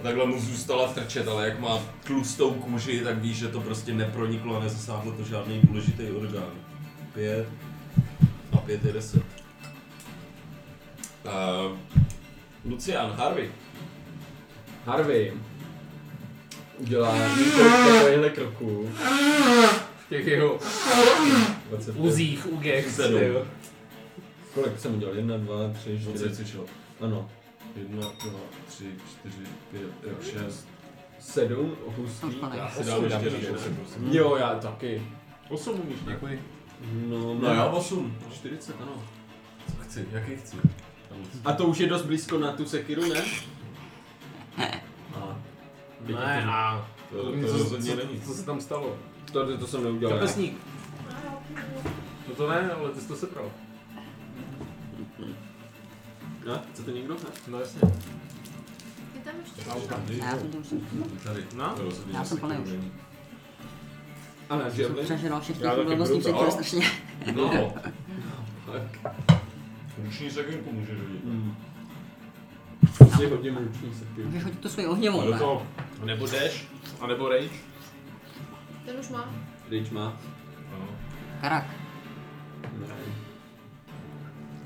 [SPEAKER 1] A Takhle mu zůstala trčet, ale jak má tlustou kůži, tak víš, že to prostě neproniklo a nezasáhlo to žádný důležitý orgán. Pět a pět je deset. Uh, Lucian, Harvey.
[SPEAKER 7] Harvey udělá několik takovýchhle kroků.
[SPEAKER 13] Těch jeho
[SPEAKER 7] 25.
[SPEAKER 5] Uzích, ugek.
[SPEAKER 1] Sedm.
[SPEAKER 7] Kolik jsem udělal? Jedna, dva, tři,
[SPEAKER 1] Moc je
[SPEAKER 7] čtyři.
[SPEAKER 1] cvičil.
[SPEAKER 7] Ano.
[SPEAKER 1] Jedna, dva, tři, čtyři, pět, jo, šest.
[SPEAKER 7] Sedm hustý.
[SPEAKER 6] Osm.
[SPEAKER 1] Já si dám ještě
[SPEAKER 7] dám
[SPEAKER 1] jeden, prosím.
[SPEAKER 7] Jo, já taky.
[SPEAKER 5] 8 umíš, ne?
[SPEAKER 7] No,
[SPEAKER 1] No já osm.
[SPEAKER 7] 40, ano.
[SPEAKER 1] Co chci? Jaký chci?
[SPEAKER 7] A to už je dost blízko na tu sekiru, ne?
[SPEAKER 1] A
[SPEAKER 5] Ne, a
[SPEAKER 1] to, to rozhodně není.
[SPEAKER 5] co se tam stalo?
[SPEAKER 7] To, to jsem neudělal.
[SPEAKER 5] Kapesník. No to ne, ale ty jsi to sepral.
[SPEAKER 7] Ne? Chcete někdo? Ne?
[SPEAKER 5] No jasně.
[SPEAKER 4] Je tam ještě
[SPEAKER 6] A já jsem to už
[SPEAKER 1] Tady.
[SPEAKER 5] No?
[SPEAKER 1] To rozhodně
[SPEAKER 6] Já jsem
[SPEAKER 1] nesekiru
[SPEAKER 6] plný už.
[SPEAKER 1] není.
[SPEAKER 7] A ne, že
[SPEAKER 6] jsem přežral všechny
[SPEAKER 14] Já taky budu,
[SPEAKER 6] blbostní předtím
[SPEAKER 1] jo.
[SPEAKER 6] strašně.
[SPEAKER 1] No.
[SPEAKER 6] No.
[SPEAKER 1] Ruční sekinku můžeš hodit.
[SPEAKER 5] Hmm.
[SPEAKER 7] si hodím ruční sekiru.
[SPEAKER 6] Můžeš hodit tu svoji
[SPEAKER 1] A
[SPEAKER 6] ohněvou,
[SPEAKER 1] do
[SPEAKER 6] No, ne?
[SPEAKER 1] toho
[SPEAKER 5] Nebo dash, a nebo rage.
[SPEAKER 4] Ten už mám.
[SPEAKER 7] Rage má.
[SPEAKER 1] No,
[SPEAKER 6] Karak.
[SPEAKER 7] Ne.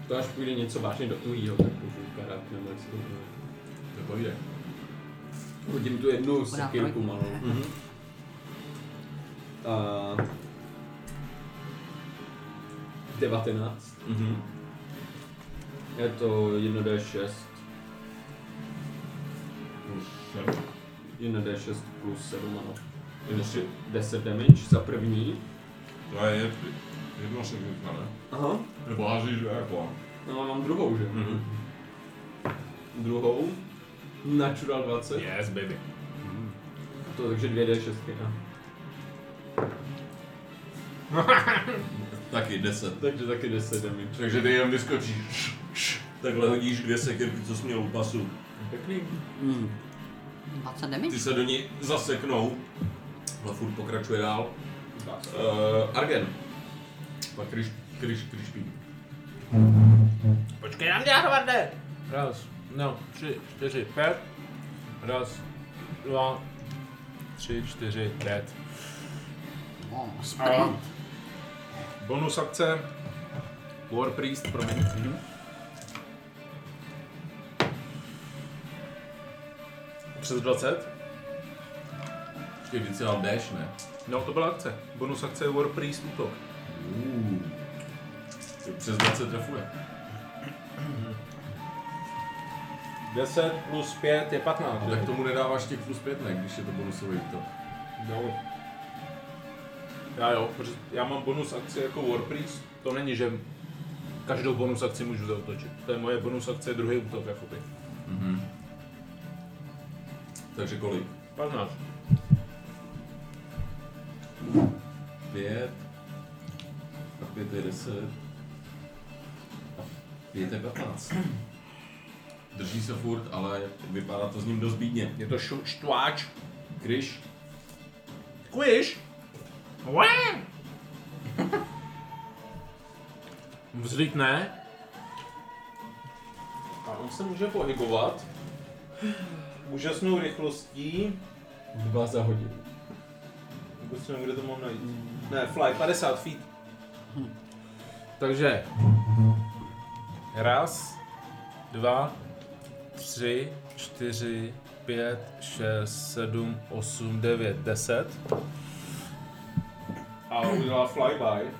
[SPEAKER 7] To až půjde něco vážně do tujího, tak můžu karát nebo jak se to jmenuje.
[SPEAKER 1] nepovídej.
[SPEAKER 7] Hodím tu jednu
[SPEAKER 6] Podá
[SPEAKER 7] sekirku
[SPEAKER 6] trojku.
[SPEAKER 7] malou. Mhm. A... 19.
[SPEAKER 1] Mhm.
[SPEAKER 7] Je to 1D6. 1D6 plus 7, ano. Ještě 10 damage za první.
[SPEAKER 1] prostě- To je jed- jedno sekinka, ne?
[SPEAKER 7] Aha.
[SPEAKER 1] Nebo házíš do jako.
[SPEAKER 7] No a mám druhou, že?
[SPEAKER 1] Mhm.
[SPEAKER 7] Druhou. Natural 20.
[SPEAKER 5] Yes, baby.
[SPEAKER 7] To takže 2D6. Ne?
[SPEAKER 1] Taky 10.
[SPEAKER 7] Takže taky 10 damage.
[SPEAKER 1] Takže ty jenom vyskočíš. Takhle hodíš dvě sekirky, co jsi měl u pasu.
[SPEAKER 6] Hmm. 20 damage?
[SPEAKER 1] Ty se do ní zaseknou. Ale furt pokračuje dál. Uh, Argen. Pak kryš, kryš, kryšpí.
[SPEAKER 5] Počkej na mě, Harvarde! Raz, no, tři, čtyři, pět. Raz, dva, tři, čtyři, pět.
[SPEAKER 6] Oh, sprint.
[SPEAKER 5] Bonus akce. War Priest, promiň. Přes 20?
[SPEAKER 1] Ještě víc dál dash, ne?
[SPEAKER 5] No, to byla akce. Bonus akce je War Priest útok.
[SPEAKER 1] Uh. Přes 20 trefuje.
[SPEAKER 5] 10 plus 5 je 15.
[SPEAKER 1] A tak tomu nedáváš těch plus 5, ne? Když je to bonusový to.
[SPEAKER 5] Jo. No. Já jo, protože já mám bonus akci jako Warpriest, to není, že každou bonus akci můžu zaútočit. To je moje bonus akce, druhý útok, jakoby.
[SPEAKER 1] Takže kolik?
[SPEAKER 5] 15.
[SPEAKER 1] 5. A 5 je 10. A 5 je 15. Drží se furt, ale vypadá to s ním dost bídně.
[SPEAKER 13] Je to šu, štváč.
[SPEAKER 1] Kryš,
[SPEAKER 13] Kuješ?
[SPEAKER 3] Vzlítne.
[SPEAKER 5] A on se může pohybovat. Úžasnou rychlostí.
[SPEAKER 7] Dva za hodinu.
[SPEAKER 5] Vůbec nevím, kde to mám najít. Ne, fly, 50 feet. Takže. Raz, dva, tři, čtyři, pět, šest, sedm, osm, devět, deset. A udělá flyby.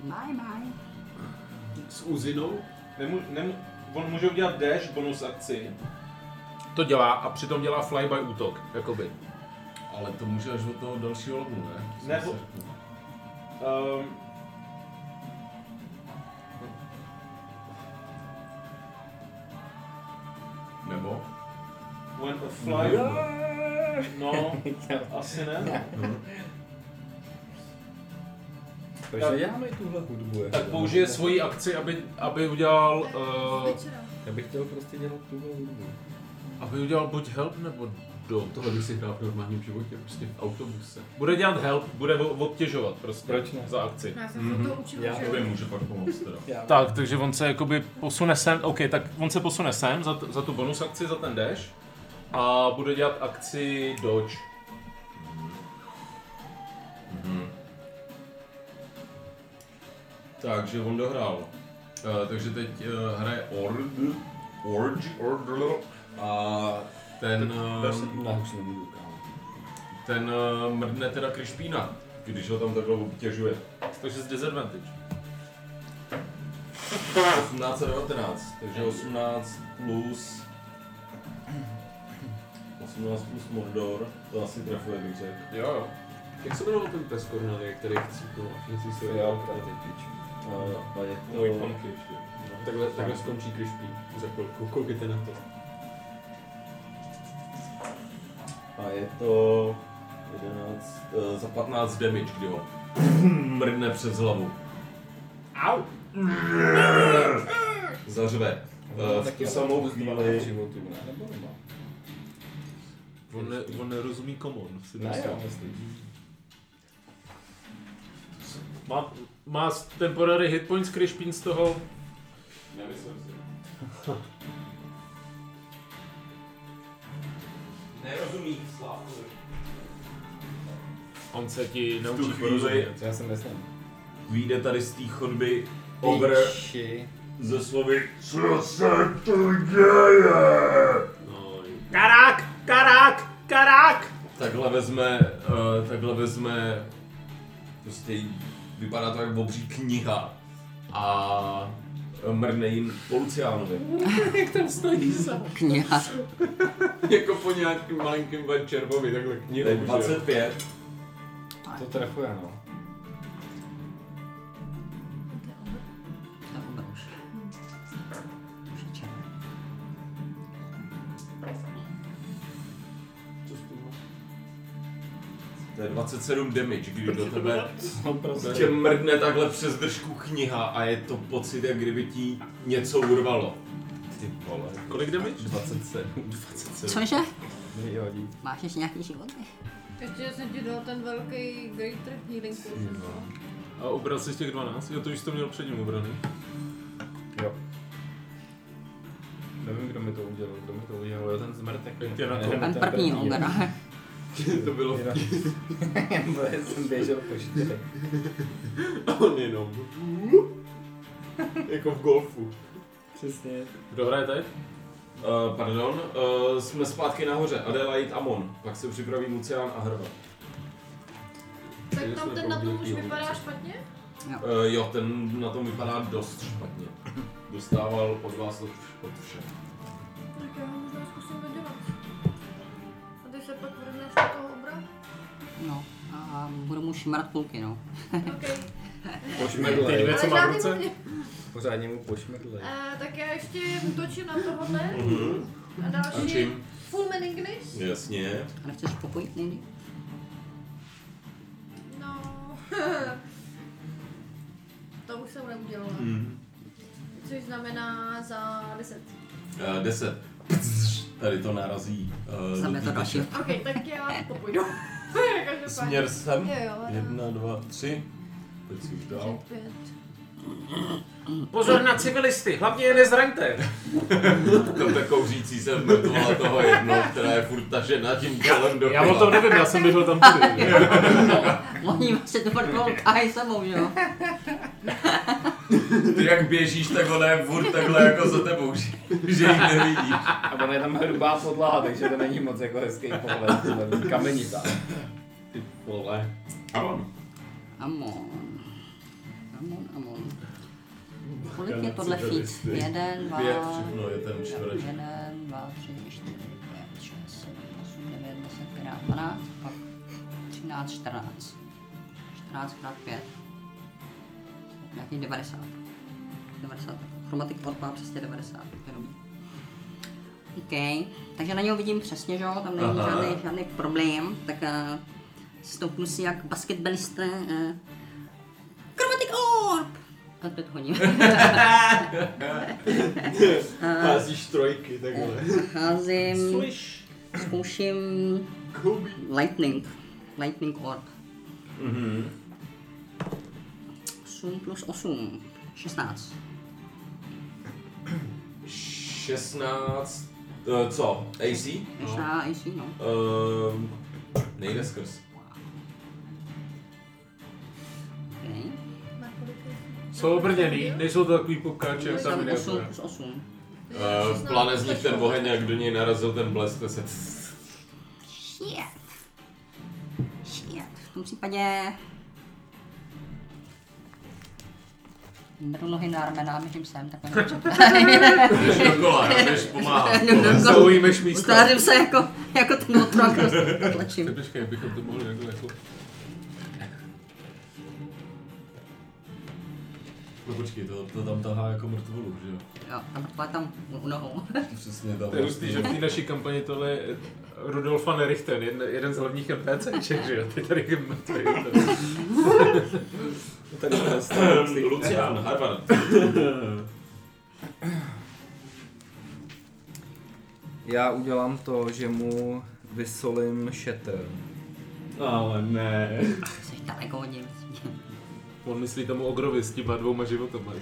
[SPEAKER 6] Bye bye.
[SPEAKER 7] S uzinou?
[SPEAKER 5] Nemu, nemu, on může udělat dash, bonus akci. To dělá a přitom dělá flyby útok, jakoby.
[SPEAKER 1] ale to může až od toho dalšího lobu, ne? Jsem
[SPEAKER 5] Nebo-
[SPEAKER 1] si řekl.
[SPEAKER 5] Um,
[SPEAKER 1] Nebo?
[SPEAKER 5] when a
[SPEAKER 7] Mhm.
[SPEAKER 5] fly... No, asi ne.
[SPEAKER 14] Proč neděláme tuhle hudbu?
[SPEAKER 5] Tak použije svoji akci, aby, aby udělal... Uh,
[SPEAKER 4] Večera.
[SPEAKER 14] Já bych chtěl prostě dělat tuhle hudbu.
[SPEAKER 5] aby udělal buď help nebo do.
[SPEAKER 7] Tohle bych si hrál v normálním životě, prostě v autobuse.
[SPEAKER 5] Bude dělat help, bude o- obtěžovat prostě.
[SPEAKER 14] Proč ne?
[SPEAKER 5] Za akci.
[SPEAKER 4] Já jsem
[SPEAKER 5] mhm,
[SPEAKER 4] mm-hmm. to učil,
[SPEAKER 14] Já
[SPEAKER 4] že
[SPEAKER 1] To by může pak pomoct teda.
[SPEAKER 5] Tak, takže on se jakoby posune sem, OK, tak on se posune sem za, t- za tu bonus akci, za ten dash a bude dělat akci dodge.
[SPEAKER 1] Takže on dohrál. Eh, takže teď eh, hraje Org. Org. A ten, eh,
[SPEAKER 14] Ne, už nemůžu, kámo.
[SPEAKER 1] ten eh, mrdne teda Krišpína, když ho tam takhle obtěžuje.
[SPEAKER 5] Takže s disadvantage.
[SPEAKER 1] 18 a 19, takže 18 plus... 18 plus Mordor, to asi trefuje, bych řekl.
[SPEAKER 7] Jo, jo. Jak se jmenoval ten pes Kornelie, který chcípnul a všichni si
[SPEAKER 14] Jo, tady pič.
[SPEAKER 1] Eh, A, a je
[SPEAKER 7] Můj
[SPEAKER 1] to...
[SPEAKER 7] panky ještě. No, takhle, takhle skončí Krišpín za chvilku, koukejte na to.
[SPEAKER 1] A je to 11, eh, za 15 damage, kdy ho mrdne přes hlavu. Au! Zařve. Eh, V tu samou
[SPEAKER 14] v
[SPEAKER 1] chvíli...
[SPEAKER 14] životu, ne? Nebo nemá?
[SPEAKER 5] On, ne, on nerozumí komon. si
[SPEAKER 14] Ne,
[SPEAKER 5] myslím.
[SPEAKER 14] jo, myslím.
[SPEAKER 5] Má, má temporary hit points Krišpín z toho
[SPEAKER 7] Nemyslím si.
[SPEAKER 1] Nerozumí, Slávku.
[SPEAKER 5] On se ti
[SPEAKER 1] V tu
[SPEAKER 5] naučí
[SPEAKER 1] chvíli
[SPEAKER 5] porozumět.
[SPEAKER 14] Já jsem myslím.
[SPEAKER 1] vyjde tady z té chodby obr
[SPEAKER 13] Ši.
[SPEAKER 1] ze slovy Co se tu děje? No,
[SPEAKER 5] Karák! Karák! Karák!
[SPEAKER 1] Takhle vezme, uh, takhle vezme, prostě vypadá to jako obří kniha a mrne jim po Luciánovi.
[SPEAKER 6] Kniha.
[SPEAKER 7] jako po nějakým malinkým Van Červovi, takhle
[SPEAKER 1] To je
[SPEAKER 7] knihu.
[SPEAKER 1] 25.
[SPEAKER 14] To trefuje, no.
[SPEAKER 6] To umře už. Už je čas.
[SPEAKER 1] To je 27 damage, když do tebe
[SPEAKER 5] prostě-
[SPEAKER 1] tě mrdne takhle přes držku kniha a je to pocit, jak kdyby ti něco urvalo. Ty vole.
[SPEAKER 5] Kolik damage?
[SPEAKER 1] 27. 27.
[SPEAKER 6] Cože?
[SPEAKER 14] Vyhodí.
[SPEAKER 6] Máš ještě nějaký život?
[SPEAKER 4] Ještě že jsem ti dal ten velký Greater Healing Potion. no.
[SPEAKER 5] A ubral si z těch 12? Jo, to už jsi to měl předtím ubraný.
[SPEAKER 14] Jo. Nevím, kdo mi to udělal, kdo mi to udělal, jo, ten zmrtek.
[SPEAKER 5] Jak tě na to-
[SPEAKER 6] Ten první no, obra.
[SPEAKER 14] To bylo Já jsem běžel po čtyři.
[SPEAKER 7] On jenom. jako v golfu.
[SPEAKER 14] Přesně.
[SPEAKER 5] Kdo hraje teď?
[SPEAKER 1] Uh, pardon, uh, jsme zpátky nahoře. Adelaide Amon. Pak se připraví Lucian a Hrva.
[SPEAKER 4] Tak tam ten na tom už vypadá špatně?
[SPEAKER 1] Uh, jo, ten na tom vypadá dost špatně. Dostával od vás od, od všech.
[SPEAKER 4] Tak já ho možná zkusím vydělat. A ty se pak vrhneš do toho obra?
[SPEAKER 6] No. A budu mu šmrat půlky, no.
[SPEAKER 4] Okay.
[SPEAKER 14] Pošmrdlej.
[SPEAKER 5] Dvě, co má v
[SPEAKER 4] žádný
[SPEAKER 5] ruce?
[SPEAKER 4] motiv.
[SPEAKER 14] Pořádně mu pošmrdlej.
[SPEAKER 4] Eh, tak já ještě útočím na tohohle.
[SPEAKER 5] Mhm.
[SPEAKER 4] A
[SPEAKER 1] A
[SPEAKER 4] další.
[SPEAKER 1] čím?
[SPEAKER 4] Full Man English?
[SPEAKER 1] Jasně.
[SPEAKER 6] A nechceš popojit někdy?
[SPEAKER 4] No. to už jsem neudělala.
[SPEAKER 1] Mm.
[SPEAKER 5] Hmm.
[SPEAKER 4] Chci což znamená za 10.
[SPEAKER 1] Eh, 10. Pcš, Tady to narazí. eh,
[SPEAKER 6] Znamená
[SPEAKER 1] do
[SPEAKER 6] to další.
[SPEAKER 1] týdeče.
[SPEAKER 4] OK, tak já to půjdu. Každopádně.
[SPEAKER 1] Směr sem.
[SPEAKER 4] Jo, jo,
[SPEAKER 1] Jedna, dva, tři. Teď si už dál.
[SPEAKER 4] tři, pět.
[SPEAKER 3] Pozor na civilisty, hlavně je nezraňte.
[SPEAKER 1] Tam ta kouřící se mrtvola toho jedno, která je furt tažena tím kolem do
[SPEAKER 5] Já o tom nevím, já jsem běžel tam tudy.
[SPEAKER 6] Oni se to vrtlo kaj samou, že jo?
[SPEAKER 1] Ty jak běžíš, tak ona je furt takhle jako za tebou, že, že ji nevidíš.
[SPEAKER 13] A ona je tam hrubá podlaha, takže to není moc jako hezký pohled, to je kamenitá.
[SPEAKER 8] Ty vole.
[SPEAKER 1] Amon.
[SPEAKER 6] Amon. Amon, amon. Kolik je tohle feet? Jeden, dva,
[SPEAKER 1] Pět, všechno je ten čtvereček.
[SPEAKER 6] jeden, dva, tři, čtyři, pět, šest, sedm, osm, devět, deset, krát, dvanáct, pak třináct, čtrnáct. Čtrnáct krát pět. Nějakých 90. 90. Chromatic port má přesně 90. Jenom. OK, takže na něho vidím přesně, že jo, tam není
[SPEAKER 1] Aha.
[SPEAKER 6] žádný, žádný problém, tak uh, stoupnu si jak basketbalista. Uh, chromatic orb! A teď hodím.
[SPEAKER 7] Házíš trojky, takhle.
[SPEAKER 6] Házím, zkouším
[SPEAKER 7] Kobe.
[SPEAKER 6] lightning, lightning orb. Mm-hmm. 8 plus 8, 16.
[SPEAKER 1] 16. eh, co? AC?
[SPEAKER 6] Ještě na AC, no.
[SPEAKER 1] Ehm, nejde skrz.
[SPEAKER 6] Okay.
[SPEAKER 4] Na kolik je?
[SPEAKER 5] Jsou obrněný, nejsou to takový popkáče, jak tam
[SPEAKER 6] Tam 8
[SPEAKER 5] miniatura.
[SPEAKER 6] plus 8.
[SPEAKER 1] Uh, plane z nich ten oheň, jak do něj narazil ten blesk, se...
[SPEAKER 6] Shit. Shit. V tom případě... Brlohy na armena, myším sem, tak
[SPEAKER 1] Jdeš do kola, jo, jdeš pomáhat.
[SPEAKER 5] Zaujímeš místo.
[SPEAKER 6] Utvářím se jako, jako ten otrok, tlačím.
[SPEAKER 5] Počkej, bychom to mohli takhle jako...
[SPEAKER 1] No počkej, to, to tam tahá jako mrtvolu, že jo?
[SPEAKER 6] Jo, tam to je tam u nohou.
[SPEAKER 7] Eh.
[SPEAKER 1] Přesně tam.
[SPEAKER 5] To je hustý, že v té naší kampani tohle je Rudolfa Nerichten, jeden, jeden z hlavních NPCček, že jo, ty tady je mrtvý.
[SPEAKER 14] Tady to je
[SPEAKER 1] Ehm, Lucian, Harvard.
[SPEAKER 10] Já udělám to, že mu vysolím shatter.
[SPEAKER 7] Ale ne.
[SPEAKER 6] Jsi daleko od něj.
[SPEAKER 5] On myslí tomu ogrovi s těma dvouma životama.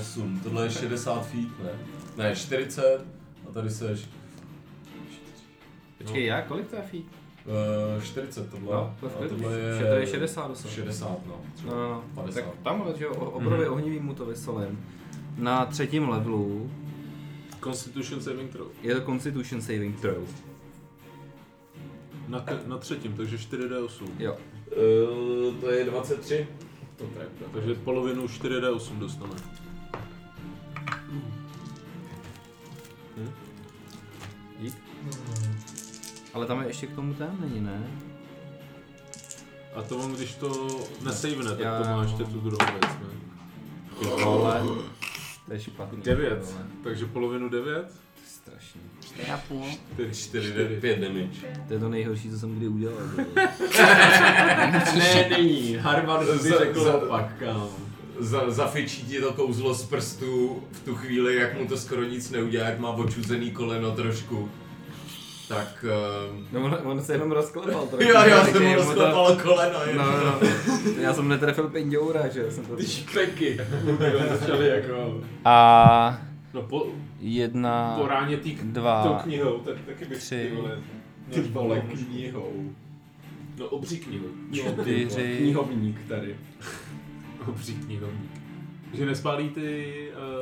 [SPEAKER 1] 8, tohle je 60 feet, ne? Ne, 40 a tady seš
[SPEAKER 10] Počkej, já? Kolik to je feet?
[SPEAKER 1] uh, 40 tohle.
[SPEAKER 10] No, to je v
[SPEAKER 1] a
[SPEAKER 10] klidu.
[SPEAKER 1] tohle je...
[SPEAKER 10] Shatter je 68.
[SPEAKER 1] 60, no.
[SPEAKER 10] No, no, no.
[SPEAKER 1] 50.
[SPEAKER 10] tak tamhle, že jo, o-
[SPEAKER 14] Mhm.
[SPEAKER 10] obrově ohnivý mu to vysolím. Na třetím levelu
[SPEAKER 5] Constitution saving throw.
[SPEAKER 10] je to Constitution Saving Throw.
[SPEAKER 5] Na, te- na třetím, takže 4D8.
[SPEAKER 10] Jo.
[SPEAKER 1] Uh, to je 23. To trefí.
[SPEAKER 5] Takže polovinu 4D8 dostane.
[SPEAKER 10] Ale tam je ještě k tomu ten, není ne?
[SPEAKER 5] A to on, když to nesavene,
[SPEAKER 10] Já-
[SPEAKER 5] tak to má ještě tu druhou věc, ne?
[SPEAKER 10] Ty vole. To je špatný.
[SPEAKER 5] 9,
[SPEAKER 10] vole.
[SPEAKER 5] takže polovinu
[SPEAKER 10] To
[SPEAKER 5] 9.
[SPEAKER 10] je strašný.
[SPEAKER 6] 4,5.
[SPEAKER 1] 4, 5 damage.
[SPEAKER 10] To je to nejhorší, co jsem kdy udělal. vole.
[SPEAKER 7] Ne, není. Harvard si
[SPEAKER 1] Za-
[SPEAKER 7] řekl
[SPEAKER 1] za-
[SPEAKER 7] opak, kámo.
[SPEAKER 1] Za, zafičí ti to kouzlo z prstů v tu chvíli, jak mu to skoro nic neudělá, jak má očuzený koleno trošku. Tak... ehm,
[SPEAKER 10] No, on, on se jenom rozklepal. trochu,
[SPEAKER 1] Jo, já
[SPEAKER 10] takže
[SPEAKER 1] jsem mu
[SPEAKER 10] jemu to-
[SPEAKER 1] rozklepal koleno, je
[SPEAKER 10] No,
[SPEAKER 1] to-
[SPEAKER 10] no, no. Já jsem netrefil penďoura, že jo, jsem to...
[SPEAKER 7] Ty špeky. začali jako...
[SPEAKER 10] A
[SPEAKER 5] No po,
[SPEAKER 10] jedna,
[SPEAKER 5] po ráně tý, tou
[SPEAKER 10] dva,
[SPEAKER 5] knihou, tak, taky bych
[SPEAKER 10] tři,
[SPEAKER 5] ty vole.
[SPEAKER 7] Ty vole knihou.
[SPEAKER 5] No obří knihu.
[SPEAKER 10] čtyři,
[SPEAKER 7] Knihovník tady.
[SPEAKER 5] Obří knihovník. Že nespálí ty,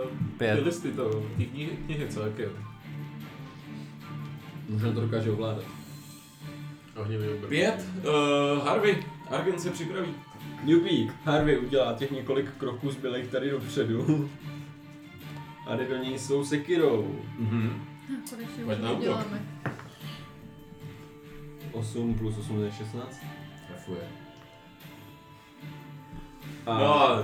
[SPEAKER 5] uh, ty
[SPEAKER 10] pět.
[SPEAKER 5] listy to, ty knihy, knihy co, jak je?
[SPEAKER 8] Možná to dokáže ovládat.
[SPEAKER 5] Ohnivý obr.
[SPEAKER 1] Pět? Uh, Harvey. Arvin se připraví.
[SPEAKER 7] Newbie, Harvey udělá těch několik kroků zbylých tady dopředu. A jde do něj s tou sekirou.
[SPEAKER 1] Mhm.
[SPEAKER 4] Konečně
[SPEAKER 1] Pojď
[SPEAKER 4] už
[SPEAKER 1] na
[SPEAKER 4] to
[SPEAKER 1] útok.
[SPEAKER 4] děláme.
[SPEAKER 7] 8 plus 8 je 16.
[SPEAKER 1] Trefuje.
[SPEAKER 7] A
[SPEAKER 1] No a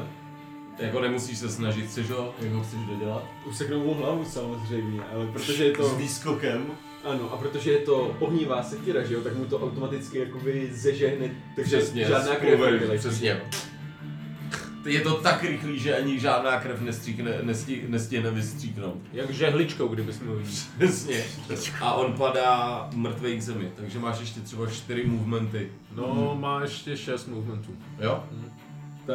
[SPEAKER 1] jako nemusíš se snažit, chceš ho, jak ho chceš dodělat?
[SPEAKER 7] useknou mu hlavu samozřejmě, ale protože je to...
[SPEAKER 1] výskokem.
[SPEAKER 7] Ano, a protože je to ohnívá sekira, že jo, tak mu to automaticky jakoby zežehne, takže
[SPEAKER 1] Přesně,
[SPEAKER 7] žádná krev
[SPEAKER 1] spouvery,
[SPEAKER 7] nevylečí.
[SPEAKER 1] přesně. je to tak rychlý, že ani žádná krev nestříkne, nestí, nestihne vystříknout.
[SPEAKER 5] Jak žehličkou, kdybys mluvil.
[SPEAKER 1] Přesně. A on padá mrtvej k zemi, takže máš ještě třeba čtyři movementy.
[SPEAKER 5] No,
[SPEAKER 1] Hmm.
[SPEAKER 5] má ještě 6 movementů.
[SPEAKER 1] Jo?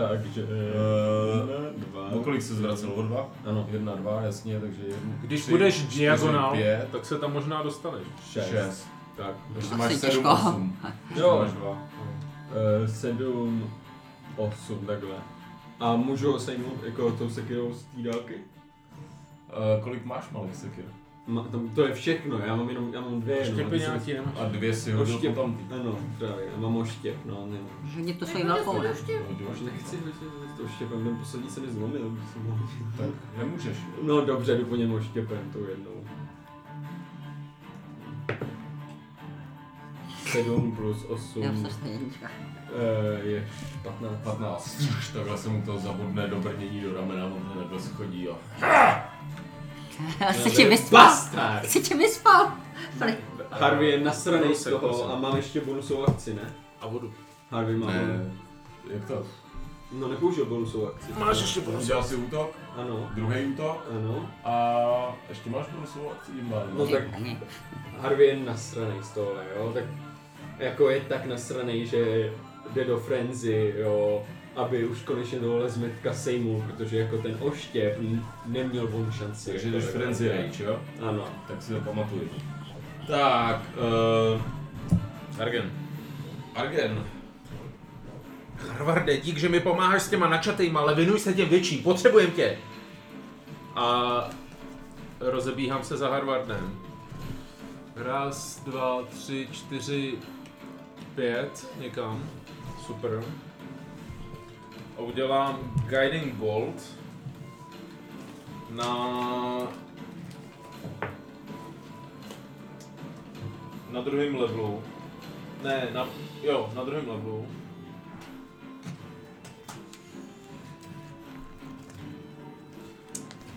[SPEAKER 7] Takže...
[SPEAKER 1] Eh,
[SPEAKER 7] Jedna, dva.
[SPEAKER 1] O kolik se zvracel? O dva?
[SPEAKER 7] Ano.
[SPEAKER 1] Jedna, dva, jasně, takže jednu,
[SPEAKER 5] Když
[SPEAKER 1] tři,
[SPEAKER 5] budeš
[SPEAKER 1] čtyři,
[SPEAKER 5] diagonál,
[SPEAKER 1] pět,
[SPEAKER 5] tak se tam možná dostaneš.
[SPEAKER 7] Šest.
[SPEAKER 1] šest.
[SPEAKER 7] Tak.
[SPEAKER 1] Takže máš
[SPEAKER 6] Asi
[SPEAKER 1] sedm,
[SPEAKER 6] těžko.
[SPEAKER 1] osm.
[SPEAKER 7] Jo.
[SPEAKER 1] Máš dva.
[SPEAKER 7] Eh, sedm, osm, takhle. A můžu ho sejmout jako tou sekirou z té dálky?
[SPEAKER 1] Eh, kolik máš malých sekir?
[SPEAKER 7] Ma, tam, to je všechno, já mám jenom, já mám dvě jenom. a ty jsem-
[SPEAKER 5] Štěpeňáti nemá.
[SPEAKER 1] A dvě si hodil
[SPEAKER 7] Oštěp,
[SPEAKER 1] potom.
[SPEAKER 5] No,
[SPEAKER 7] ano, právě, já mám oštěp, no, nemám.
[SPEAKER 6] Hodně to svoji velkou, ne?
[SPEAKER 1] No,
[SPEAKER 7] Už nechci hodit s tou štěpem, ten poslední se mi zlomil, když jsem ho...
[SPEAKER 1] Tak nemůžeš.
[SPEAKER 7] No dobře, jdu po něm oštěpem, tou jednou. Sedm plus
[SPEAKER 6] Já
[SPEAKER 7] osm
[SPEAKER 6] jsem se jednička.
[SPEAKER 7] eh, je patnáct.
[SPEAKER 1] 15. Takhle se mu to zabodne do brnění do ramena, on hned takhle schodí a...
[SPEAKER 6] Chci tě vyspal. Chci tě vyspal.
[SPEAKER 7] Harvey je nasranej z
[SPEAKER 5] Kousek, kousek.
[SPEAKER 7] toho a mám ještě bonusovou akci, ne?
[SPEAKER 5] A vodu.
[SPEAKER 7] Harvey má ne.
[SPEAKER 1] Ne, Eh, jak to?
[SPEAKER 7] No nepoužil bonusovou akci.
[SPEAKER 5] Máš ještě
[SPEAKER 1] Udělal si útok,
[SPEAKER 7] Ano.
[SPEAKER 1] druhý útok
[SPEAKER 7] Ano.
[SPEAKER 1] a ještě máš bonusovou akci? Má,
[SPEAKER 7] No tak Harvey je nasranej z tohle, jo, tak jako je tak nasranej, že jde do frenzy, jo, aby už konečně tohle zmetka sejmul, protože jako ten oštěp n- neměl on šanci.
[SPEAKER 1] Takže
[SPEAKER 7] Jako
[SPEAKER 1] jdeš
[SPEAKER 7] takhle.
[SPEAKER 1] frenzy rage, jo?
[SPEAKER 7] Ano.
[SPEAKER 1] Tak si to pamatuju. Tak, uh,
[SPEAKER 5] Argen.
[SPEAKER 1] Argen.
[SPEAKER 5] Harvarde, dík, že mi pomáháš s těma načatejma, ale věnuj se těm větší, potřebujem tě. A rozebíhám se za Harvardem. Raz, dva, tři, čtyři, pět, někam. Super. A udělám Guiding Bolt na... na druhém levelu. Ne, na, jo, na druhém levelu.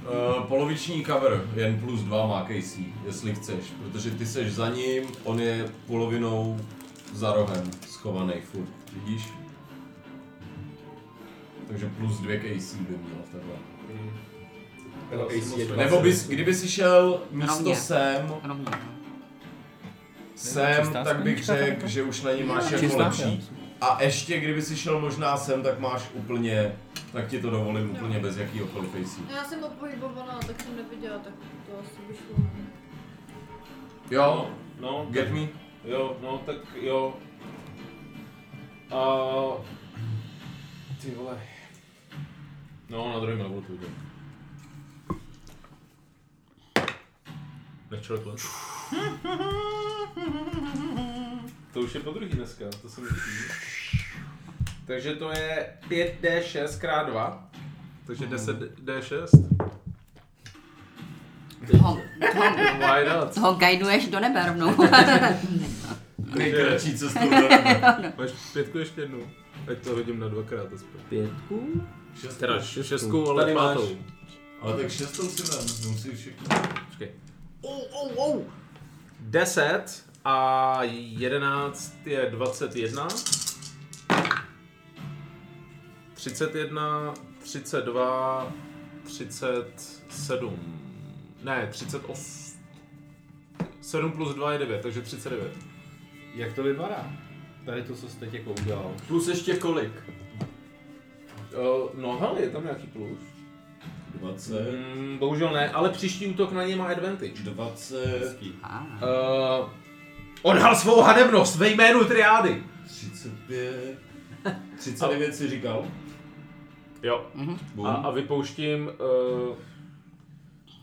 [SPEAKER 1] Uh, poloviční cover, jen plus dva má KC, jestli chceš, protože ty seš za ním, on je polovinou za rohem schovaný furt, vidíš? Takže plus dvě KC by měl takhle.
[SPEAKER 7] Jako AC je
[SPEAKER 1] Nebo bys, kdyby si šel místo
[SPEAKER 6] Rovně.
[SPEAKER 1] sem,
[SPEAKER 6] Rovně. no.
[SPEAKER 1] sem,
[SPEAKER 10] Čistá
[SPEAKER 1] tak bych
[SPEAKER 10] sklenička
[SPEAKER 1] řekl, že už na ní máš jako
[SPEAKER 10] Čistá,
[SPEAKER 1] lepší. A ještě kdyby si šel možná sem, tak máš úplně, tak ti to dovolím úplně bez jakýhokoliv AC.
[SPEAKER 4] Já jsem odpohybovaná, tak jsem neviděla, tak to asi by šlo.
[SPEAKER 1] Jo,
[SPEAKER 5] No,
[SPEAKER 1] get me?
[SPEAKER 5] Jo, no tak jo. A... Ty vole. No, na druhém levelu to udělám. Nečel to. To už je po druhý dneska, to jsem líbí. Takže to je 5D6 x 2. Takže 10D6.
[SPEAKER 6] Toho, toho,
[SPEAKER 5] Why not?
[SPEAKER 6] toho guiduješ do nebe rovnou.
[SPEAKER 1] Nejkratší cestou do nebe.
[SPEAKER 5] Máš pětku ještě jednou. Ať to hodím na dvakrát aspoň.
[SPEAKER 10] Pětku?
[SPEAKER 1] Šest-
[SPEAKER 5] Teda šestku, ale
[SPEAKER 7] Tady máš.
[SPEAKER 5] pátou.
[SPEAKER 1] Ale tak šestou si vem, musíš všechno.
[SPEAKER 5] Oh, oh, oh. 10 a 11 je 21. 31, 32, 37. Ne, 38. 7 plus 2 je 9, takže 39.
[SPEAKER 14] Jak to vypadá? Tady to, co jste teď jako udělal.
[SPEAKER 7] Plus ještě kolik?
[SPEAKER 5] Uh, no hele, je tam nějaký plus.
[SPEAKER 1] 20,
[SPEAKER 5] Mm, bohužel ne, ale příští útok na něj má advantage.
[SPEAKER 1] 20,
[SPEAKER 5] Uh, odhal svou hadebnost ve jménu triády.
[SPEAKER 1] 35, 39 si říkal?
[SPEAKER 5] Jo,
[SPEAKER 1] Bum.
[SPEAKER 5] A, a vypouštím uh,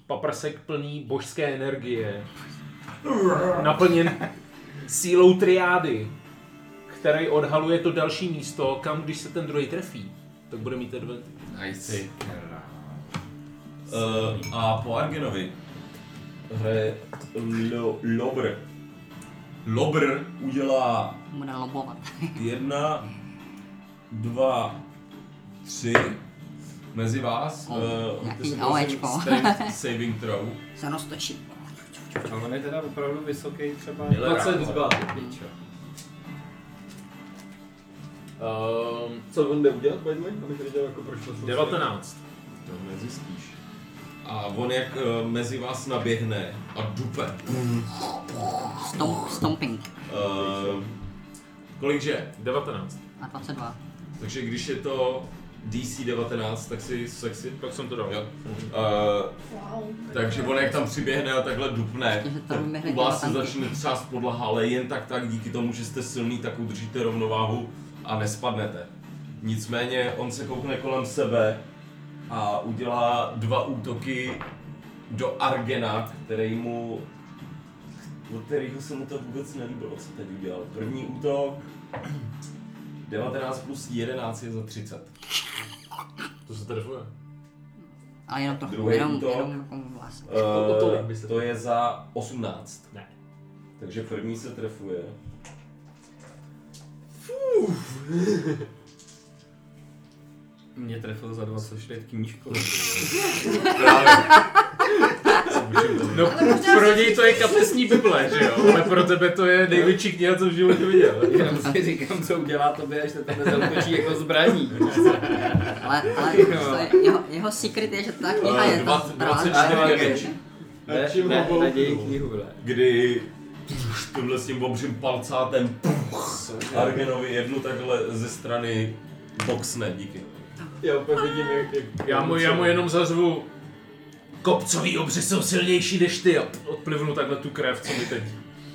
[SPEAKER 5] paprsek plný božské energie. Naplněn sílou triády, který odhaluje to další místo, kam když se ten druhý trefí, tak bude mít advantage.
[SPEAKER 1] Nice. Uh, a po Argenovi hraje lo, Lobr. Lobr udělá
[SPEAKER 6] Bude lobovat.
[SPEAKER 1] jedna, dva, tři mezi vás.
[SPEAKER 6] O,
[SPEAKER 1] Uh,
[SPEAKER 6] nějaký alečko.
[SPEAKER 1] saving throw.
[SPEAKER 6] Se roztočí.
[SPEAKER 14] A on je teda opravdu vysoký třeba.
[SPEAKER 7] 22.
[SPEAKER 5] Ehm,
[SPEAKER 7] Co on jde udělat, by the way? Abych věděl, jako proč to jsou
[SPEAKER 5] 19.
[SPEAKER 1] To nezjistíš. A on jak eh, mezi vás naběhne a dupe. Oh.
[SPEAKER 6] Stomp, stomping.
[SPEAKER 1] Uh, kolikže?
[SPEAKER 5] 19.
[SPEAKER 6] A 22.
[SPEAKER 1] Takže když je to DC 19, tak si, tak si
[SPEAKER 5] Pak jsem to dal. Mhm.
[SPEAKER 1] Jo. Uh,
[SPEAKER 4] Wow.
[SPEAKER 1] takže on jak tam přiběhne a takhle dupne,
[SPEAKER 6] Ještě se
[SPEAKER 1] tak
[SPEAKER 6] tam vyhne
[SPEAKER 1] u vás se
[SPEAKER 6] tanky.
[SPEAKER 1] začne třást podlaha, ale jen tak tak díky tomu, že jste silný, tak udržíte rovnováhu a nespadnete. Nicméně on se koukne kolem sebe a udělá dva útoky do Argena, který mu od kterého se mu to vůbec nelíbilo, co teď udělal. První útok 19 plus 11 je za 30.
[SPEAKER 5] To se trefuje.
[SPEAKER 6] Ale jenom trochu,
[SPEAKER 1] Druhý
[SPEAKER 6] jenom,
[SPEAKER 1] útok.
[SPEAKER 6] jenom jako vlas.
[SPEAKER 1] Eh,
[SPEAKER 7] O tolik by se
[SPEAKER 1] to je za 18.
[SPEAKER 5] Ne.
[SPEAKER 1] Takže první se trefuje.
[SPEAKER 10] Mě trefil za 24 knížkou.
[SPEAKER 5] No,
[SPEAKER 4] Ale možná
[SPEAKER 5] pro něj to je kapesní Bible, že jo? Ale pro tebe to je největší kniha, co v životě viděl.
[SPEAKER 10] Jenom si říkám, co udělá tobě, až se tebe zautočí jako zbraní.
[SPEAKER 6] Ale, ale to je, jeho, jeho secret je, že ta kniha
[SPEAKER 1] Eh,
[SPEAKER 6] je ta
[SPEAKER 1] dvac-
[SPEAKER 6] zbraň.
[SPEAKER 1] 24
[SPEAKER 10] Ale-
[SPEAKER 1] damage,
[SPEAKER 10] Ne,
[SPEAKER 7] čím
[SPEAKER 10] ne,
[SPEAKER 7] ho
[SPEAKER 10] naději knihu, vle.
[SPEAKER 1] kdy tímhle s tím obřím palcátem Argenovi jednu takhle ze strany boxne, díky.
[SPEAKER 7] Já úplně vidím, jak... jak
[SPEAKER 5] Já mu, já mu jenom zařvu, kopcový obři jsou silnější než ty a odplivnu takhle tu krev, co mi teď.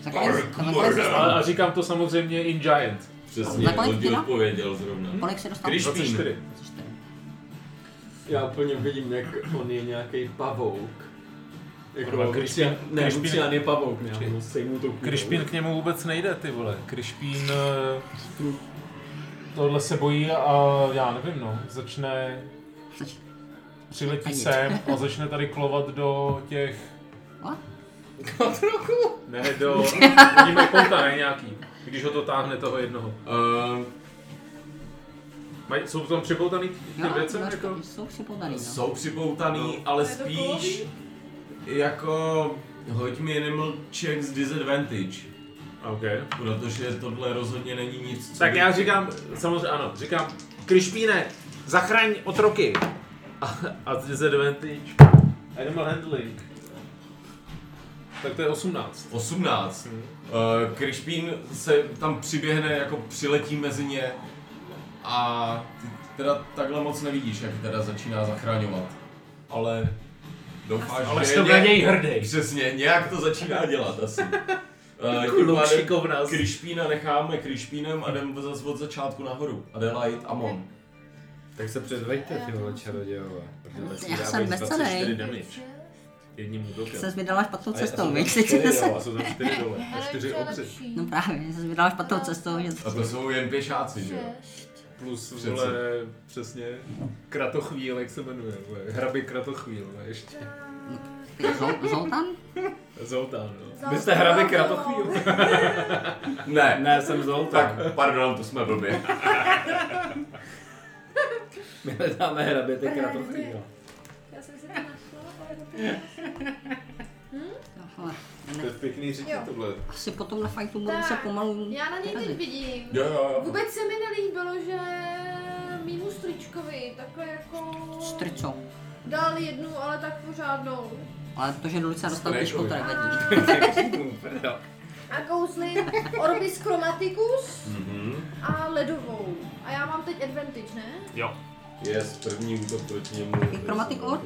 [SPEAKER 6] Nakonec,
[SPEAKER 5] A,
[SPEAKER 6] nakonec,
[SPEAKER 5] a říkám to samozřejmě in Giant.
[SPEAKER 1] Přesně,
[SPEAKER 6] Na kolik
[SPEAKER 1] on ti
[SPEAKER 6] kilo?
[SPEAKER 1] odpověděl zrovna.
[SPEAKER 6] kolik se dostal?
[SPEAKER 1] Když pín.
[SPEAKER 5] 24.
[SPEAKER 7] Já úplně vidím, jak on je nějaký pavouk.
[SPEAKER 5] Kurva, Krišpín-
[SPEAKER 7] Jako, Kristian, ne,
[SPEAKER 5] Krišpín-
[SPEAKER 7] Kristian je pavouk, ne, já mu sejmu tou kůrou.
[SPEAKER 5] Krišpín k němu vůbec nejde, ty vole. Krišpín eh, tohle se bojí a já nevím, no. Začne,
[SPEAKER 6] Zač-
[SPEAKER 5] přiletí
[SPEAKER 6] Ani.
[SPEAKER 5] sem a začne tady klovat do těch...
[SPEAKER 6] What?
[SPEAKER 5] Ne, do... Vidíme konta, ne nějaký. Když ho to táhne toho jednoho.
[SPEAKER 1] Ehm,
[SPEAKER 5] Maj, jsou tam připoutaný ty ty
[SPEAKER 6] Jo,
[SPEAKER 5] věci?
[SPEAKER 6] no,
[SPEAKER 5] Jako?
[SPEAKER 6] jsou připoutaný, no.
[SPEAKER 1] Jsou připoutaný, ale
[SPEAKER 4] To je to
[SPEAKER 1] spíš
[SPEAKER 4] kovový?
[SPEAKER 1] jako hoď mi animal check s disadvantage,
[SPEAKER 5] Okay.
[SPEAKER 1] protože tohle rozhodně není nic, co
[SPEAKER 5] Tak
[SPEAKER 1] by-
[SPEAKER 5] já říkám, samozřejmě ano, říkám, Krišpíne, zachraň otroky. A, a disadvantage. Animal handling. Tak to je 18.
[SPEAKER 1] 18.
[SPEAKER 10] Mhm.
[SPEAKER 5] Hmm.
[SPEAKER 1] Eh, Krišpín se tam přiběhne, jako přiletí mezi ně a ty teda takhle moc nevidíš, jak teda začíná zachraňovat. Ale doufáš,
[SPEAKER 5] Ale
[SPEAKER 1] že
[SPEAKER 5] jsem
[SPEAKER 1] ně-
[SPEAKER 5] na něj hrdý.
[SPEAKER 1] Přesně, nějak to začíná dělat asi. Eh, tím
[SPEAKER 5] Kluk
[SPEAKER 1] pádem-
[SPEAKER 5] šikovná.
[SPEAKER 1] Krišpína necháme Krišpínem a jdeme zase od začátku nahoru. Adelaide a Mon.
[SPEAKER 10] Tak se předveďte, ty vole čarodějové.
[SPEAKER 6] Já jsem veselý.
[SPEAKER 5] damage. Jedním útokem.
[SPEAKER 6] Jsi vydala špatnou
[SPEAKER 5] A já
[SPEAKER 6] cestou,
[SPEAKER 5] jsem
[SPEAKER 6] víš?
[SPEAKER 5] tam čtyři, jo, a jsou tam čtyři dole. A
[SPEAKER 4] Hele,
[SPEAKER 5] čtyři
[SPEAKER 4] co je
[SPEAKER 5] obři.
[SPEAKER 4] lepší?
[SPEAKER 6] No právě, jsi vydala špatnou cestou, že
[SPEAKER 1] A to jsou jen pěšáci, že jo?
[SPEAKER 4] Šest.
[SPEAKER 5] Plus,
[SPEAKER 1] Přece.
[SPEAKER 5] vole, přesně, kratochvíl, jak se jmenuje, vole. hraby kratochvíl, vole, ještě.
[SPEAKER 6] Zol- Zoltán?
[SPEAKER 5] Zoltán, no.
[SPEAKER 4] Vy jste hrabe kratochvíl.
[SPEAKER 1] Ne,
[SPEAKER 10] Ne, jsem Zoltán.
[SPEAKER 1] tak pardon, to jsme blbě.
[SPEAKER 10] My hledáme hrabě, ty kratochvíl.
[SPEAKER 4] Já jsem si to našla, ale dobrý.
[SPEAKER 6] Hele,
[SPEAKER 5] To je pěkný řití
[SPEAKER 4] Jo.
[SPEAKER 5] tohle.
[SPEAKER 6] Asi potom na fajtu budu se
[SPEAKER 4] Tak,
[SPEAKER 6] pomalu...
[SPEAKER 4] Já na něj teď
[SPEAKER 6] vyrazit.
[SPEAKER 4] vidím.
[SPEAKER 1] Jo, jo, jo.
[SPEAKER 4] Vůbec se mi nelíbilo, že mýmu stričkovi takhle jako
[SPEAKER 6] S tricou.
[SPEAKER 4] dal jednu, ale tak pořádnou.
[SPEAKER 6] Ale to, že do Lucia dostal
[SPEAKER 1] Strejkovi.
[SPEAKER 6] knižku, to nevadí.
[SPEAKER 4] A kouzlím Orbis Chromaticus
[SPEAKER 1] Mhm.
[SPEAKER 4] a ledovou. A já mám teď advantage, ne?
[SPEAKER 1] Je z první útok proti němu.
[SPEAKER 6] Chromatic Orb?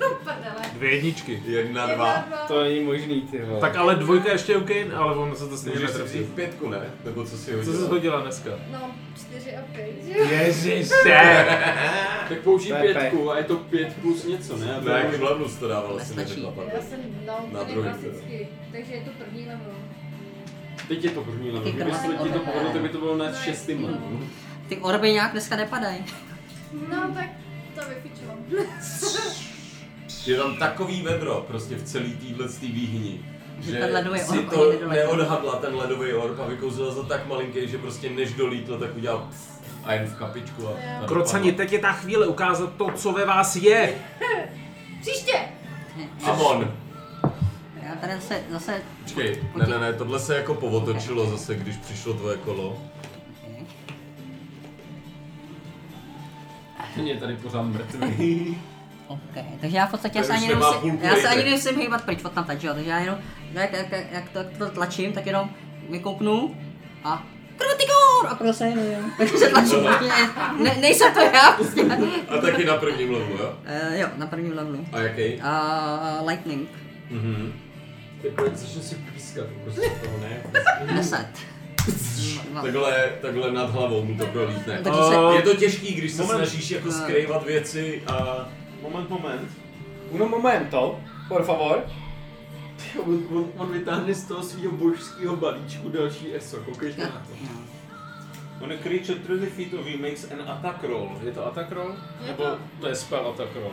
[SPEAKER 4] No prdele.
[SPEAKER 5] Dvě jedničky.
[SPEAKER 1] Jedna,
[SPEAKER 4] Jedna,
[SPEAKER 1] dva.
[SPEAKER 4] dva.
[SPEAKER 10] To není možný, ty vole.
[SPEAKER 5] Tak ale dvojka ještě OK, ale on se to stejně
[SPEAKER 1] Můžeš si
[SPEAKER 5] netrefí.
[SPEAKER 1] vzít pětku, ne? Nebo co si
[SPEAKER 5] Co jsi
[SPEAKER 1] hodil?
[SPEAKER 5] hodila dneska?
[SPEAKER 4] No, čtyři a pět, že?
[SPEAKER 5] Ježiše!
[SPEAKER 7] Tak použij
[SPEAKER 10] Pepe.
[SPEAKER 7] pětku a je to pět plus něco, ne?
[SPEAKER 1] Ne, jaký level jsi to dával, si
[SPEAKER 6] Nestačí.
[SPEAKER 1] neřekla,
[SPEAKER 4] Já
[SPEAKER 1] pardon.
[SPEAKER 4] jsem, no,
[SPEAKER 1] Na
[SPEAKER 4] úplně
[SPEAKER 1] druhý
[SPEAKER 4] klasicky. Takže je to první level.
[SPEAKER 7] Teď je to první level.
[SPEAKER 6] Ty
[SPEAKER 7] Kdyby se ti to
[SPEAKER 4] krásný.
[SPEAKER 7] povedlo, tak by to bylo na
[SPEAKER 4] No,
[SPEAKER 7] šestým
[SPEAKER 4] jasný,
[SPEAKER 7] levelu.
[SPEAKER 6] Ty orby nějak dneska nepadají.
[SPEAKER 4] No, tak to vyfičilo.
[SPEAKER 1] Je tam takový vedro prostě v celý týhle tý výhni.
[SPEAKER 6] Že
[SPEAKER 1] Že
[SPEAKER 6] ten ledový
[SPEAKER 1] si
[SPEAKER 6] orb ani
[SPEAKER 1] to
[SPEAKER 6] nedoletěl.
[SPEAKER 1] neodhadla ten ledový orb a vykouzila za tak malinký, že prostě než dolítl, tak udělal pff a jen v kapičku. A a
[SPEAKER 5] Krocani, teď je ta chvíle ukázat to, co ve vás je.
[SPEAKER 4] Příště!
[SPEAKER 1] dopadlo. Amon,
[SPEAKER 6] Já tady se zase...
[SPEAKER 1] počkej, ne, ne, ne, tohle se jako povotočilo zase, když přišlo tvoje kolo.
[SPEAKER 6] Okay.
[SPEAKER 7] Ten je tady pořád mrtvý.
[SPEAKER 6] OK, takže já v podstatě já se
[SPEAKER 1] Tady už
[SPEAKER 6] ani
[SPEAKER 1] nemá
[SPEAKER 6] nemusím,
[SPEAKER 1] půlku
[SPEAKER 6] já se
[SPEAKER 1] rejtek.
[SPEAKER 6] ani nemusím hýbat pryč od tam že jo, takže já jenom, jak, jak, jak, jak to, to tlačím, tak jenom vykouknu a Krutigor! A prostě jenom, takže se tlačím, ne, ne, nejsem to já prostě.
[SPEAKER 1] A taky na prvním levelu, jo?
[SPEAKER 6] Uh, jo, na prvním levelu.
[SPEAKER 1] A jaký?
[SPEAKER 6] A Lightning,
[SPEAKER 1] Mhm.
[SPEAKER 17] Jako začne si pískat prostě z toho, ne?
[SPEAKER 6] 10. Dva.
[SPEAKER 1] Takhle, takhle nad hlavou mu to prolítne.
[SPEAKER 6] Takže se,
[SPEAKER 5] Oh.
[SPEAKER 1] Je to těžký, když se
[SPEAKER 8] Moment.
[SPEAKER 1] snažíš jako skrývat věci a...
[SPEAKER 8] Moment, moment.
[SPEAKER 18] Uno momento, por favor.
[SPEAKER 7] on, on, on, vytáhne z toho svého božského balíčku další ESO, koukej
[SPEAKER 6] jo,
[SPEAKER 7] na to.
[SPEAKER 6] jo.
[SPEAKER 8] When a creature 30 feet away makes an attack roll. Je to attack roll?
[SPEAKER 4] Je
[SPEAKER 8] Nebo
[SPEAKER 4] to,
[SPEAKER 8] to je spell attack roll?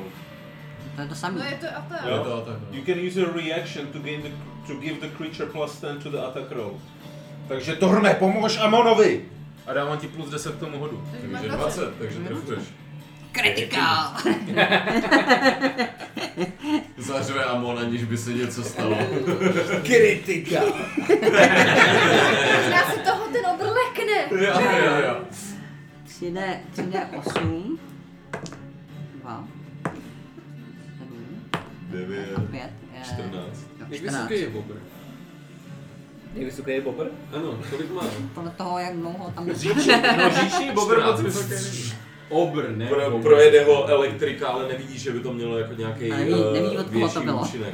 [SPEAKER 6] to je to samý.
[SPEAKER 4] no je to a to.
[SPEAKER 8] Jo.
[SPEAKER 1] Je to tak, no.
[SPEAKER 8] You can use a reaction to, gain the, to give the creature plus 10 to the attack roll. Takže Torne, pomož Amonovi!
[SPEAKER 5] A dávám ti plus 10 k tomu hodu.
[SPEAKER 4] Takže máš
[SPEAKER 1] Takže
[SPEAKER 4] 20.
[SPEAKER 1] 20, takže trefuješ.
[SPEAKER 6] Kritika!
[SPEAKER 1] Zařve Amon, aniž by se něco stalo.
[SPEAKER 8] Kritika!
[SPEAKER 4] Možná si toho ten obrlekne.
[SPEAKER 1] jo, jo, jo.
[SPEAKER 6] 3D, 3D8. 2. 7.
[SPEAKER 1] 9,
[SPEAKER 6] A 5.
[SPEAKER 1] 14.
[SPEAKER 7] Jak vysoký je bobr?
[SPEAKER 18] Jak vysoký je bobr?
[SPEAKER 7] Ano, kolik má?
[SPEAKER 6] Podle toho, jak dlouho tam
[SPEAKER 7] No říší bobr moc
[SPEAKER 1] 14.
[SPEAKER 7] vysoký není. Obr, ne?
[SPEAKER 1] Pro,
[SPEAKER 7] bobr.
[SPEAKER 1] projede ho elektrika, ale nevidíš, že by to mělo jako nějaký
[SPEAKER 6] A neví-
[SPEAKER 1] eh,
[SPEAKER 6] neví, od koho
[SPEAKER 1] větší
[SPEAKER 6] to bylo.
[SPEAKER 1] účinek.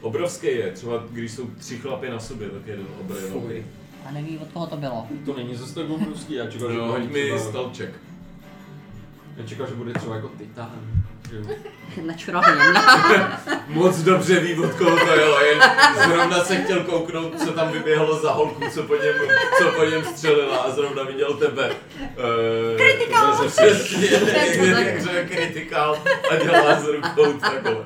[SPEAKER 1] Obrovský je, třeba když jsou tři chlapy na sobě, tak jeden obr je
[SPEAKER 6] A neví, od koho to bylo.
[SPEAKER 7] To není zase tak obrovský, já čekal, že
[SPEAKER 1] No,
[SPEAKER 7] bude
[SPEAKER 1] hoď mi
[SPEAKER 7] třeba-
[SPEAKER 1] stalček.
[SPEAKER 7] Já čekal, že bude třeba jako titán. že jo.
[SPEAKER 6] Načurovně.
[SPEAKER 1] Moc dobře ví, od koho to jelo, jen zrovna se chtěl kouknout, co tam vyběhlo za holku, co po něm, co po něm střelila a zrovna viděl tebe. Kritikál! Přesně,
[SPEAKER 6] Přesně tak.
[SPEAKER 1] jak řekl kritikál a dělá s rukou takhle.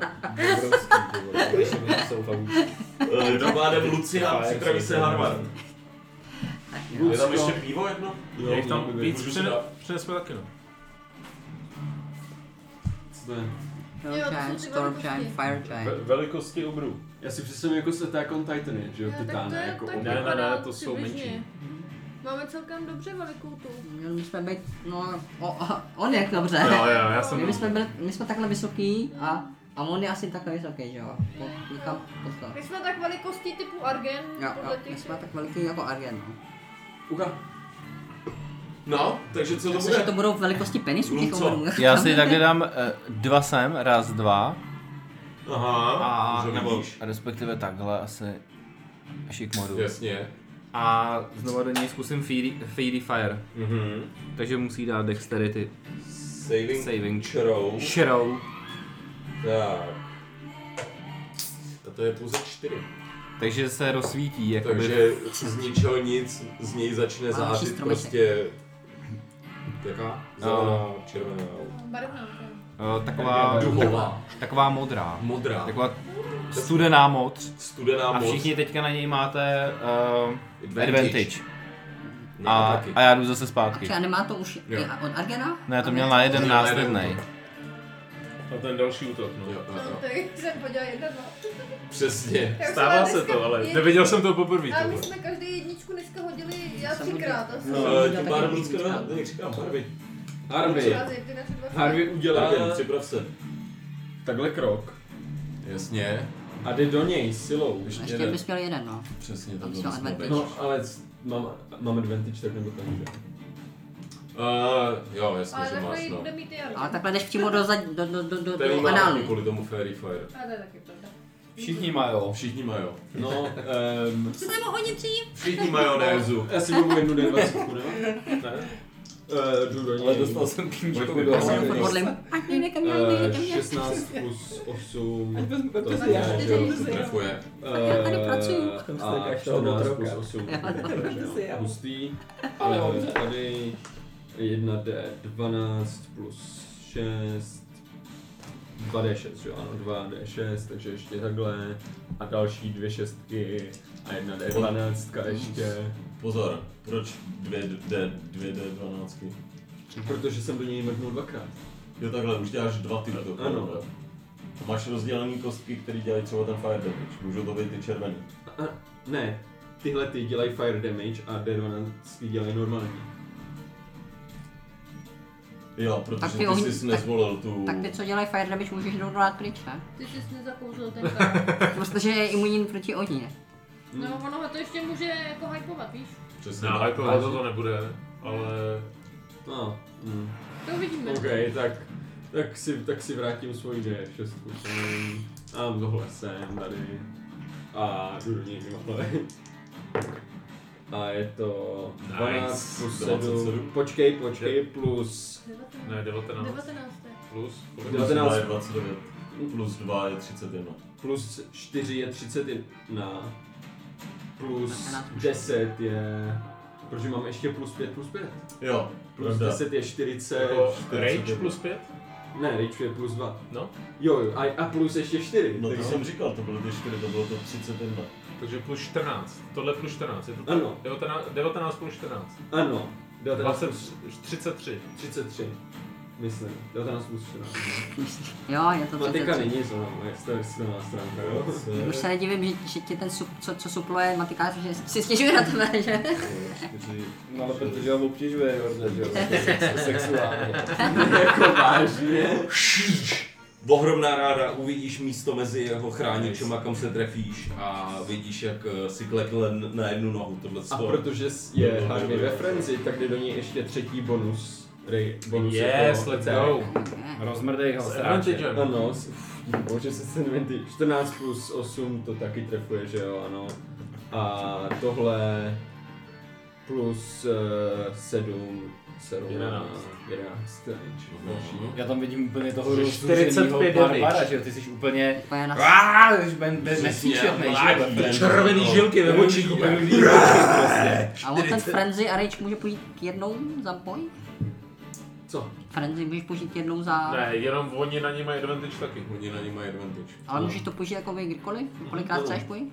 [SPEAKER 1] Eh, Tím pádem Lucia, připraví se Harvard. Je tam ještě pivo jedno?
[SPEAKER 5] Je jich tam
[SPEAKER 7] Jo,
[SPEAKER 5] víc,
[SPEAKER 1] můžu si
[SPEAKER 5] přine,
[SPEAKER 1] dát.
[SPEAKER 5] přinesme taky no.
[SPEAKER 7] Co to je?
[SPEAKER 6] Hill Giant, Storm Giant, Fire Giant.
[SPEAKER 5] Ve- velikosti obrů.
[SPEAKER 7] Já si představím jako se on Titan, že
[SPEAKER 4] Jo,
[SPEAKER 7] jo,
[SPEAKER 4] tak to
[SPEAKER 7] titána,
[SPEAKER 4] je-
[SPEAKER 7] jako
[SPEAKER 4] tak
[SPEAKER 7] obr.
[SPEAKER 5] Ne, ne,
[SPEAKER 4] vypadá
[SPEAKER 5] ne, to jsou
[SPEAKER 4] přibližně.
[SPEAKER 5] menší.
[SPEAKER 4] Máme celkem dobře velikou tu.
[SPEAKER 6] Měli bychom být, no, o, o, on jak dobře.
[SPEAKER 5] Jo, jo, já jsem...
[SPEAKER 6] My bychom, byli, my jsme takhle vysoký a, a on je asi takhle vysoký, že jo? Po- Někam pod to.
[SPEAKER 4] My jsme tak velikostí typu Argen,
[SPEAKER 6] Jo,
[SPEAKER 4] podle
[SPEAKER 6] jo, my
[SPEAKER 4] těch...
[SPEAKER 6] jsme tak velký jako Arjen, no.
[SPEAKER 7] Uka,
[SPEAKER 1] No, takže co to
[SPEAKER 6] Myslím, že
[SPEAKER 1] bude?
[SPEAKER 6] to budou velikosti penisů těch
[SPEAKER 1] Lunco.
[SPEAKER 6] obrů.
[SPEAKER 2] Já si takhle dám eh, dva sem, raz, dva.
[SPEAKER 1] Aha,
[SPEAKER 2] A
[SPEAKER 1] už ho
[SPEAKER 2] nebo
[SPEAKER 1] vidíš.
[SPEAKER 2] respektive takhle asi šikmodu.
[SPEAKER 1] Jasně.
[SPEAKER 2] A znova do něj zkusím Fairy, fairy Fire.
[SPEAKER 1] Mhm.
[SPEAKER 2] Takže musí dát Dexterity.
[SPEAKER 1] Saving,
[SPEAKER 2] Saving.
[SPEAKER 1] throw.
[SPEAKER 2] Šrou.
[SPEAKER 1] Tak. A to je pouze čtyři.
[SPEAKER 2] Takže se rozsvítí, jakoby.
[SPEAKER 1] Takže z ničeho nic, z něj začne
[SPEAKER 6] Mám další
[SPEAKER 1] zářit
[SPEAKER 6] stromeček.
[SPEAKER 1] prostě... Jaká? Zelená, červená,
[SPEAKER 4] Barevnou, to je.
[SPEAKER 2] no, eh, taková,
[SPEAKER 1] duhová,
[SPEAKER 2] taková modrá.
[SPEAKER 1] modrá,
[SPEAKER 2] Taková studená moc.
[SPEAKER 1] studená
[SPEAKER 2] A
[SPEAKER 1] moc.
[SPEAKER 2] všichni teďka na něj máte uh,
[SPEAKER 1] Advantage.
[SPEAKER 2] advantage.
[SPEAKER 1] No,
[SPEAKER 2] A,
[SPEAKER 1] taky.
[SPEAKER 2] a já jdu zase
[SPEAKER 6] A
[SPEAKER 2] zpátky.
[SPEAKER 6] třeba nemá to už
[SPEAKER 1] Jo.
[SPEAKER 6] i od Argena?
[SPEAKER 2] Ne, to
[SPEAKER 6] A
[SPEAKER 2] měl na jeden
[SPEAKER 1] Měl na jeden
[SPEAKER 2] následný.
[SPEAKER 5] A ten další útok, no.
[SPEAKER 1] Jo, jo,
[SPEAKER 4] No,
[SPEAKER 1] jo.
[SPEAKER 4] tak jsem podělal jedna, dva.
[SPEAKER 1] Přesně.
[SPEAKER 4] Já už
[SPEAKER 5] Stává
[SPEAKER 4] jsem
[SPEAKER 5] se
[SPEAKER 4] dneska
[SPEAKER 5] to, ale
[SPEAKER 4] jed-
[SPEAKER 5] neviděl jsem to poprvé.
[SPEAKER 4] A
[SPEAKER 5] tohle.
[SPEAKER 4] my jsme každý jedničku dneska hodili, já
[SPEAKER 6] Jsem hodil.
[SPEAKER 4] třikrát asi.
[SPEAKER 6] No.
[SPEAKER 1] Eh, Tím pádem Lucka, jak říkám, Harvey.
[SPEAKER 7] Harvey.
[SPEAKER 4] Třikrát, ty naše dva
[SPEAKER 7] Harvey udělá
[SPEAKER 1] Harvey, připrav se.
[SPEAKER 7] takhle krok
[SPEAKER 1] Jasně,
[SPEAKER 7] a jde do něj silou.
[SPEAKER 6] Ještě bys měl jeden, no.
[SPEAKER 1] přesně
[SPEAKER 6] Tam
[SPEAKER 1] tak
[SPEAKER 6] jsou advantage.
[SPEAKER 1] No,
[SPEAKER 7] No, ale c- mám, mám advantage, tak nebo tak, že?
[SPEAKER 1] uh, jo, jasně,
[SPEAKER 4] Ale
[SPEAKER 1] že máš,
[SPEAKER 4] takhle
[SPEAKER 1] no.
[SPEAKER 4] bude mít i Argen.
[SPEAKER 6] Ale takhle jdeš přímo do, zad, do, do, do, do,
[SPEAKER 1] Ten
[SPEAKER 6] do
[SPEAKER 1] má taky
[SPEAKER 6] análu.
[SPEAKER 1] kvůli tomu Fairy Fire.
[SPEAKER 4] A to je taky pravda.
[SPEAKER 18] Všichni mají.
[SPEAKER 1] Všichni mají.
[SPEAKER 7] No, ehm,
[SPEAKER 6] Jsem hodně dřív.
[SPEAKER 1] Všichni majonézu.
[SPEAKER 7] já si budu jednu D20, ne? Eh, jdu do něj.
[SPEAKER 18] Ale dostal jsem knížku do
[SPEAKER 6] Já jsem furt
[SPEAKER 7] Jasně.
[SPEAKER 6] modlím. Ať nejde ke mně, ať nejde
[SPEAKER 7] Eh,
[SPEAKER 6] ke mně.
[SPEAKER 7] 16 plus 8,
[SPEAKER 18] To
[SPEAKER 7] to
[SPEAKER 18] jsem já.
[SPEAKER 7] znamená, že jo,
[SPEAKER 1] Trefuje.
[SPEAKER 6] já tady pracuju.
[SPEAKER 7] Eh, A 14 plus 8.
[SPEAKER 6] Já tady
[SPEAKER 18] pracuju.
[SPEAKER 7] Hustý.
[SPEAKER 18] Ale
[SPEAKER 7] Eh,
[SPEAKER 18] dobře.
[SPEAKER 7] Tady 1D 12 plus 6. 2D6, jo, ano, 2D6, takže ještě takhle. A další dvě šestky. A jedna D12 ještě.
[SPEAKER 1] Pozor, proč dvě d dvě d 12
[SPEAKER 7] Protože jsem do něj mrknul dvakrát.
[SPEAKER 1] Jo takhle, už děláš dva ty útoky.
[SPEAKER 7] Ano.
[SPEAKER 1] dobré. A máš rozdělený kostky, které dělají třeba ten fire damage. Můžou to být ty červený.
[SPEAKER 7] A, a, ne, tyhle ty dělají fire damage a D12 dělají normální.
[SPEAKER 1] Jo, protože
[SPEAKER 6] Tak ty
[SPEAKER 1] ty
[SPEAKER 6] ohni-
[SPEAKER 1] jsi nezvolil tu...
[SPEAKER 6] Tak ty, co dělají fire damage, můžeš dodat pryč, ne?
[SPEAKER 8] Ty jsi nezakouzil ten kar.
[SPEAKER 6] Protože je imunní proti ohni.
[SPEAKER 8] No, ono ho to ještě může jako hypovat, víš?
[SPEAKER 1] Přesně.
[SPEAKER 5] No,
[SPEAKER 1] tak.
[SPEAKER 5] hypovat to to nebude, ale...
[SPEAKER 7] No, mm.
[SPEAKER 8] To uvidíme.
[SPEAKER 7] OK, tak, tak, si, tak si vrátím svoji D6. A mám tohle sem tady. A jdu do něj tohle. A je to 12
[SPEAKER 5] Nice.
[SPEAKER 7] plus
[SPEAKER 1] 27.
[SPEAKER 7] 7. Počkej, počkej, plus
[SPEAKER 8] 19.
[SPEAKER 5] Ne, 19
[SPEAKER 8] 19.
[SPEAKER 5] plus, kolik?
[SPEAKER 7] 19
[SPEAKER 1] 19 je 29, plus 2 je 31.
[SPEAKER 7] plus 4 je 31. Plus
[SPEAKER 6] Znamená to už.
[SPEAKER 7] 10 je... Protože mám ještě plus 5 plus 5.
[SPEAKER 1] Jo,
[SPEAKER 7] Plus
[SPEAKER 1] pravda.
[SPEAKER 7] 10 je 40.
[SPEAKER 5] Jako Rage
[SPEAKER 1] 49.
[SPEAKER 5] plus 5?
[SPEAKER 7] Ne, Rage je plus 2.
[SPEAKER 5] No.
[SPEAKER 7] Jo, jo, a, a plus ještě 4.
[SPEAKER 1] No to jsem říkal, to bylo ty 4, to bylo to 31.
[SPEAKER 5] Takže plus 14. Tohle plus 14. Je to
[SPEAKER 7] Ano.
[SPEAKER 5] 19, 19 plus 14.
[SPEAKER 7] Ano. 19
[SPEAKER 5] 20,
[SPEAKER 7] plus
[SPEAKER 5] 33.
[SPEAKER 7] 33. Myslím. 19 plus 14.
[SPEAKER 6] Jo, je to
[SPEAKER 7] Matika
[SPEAKER 6] 33.
[SPEAKER 7] není zrovna moje silná stránka, jo?
[SPEAKER 6] Už se nedivím, že, že ti ten, sup, co, co supluje matikář, že si stěžuje na tebe, že?
[SPEAKER 2] No ale protože ho obtěžuje hodně, že jo, sexuálně.
[SPEAKER 7] jako vážně.
[SPEAKER 1] Ohromná ráda, uvidíš místo mezi jeho chráničem a kam se trefíš a vidíš, jak eh, si klekl na jednu nohu. Tohle
[SPEAKER 7] A
[SPEAKER 1] to-
[SPEAKER 7] protože je Harvey ve Frenzy, tak jde do něj ještě třetí bonus. Rej, bonus
[SPEAKER 5] Yes,
[SPEAKER 7] jako
[SPEAKER 5] let's
[SPEAKER 7] attack.
[SPEAKER 5] go.
[SPEAKER 2] Rozmrdej ho,
[SPEAKER 5] S
[SPEAKER 2] sráče.
[SPEAKER 5] advantagem.
[SPEAKER 7] Ano, s- bože se se nevědí. 14 plus 8 to taky trefuje, že jo, ano. A tohle plus uh, 7, 7,
[SPEAKER 5] 11.
[SPEAKER 7] 11 range.
[SPEAKER 1] No.
[SPEAKER 2] Já tam vidím úplně toho
[SPEAKER 5] 45
[SPEAKER 2] rozluženýho
[SPEAKER 5] damage.
[SPEAKER 2] Barbara, že jo, ty jsi úplně...
[SPEAKER 6] To je na...
[SPEAKER 2] Aaaa, už ben, ben, nesvíčetnej, že jo, ve frčku.
[SPEAKER 1] No,
[SPEAKER 19] Červený žilky ve očích.
[SPEAKER 6] A on ten frenzy a rage může použít jednou za boj?
[SPEAKER 7] Co?
[SPEAKER 6] Frenzy můžeš použít jednou za...
[SPEAKER 5] Ne, jenom oni na ní mají advantage taky.
[SPEAKER 1] Oni na ní mají advantage.
[SPEAKER 6] Ale můžeš to použít jako vy kdykoliv? Kolikrát chceš boj?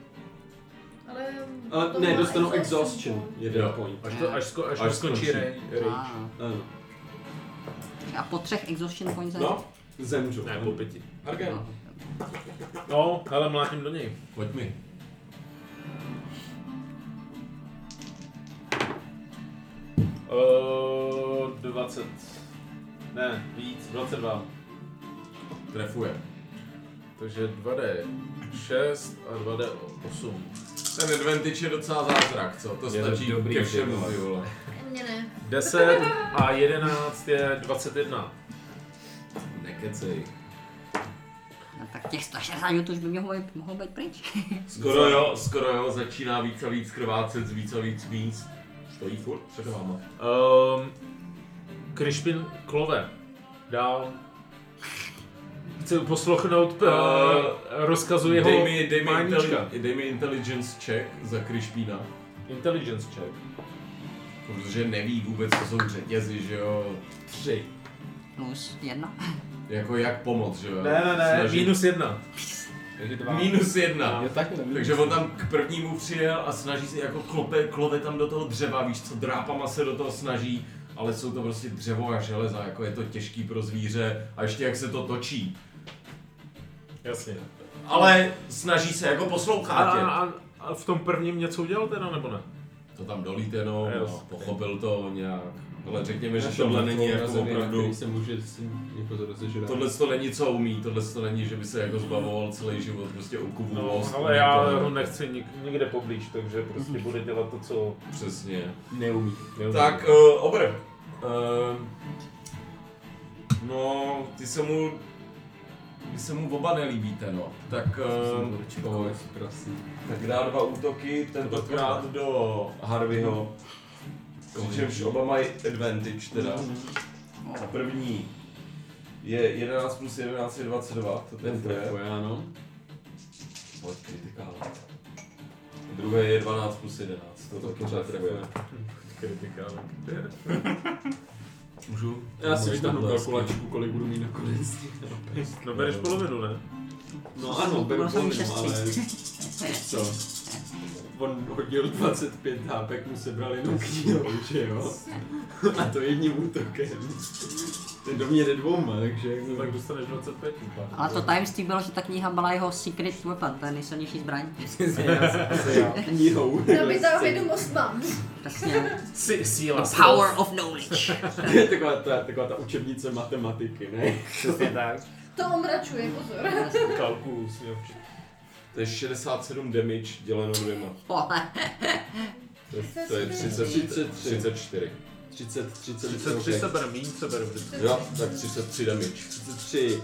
[SPEAKER 8] Ale...
[SPEAKER 4] mm,
[SPEAKER 7] Ale
[SPEAKER 8] to
[SPEAKER 7] ne,
[SPEAKER 8] má
[SPEAKER 7] dostanu exhaustion, jeden point.
[SPEAKER 5] Až, to, až, sko, až,
[SPEAKER 7] Až
[SPEAKER 5] to skončí
[SPEAKER 7] skončí.
[SPEAKER 5] rage.
[SPEAKER 6] A,
[SPEAKER 7] Ano.
[SPEAKER 6] a po třech exhaustion points je-
[SPEAKER 7] No, zemřu.
[SPEAKER 5] Ne, po pěti.
[SPEAKER 1] Hargen,
[SPEAKER 6] No.
[SPEAKER 5] No, hele, mlátím do něj.
[SPEAKER 1] pojď mi.
[SPEAKER 5] Uh, 20. Ne, víc, 22.
[SPEAKER 1] Trefuje.
[SPEAKER 5] Takže 2D 6 a 2D 8.
[SPEAKER 1] Ten advantage je docela zázrak, co? To
[SPEAKER 2] Je to
[SPEAKER 1] stačí
[SPEAKER 2] dobrý,
[SPEAKER 1] ke
[SPEAKER 2] ty
[SPEAKER 1] všemu,
[SPEAKER 2] vole.
[SPEAKER 1] ty vole.
[SPEAKER 8] Mně ne.
[SPEAKER 5] 10 a 11 je 21.
[SPEAKER 1] Nekecej.
[SPEAKER 6] No, tak těch 160 to už by mohlo být, mohlo být pryč.
[SPEAKER 1] Skoro jo, skoro jo, začíná víc a víc krvácet, z víc a víc míst. Stojí furt před váma.
[SPEAKER 5] Um, Krišpin Klove. Dál. Chci poslechnout uh, rozkazu jeho
[SPEAKER 1] Dej mi, dej mi,
[SPEAKER 5] pánička.
[SPEAKER 1] intelli- dej mi intelligence check za Krišpína.
[SPEAKER 5] Intelligence check.
[SPEAKER 1] Protože neví vůbec, co jsou řetězy, že jo.
[SPEAKER 7] Tři.
[SPEAKER 6] Plus No jedna.
[SPEAKER 1] Jako jak pomoc, že jo.
[SPEAKER 5] Ne, ne, ne,
[SPEAKER 1] Snaží-
[SPEAKER 5] minus jedna.
[SPEAKER 1] minus jedna.
[SPEAKER 2] Jo, takhle, minus
[SPEAKER 1] Takže on tam k prvnímu přijel a snaží se jako klope, klove tam do toho dřeva, víš co, drápama se do toho snaží, ale jsou to prostě dřevo a železa, jako je to těžký pro zvíře a ještě jak se to točí.
[SPEAKER 5] Jasně.
[SPEAKER 1] Ale snaží se jako
[SPEAKER 5] A,
[SPEAKER 1] poslouchat tě.
[SPEAKER 5] a, a v tom prvním něco udělal teda, nebo ne?
[SPEAKER 1] To tam dolíte, no,
[SPEAKER 5] Jo.
[SPEAKER 1] no, pochopil to nějak. Ale řekněme, že tohle není jako opravdu...
[SPEAKER 7] se může s tím jako rozežrat.
[SPEAKER 1] Tohle to není co umí, tohle to není, že by se jako zbavoval celý život, prostě okubu
[SPEAKER 5] No,
[SPEAKER 1] lost,
[SPEAKER 5] ale já
[SPEAKER 1] nikoho.
[SPEAKER 5] ho nechci nik, nikde poblíž, takže prostě bude dělat to, co...
[SPEAKER 1] Přesně.
[SPEAKER 7] neumí.
[SPEAKER 5] neumí.
[SPEAKER 1] Tak, uh, obr. Uh, no, ty se mu... Vy se mu oba nelíbíte, no. Tak,
[SPEAKER 7] ehm,
[SPEAKER 1] uh,
[SPEAKER 7] Koho prosím.
[SPEAKER 1] tak dá dva útoky, tentokrát do Harveyho. Přičemž oba mají advantage teda. A první je 11 plus 11 je 22, to
[SPEAKER 7] Ten
[SPEAKER 1] trefuje.
[SPEAKER 7] trefuje, ano.
[SPEAKER 1] Pojď kritikál. Druhé je 12 plus 11, to,
[SPEAKER 7] To
[SPEAKER 1] to
[SPEAKER 7] taky
[SPEAKER 1] taky pořád
[SPEAKER 7] trefuje.
[SPEAKER 1] trefuje.
[SPEAKER 5] Kritikál.
[SPEAKER 1] Můžu?
[SPEAKER 7] Já si vytáhnu
[SPEAKER 1] Blesky.
[SPEAKER 7] kalkulačku, kolik budu mít nakonec.
[SPEAKER 5] No bereš polovinu, ne?
[SPEAKER 7] No
[SPEAKER 6] Bylo
[SPEAKER 7] ano, byl
[SPEAKER 6] jsem
[SPEAKER 7] bonus, ale
[SPEAKER 6] 6
[SPEAKER 7] co? On hodil 25 hápek, mu sebral jenom knihu, že jo? A to jedním útokem. To je do mě jde dvouma, takže jako...
[SPEAKER 5] Tak dostaneš 25. tím pádem.
[SPEAKER 6] A to tajemství bylo, že ta kniha byla jeho secret weapon, to je nejsilnější zbraň.
[SPEAKER 7] knihou.
[SPEAKER 4] Já by ta vědomost mám.
[SPEAKER 6] Přesně.
[SPEAKER 3] Sí, síla.
[SPEAKER 6] The No, power of knowledge.
[SPEAKER 7] taková, ta, taková ta učebnice matematiky, ne?
[SPEAKER 14] Přesně tak.
[SPEAKER 4] To omračuje, pozor.
[SPEAKER 5] Kalkulus měl včetně.
[SPEAKER 1] To je 67 damage děleno dvěma.
[SPEAKER 6] Vole.
[SPEAKER 1] To je, to je 30,
[SPEAKER 7] 33.
[SPEAKER 1] 34.
[SPEAKER 7] 30, 30,
[SPEAKER 5] 33
[SPEAKER 7] ok.
[SPEAKER 5] seber, méně seber vždycky.
[SPEAKER 1] Jo, tak 33 damage.
[SPEAKER 7] 33.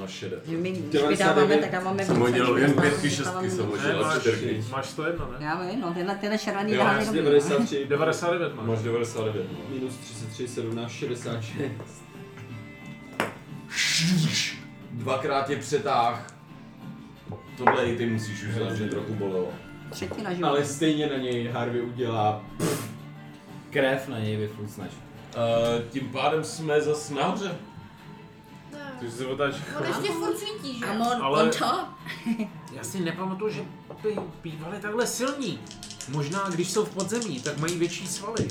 [SPEAKER 1] Máš šedé.
[SPEAKER 6] My, když vydáváme, tak dáváme více.
[SPEAKER 1] Jsem hodil jen
[SPEAKER 6] Dáváme-
[SPEAKER 1] pětky, šestky
[SPEAKER 6] dáváme-
[SPEAKER 1] jsem
[SPEAKER 5] Ne,
[SPEAKER 1] hodil a
[SPEAKER 5] máš,
[SPEAKER 1] čtyřky.
[SPEAKER 5] máš to jedno, ne?
[SPEAKER 6] Já vím, no tyhle, tyhle šaraný
[SPEAKER 1] Jo,
[SPEAKER 6] dávají
[SPEAKER 7] Máš
[SPEAKER 6] dobrý, no.
[SPEAKER 7] 93,
[SPEAKER 5] 99 máš.
[SPEAKER 1] Máš 99. no.
[SPEAKER 7] minus 33, 17, 66.
[SPEAKER 1] Dvakrát je přetáh. Tohle i ty musíš uznat, že trochu bolelo.
[SPEAKER 6] Třetina života.
[SPEAKER 7] Ale stejně na něj Harvey udělá
[SPEAKER 14] Krev na něj vyflucneš.
[SPEAKER 1] Eh, tím pádem jsme zase nahoře.
[SPEAKER 4] No.
[SPEAKER 5] Ty se otáčíš.
[SPEAKER 4] On ještě furt svítí, že?
[SPEAKER 6] I'm on,
[SPEAKER 5] Ale-
[SPEAKER 6] on top.
[SPEAKER 3] Já si nepamatuju, že by bývali takhle silní. Možná, když jsou v podzemí, tak mají větší svaly.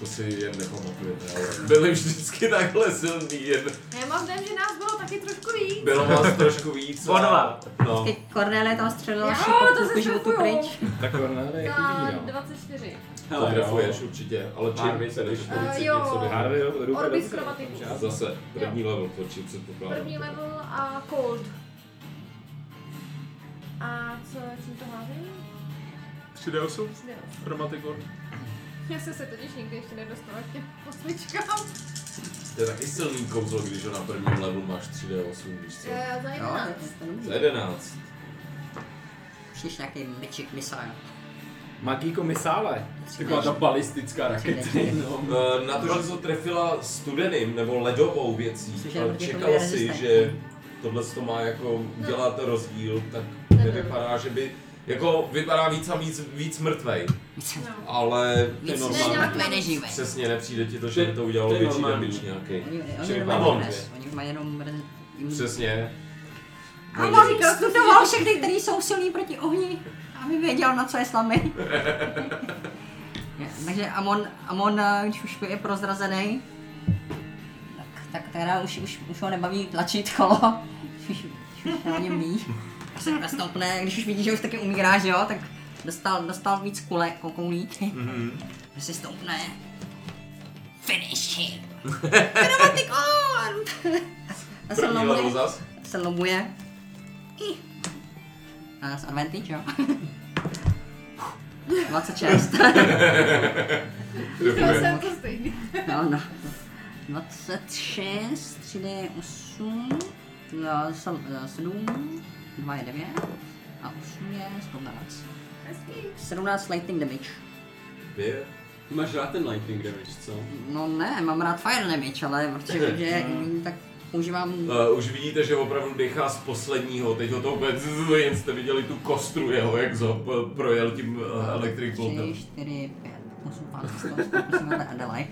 [SPEAKER 1] To si jen nepamatujete, ale byli vždycky takhle silný. Jen
[SPEAKER 4] Já mám dojem, že nás bylo taky trošku víc.
[SPEAKER 1] bylo vás trošku víc. a-
[SPEAKER 3] Bonova.
[SPEAKER 1] No.
[SPEAKER 6] Ty Cornelie tam střelila
[SPEAKER 4] Jo, to
[SPEAKER 6] šipku
[SPEAKER 4] se
[SPEAKER 6] k životu
[SPEAKER 4] šokujou.
[SPEAKER 6] pryč.
[SPEAKER 14] Tak Cornelie je
[SPEAKER 4] Na
[SPEAKER 14] chudý, no.
[SPEAKER 4] 24.
[SPEAKER 1] To
[SPEAKER 7] Hele,
[SPEAKER 1] trefuješ určitě, ale
[SPEAKER 7] Harvey
[SPEAKER 1] čím
[SPEAKER 7] se
[SPEAKER 1] když
[SPEAKER 7] došlo.
[SPEAKER 4] Eh, jo,
[SPEAKER 14] Harvey ho ruka
[SPEAKER 4] Orbis
[SPEAKER 14] dobře.
[SPEAKER 4] Chromaticus.
[SPEAKER 1] Zase, první level točím předpokládám.
[SPEAKER 4] První level a cold. A co, čím to házím?
[SPEAKER 5] 3D8?
[SPEAKER 4] Nic nedám.
[SPEAKER 5] Chromatikor.
[SPEAKER 4] Já jsem se totiž nikdy ještě nedostala k těm osmičkám.
[SPEAKER 1] To je taky silný kouzlo, když ho na prvním levelu máš 3D8, víš co?
[SPEAKER 4] Eh, Za
[SPEAKER 6] Jo, to
[SPEAKER 4] 11.
[SPEAKER 6] je- to je
[SPEAKER 1] Za
[SPEAKER 6] dobrý.
[SPEAKER 1] 11.
[SPEAKER 6] Přiš nějaký magic missile.
[SPEAKER 14] Magíko misále.
[SPEAKER 7] Taková ta balistická raketa. No.
[SPEAKER 1] Eh, Na to, že jsi ho trefila studeným nebo ledovou věcí,
[SPEAKER 6] Cože,
[SPEAKER 1] ale
[SPEAKER 6] proti tomu
[SPEAKER 1] čekala
[SPEAKER 4] jako
[SPEAKER 6] je
[SPEAKER 1] si,
[SPEAKER 6] rezistentní.
[SPEAKER 1] že tohle to má jako
[SPEAKER 4] No.
[SPEAKER 1] udělat rozdíl, tak nevypadá, že by... Jako vypadá víc a víc, víc mrtvej,
[SPEAKER 4] No.
[SPEAKER 1] ale to je
[SPEAKER 6] Víc než
[SPEAKER 1] normální.
[SPEAKER 4] nějak-
[SPEAKER 6] mrtvé neživé.
[SPEAKER 1] Přesně nepřijde ti to, že by to udělalo
[SPEAKER 7] To je
[SPEAKER 1] větší
[SPEAKER 7] normální.
[SPEAKER 1] damage nějaký.
[SPEAKER 6] Oni, oni
[SPEAKER 1] Že
[SPEAKER 6] jenom
[SPEAKER 1] vypadá
[SPEAKER 6] mají
[SPEAKER 1] blbě.
[SPEAKER 6] dres, oni mají jenom mrz...
[SPEAKER 1] Přesně. No,
[SPEAKER 6] A on studoval všechny, kteří jsou silní proti ohni, aby věděl, na co je slamy. Takže Amon, Amon, eh, když už je prozrazený, tak, tak teda už, už, už ho nebaví tlačit kolo, už, už, už na něm ví. A se nastoupne, když už vidí, že už taky umírá, že jo, tak dostal, dostal víc kule, kokoulí. Mm-hmm.
[SPEAKER 1] Mhm.
[SPEAKER 6] se stoupne. Finish him. Dramatic on! A se
[SPEAKER 1] První level
[SPEAKER 6] lomuje,
[SPEAKER 1] zas.
[SPEAKER 6] se lomuje. I. A s advantage, jo? 26.
[SPEAKER 4] Chtěla jsem to stejný.
[SPEAKER 6] No, no. 26, 3D8, no, sel- eh, 7, 2 je 9 a 8 je 17.
[SPEAKER 4] Hezký.
[SPEAKER 6] 17 lightning damage.
[SPEAKER 1] Dvě.
[SPEAKER 7] Ty máš rád ten lightning damage, co?
[SPEAKER 6] No ne, mám rád fire damage, ale protože vím, že jak umím, tak používám...
[SPEAKER 1] Uh, už vidíte, že opravdu dechá z posledního, teď ho to vůbec, jen jste viděli tu kostru jeho, jak zo p- projel tím uh, electric boltem.
[SPEAKER 6] 3, 4, 5, 8, 12, 16, 17, Adelaide.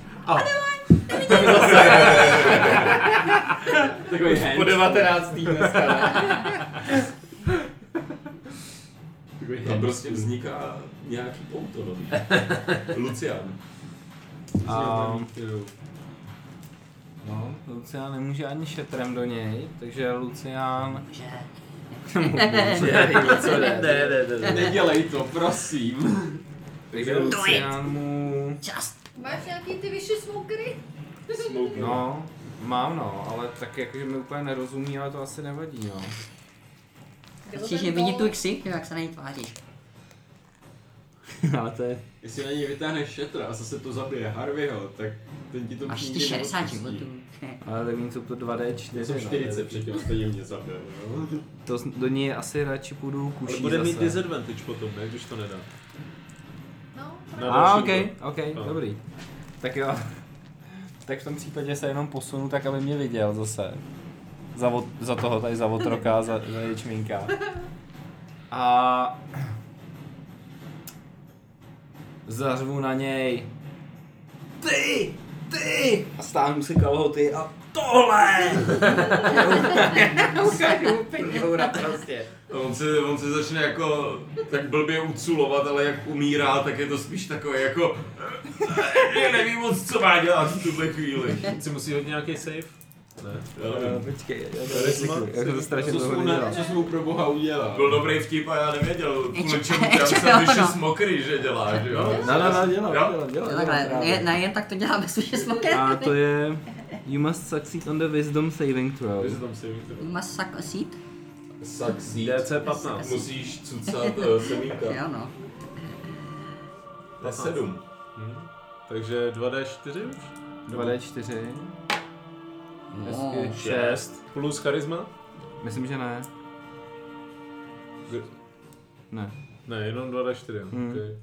[SPEAKER 7] Takový hand.
[SPEAKER 14] Po 19. dneska. ne?
[SPEAKER 7] Takový
[SPEAKER 1] Tam
[SPEAKER 7] hand.
[SPEAKER 1] prostě vzniká nějaký pouto nový. Lucian.
[SPEAKER 14] A- No, Lucián nemůže ani šetrem do něj, takže Lucián...
[SPEAKER 6] Že...
[SPEAKER 14] ne, ne, ne.
[SPEAKER 7] Nedělej to, prosím.
[SPEAKER 14] Takže Lucián mu...
[SPEAKER 6] Just
[SPEAKER 4] Máš nějaký ty vyšší smokery?
[SPEAKER 14] No, mám no, ale tak jakože mi úplně nerozumí, ale to asi nevadí, jo.
[SPEAKER 6] Chci, že vidí tu ksik, jak se na ní tváříš.
[SPEAKER 14] ale to je...
[SPEAKER 7] Jestli na něj vytáhneš šetra a zase to zabije Harveyho, tak ten ti to
[SPEAKER 6] Máš ty
[SPEAKER 7] nikdy
[SPEAKER 6] 60
[SPEAKER 7] neodpustí.
[SPEAKER 6] životů.
[SPEAKER 14] Ale tak oni jsou to 2D4.
[SPEAKER 7] Já jsem
[SPEAKER 14] no,
[SPEAKER 7] 40
[SPEAKER 14] ne?
[SPEAKER 7] předtím, stejně mě zabil, no. jo.
[SPEAKER 14] To s- do ní asi radši půjdu kuší
[SPEAKER 5] Ale bude
[SPEAKER 14] zase.
[SPEAKER 5] mít disadvantage potom, ne, když to nedá.
[SPEAKER 4] No,
[SPEAKER 5] Na
[SPEAKER 14] A,
[SPEAKER 5] další
[SPEAKER 14] ok,
[SPEAKER 5] útok.
[SPEAKER 14] ok,
[SPEAKER 5] No.
[SPEAKER 14] dobrý. Tak jo. tak v tom případě se jenom posunu tak, aby mě viděl zase. Za, vo- za toho tady za otroka, za, za ječmínka. A... Zařvu na něj. Ty! Ty! A stáhnu si kalhoty a
[SPEAKER 10] tohle! Ukážu pindoura prostě.
[SPEAKER 1] On se, on se začne jako tak blbě uculovat, ale jak umírá, tak je to spíš takové jako... "Eh, Já nevím moc, co má dělat v tuhle chvíli.
[SPEAKER 5] Si musí hodit nějaký save?
[SPEAKER 1] Jo.
[SPEAKER 10] Počkej, já to recykuju, já to strašně
[SPEAKER 7] Co jsi
[SPEAKER 10] dlouho
[SPEAKER 7] mu, na,
[SPEAKER 10] nedělal.
[SPEAKER 7] co jsi mu pro boha udělal?
[SPEAKER 1] Byl dobrý vtip a já nevěděl, kvůli čemu
[SPEAKER 6] Ečel-
[SPEAKER 1] tam
[SPEAKER 6] ečel,
[SPEAKER 1] jsem vyšel
[SPEAKER 6] no.
[SPEAKER 1] smokry, že dělá, že jo?
[SPEAKER 10] No, no, no, dělám,
[SPEAKER 1] Jo?
[SPEAKER 10] dělám,
[SPEAKER 6] Jo,
[SPEAKER 10] dělám, dělám
[SPEAKER 6] takhle,
[SPEAKER 10] právě.
[SPEAKER 6] ne, ne, jen tak to děláme, spíš jsme
[SPEAKER 10] A to je... You must succeed on the wisdom saving throw.
[SPEAKER 7] tam
[SPEAKER 6] Must suck a seed?
[SPEAKER 1] Succeed.
[SPEAKER 5] DC 15.
[SPEAKER 1] Musíš cucat eh, semínka.
[SPEAKER 6] Jo no.
[SPEAKER 1] To je sedm.
[SPEAKER 5] Takže 2D4 už?
[SPEAKER 10] 2d4.
[SPEAKER 6] No.
[SPEAKER 10] Hezky. 6.
[SPEAKER 5] Plus charisma?
[SPEAKER 10] Myslím, že ne.
[SPEAKER 5] Gr-
[SPEAKER 10] Ne.
[SPEAKER 5] Ne, jenom 2D4, jo.
[SPEAKER 10] Hmm.
[SPEAKER 5] Okay.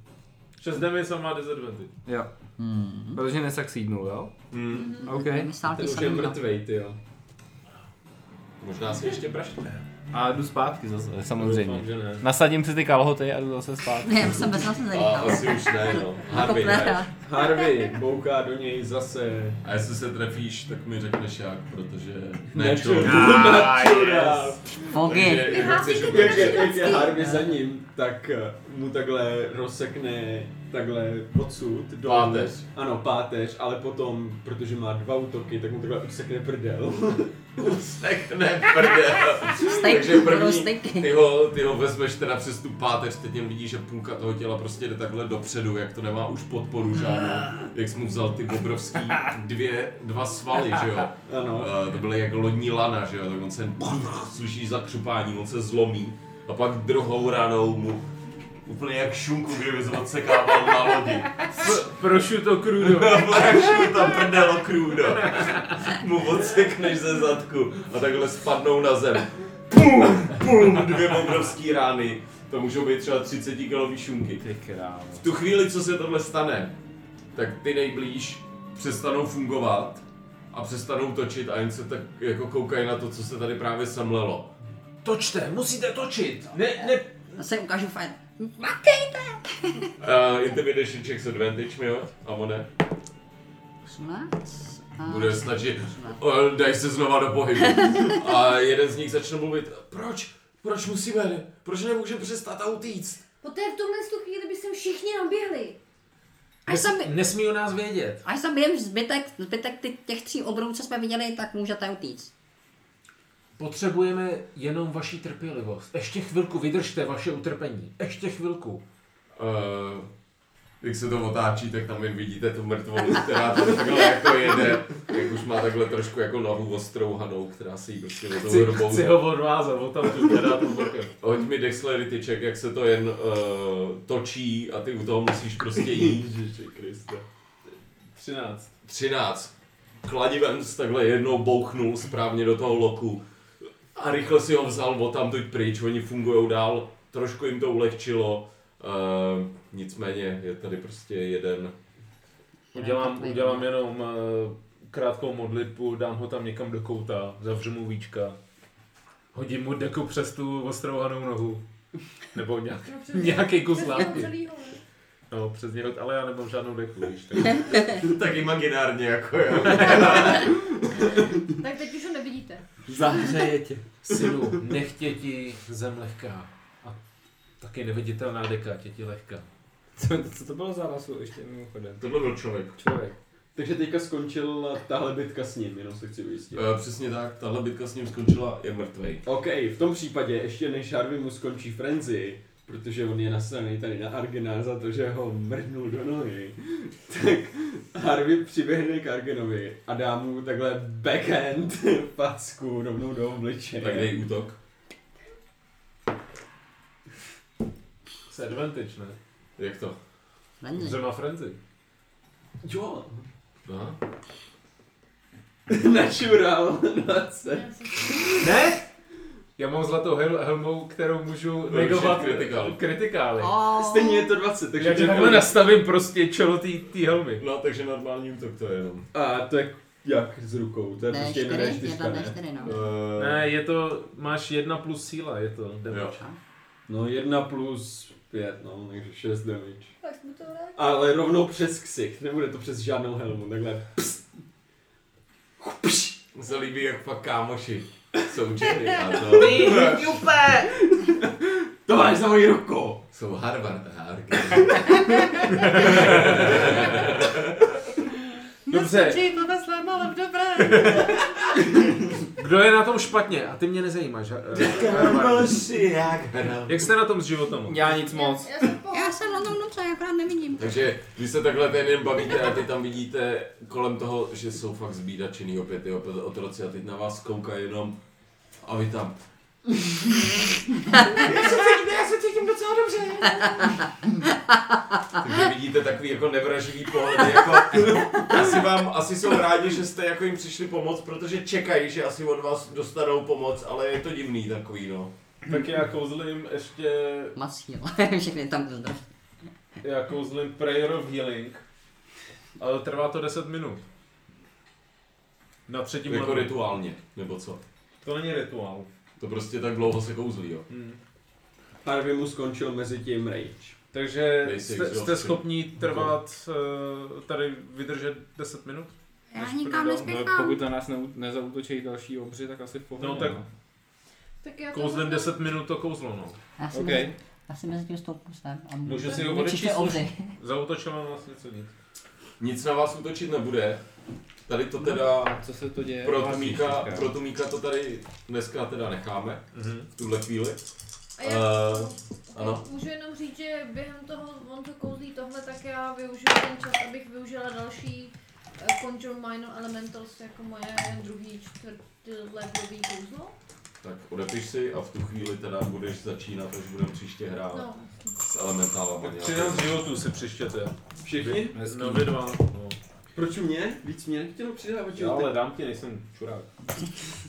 [SPEAKER 5] 6 damage a má disadvantage.
[SPEAKER 10] Jo.
[SPEAKER 6] Hmm.
[SPEAKER 10] Protože nesucceednul, jo?
[SPEAKER 1] Hm.
[SPEAKER 10] OK.
[SPEAKER 6] Vystál ty
[SPEAKER 7] Ten už je
[SPEAKER 6] sedm, no.
[SPEAKER 7] mrtvej, ty jo.
[SPEAKER 1] Možná si ještě prašne.
[SPEAKER 10] A jdu zpátky zase,
[SPEAKER 7] Doufám,
[SPEAKER 10] samozřejmě.
[SPEAKER 7] že ne.
[SPEAKER 10] Nasadím si ty kalhoty a jdu zase zpátky.
[SPEAKER 6] Ne, já jsem bez nás
[SPEAKER 1] A
[SPEAKER 6] nedýchal.
[SPEAKER 1] asi už ne, no.
[SPEAKER 6] Jako
[SPEAKER 7] Harvey, ne.
[SPEAKER 6] plera.
[SPEAKER 7] Harvey, bouká do něj zase.
[SPEAKER 1] A jestli se trefíš, tak mi řekneš jak, protože...
[SPEAKER 7] Natural.
[SPEAKER 1] čo.
[SPEAKER 7] Natural.
[SPEAKER 6] Fogy.
[SPEAKER 1] Takže nechceš
[SPEAKER 4] Vyházíte
[SPEAKER 7] Jak je,
[SPEAKER 1] udělat-
[SPEAKER 7] jak je Harvey za ním, tak eh, mu takhle rozsekne takhle odsud do
[SPEAKER 1] Páteř.
[SPEAKER 7] Ano, páteř, ale potom, protože má dva útoky, tak mu takhle usekne prdel.
[SPEAKER 1] Sekne prdel. Takže
[SPEAKER 6] Steak, budou
[SPEAKER 1] první,
[SPEAKER 6] steaky.
[SPEAKER 1] ty ho, ty ho vezmeš teda přes tu páteř, teď jen vidíš, že půlka toho těla prostě jde takhle dopředu, jak to nemá už podporu žádnou, jak jsi mu vzal ty obrovský dvě, dva svaly, že jo.
[SPEAKER 7] Ano.
[SPEAKER 1] Eh, to byly jako lodní lana, že jo, tak on se slyší zakřupání, on se zlomí a pak druhou ranou mu úplně jak šunku, kdyby se odsekával na lodi.
[SPEAKER 5] Prošu to krudo.
[SPEAKER 1] Prašu tam prdelo krůdo. Mu odsekneš ze zadku a takhle spadnou na zem. Pum, pum, dvě obrovský rány. To můžou být třeba 30 kilový šunky.
[SPEAKER 10] Ty krávo.
[SPEAKER 1] V tu chvíli, co se tohle stane, tak ty nejblíž přestanou fungovat a přestanou točit a jen se tak jako koukají na to, co se tady právě samlelo.
[SPEAKER 13] Točte, musíte točit. Ne, ne,
[SPEAKER 6] Já se ukážu fajn.
[SPEAKER 1] Uh, intimidation check s advantage, mi jo? A one.
[SPEAKER 6] 18. a-
[SPEAKER 1] Bude snažit, eh, daj se znova do pohybu. A jeden z nich začne mluvit, proč? Proč musíme? Proč nemůže přestat a utíct?
[SPEAKER 4] Poté No, v tomhle tu chvíli by se všichni naběhli.
[SPEAKER 6] Až jsem,
[SPEAKER 3] Nesmí o nás vědět.
[SPEAKER 6] až jsem během zbytek, zbytek ty, těch tří obrů, co jsme viděli, tak můžete utíct.
[SPEAKER 3] Potřebujeme jenom vaší trpělivost. Ještě chvilku vydržte vaše utrpení. Ještě chvilku.
[SPEAKER 1] Uh, jak se to otáčí, tak tam jen vidíte tu mrtvolu, která tam takhle jak to jede. Jak už má takhle trošku jako nohu ostrouhanou, která se jí prostě do toho hrobou.
[SPEAKER 5] Chci ho odvázat, odtamtud teda to bokem.
[SPEAKER 1] Hoď mi dexterity check, jak se to jen uh, točí a ty u toho musíš prostě jít.
[SPEAKER 5] 13.
[SPEAKER 1] 13. Kladivem jsi takhle jednou bouchnul správně do toho loku a rychle si ho vzal od tam pryč, oni fungují dál, trošku jim to ulehčilo, uh, nicméně je tady prostě jeden.
[SPEAKER 5] Udělám,
[SPEAKER 6] Takový-
[SPEAKER 5] udělám jenom eh, krátkou modlitbu, dám ho tam někam do kouta, zavřu mu víčka. Hodím mu deku přes tu ostrouhanou nohu. Nebo nějak,
[SPEAKER 4] No,
[SPEAKER 5] nějaký kus lápy. No, přes něho, ale já nemám žádnou deku, víš. Tak.
[SPEAKER 1] tak imaginárně jako jo.
[SPEAKER 4] Tak teď už ho nevidíte.
[SPEAKER 10] Zahřeje tě.
[SPEAKER 3] Synu, nechtě ti zem lehká. A taky neviditelná deka tě ti lehká.
[SPEAKER 10] Co, co to bylo za rasu ještě mimochodem?
[SPEAKER 1] Tohle byl člověk.
[SPEAKER 10] Člověk.
[SPEAKER 7] Takže teďka skončila tahle bitka s ním, jenom se chci ujistit.
[SPEAKER 1] Uh, přesně tak, tahle bitka s ním skončila, je mrtvej.
[SPEAKER 7] OK, v tom případě ještě než Harvey mu skončí frenzy, protože on je nasraný tady na Argena za to, že ho mrhnul do nohy, tak Harvey přiběhne k Argenovi a dá mu takhle backhand facku rovnou do obličeje.
[SPEAKER 1] Tak dej útok.
[SPEAKER 5] S advantage, ne?
[SPEAKER 1] Jak to?
[SPEAKER 6] Není.
[SPEAKER 5] Že má frenzy.
[SPEAKER 7] Jo,
[SPEAKER 1] Aha.
[SPEAKER 7] načural 20.
[SPEAKER 5] Ne? Já mám zlatou hel- helmou, kterou můžu
[SPEAKER 1] To je
[SPEAKER 5] negovat
[SPEAKER 1] vše kritikál.
[SPEAKER 5] kritikály.
[SPEAKER 7] Stejně je to 20, takže
[SPEAKER 5] Takže
[SPEAKER 7] to je
[SPEAKER 5] takhle
[SPEAKER 7] dobrý.
[SPEAKER 5] nastavím prostě čelo té helmy.
[SPEAKER 1] No, takže normální útok to je jenom.
[SPEAKER 7] A to je jak s rukou, to je prostě
[SPEAKER 6] D4,
[SPEAKER 7] 1
[SPEAKER 6] 1
[SPEAKER 7] 4 ne?
[SPEAKER 6] D4, no.
[SPEAKER 1] Uh,
[SPEAKER 5] Ne, je to, máš jedna plus síla, je to
[SPEAKER 1] jo.
[SPEAKER 5] damage.
[SPEAKER 7] No 1 plus 5, no, takže 6 damage.
[SPEAKER 4] Tak jsme to vrátili.
[SPEAKER 7] Ale rovnou přes ksicht, nebude to přes žádnou helmu, takhle. Pst. Chupš.
[SPEAKER 1] Mně se líbí, jak fakt kámoši jsou Jerry a to.
[SPEAKER 7] Jupe! To máš za moji ruku!
[SPEAKER 1] Jsou Harvard a Harvard.
[SPEAKER 5] Dobře,
[SPEAKER 8] Či to neslám, ale v dobré.
[SPEAKER 5] kdo je na tom špatně? A ty mě nezajímáš. ha- eh, Harvard.
[SPEAKER 1] Kámoši, jak hrám.
[SPEAKER 5] Jak jste na tom s životem?
[SPEAKER 2] Já nic moc.
[SPEAKER 8] Já jsem po...
[SPEAKER 6] Já jsem na tom dobře, akorát nevidím.
[SPEAKER 1] Takže vy se takhle ten jen bavíte a ty tam vidíte kolem toho, že jsou fakt zbídačený opět ty opět otroci a teď na vás koukají jenom a vy tam. já se cítím, já se cítím docela dobře. Takže vidíte takový jako nevraživý pohled, jako asi vám, asi jsou rádi, že jste jako jim přišli pomoct, protože čekají, že asi od vás dostanou pomoc, ale je to divný takový, no.
[SPEAKER 20] Tak já kouzlím ještě,
[SPEAKER 6] Masíl, všechny tam zdrž.
[SPEAKER 20] já kouzlím Prayer of Healing, ale trvá to 10 minut. Na třetím
[SPEAKER 1] Jako
[SPEAKER 20] levelu.
[SPEAKER 1] rituálně, nebo co.
[SPEAKER 20] To není rituál.
[SPEAKER 1] To prostě tak dlouho se kouzlí, jo.
[SPEAKER 5] Hmm.
[SPEAKER 7] Harvey mu skončil mezi tím rage.
[SPEAKER 5] Takže
[SPEAKER 1] Nejsi Jako-
[SPEAKER 5] jste, jste
[SPEAKER 1] exhausted.
[SPEAKER 5] schopni trvat eh, tady vydržet 10 minut?
[SPEAKER 6] Já
[SPEAKER 5] Než
[SPEAKER 6] nikam
[SPEAKER 5] prdel.
[SPEAKER 2] No, pokud
[SPEAKER 6] nespěchám.
[SPEAKER 2] na nás neu- nezautočí další obři, tak asi v pohodě.
[SPEAKER 5] No, tak-
[SPEAKER 8] Tak já to
[SPEAKER 5] Kouzlem
[SPEAKER 8] možná-
[SPEAKER 5] 10 minut to kouzlo, no.
[SPEAKER 6] Já si
[SPEAKER 2] OK.
[SPEAKER 6] mezi- Já si mezi tím stoupnu sem a
[SPEAKER 5] Můžu si ho
[SPEAKER 6] mě
[SPEAKER 5] odečíst?
[SPEAKER 6] přišli obři.
[SPEAKER 5] Zautočilo na nás něco nic.
[SPEAKER 1] Nic na vás útočit nebude. Tady to teda
[SPEAKER 2] Co se to děje?
[SPEAKER 1] pro Tumíka, pro Tumíka to tady dneska teda necháme,
[SPEAKER 5] Mhm.
[SPEAKER 1] v tuhle chvíli.
[SPEAKER 8] A já-
[SPEAKER 1] Uh, ano.
[SPEAKER 8] Můžu jenom říct, že během toho, on to kouzlí tohle, tak já využiju ten čas, abych využila další eh, Conjure Minor Elementals jako moje druhý čtvrtletlový kouzlo.
[SPEAKER 1] tak odepiš si a v tu chvíli teda budeš začínat, až budeme příště hrát
[SPEAKER 8] No,
[SPEAKER 1] s elementálama. nějak.
[SPEAKER 5] 13 životů si přištěte.
[SPEAKER 7] Všichni?
[SPEAKER 5] No, vy dva. No.
[SPEAKER 7] Proč mě? Víc mě nechtělo přidávat, že
[SPEAKER 5] Jo,
[SPEAKER 7] jo?
[SPEAKER 5] ale dám ti, nejsem čurák.